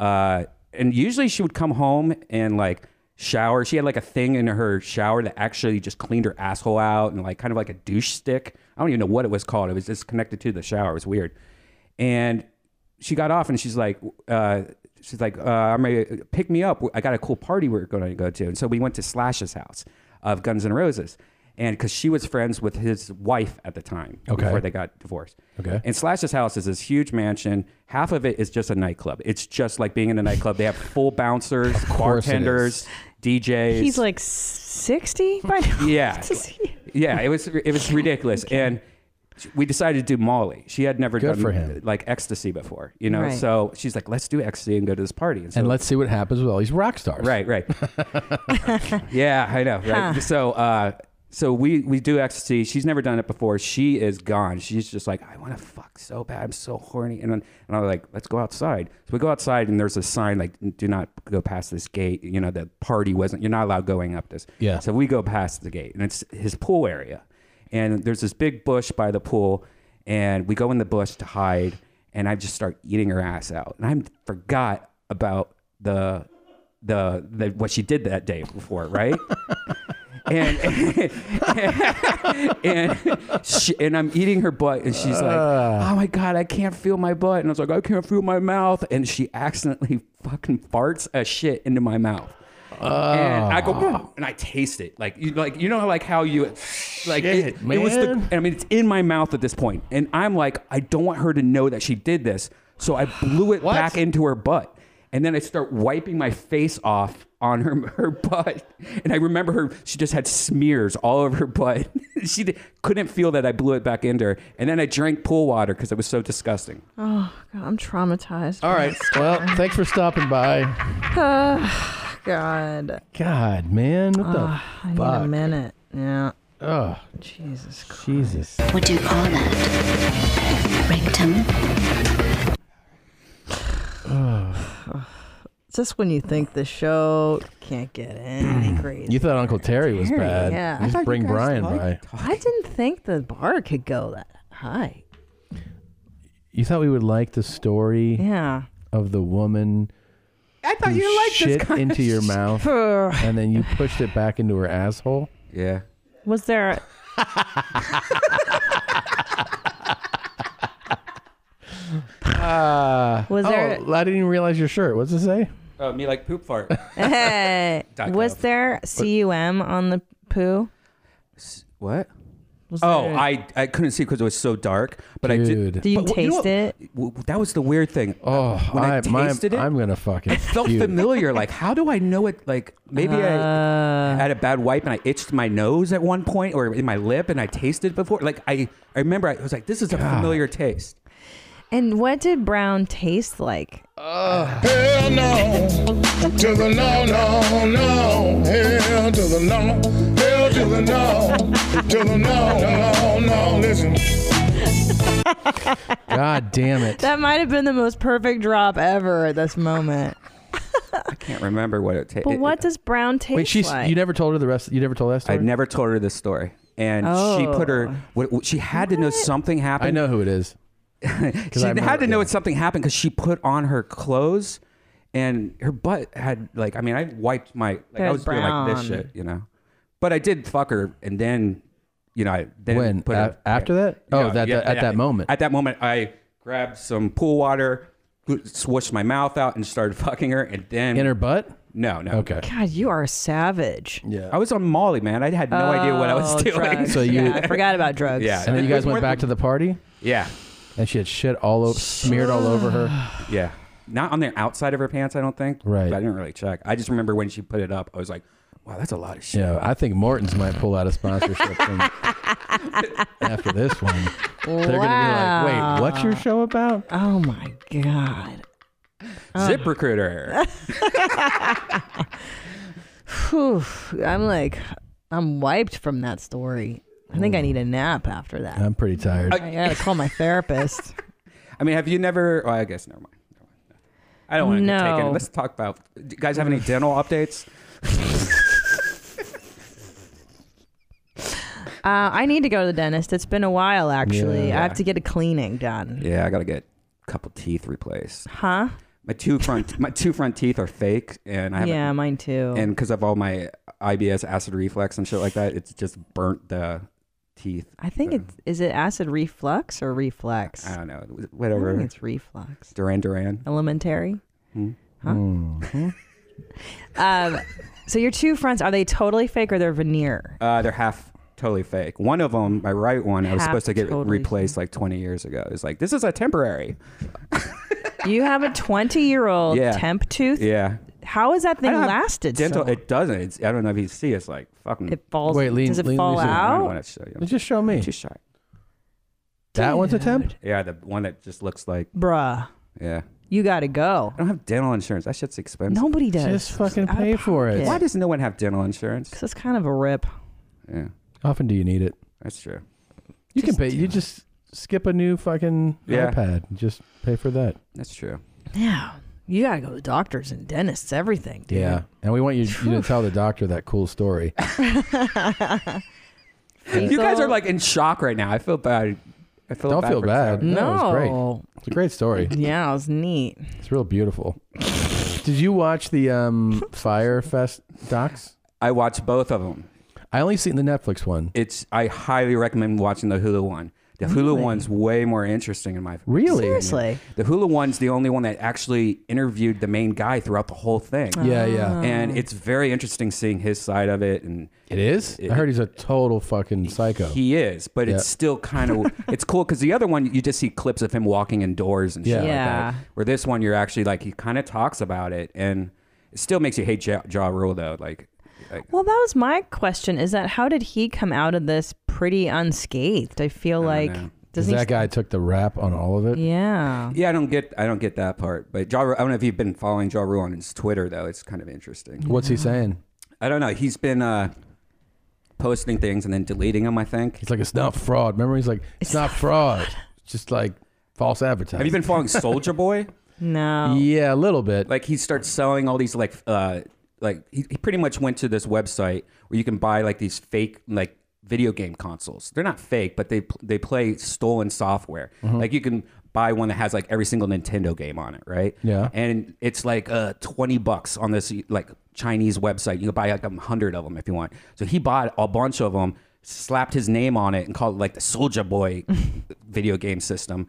S9: uh, and usually she would come home and like shower. She had like a thing in her shower that actually just cleaned her asshole out and like kind of like a douche stick. I don't even know what it was called. It was just connected to the shower. It was weird. And she got off and she's like, uh, she's like, uh, I'm ready. Pick me up. I got a cool party we're going to go to. And so we went to Slash's house of Guns N' Roses, and because she was friends with his wife at the time
S1: Okay.
S9: before they got divorced.
S1: Okay.
S9: And Slash's house is this huge mansion. Half of it is just a nightclub. It's just like being in a nightclub. They have
S1: [LAUGHS]
S9: full bouncers,
S1: course it
S9: bartenders, DJs.
S2: he's like sixty by
S9: [LAUGHS]
S2: now. [LAUGHS]
S9: yeah, yeah. It was it was ridiculous. And we decided to do Molly. She had never
S1: Good
S9: done
S1: for him.
S9: like ecstasy before, you know.
S1: Right.
S9: So she's like, "Let's do ecstasy and go to this party." so-
S1: and let's see what happens with all these rock stars.
S9: Right, right. yeah, I know. Right.
S1: Huh.
S9: So, uh, so we we do ecstasy. She's never done it before. She is gone. She's just like, I want to fuck so bad. I'm so horny. And then, and I'm like, let's go outside. So we go outside, and there's a sign like, do not go past this gate. You know, the party wasn't. You're not allowed going up this.
S1: Yeah.
S9: So we go past the gate, and it's his pool area, and there's this big bush by the pool, and we go in the bush to hide, and I just start eating her ass out, and I forgot about the the, the what she did that day before, right? and [LAUGHS] and, she, and I'm eating her butt, and she's like,
S8: Uh.
S9: "Oh my god, I can't feel my butt," and I was like, "I can't feel my mouth," and she accidentally fucking farts a shit into my mouth. And I go
S8: Ah.
S1: Ah.
S9: "Whoa," and I taste it like you like you know like how you like it, it was the
S1: man.
S9: and I mean it's in my mouth at this point and I'm like I don't want her to know that she did this so I blew it back into her butt and then I start wiping my face off on her [LAUGHS] her butt and I remember her she just had smears all over her butt [LAUGHS] she di- couldn't feel that I blew it back into her and then I drank pool water because it was so disgusting
S2: Oh God, I'm traumatized.
S1: All
S2: [LAUGHS]
S1: right. well, thanks for stopping by.
S2: Oh, God.
S1: God, man, what the
S2: Ugh, Ah, I need
S1: fuck?
S2: a minute. Yeah.
S1: Oh,
S2: Jesus Christ.
S1: Jesus.
S10: What do you call that? Rectum?
S2: Just when you think the show can't
S1: [CLEARS THROAT]
S2: get any crazy.
S1: Mm. You thought Uncle Terry was
S2: Terry,
S1: bad.
S2: yeah. I
S1: Just
S2: thought
S1: bring
S2: you guys
S1: Brian by.
S2: liked I didn't think the bar could go that high.
S1: You thought we would like the story
S2: Yeah.
S1: of the woman
S2: I
S1: who shit into your
S7: [LAUGHS]
S1: mouth
S2: [LAUGHS]
S1: and then you pushed it back into her asshole?
S9: Yeah.
S2: Was there?
S1: [LAUGHS]
S2: [LAUGHS]
S1: Uh,
S2: Was there-
S1: Oh, I didn't even realize your shirt. What's it say?
S9: Oh, me like poop
S2: [LAUGHS]
S9: fart.
S1: [LAUGHS]
S2: Hey,
S9: Dot
S2: was
S9: gov.
S2: there cum on the poo?
S9: What?
S2: Was
S9: oh,
S2: there-
S9: I I couldn't see because it was so dark. But I did.
S2: Do you
S9: but what-
S2: taste it?
S9: what- w- That was the weird thing. Oh, when I,
S1: I- my-
S9: tasted it,
S1: I'm gonna fucking.
S9: It felt familiar. Like, how do I know it? Like, maybe
S2: Uh.
S9: I had a bad wipe and I itched my nose at one point, or in my lip, and I tasted it before. Like, I I remember I was like, this is a familiar taste.
S2: And what did brown taste like?
S7: Hell no to the no, no, no. Hell to the no. Hell to the no. To the no, no, Oh, no. Listen.
S1: God damn
S2: [LAUGHS]
S1: it!
S2: That might have been the most perfect drop ever at this moment.
S9: I can't remember what it tasted.
S2: But what does brown taste
S9: Wait, she's-
S2: like?
S1: You never told her the rest. You never told that story.
S9: I never told her this story, and she put
S2: Oh.
S9: her. What, what- she had to know something happened.
S1: I know who it is.
S9: she
S1: I
S9: had
S1: remember-
S9: to know that something happened because she put on her clothes, and her butt had like. I mean, I wiped my. Like, I
S1: Good
S9: was doing like this
S1: brown.
S9: shit, you know. But I did fuck her, and then, you know, I then
S1: When?
S9: put her,
S1: A- after that? Oh, that- that- at that moment.
S9: At that moment, I grabbed some pool water, swashed my mouth out, and started fucking her, and then in her
S1: butt.
S9: No, no.
S1: Okay.
S2: God, you are savage.
S1: Yeah.
S9: I was on Molly, man. I had no idea what I was [LAUGHS] doing.
S1: So you
S2: Oh, yeah, I forgot about drugs.
S9: Yeah.
S1: And then you
S9: It was
S1: guys went
S9: more
S1: back to the party.
S9: Yeah.
S1: And she had shit all over, smeared all over her. [SIGHS]
S9: Yeah. Not on the outside of her pants, I don't think. Right. I didn't really check. I just remember when she put it up, I was like, wow, that's a lot of shit.
S1: Yeah, I think Morton's might pull out a sponsorship
S9: [LAUGHS]
S1: from after this one. They're gonna be like, wait, what's your show about?
S2: Oh my god. Um.
S9: Zip recruiter.
S2: [LAUGHS] Whew, I'm like, I'm wiped from that story. I think I need a nap after that.
S1: I'm pretty tired.
S2: I gotta call
S9: [LAUGHS]
S2: my therapist.
S9: I mean, have you never? Oh, I guess never mind. Never mind. I don't want to get
S2: No.
S9: taken. Let's talk about. Do you guys have any dental updates?
S2: Uh, I need to go to the dentist. It's been a while, actually.
S9: Yeah.
S2: I have to get a cleaning done.
S9: Yeah, I gotta get a couple teeth replaced.
S2: Huh?
S9: My two front my two front teeth are fake, and I haven't-
S2: Yeah, mine too.
S9: And because of all my IBS, acid reflux, and shit like that, it's just burnt the teeth.
S2: I think it's is it acid reflux or reflex?
S9: Uh. I don't know. Whatever.
S2: I think it's reflux.
S9: Duran Duran.
S2: Elementary.
S9: Hmm.
S2: Huh? Um, so your two fronts are they totally fake or they're veneer?
S9: Uh, they're half totally fake. One of them, my right one, I was
S2: Half
S9: supposed to get
S2: totally
S9: replaced like 20 years ago. It was like, this is a temporary.
S2: You have a twenty-year-old
S9: Yeah.
S2: temp tooth.
S9: Yeah.
S2: How has that thing
S9: I don't have
S2: lasted?
S9: Dental,
S2: so?
S9: it doesn't. It's, I don't know if you see. It's like fucking.
S2: It falls- Wait, lean- does it lean- fall lean-
S9: I
S2: out?
S9: don't want to show you.
S1: Just show me.
S9: Too shy.
S1: That one's a temp.
S9: Yeah, the one that just looks like.
S2: Bruh,
S9: Yeah.
S2: you gotta go.
S9: I don't have dental insurance. That shit's expensive.
S2: Nobody does.
S1: Just fucking pay for it.
S9: Why does no one have dental insurance?
S2: Because it's kind of a rip.
S9: Yeah,
S1: How often do you need it?
S9: that's true.
S1: You can pay. You just skip a new fucking
S9: Yeah.
S1: iPad. and Just pay for that.
S9: That's true.
S2: Yeah, you gotta go to doctors and dentists, everything. Dude.
S1: Yeah. And we want you, you
S9: [LAUGHS]
S1: to tell the doctor that cool story.
S9: You guys are like in shock right now. I feel bad. I feel
S1: Don't
S9: bad
S1: feel
S9: for
S1: bad.
S9: Tyler.
S1: No, it was great. It's a great story.
S2: Yeah, it was neat.
S1: It's
S9: [LAUGHS]
S1: real beautiful. Did you watch the um, Fire Fest docs?
S9: I watched both of them.
S1: I only seen the Netflix one.
S9: It's. I highly recommend watching the Hulu one. The Hulu
S1: Really?
S9: one's way more interesting in my
S1: Really?
S2: Seriously?
S9: The Hulu one's the only one that actually interviewed the main guy throughout the whole thing.
S1: Yeah, yeah. Oh.
S9: And it's very interesting seeing his side of it. And
S1: it is. I heard he's a total fucking psycho.
S9: He is, but
S1: Yeah.
S9: it's still kind
S1: [LAUGHS]
S9: of it's cool because the other one you just see clips of him walking indoors and shit
S1: Yeah.
S9: like
S1: Yeah.
S9: that. Where this one you're actually like he kind of talks about it and it still makes you hate Ja, ja Rule though. Like, like
S2: Well, that was my question. Is that how did he come out of this pretty unscathed? I feel like
S1: Because
S2: doesn't
S1: that
S2: he, Oh.
S1: guy took the rap on all of it.
S2: Yeah.
S9: yeah, I don't get I don't get that part. But ja, Rule- I don't know if you've been following Ja Rule on his Twitter though. It's kind of interesting.
S1: What's he saying?
S9: I don't know. He's been uh, posting things and then deleting them. I think
S1: He's like, it's not fraud. Remember, he's like, it's, not fraud. It's just like false
S9: [LAUGHS]
S1: advertising.
S9: Have you been following Soldier Boy?
S2: [LAUGHS] No.
S1: Yeah, a little bit.
S9: Like he starts selling all these like uh like he, he pretty much went to this website where you can buy like these fake like video game consoles. They're not fake, but they pl- they play stolen software.
S1: Mhm.
S9: Like you can buy one that has like every single Nintendo game on it, right?
S1: Yeah.
S9: And it's like uh 20 bucks on this like Chinese website. You can buy like a 100 of them if you want. So he bought a bunch of them, slapped his name on it and called it like the Soldier
S1: [LAUGHS]
S9: Boy video game system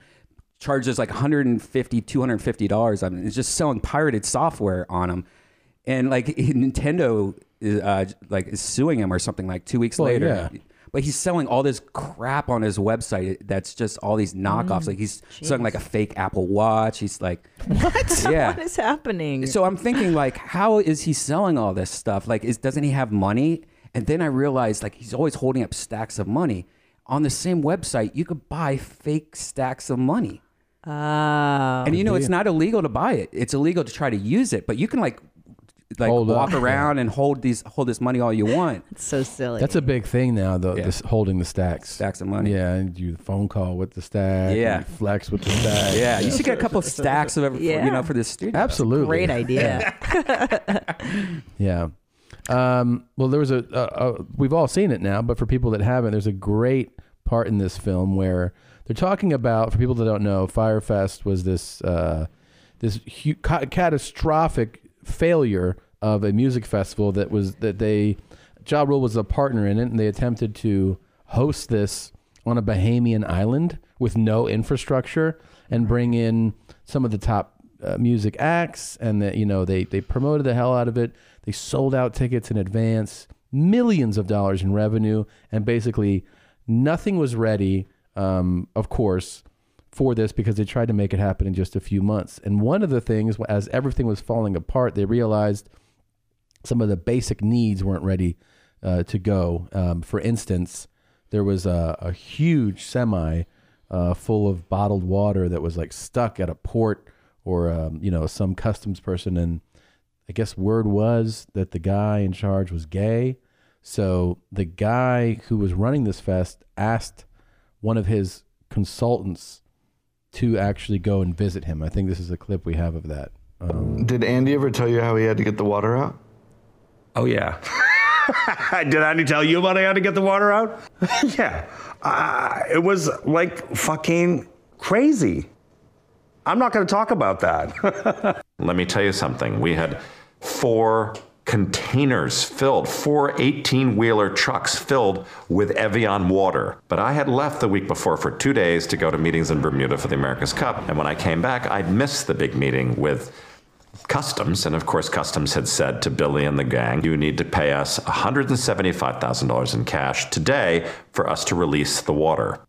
S9: charges like 150 250 dollars on it. It's just selling pirated software on them, and like [LAUGHS] Nintendo is uh, like is suing him or something like two weeks
S1: Well,
S9: later.
S1: yeah.
S9: But he's selling all this crap on his website that's just all these knockoffs.
S2: Mm,
S9: like he's selling like a fake Apple Watch. He's like,
S2: What?
S9: Yeah.
S2: [LAUGHS] what is happening?
S9: so I'm
S2: [LAUGHS]
S9: thinking like, how is he selling all this stuff? Like, is doesn't he have money? And then I realized like he's always holding up stacks of money. On the same website, you could buy fake stacks of money.
S2: Oh.
S9: And you know, it's not illegal to buy it. It's illegal to try to use it, but you can like like walk
S1: up.
S9: around and hold these hold this money all you want.
S2: [LAUGHS] It's so silly.
S1: That's a big thing now, though. This holding the stacks,
S9: stacks of money.
S1: Yeah, and you phone call with the stack. and
S9: Yeah.
S1: you flex with the stack.
S9: yeah, you should get a couple of stacks of every,
S1: Yeah.
S9: you know for this studio.
S1: Absolutely.
S2: Great idea.
S1: [LAUGHS] Yeah. Um, well, there was a, a, a. We've all seen it now, but for people that haven't, there's a great part in this film where they're talking about. For people that don't know, Firefest was this uh, this hu- ca- catastrophic failure of a music festival that was that they Ja Rule was a partner in it, and they attempted to host this on a Bahamian island with no infrastructure and bring in some of the top uh, music acts and that you know they they promoted the hell out of it. They sold out tickets in advance, millions of dollars in revenue, and basically nothing was ready. Um, of course, for this because they tried to make it happen in just a few months. And one of the things, as everything was falling apart, they realized some of the basic needs weren't ready uh, to go. Um, for instance, there was a, a huge semi uh, full of bottled water that was like stuck at a port or um, you know some customs person, and I guess word was that the guy in charge was gay. So the guy who was running this fest asked one of his consultants to actually go and visit him. I think this is a clip we have of that. Um,
S10: Did Andy ever tell you how he had to get the water out?
S13: Oh yeah. [LAUGHS] Did Andy tell you about I had to get the water out? [LAUGHS] yeah. Uh, it was like fucking crazy. I'm not going to talk about that. [LAUGHS]
S24: Let me tell you something. We had four containers filled, four 18 wheeler trucks filled with Evian water. But I had left the week before for two days to go to meetings in Bermuda for the America's Cup. And when I came back, I'd missed the big meeting with Customs, and of course, Customs had said to Billy and the gang, you need to pay us $175,000 in cash today for us to release the water.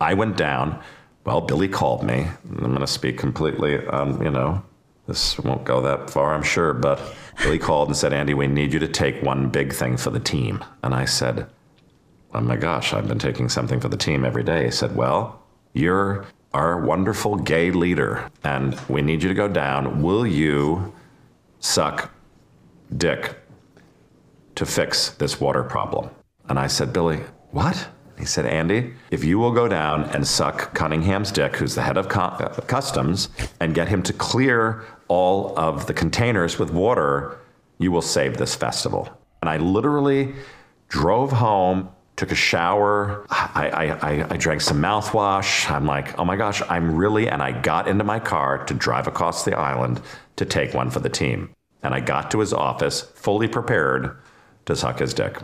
S24: I went down. Well, Billy called me. I'm going to speak completely, um, you know, this won't go that far, I'm sure, but Billy called and said, Andy, we need you to take one big thing for the team. And I said, Oh my gosh, I've been taking something for the team every day. He said, Well, you're our wonderful gay leader, and we need you to go down. Will you suck dick to fix this water problem? And I said, Billy, what? He said, Andy, if you will go down and suck Cunningham's dick, who's the head of co- uh, customs, and get him to clear all of the containers with water, you will save this festival. And I literally drove home, took a shower. I, I, I, I drank some mouthwash. I'm like, oh my gosh, I'm really. And I got into my car to drive across the island to take one for the team. And I got to his office fully prepared to suck his dick.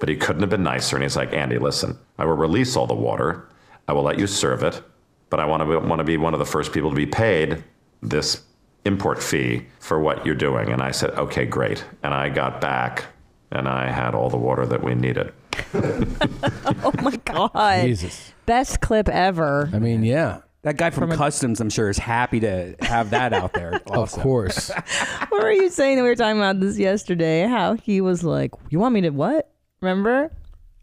S24: But he couldn't have been nicer. And he's like, Andy, listen, I will release all the water. I will let you serve it. But I want to want to be one of the first people to be paid this import fee for what you're doing. And I said, okay, great. And I got back and I had all the water that we needed.
S2: oh my god.
S1: Jesus.
S2: Best
S9: [LAUGHS]
S2: clip ever.
S1: I mean, yeah.
S9: That guy from, customs, I'm sure, is happy to have that out [LAUGHS] there.
S1: Of course.
S2: what were you saying that we were talking about this yesterday? How he was like, "You want me to what?" Remember?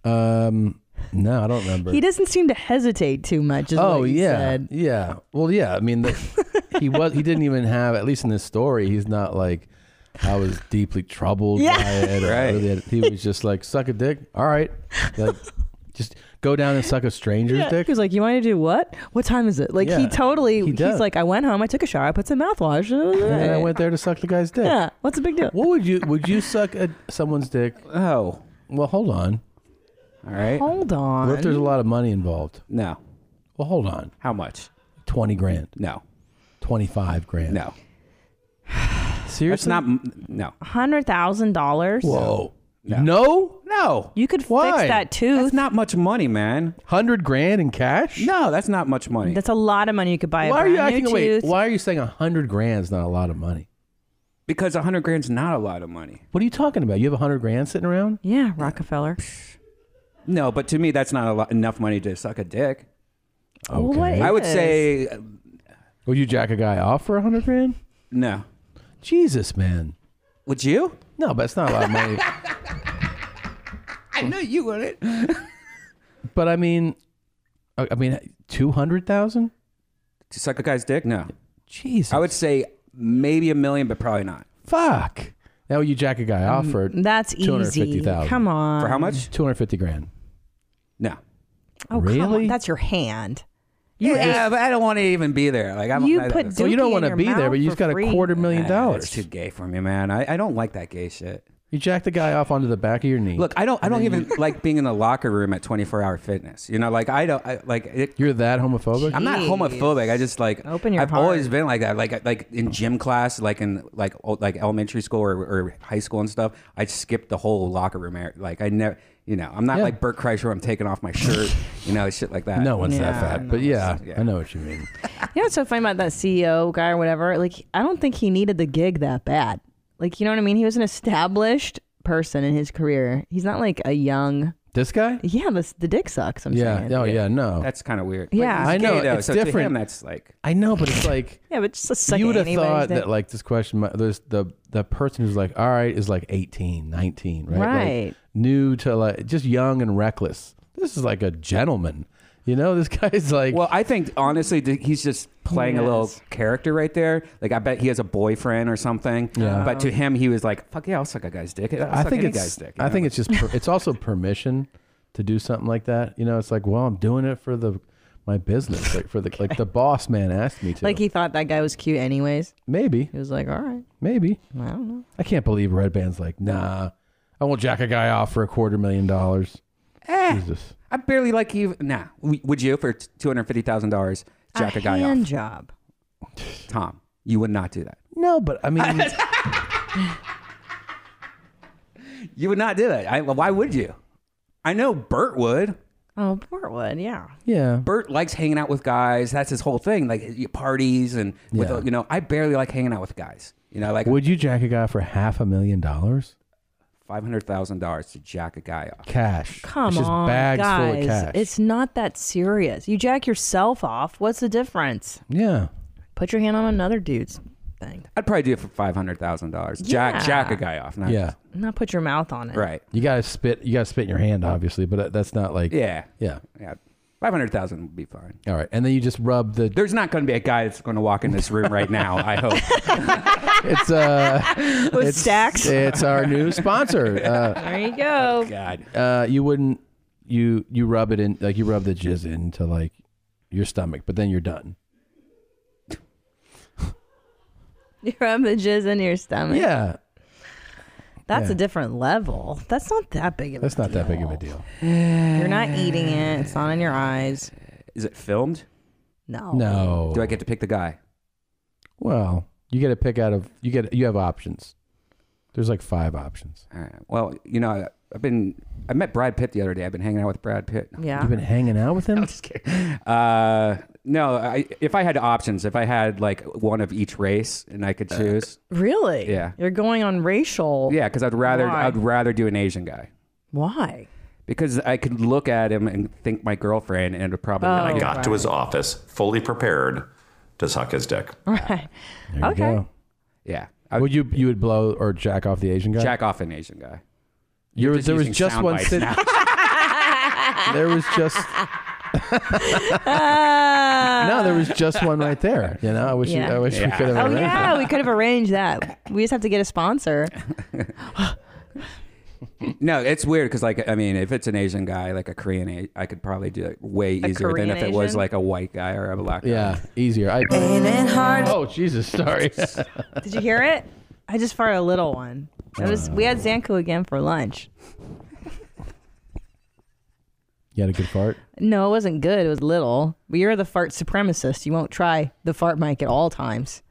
S1: um, no, I don't remember.
S2: He doesn't seem to hesitate too much. Is
S1: oh
S2: what he
S1: yeah,
S2: said.
S1: yeah. Well, yeah. I mean, the, he was. He didn't even have. At least in this story, he's not like I was deeply troubled
S2: Yeah.
S1: by it. or
S2: Right.
S1: really- he was just like suck a dick. All right. Like Just go down and suck a stranger's
S2: Yeah,
S1: dick.
S2: He was like, "You want to do what? What time is it?" Like
S1: Yeah,
S2: he totally.
S1: he does.
S2: he's like, "I went home. I took a shower. I put some mouthwash.
S1: And then I went there to suck the guy's dick.
S2: Yeah, what's the big deal?
S1: What would you would you suck a, someone's dick?
S9: Oh,
S1: well, hold on.
S9: All right,
S2: Hold on.
S1: What if there's a lot of money involved?
S9: No.
S1: Well, hold on.
S9: How much?
S1: Twenty grand.
S9: No.
S1: Twenty-five grand.
S9: No.
S1: [SIGHS] Seriously?
S9: That's not. m- No.
S2: Hundred thousand dollars.
S1: Whoa. No.
S9: Oh. No.
S2: You could fix that tooth.
S9: That's not much money, man.
S1: Hundred grand in cash?
S9: No, that's not much money.
S2: That's a lot of money you could buy.
S1: Why
S2: a
S1: are you
S2: brand new
S1: acting? Wait.
S2: tooth.
S1: Why are you saying a hundred grand is not a lot of money?
S9: Because a hundred grand's not a lot of money.
S1: What are you talking about? You have a hundred grand sitting around?
S2: Yeah, Rockefeller.
S9: No, but to me, that's not a lot, enough money to suck a dick.
S2: Well, what
S9: I would
S2: is?
S9: say uh,
S1: Will you jack a guy off for a hundred grand?
S9: no.
S1: Jesus, man.
S9: Would you?
S1: No, but it's not a lot of money.
S9: [LAUGHS] I know you wouldn't.
S1: but I mean, uh, I I mean, two hundred thousand.
S9: To suck a guy's dick? No.
S1: Jesus.
S9: I would say maybe a million, but probably not.
S1: Fuck. Now you jack a guy off for
S2: Mm, That's
S1: two hundred fifty
S2: easy.
S1: thousand.
S2: Come on.
S9: For how much?
S1: Two hundred fifty grand.
S9: No.
S2: Oh, come
S1: really?
S2: on. That's your hand. You
S9: yeah, but I don't want to even be there. Like I'm.
S2: You
S9: I,
S2: put
S1: Well, you
S2: Dookie
S1: don't
S2: in
S1: want to
S2: your
S1: be there,
S2: mouth
S1: but you
S2: for
S1: just got
S2: free.
S1: a quarter million dollars.
S9: It's too gay for me, man. I, I don't like that gay shit.
S1: You jack the guy off onto the back of your knee.
S9: Look, I don't. I don't
S1: [LAUGHS]
S9: even like being in the locker room at 24 hour fitness. You know, like I don't. I, like it,
S1: you're that homophobic.
S9: I'm not
S1: Jeez.
S9: homophobic. I just like open your. I've always been like that. Like like in gym class, like in like o- like elementary school or, or high school and stuff. I skipped the whole locker room area. Like I never. You know, I'm not like Bert Kreischer. where I'm taking off my shirt. you know, shit like that.
S1: No one's that fat, but yeah, I know what you mean.
S2: You know what's so funny about that CEO guy or whatever? Like, I don't think he needed the gig that bad. Like, you know what I mean? He was an established person in his career. He's not like a young.
S1: This guy?
S2: Yeah, this, the dick sucks. I'm
S1: yeah.
S2: saying.
S1: Oh yeah. No.
S9: That's kind of weird.
S2: Yeah.
S1: I know.
S9: gay, though,
S1: it's
S9: so to him,
S1: different.
S9: that's like.
S1: I know, but it's like.
S2: Yeah, but just a second.
S1: you would have thought that like this question might- there's the the person who's like all right is like 18 19 right Like,
S2: Right.
S1: new to like just young and reckless this is like a gentleman you know this [LAUGHS] guy's like
S9: Well, I think honestly, th- he's just playing a little character right there. Like, I bet he has a boyfriend or something.
S1: Yeah.
S9: But to him, he was like, "Fuck yeah, I'll suck a guy's dick. I'll
S1: i
S9: suck
S1: think
S9: any
S1: it's
S9: guy's dick."
S1: i think it's just per,
S9: [LAUGHS]
S1: it's also permission to do something like that you know it's like well i'm doing it for the my business like for the like
S2: [LAUGHS]
S1: the boss man asked me to
S2: Like, he thought that guy was cute, anyways.
S1: maybe
S2: He was like, all right.
S1: maybe
S2: I don't know.
S1: i can't believe red band's like nah i won't jack a guy off for a quarter million dollars
S9: Eh.
S1: jesus
S9: I barely like you. Nah, W- would you for two hundred fifty thousand dollars jack a, guy
S2: hand
S9: off?
S2: job.
S9: Tom, you would not do that.
S1: no but i mean
S9: [LAUGHS] You would not do that. I, why would you? I know Bert would.
S2: Oh, Portwood, yeah.
S1: Yeah.
S9: Bert likes hanging out with guys. That's his whole thing, like y- parties and with,
S1: Yeah.
S9: you know. I barely like hanging out with guys. You know, like
S1: Would you jack a guy for half a million dollars?
S9: five hundred thousand dollars to jack a guy off.
S1: Cash.
S2: Come
S1: it's just
S2: on,
S1: bags
S2: guys.
S1: full of cash.
S2: It's not that serious. You jack yourself off. What's the difference?
S1: yeah.
S2: Put your hand on another dude's thing.
S9: I'd probably do it for five hundred thousand dollars. Jack
S2: Yeah.
S9: jack a guy off. Not
S1: Yeah.
S2: Not put your
S1: [LAUGHS]
S2: mouth on it.
S9: Right.
S1: You gotta spit. You gotta spit in your hand, obviously, but that- that's not like.
S9: Yeah.
S1: Yeah.
S9: Yeah. Five hundred thousand would be fine.
S1: All right, and then you just rub the.
S9: There's not going to be a guy that's going to walk in this room right now. I hope.
S1: [LAUGHS] It's uh.
S9: [LAUGHS]
S2: [LAUGHS] With
S1: it's,
S2: stacks. [LAUGHS]
S1: It's our new sponsor. Uh,
S2: There you go.
S9: God.
S1: uh, you wouldn't. You you rub it in like you rub the jizz into like your stomach, but then you're done.
S2: You rub the jizz into your stomach.
S1: Yeah.
S2: That's
S1: yeah.
S2: a different level. That's not that big of a
S1: That's not that big of a deal.
S2: You're not eating it. It's not in your eyes.
S9: Is it filmed?
S2: No.
S1: No.
S9: Do I get to pick the guy?
S1: Well, you get to pick out of you get you have options. There's like five options.
S9: All right. Well, you know, I- I've been. I met Brad Pitt the other day. I've been hanging out with Brad Pitt.
S2: Yeah.
S1: You've been hanging out with him.
S9: Uh, no, I, if I had options, if I had like one of each race and I could choose,
S2: Really?
S9: Yeah.
S2: You're going on racial.
S9: yeah, because I'd rather
S2: Why?
S9: I'd rather do an Asian guy.
S2: Why?
S9: Because I could look at him and think my girlfriend, and it would probably.
S2: Oh.
S9: I
S2: And
S9: got
S2: I
S24: Got to his office fully prepared to suck his dick.
S2: Right.
S1: There you
S2: Okay.
S1: go.
S9: Yeah.
S1: would you you would blow or jack off the Asian guy?
S9: jack off an Asian guy.
S1: You're,
S9: just
S1: there was
S9: using
S1: just
S9: sound
S1: one
S9: bites
S1: city. [LAUGHS]
S9: now.
S1: there was just
S2: [LAUGHS]
S1: no, there was just one right there. You know, I wish you, I wish we could have.
S2: Oh
S1: arranged
S2: [LAUGHS] yeah,
S1: that.
S2: we could have arranged that. We just have to get a sponsor.
S9: no, it's weird because like I mean, if it's an Asian guy, like a Korean, A- I could probably do it way
S1: A
S9: easier
S1: Korean
S9: than if it was
S1: Asian?
S9: like a white guy or a black guy.
S1: Yeah, easier. I,
S2: hard.
S1: Oh Jesus! Sorry. [LAUGHS]
S2: Did you hear it? I just fired a little one. It was we had Zanku again for lunch.
S1: you had a good fart.
S2: No, it wasn't good. It was little. But you're the fart supremacist. You won't try the fart mic at all times.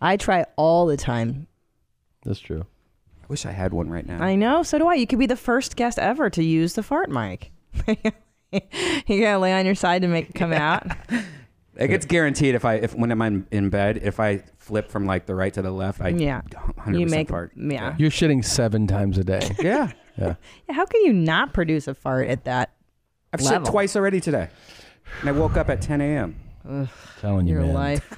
S2: I try all the time.
S1: That's true.
S9: I wish I had one right now.
S2: I know. So do I. You could be the first guest ever to use the fart mic. [LAUGHS] you gotta lay on your side to make it come out.
S9: Like it's guaranteed if I if when I'm in, in bed, if I flip from like the right to the left, I
S2: Yeah.
S9: 100%
S2: You make-
S9: part.
S2: yeah.
S1: You're shitting seven times a day.
S9: Yeah.
S1: Yeah.
S2: How can you not produce a fart at that?
S9: I've
S2: level?
S9: shit twice already today, and I woke up at 10 a.m.
S2: Ugh,
S1: Telling
S2: your life.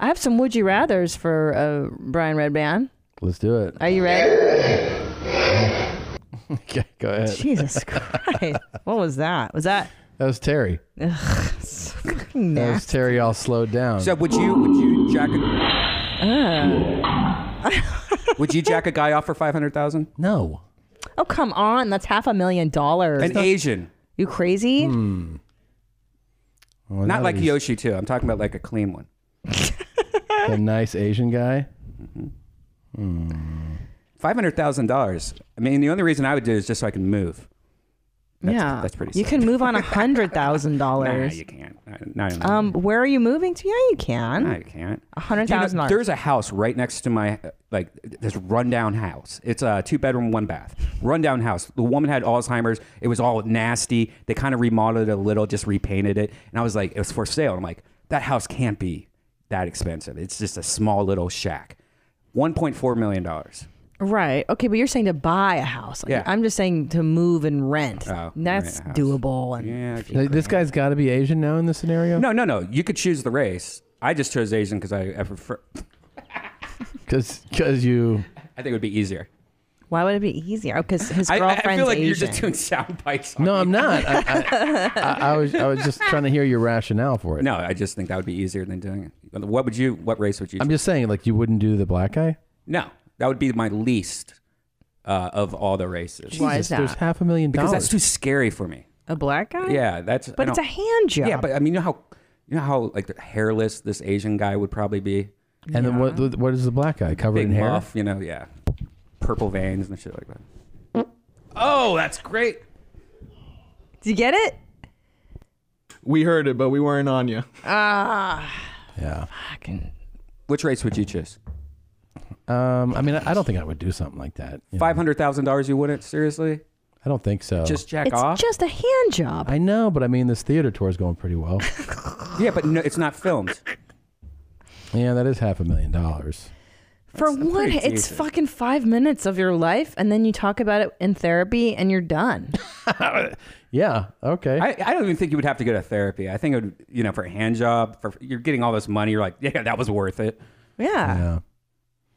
S2: I have some would you rather's for uh, Brian Redband.
S1: Let's do it. [LAUGHS]
S2: Are you ready?
S1: okay, go ahead.
S2: Jesus Christ. What was that? Was that?
S1: That was Terry.
S2: Ugh, [LAUGHS] so fucking
S1: That was
S2: nasty.
S1: Terry all slowed down.
S9: So would you would you jack a, would you jack a guy off for 500,000?
S1: No,
S2: Oh come on, that's half a million dollars.
S9: an Asian.
S2: You crazy?
S9: Not
S1: Hmm. that
S9: like
S1: is-
S9: Yoshi too. I'm talking about like a clean one.
S1: the nice Asian guy.
S9: Five hundred thousand dollars. I mean, the only reason I would do is just so I can move.
S2: yeah,
S9: that's pretty
S2: You
S9: sick.
S2: can move on a hundred
S9: [LAUGHS]
S2: thousand
S9: Nah,
S2: dollars.
S9: you can't. No, no, no.
S2: Um, where are you moving to? Yeah, you can.
S9: I can't.
S2: A hundred
S9: You know,
S2: thousand dollars.
S9: There's a house right next to my uh, like this rundown house. It's a two bedroom, one bath, rundown house. The woman had Alzheimer's. It was all nasty. They kind of remodeled it a little, just repainted it, and I was like, it was for sale. I'm like, that house can't be that expensive. It's just a small little shack. One point four million dollars.
S2: Right. Okay, but you're saying to buy a house.
S9: Yeah.
S2: I'm just saying to move and rent.
S9: Oh,
S2: that's
S9: rent a house.
S2: doable. And
S1: Th- This guy's got to be Asian now in this scenario.
S9: No, no, no. You could choose the race. I just chose Asian because I, I prefer.
S1: Because you.
S9: I think it would be easier.
S2: why would it be easier? Oh, because his
S9: I, I-
S2: girlfriend's
S9: I feel like
S2: Asian.
S9: you're just doing sound bites. On
S1: [LAUGHS] No,
S9: me.
S1: I'm not. I, I, I, I was I was just trying to hear your rationale for it.
S9: No, I just think that would be easier than doing it. What would you? What race would you?
S1: I'm
S9: choose?
S1: just saying, like you wouldn't do the black guy.
S9: no, that would be my least uh, of all the races.
S2: Why is Jesus,
S1: there's
S2: that?
S1: half a million
S9: Because
S1: dollars.
S9: that's too scary for me.
S2: a black guy.
S9: Yeah, that's. I
S2: But it's
S9: don't-
S2: a hand job.
S9: Yeah, but uh, I mean, you know how you know how like hairless this Asian guy would probably be.
S1: and then what? What is the black guy covered
S9: Big
S1: in hair?
S9: muff, you know, yeah, purple veins and shit like that. Oh, that's great.
S2: Did you get it?
S11: We heard it, but we weren't on you.
S2: Ah.
S1: Yeah.
S9: Which race would you choose?
S1: Um, I mean, I, I don't think I would do something like that. you know.
S9: Five hundred thousand dollars? You wouldn't seriously?
S1: I don't think so.
S9: Just jack
S2: it's
S9: off?
S2: just a hand job.
S1: I know, but I mean, this theater tour is going pretty
S2: [LAUGHS]
S1: well.
S9: yeah, but no, it's not filmed.
S1: yeah, that is half a million dollars.
S2: For
S1: uh,
S2: one,
S9: pretty
S2: it's
S9: decent.
S2: fucking five minutes of your life, and then you talk about it in therapy, and you're done.
S1: [LAUGHS] Yeah. Okay.
S9: I, I don't even think you would have to go to therapy. I think it would, you know, for a hand job, for you're getting all this money. You're like, [LAUGHS] yeah, that was worth it.
S2: Yeah.
S9: You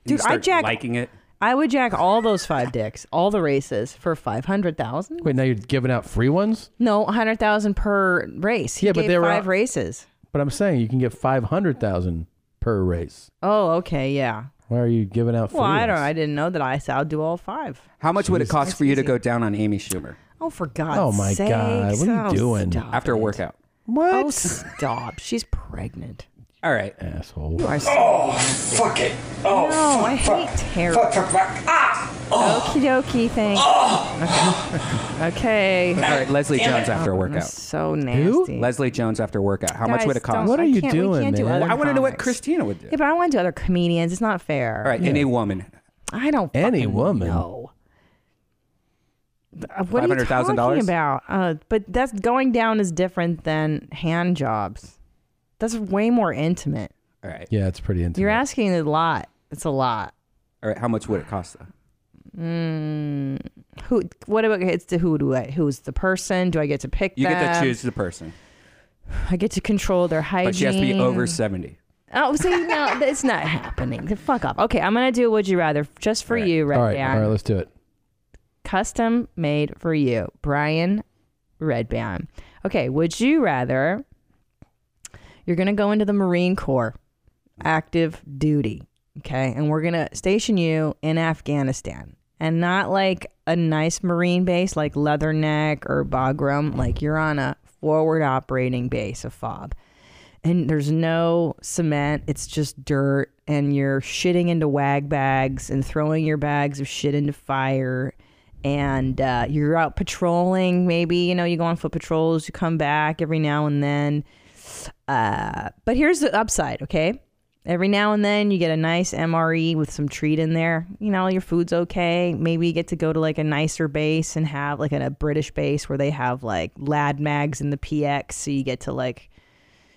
S2: Dude, I
S9: start
S2: jack-
S9: liking it.
S2: I would jack all those five dicks, all the races for five hundred thousand.
S1: Wait, now you're giving out free ones?
S2: No, hundred thousand per race. He
S1: Yeah, but
S2: gave
S1: they were
S2: five
S1: out-
S2: races.
S1: But I'm saying you can get five hundred thousand per race.
S2: Oh, okay, yeah.
S1: Why are you giving out? Free
S2: Well, I
S1: ones?
S2: don't. I didn't know that. I said I'll do all five.
S9: How much would it
S1: Jesus.
S9: cost for you to go down on Amy Schumer
S2: Oh, for God's
S1: Oh my
S2: sakes.
S1: God! What are
S2: Oh,
S1: you doing?
S2: Stop.
S9: after a workout?
S2: What? Oh, stop. She's pregnant.
S9: All right,
S1: asshole.
S2: You are so-
S9: Oh, fuck it.
S2: Oh, no, I hate Terry. Fuck, fuck, fuck. Ah! Okie dokie, thanks. [LAUGHS] okay.
S9: All right, Leslie Jones after a workout.
S2: Oh, So nasty.
S9: Leslie Jones after a workout. How much
S2: Guys,
S9: would it cost?
S2: don't- What are I you can't- we doing, can't do man? other
S9: I want to know what
S2: comics.
S9: Christina would do.
S2: Yeah, but I want to do other comedians. It's not fair.
S9: All right, any woman.
S2: I don't.
S1: Any
S2: fucking
S1: woman.
S2: know. Uh, What are you
S9: $500,000?
S2: talking about? Uh, but that's going down is different than hand jobs. That's way more intimate.
S9: All right.
S1: Yeah, it's pretty intimate.
S2: You're asking a lot. It's a lot.
S9: All right, how much would it cost though?
S2: Mm, who? What about it's the who do I? Who's the person? Do I get to pick?
S9: You get
S2: them?
S9: to choose the person,
S2: I get to control their hygiene.
S9: but she has to be over seventy.
S2: Oh, see, [LAUGHS] no, that's not happening. Fuck off. Okay, I'm gonna do. Would you rather just for you, right,
S1: all right,
S2: Dan?
S1: all right, let's do it.
S2: custom made for you, Brian Redband. Okay, would you rather? You're going to go into the Marine Corps, active duty. Okay, and we're going to station you in Afghanistan. and not like a nice marine base like Leatherneck or Bagram. Like you're on a forward operating base, a fob. And there's no cement, it's just dirt, and you're shitting into wag bags and throwing your bags of shit into fire. And uh, you're out patrolling, maybe, you know, you go on foot patrols, you come back every now and then. Uh, but here's the upside, okay? Every now and then you get a nice MRE with some treat in there. You know, your food's okay. Maybe you get to go to like a nicer base and have like a British base where they have like lad mags in the PX. So you get to like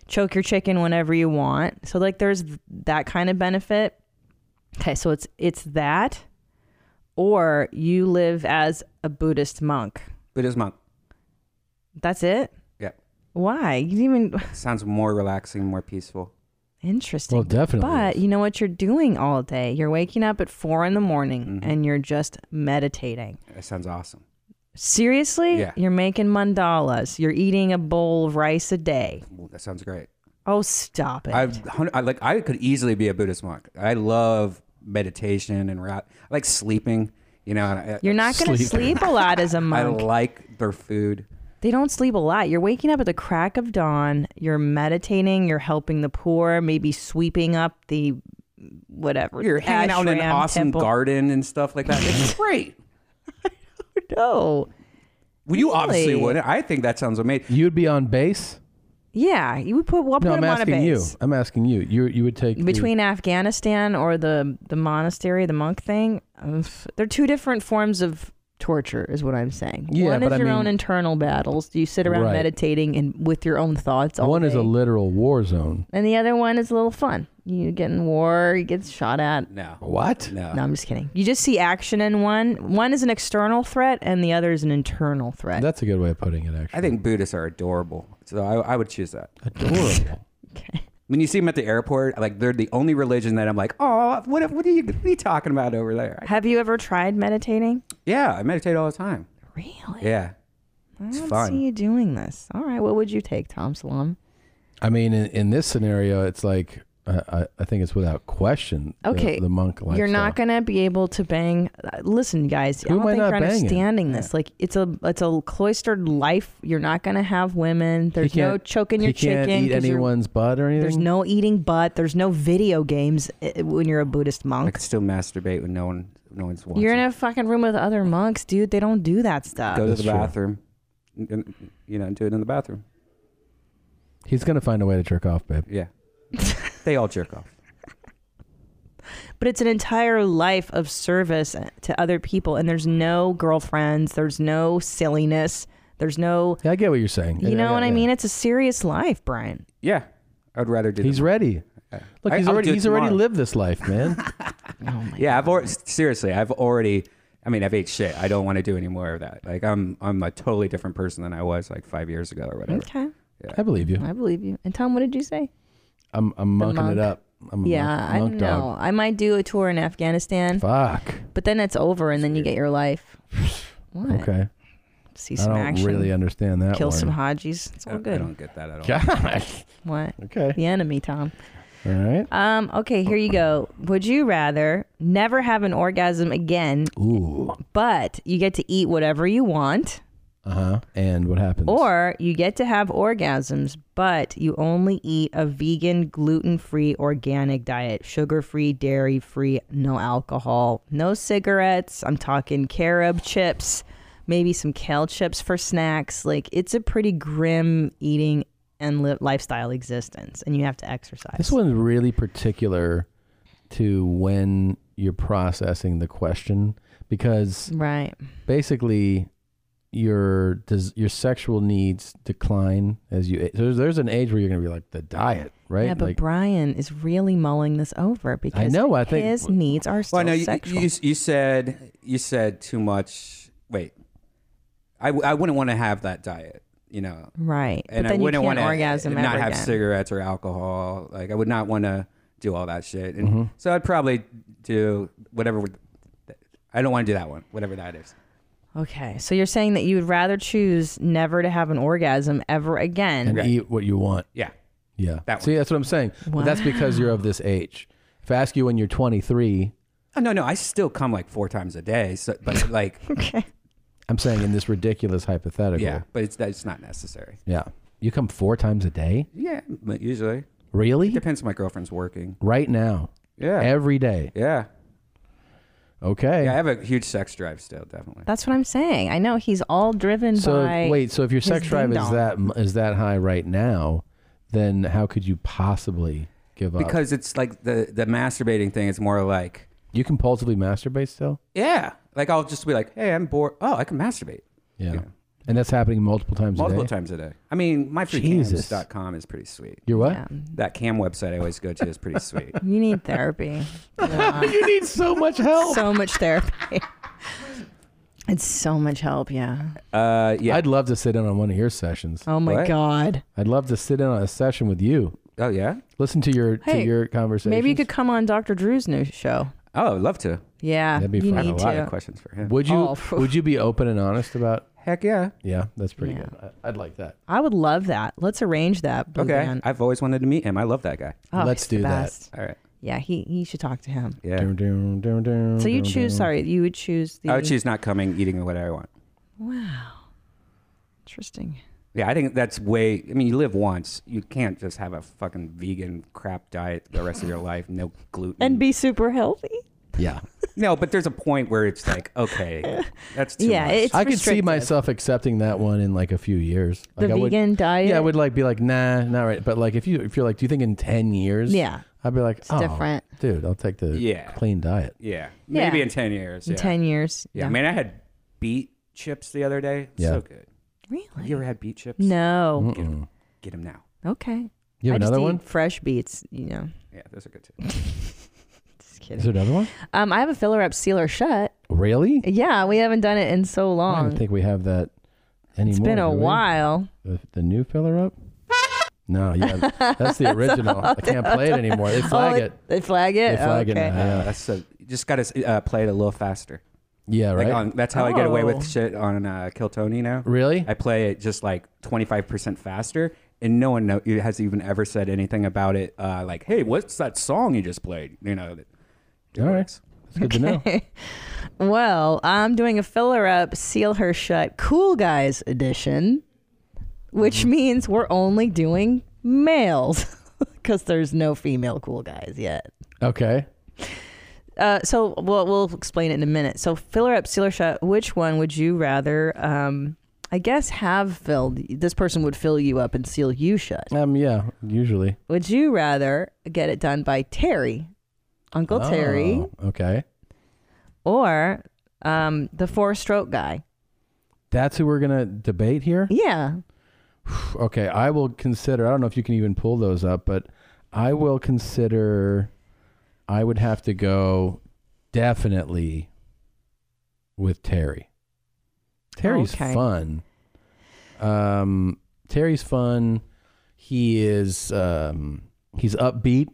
S2: choke your chicken whenever you want. So like there's that kind of benefit. Okay, so it's it's that or you live as a Buddhist monk.
S9: Buddhist monk.
S2: That's it?
S9: Yeah.
S2: Why? You didn't even
S9: Sounds more relaxing, more peaceful.
S2: Interesting.
S1: Well, definitely
S2: But you know what you're doing all day? You're waking up at four in the morning
S9: Mm-hmm.
S2: and you're just meditating.
S9: That sounds awesome.
S2: Seriously?
S9: Yeah.
S2: You're making mandalas. You're eating a bowl of rice a day.
S9: Ooh, That sounds great.
S2: Oh, stop it.
S9: I've, hun- I like I could easily be a Buddhist monk. I love meditation and ra- I like sleeping. You know, and I-
S2: You're not going to sleep a lot as
S9: [LAUGHS]
S2: a
S9: I
S2: monk.
S9: like their food.
S2: They don't sleep a lot. You're waking up at the crack of dawn. You're meditating. You're helping the poor. Maybe sweeping up the whatever.
S9: You're hanging out in an
S2: ashram
S9: awesome
S2: temple.
S9: garden and stuff like that. It's great.
S2: [LAUGHS] No.
S9: Well, you obviously
S2: Really?
S9: wouldn't. I think that sounds amazing.
S1: You'd be on base.
S2: Yeah, you would put
S1: no,
S2: we'll put
S1: I'm
S2: him on a
S1: asking you.
S2: base
S1: I'm asking you. You you would take the-
S2: between Afghanistan or the the monastery, the monk thing. um, f- They're two different forms of torture, is what I'm saying.
S1: Yeah,
S2: One
S1: but
S2: is
S1: I
S2: your own
S1: mean-
S2: internal battles. You sit around
S1: Right.
S2: meditating and with your own thoughts. All
S1: one is
S2: day.
S1: a literal war zone.
S2: and the other one is a little fun. You get in war, you get shot at.
S9: No.
S1: What?
S2: No, I'm just kidding. You just see action in one. One is an external threat, and the other is an internal threat.
S1: That's a good way of putting it. Actually,
S9: I think Buddhists are adorable, so I, I would choose that. Adorable. okay. [LAUGHS] When you see them at the airport, like they're the only religion that I'm like, oh, what what are you, what are you talking about over there?
S2: Have you ever tried meditating?
S9: Yeah, I meditate all the time. Really? Yeah.
S2: I
S9: It's
S2: don't
S9: fun.
S2: see you doing this. All right, what would you take, Tom Salam?
S1: I mean, in, in this scenario, it's like I, I, I think it's without question. the-
S2: Okay,
S1: the, monk life.
S2: You're not gonna be able to bang. uh, Listen, guys,
S1: Who am I
S2: I don't think
S1: not
S2: you're
S1: banging?
S2: understanding this. Like, it's a it's a cloistered life. You're not gonna have women. There's no choking your
S1: he can't
S2: chicken.
S1: Eat
S2: 'cause you're-
S1: anyone's butt or anything.
S2: There's no eating butt. There's no video games uh, when you're a Buddhist
S9: I
S2: monk.
S9: could still masturbate when no one no one's watching.
S2: You're in a fucking room with other monks, dude. They don't do that stuff.
S9: Go to the bathroom. N- n- You know, do it in the bathroom.
S1: He's gonna find a way to jerk off, babe.
S9: Yeah. They all jerk off.
S2: But it's an entire life of service eh, to other people, and there's no girlfriends, there's no silliness, there's no.
S1: I get what you're saying.
S2: You
S1: Yeah,
S2: know
S1: yeah,
S2: what I
S1: yeah.
S2: mean? It's a serious life, Brian.
S9: Yeah. I'd rather do
S1: He's ready. Look,
S9: I-
S1: he's
S9: I would
S1: already
S9: do it
S1: he's already
S9: tomorrow.
S1: lived this life, man.
S2: Oh
S9: yeah, I've already seriously, I've already. I mean, I've ate shit. I don't want to do any more of that. Like, I'm I'm a totally different person than I was like five years ago or whatever.
S2: Okay.
S1: I believe you.
S2: I believe you. And Tom, what did you say?
S1: I'm I'm
S2: The
S1: monking
S2: monk.
S1: it up. I'm a
S2: yeah,
S1: monk,
S2: I
S1: monk
S2: don't
S1: dog.
S2: know. I might do a tour in Afghanistan.
S1: Fuck.
S2: But then it's over, and then you get your life.
S1: [SIGHS]
S2: What?
S1: Okay.
S2: See
S1: I
S2: some
S1: don't
S2: action.
S1: really understand that
S2: Kill
S1: one.
S2: some Hajis. It's all good.
S9: I don't get that
S1: [LAUGHS]
S9: at all.
S1: Gosh.
S2: What?
S1: Okay.
S2: The enemy, Tom.
S1: All right.
S2: Um, okay, here you go. Would you rather never have an orgasm again,
S1: Ooh.
S2: but you get to eat whatever you want,
S1: Uh huh. And what happens?
S2: or you get to have orgasms, but you only eat a vegan, gluten free, organic diet, sugar free, dairy free, no alcohol, no cigarettes? I'm talking carob chips, maybe some kale chips for snacks. Like, it's a pretty grim eating and li- lifestyle existence, and you have to exercise.
S1: This one's really particular to when you're processing the question because
S2: right.
S1: basically your does your sexual needs decline as you age. There's, there's an age where you're going to be like the diet, right?
S2: Yeah, but
S1: like
S2: Brian is really mulling this over because
S1: know, I think-
S2: his needs are still
S9: Well, no, you,
S2: sexual.
S9: you you said you said too much. Wait, I, w- I wouldn't want to have that diet. You know,
S2: Right. But
S9: And I
S2: then you
S9: wouldn't want
S2: can't
S9: to
S2: orgasm
S9: not
S2: ever
S9: have
S2: again.
S9: cigarettes or alcohol. Like I would not want to do all that shit. And
S1: Mhm.
S9: so I'd probably do whatever. would- I don't want to do that one. Whatever that is.
S2: okay, so you're saying that you would rather choose never to have an orgasm ever again.
S1: and eat what you want.
S9: Yeah.
S1: Yeah. See, that's what I'm saying. But that's because you're of this age. If I ask you when you're 23,
S9: Oh, no, no, I still come like four times a day. So,
S2: [LAUGHS]
S9: but like,
S1: I'm saying in this ridiculous hypothetical.
S9: yeah, but it's that's not necessary.
S1: Yeah. You come four times a day?
S9: Yeah, but usually.
S1: Really?
S9: It depends. if My girlfriend's working.
S1: Right now.
S9: Yeah.
S1: Every day.
S9: Yeah.
S1: Okay.
S9: Yeah, I have a huge sex drive still, definitely.
S2: That's what I'm saying. I know he's all driven
S1: So
S2: by.
S1: wait, so if your
S2: his
S1: sex drive is
S2: ding-dong.
S1: that is that high right now, then how could you possibly give up?
S9: Because it's like the the masturbating thing is more like
S1: you compulsively masturbate still?
S9: yeah, like I'll just be like, hey, I'm bored. Oh, I can masturbate.
S1: Yeah. And that's happening multiple times
S9: Multiple
S1: a day.
S9: times a day. I mean,
S1: Jesus.
S9: myfreecams.com is pretty sweet.
S1: Your what?
S9: That cam website I always go to is pretty sweet.
S2: You need therapy.
S1: [LAUGHS] you need so much help.
S2: So much therapy. [LAUGHS] it's so much help. Yeah.
S9: Uh, yeah.
S1: I'd love to sit in on one of your sessions.
S2: Oh my What? God.
S1: I'd love to sit in on a session with you.
S9: Oh yeah.
S1: Listen to your
S2: Hey,
S1: to your conversation.
S2: Maybe you could come on Dr. Drew's new show.
S9: Oh, I'd love to.
S2: Yeah.
S1: That'd be
S2: you
S1: fun.
S2: Need to.
S1: Would you
S2: Oh, [LAUGHS]
S1: would you be open and honest about?
S9: Heck yeah.
S1: Yeah, that's [LAUGHS] pretty
S2: Yeah.
S1: good. I, I'd like that.
S2: I would love that. Let's arrange that. Blue
S9: Okay.
S2: Band.
S9: I've always wanted to meet him. I love that guy.
S2: Oh, Let's he's the do that. best.
S9: All right.
S2: Yeah, he, he should talk to him.
S9: Yeah.
S2: So you choose, sorry, you would choose the.
S9: I would choose not coming, eating whatever I want.
S2: Wow. Interesting.
S9: Yeah, I think that's way. I mean, you live once. You can't just have a fucking vegan crap diet the rest of your life. No gluten.
S2: And be super healthy.
S1: Yeah.
S9: No, but there's a point where it's like,
S2: [LAUGHS]
S9: okay, that's too much.
S1: I could see myself accepting that one in like a few years.
S2: The
S1: Like I would,
S2: vegan
S1: Yeah, I
S2: diet?
S1: would like be like, nah, not right. But like, if you if you're like, do you think in ten years?
S2: Yeah.
S1: I'd be like, oh,
S2: different.
S1: dude. I'll take the
S9: Yeah.
S1: clean diet.
S9: Yeah,
S2: Yeah.
S9: maybe in ten years.
S2: In
S9: yeah.
S2: 10 years,
S9: Yeah.
S2: yeah.
S9: I mean, I had beet chips the other day.
S1: Yeah.
S9: So good.
S2: Really?
S9: Have you ever had beet chips?
S2: No.
S9: Get 'em. Get them now.
S2: Okay.
S1: You have
S2: I just
S1: another
S2: eat
S1: one?
S2: Fresh beets, you know.
S9: Yeah, those are good too.
S2: [LAUGHS] Just kidding.
S1: Is there another one?
S2: Um, I have a filler up, sealer shut.
S1: Really? Hmm,
S2: Yeah, we haven't done it in so
S1: I don't
S2: long.
S1: think we have that anymore.
S2: Um, It's been a
S1: do we?
S2: while.
S1: The, the new filler up? No, yeah, that's
S2: [LAUGHS]
S1: the original. I can't play it anymore. They
S2: Oh,
S1: flag
S2: it-
S1: it.
S2: They flag it. Oh,
S1: They flag it
S2: okay.
S1: now, yeah.
S9: That's so. You just got to uh, play it a little faster.
S1: Yeah,
S9: Like
S1: right?
S9: on, that's how I get away
S1: Oh.
S9: with shit on uh, Kill Tony now.
S1: Really?
S9: I play it just like 25% faster, and no one know, it has even ever said anything about it. Uh, like, hey, what's that song you just played? You know, that-
S1: All right. That's
S9: [LAUGHS]
S1: good to know.
S2: [LAUGHS] Well, I'm doing a filler up, seal her shut, cool guys edition, which
S1: Mm-hmm.
S2: means we're only doing males [LAUGHS] because there's no female cool guys yet.
S1: Okay.
S2: Uh, so we'll, we'll explain it in a minute. So filler up, sealer shut. Which one would you rather? Um, I guess have filled. This person would fill you up and seal you shut.
S1: Um, yeah, usually.
S2: Would you rather get it done by Terry, Uncle Terry,
S1: Oh, Okay.
S2: or um, the four-stroke guy?
S1: That's who we're going to debate here?
S2: Yeah.
S1: Okay. I will consider, I don't know if you can even pull those up, but I will consider, I would have to go definitely with Terry. Terry's
S2: Okay.
S1: fun. Um, Terry's fun. He is, um, he's upbeat.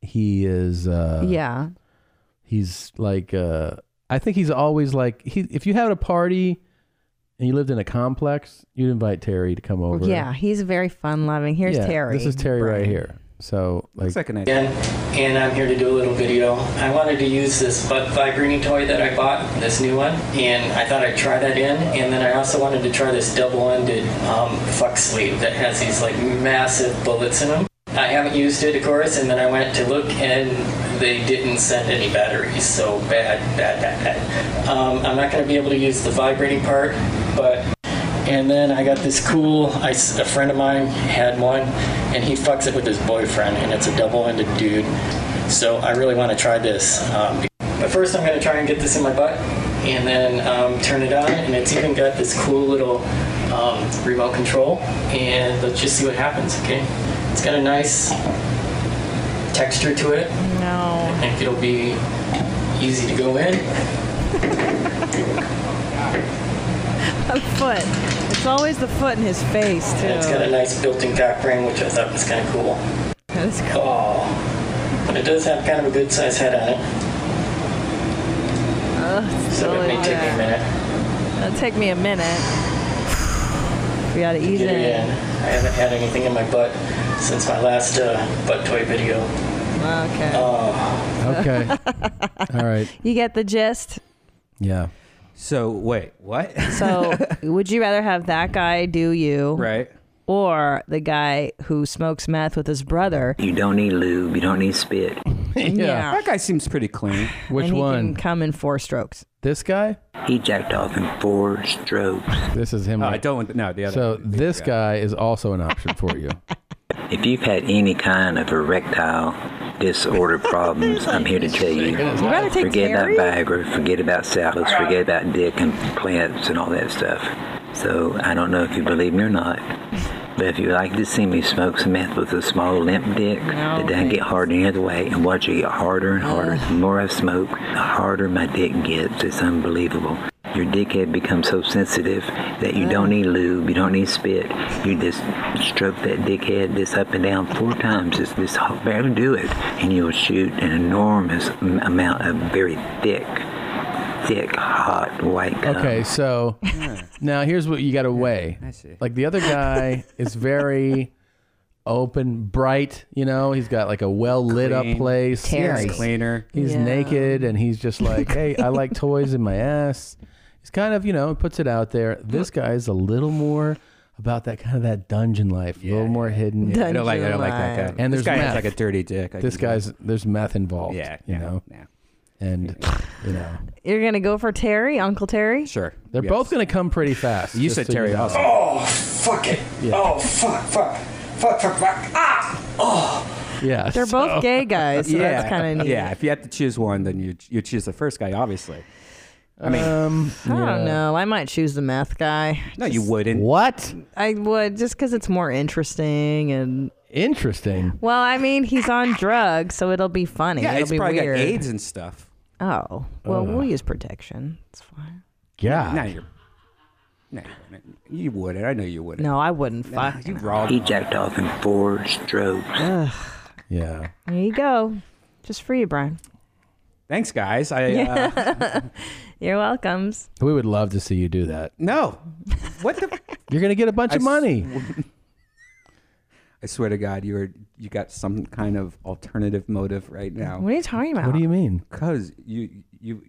S1: He is, uh,
S2: yeah.
S1: He's like uh I think he's always like he if you had a party and you lived in a complex, you'd invite Terry to come over.
S2: Yeah, he's very fun-loving. Here's
S1: Yeah,
S2: Terry.
S1: This is Terry right here. So like
S4: Again, and I'm here to do a little video. I wanted to use this butt vibrating toy that I bought, this new one, and I thought I'd try that in. And then I also wanted to try this double-ended um, fuck sleeve that has these like massive bullets in them. I haven't used it, of course, and then I went to look and they didn't send any batteries, so bad, bad, bad, bad. Um, I'm not going to be able to use the vibrating part, but and then I got this cool, I s a friend of mine had one, and he fucks it with his boyfriend, and it's a double ended dude. So I really want to try this. Um, but first, I'm going to try and get this in my butt, and then um, turn it on, and it's even got this cool little um, remote control, and let's just see what happens, okay? It's got a nice texture to it.
S2: No.
S4: I think it'll be easy to go in.
S2: [LAUGHS] A foot. It's always the foot in his face too.
S4: And it's got a nice built-in cock ring, which I thought was kind of cool.
S2: That's
S4: cool. but it does have kind of a good size head on it,
S2: Ugh,
S4: so it may take me a minute.
S2: It'll take me a minute. We gotta
S4: to
S2: ease
S4: Get
S2: it.
S4: it in.
S2: in.
S4: I haven't had anything in my butt since my last uh, butt toy video.
S2: Okay.
S4: Oh.
S1: Okay. All right.
S2: You get the gist.
S1: Yeah.
S9: So wait, what?
S2: So, would you rather have that guy do you,
S9: right,
S2: or the guy who smokes meth with his brother?
S14: You don't need lube. You don't need
S9: [LAUGHS]
S14: spit.
S2: Yeah.
S9: that guy seems pretty clean.
S2: and he Can come in four strokes.
S1: This guy?
S14: He jacked off in four strokes.
S1: This is him.
S9: No, Oh, Uh, I don't want no the other.
S1: So this guy is also an option
S9: [LAUGHS]
S1: for you.
S14: If you've had any kind of erectile disorder problems, I'm here to tell you.
S2: rather take
S14: Forget about
S2: Terry?
S14: Viagra, forget about salads, forget about dick and plants and all that stuff. So I don't know if you believe me or not. But if you like to see me smoke some meth with a small limp dick that doesn't get hard any other way and watch it get harder and harder, the more I smoke, the harder my dick gets. It's unbelievable. Your dickhead becomes so sensitive that you don't need lube, you don't need spit. You just stroke that dickhead this up and down four times. Just this barely do it, and you'll shoot an enormous m- amount of very thick, thick, hot white
S9: um,
S14: cum.
S9: [LAUGHS]
S1: Okay, so now here's what you got to weigh. I see. Like the
S9: [LAUGHS]
S1: other guy is very open, bright. You know, he's got like a well lit up
S9: Clean.
S1: place.
S9: Terry.
S1: he's-
S9: Cleaner.
S1: He's
S9: Yeah.
S1: naked, and he's just like, "Hey,
S9: [LAUGHS]
S1: I like toys in my ass." He's kind of, you know, puts it out there. This guy is a little more about that kind of that dungeon life, a little more hidden.
S9: Yeah, I don't like- I don't like that Dungeon guy.
S1: And
S9: This
S1: there's
S9: guy has
S1: meth.
S9: like a dirty dick. I
S1: this
S9: can-
S1: guy's there's meth involved.
S9: Yeah,
S1: you know, and
S9: [LAUGHS]
S1: you know.
S2: You're gonna go for Terry, Uncle Terry.
S9: Sure.
S1: They're both going to come pretty fast.
S9: You
S1: just
S9: said
S1: so
S9: Terry
S1: know.
S9: Austin.
S16: Oh, fuck it. Oh, fuck, fuck, fuck, fuck, fuck. Ah! Oh!
S1: [LAUGHS] Yeah.
S2: They're both gay guys, so that's kinda neat.
S9: Yeah, if you have to choose one, then you you choose the first guy, obviously. I mean,
S2: Um, I don't know. I might choose the meth guy.
S9: No, you wouldn't.
S1: What?
S2: I would just because it's more interesting and
S1: interesting.
S2: Well, I mean, he's on drugs, so it'll be funny.
S9: Yeah,
S2: it'll
S9: he's
S2: be
S9: probably
S2: weird.
S9: got AIDS and stuff.
S2: Oh, well,
S9: Ugh.
S2: we'll use protection. It's fine.
S1: Yeah.
S9: No, you're. No, you wouldn't. You wouldn't. I know you wouldn't.
S2: No, I wouldn't.
S9: Nah,
S2: Fuck.
S9: you wrong.
S14: He jacked off in four strokes.
S1: yeah.
S2: There you go. Just for you, Brian.
S9: Thanks, guys. I uh,
S2: [LAUGHS] You're welcomes.
S1: We would love to see you do that.
S9: no. What the?
S1: You're gonna get a bunch
S9: I
S1: of money.
S9: I swear to God, you are you got some kind of alternative motive right now.
S2: What are you talking about?
S1: you mean?
S9: Because you you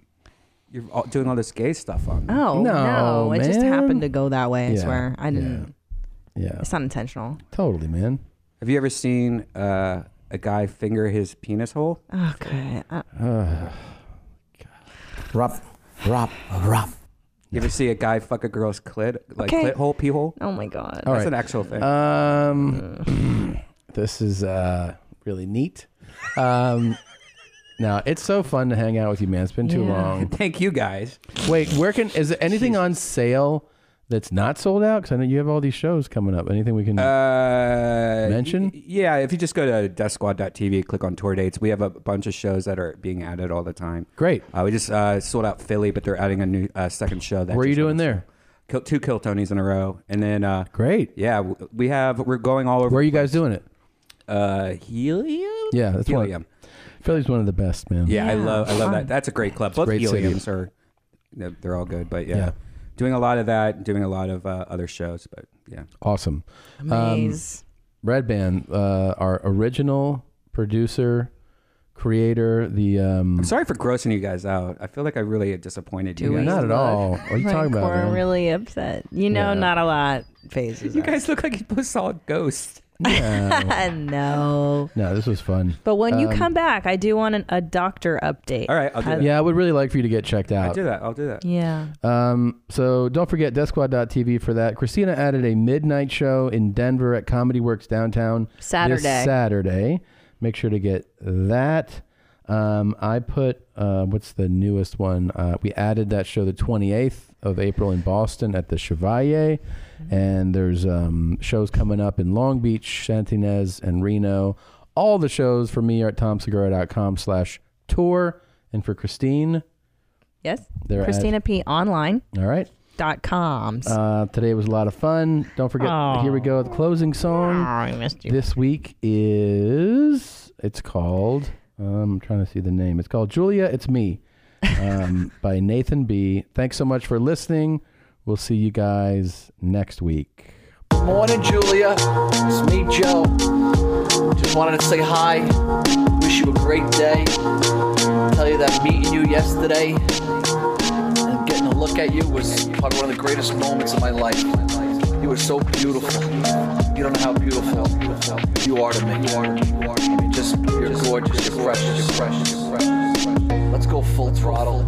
S9: you're all, doing all this gay stuff on. me.
S2: Oh, no. it just
S9: man.
S2: happened to go that way, I
S9: Yeah,
S2: swear. I didn't.
S1: Yeah.
S2: It's not intentional.
S1: Totally, man.
S9: Have you ever seen uh, a guy finger his penis hole?
S2: Oh, Uh, God. I-
S1: [SIGHS]
S9: Rop, rop, rop. You ever see a guy fuck a girl's clit, like
S2: Okay.
S9: clit hole, pee hole?
S2: Oh my god,
S9: that's an actual thing.
S1: Uh, Um, [CLEARS THROAT] this is uh, really neat. Um, now it's so fun to hang out with you, man. It's been too
S9: Yeah. [LAUGHS]
S1: long.
S9: Thank you, guys.
S1: Wait, where can is there anything on sale that's not sold out? Because I know you have all these shows coming up. Anything we can?
S9: uh,
S1: mention?
S9: y- Yeah, if you just go to dustsquad.tv, click on tour dates. We have a bunch of shows that are being added all the time.
S1: Great.
S9: Uh, we just uh, sold out Philly, but they're adding a new uh, second show. That
S1: Where are you
S9: just
S1: doing
S9: went on
S1: there?
S9: sale. Kill, two Kill Tonys in a row, and then uh,
S1: great.
S9: Yeah, w- we have. We're going all over.
S1: Where are you guys doing it?
S9: Uh, Helium.
S1: yeah, that's one.
S9: Helium.
S1: Of, Philly's one of the best, man.
S9: Yeah, I love I love
S1: Fun.
S9: that. That's a great club. Both
S1: great city.
S9: Heliums are they're they're all good, but yeah.
S1: Yeah.
S9: Doing a lot of that, doing a lot of uh, other shows, but yeah.
S1: Awesome. Um,
S9: Amaze.
S1: Red Band, uh, our original producer, creator, the. Um,
S9: I'm sorry for grossing you guys out. I feel like I really disappointed you.
S1: Doing
S9: Guys.
S1: Not at all. What are you talking about,
S2: We're
S1: man?
S2: really upset. You know, not a lot phases.
S9: You
S2: us.
S9: guys look like you both saw a
S1: [LAUGHS]
S9: ghost.
S2: [LAUGHS] no.
S1: No, this was fun.
S2: But when you
S1: Um,
S2: come back, I do want an, a doctor update. Have-
S1: Yeah, I would really like for you to get checked out.
S9: I'll do that. I'll do that.
S2: Yeah.
S1: Um, so don't forget DeathSquad.tv for that. Christina added a midnight show in Denver at Comedy Works downtown this
S2: Saturday.
S1: Saturday. Make sure to get that. Um, I put uh, what's the newest one? Uh, we added that show the 28th of April in Boston at the Chevalier,
S2: Mm-hmm.
S1: and there's um, shows coming up in Long Beach, Santa Ynez, and Reno. All the shows for me are at tomsegura.com/tour, and for Christine,
S2: Yes.
S1: They're at-
S2: Christina P. Online.
S1: all right.
S2: Dot coms.
S1: Uh, today was a lot of fun. Don't forget,
S2: Aw.
S1: here we go. The closing song this week is it's called. Um, I'm trying to see the name. It's called Julia. It's me, um, by Nathan B. Thanks so much for listening. We'll see you guys next week.
S15: Morning, Julia. It's me, Joe. Just wanted to say hi. Wish you a great day. Tell you that meeting you
S8: yesterday. And getting to look at you was probably one of the greatest moments of my life. You were so beautiful. You don't know how beautiful you are to me. You are to me. You are to me. Just, you're gorgeous. You're precious. You're precious. You're precious. Let's go full throttle.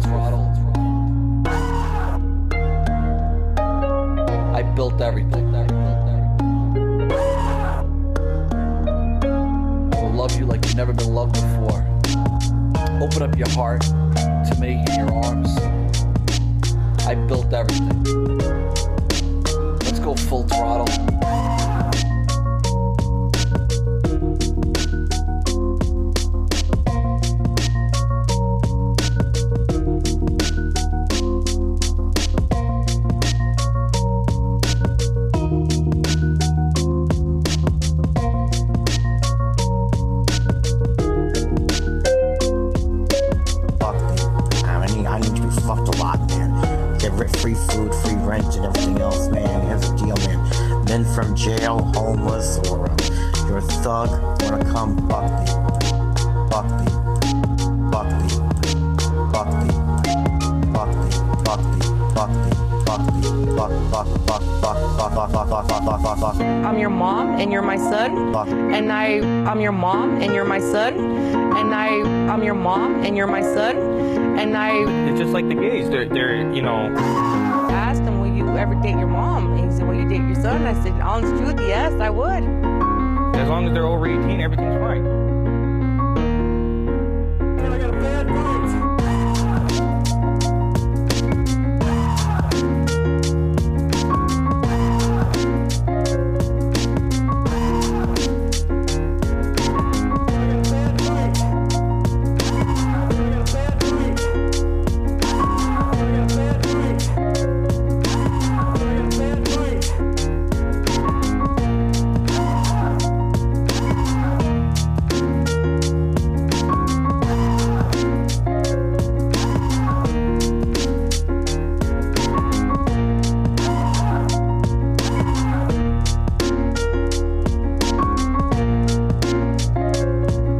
S8: I built everything. will love you like you've never been loved before. Open up your heart to me in your arms. I built everything. Let's go full throttle.
S20: fuck me. I need, I need to be fucked a lot, man. Get ri- free food, free rent, and everything else, man. Here's the deal, man. Men from jail, homeless, or uh, you're a thug, wanna come fuck me. Fuck me. Fuck me. Fuck me. Fuck me. Fuck me. Fuck me. Fuck me. Fuck, fuck, fuck, fuck, fuck, fuck, fuck, fuck, fuck, fuck, fuck, fuck.
S1: I'm your mom and you're my son. And I I'm your mom and you're my son. And I I'm your mom and you're my son. And I
S3: It's just like the gays. They're, they're you know.
S1: asked him, Will you ever date your mom? And he said, Will you date your son? I said, Honest truth, yes, I would.
S3: As long as they're over 18, everything's fine.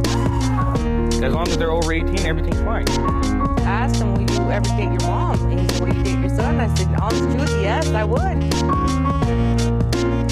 S3: As long as they're over 18, everything's fine.
S1: Asked him, Will you ever date your mom? And he said, Will you date your son? I said, Honest truth, yes, I would.